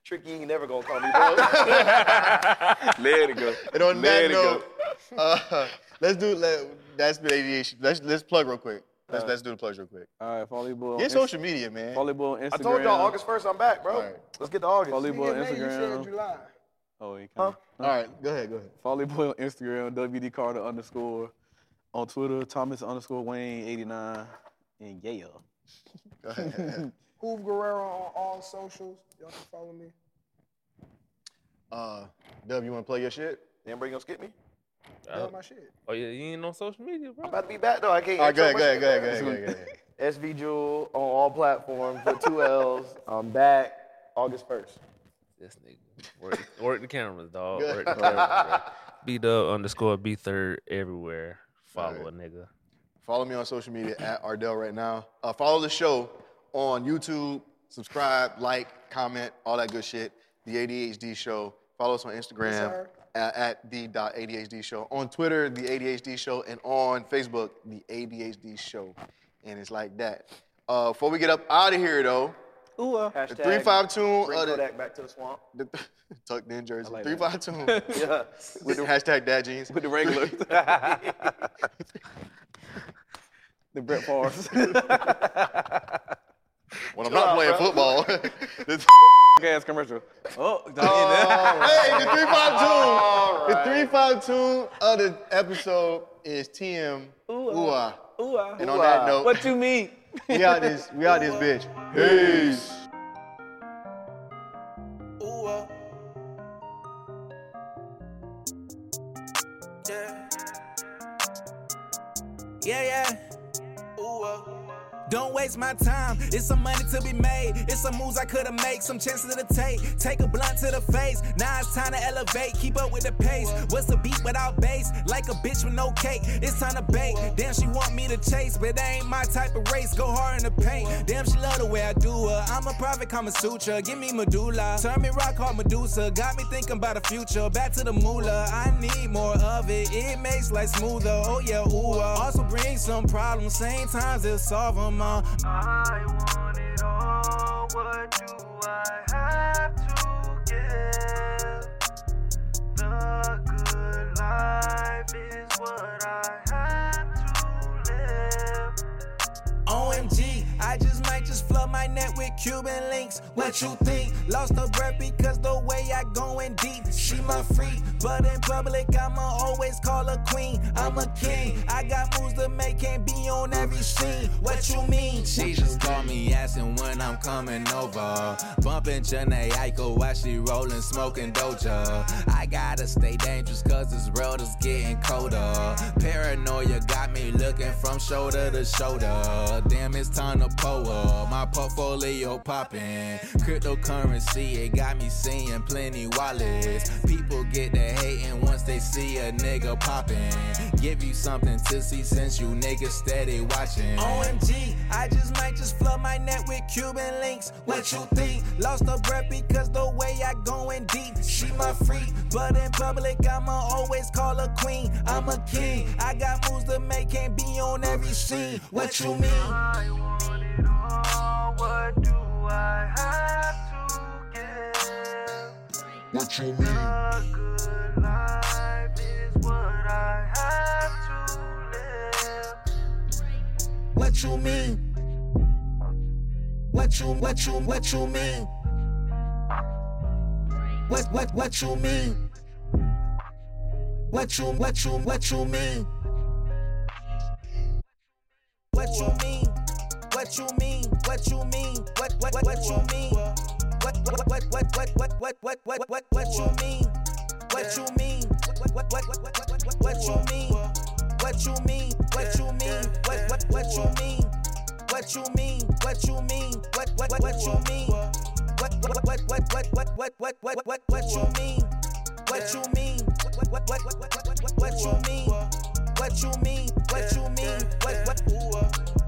Speaker 2: Tricky ain't never gonna
Speaker 4: (laughs)
Speaker 2: call me broke.
Speaker 5: Let it go.
Speaker 4: And on
Speaker 5: Let
Speaker 4: that
Speaker 5: it go.
Speaker 4: note, uh, (laughs) let's do. Let, that's been ADHD. Let's let's plug real quick.
Speaker 8: Uh,
Speaker 4: Let's let's do the plugs real quick.
Speaker 5: All right, volleyball.
Speaker 4: Get social media, man.
Speaker 5: Volleyball, Instagram.
Speaker 2: I told y'all August 1st, I'm back, bro.
Speaker 4: Alright.
Speaker 2: Let's get to August.
Speaker 5: Volleyball,
Speaker 1: Nigga, You said
Speaker 5: Instagram.
Speaker 1: July.
Speaker 5: Oh, you kind
Speaker 4: All right, go ahead, go ahead.
Speaker 5: Volleyball, (laughs) Instagram. WD Carter underscore. On Twitter, Thomas underscore Wayne eighty nine. And yeah.
Speaker 1: Hoove Guerrero on all socials. Y'all can follow me.
Speaker 4: Uh, Dub, you want to play your shit?
Speaker 2: Amber, you gonna skip me?
Speaker 1: Plug my shit.
Speaker 8: Oh yeah, you ain't on social media, bro.
Speaker 2: About to be back though. I can't.
Speaker 4: All right, go
Speaker 2: intro
Speaker 4: ahead, go
Speaker 2: my
Speaker 4: ahead,
Speaker 2: shit,
Speaker 4: go ahead,
Speaker 2: bro.
Speaker 4: go ahead, go ahead, go ahead.
Speaker 2: SV Jewel on all platforms with two L's. I'm back August 1st.
Speaker 8: This nigga work, work the cameras, dog. Work the cameras, B Dub underscore B third everywhere. Follow a nigga.
Speaker 4: (laughs) Follow me on social media at Ardell right now. Uh, follow the show on YouTube. Subscribe, like, comment, all that good shit. The ADHD Show. Follow us on Instagram
Speaker 1: sir.
Speaker 4: at, at the dot ADHD Show. On Twitter, the ADHD Show, and on Facebook, the ADHD Show. And it's like that. Uh, before we get up out of here though,
Speaker 5: Ooh, uh,
Speaker 4: the
Speaker 2: Hashtag
Speaker 4: three five two uh,
Speaker 2: Bring Kodak back to the swamp.
Speaker 4: the, (laughs) tucked in jersey.
Speaker 5: like
Speaker 4: three
Speaker 5: that.
Speaker 4: five (laughs) two with the hashtag dad jeans.
Speaker 5: with
Speaker 4: (laughs)
Speaker 5: the regular. (laughs) the
Speaker 4: (laughs)
Speaker 5: Brett Favre's.
Speaker 4: When I'm not playing
Speaker 5: (laughs)
Speaker 4: football. The-
Speaker 5: ass commercial. Oh,
Speaker 4: Hey, the 352. The 352 of the episode is TM Ooh-ah.
Speaker 5: Ooh, uh,
Speaker 4: And on that note,
Speaker 5: what you mean?
Speaker 4: we out this, we out this bitch. Peace.
Speaker 12: Ooh, uh. Yeah. Yeah, yeah. Ooh, uh. Don't waste my time. It's some money to be made. It's some moves I could've made. Some chances to take. Take a blunt to the face. Now it's time to elevate. Keep up with the pace. What's the beat without bass? Like a bitch with no cake. It's time to bake. Damn, she want me to chase, but that ain't my type of race. Go hard in the paint. Damn, she love the way I do her. I'm a private Kama Sutra. Give me medulla. Turn me rock hard Medusa. Got me thinking about the future. Back to the moolah. I need more of it. It makes life smoother. Oh yeah, ooh. uh. Also bring some problems. Same times it solve 'em all.
Speaker 13: I want it all. What do I have to give? The good life is what I have to live.
Speaker 12: OMG, I just might just flood my net with Cuban links. What you think? Lost her breath because the way I going deep. She my freak, but in public I'ma always call her queen. I'm a king. I got moves to make, can't be on every scene. What you mean? She just called me asking when I'm coming over. Bumping Janae Aiko while she rolling, smoking doja. I gotta stay dangerous cause this world is getting colder. Paranoia got me
Speaker 10: We looking from shoulder to shoulder. Damn, it's time to pull up. My portfolio popping. Cryptocurrency, it got me seeing plenty wallets. People get to hating once they see a nigga popping. Give you something to see since you niggas steady watching.
Speaker 7: OMG, I just might just flood my net with Cuban links. What you think? Lost her breath because the way I going deep. She my freak, but in public I'ma always call her queen. I'm a king. I got moves to make, can't be on every scene. What you mean?
Speaker 13: I want it all. What do I have to give?
Speaker 10: What you
Speaker 13: The good life is what I have to live.
Speaker 7: What you mean? What you what you what you mean? What what what you mean? What you what you what you mean? What you mean? What you mean? What you mean? What what what what you mean? What what what what what what what what what what what you mean? What you mean? What what what what what what what you mean? What you mean? What you mean? What what what you mean? What you mean? What you mean? What what what what you mean? What what what what what what what what what what what what you mean? What you mean? What what what what what what what what you mean? What you mean? What you mean? What what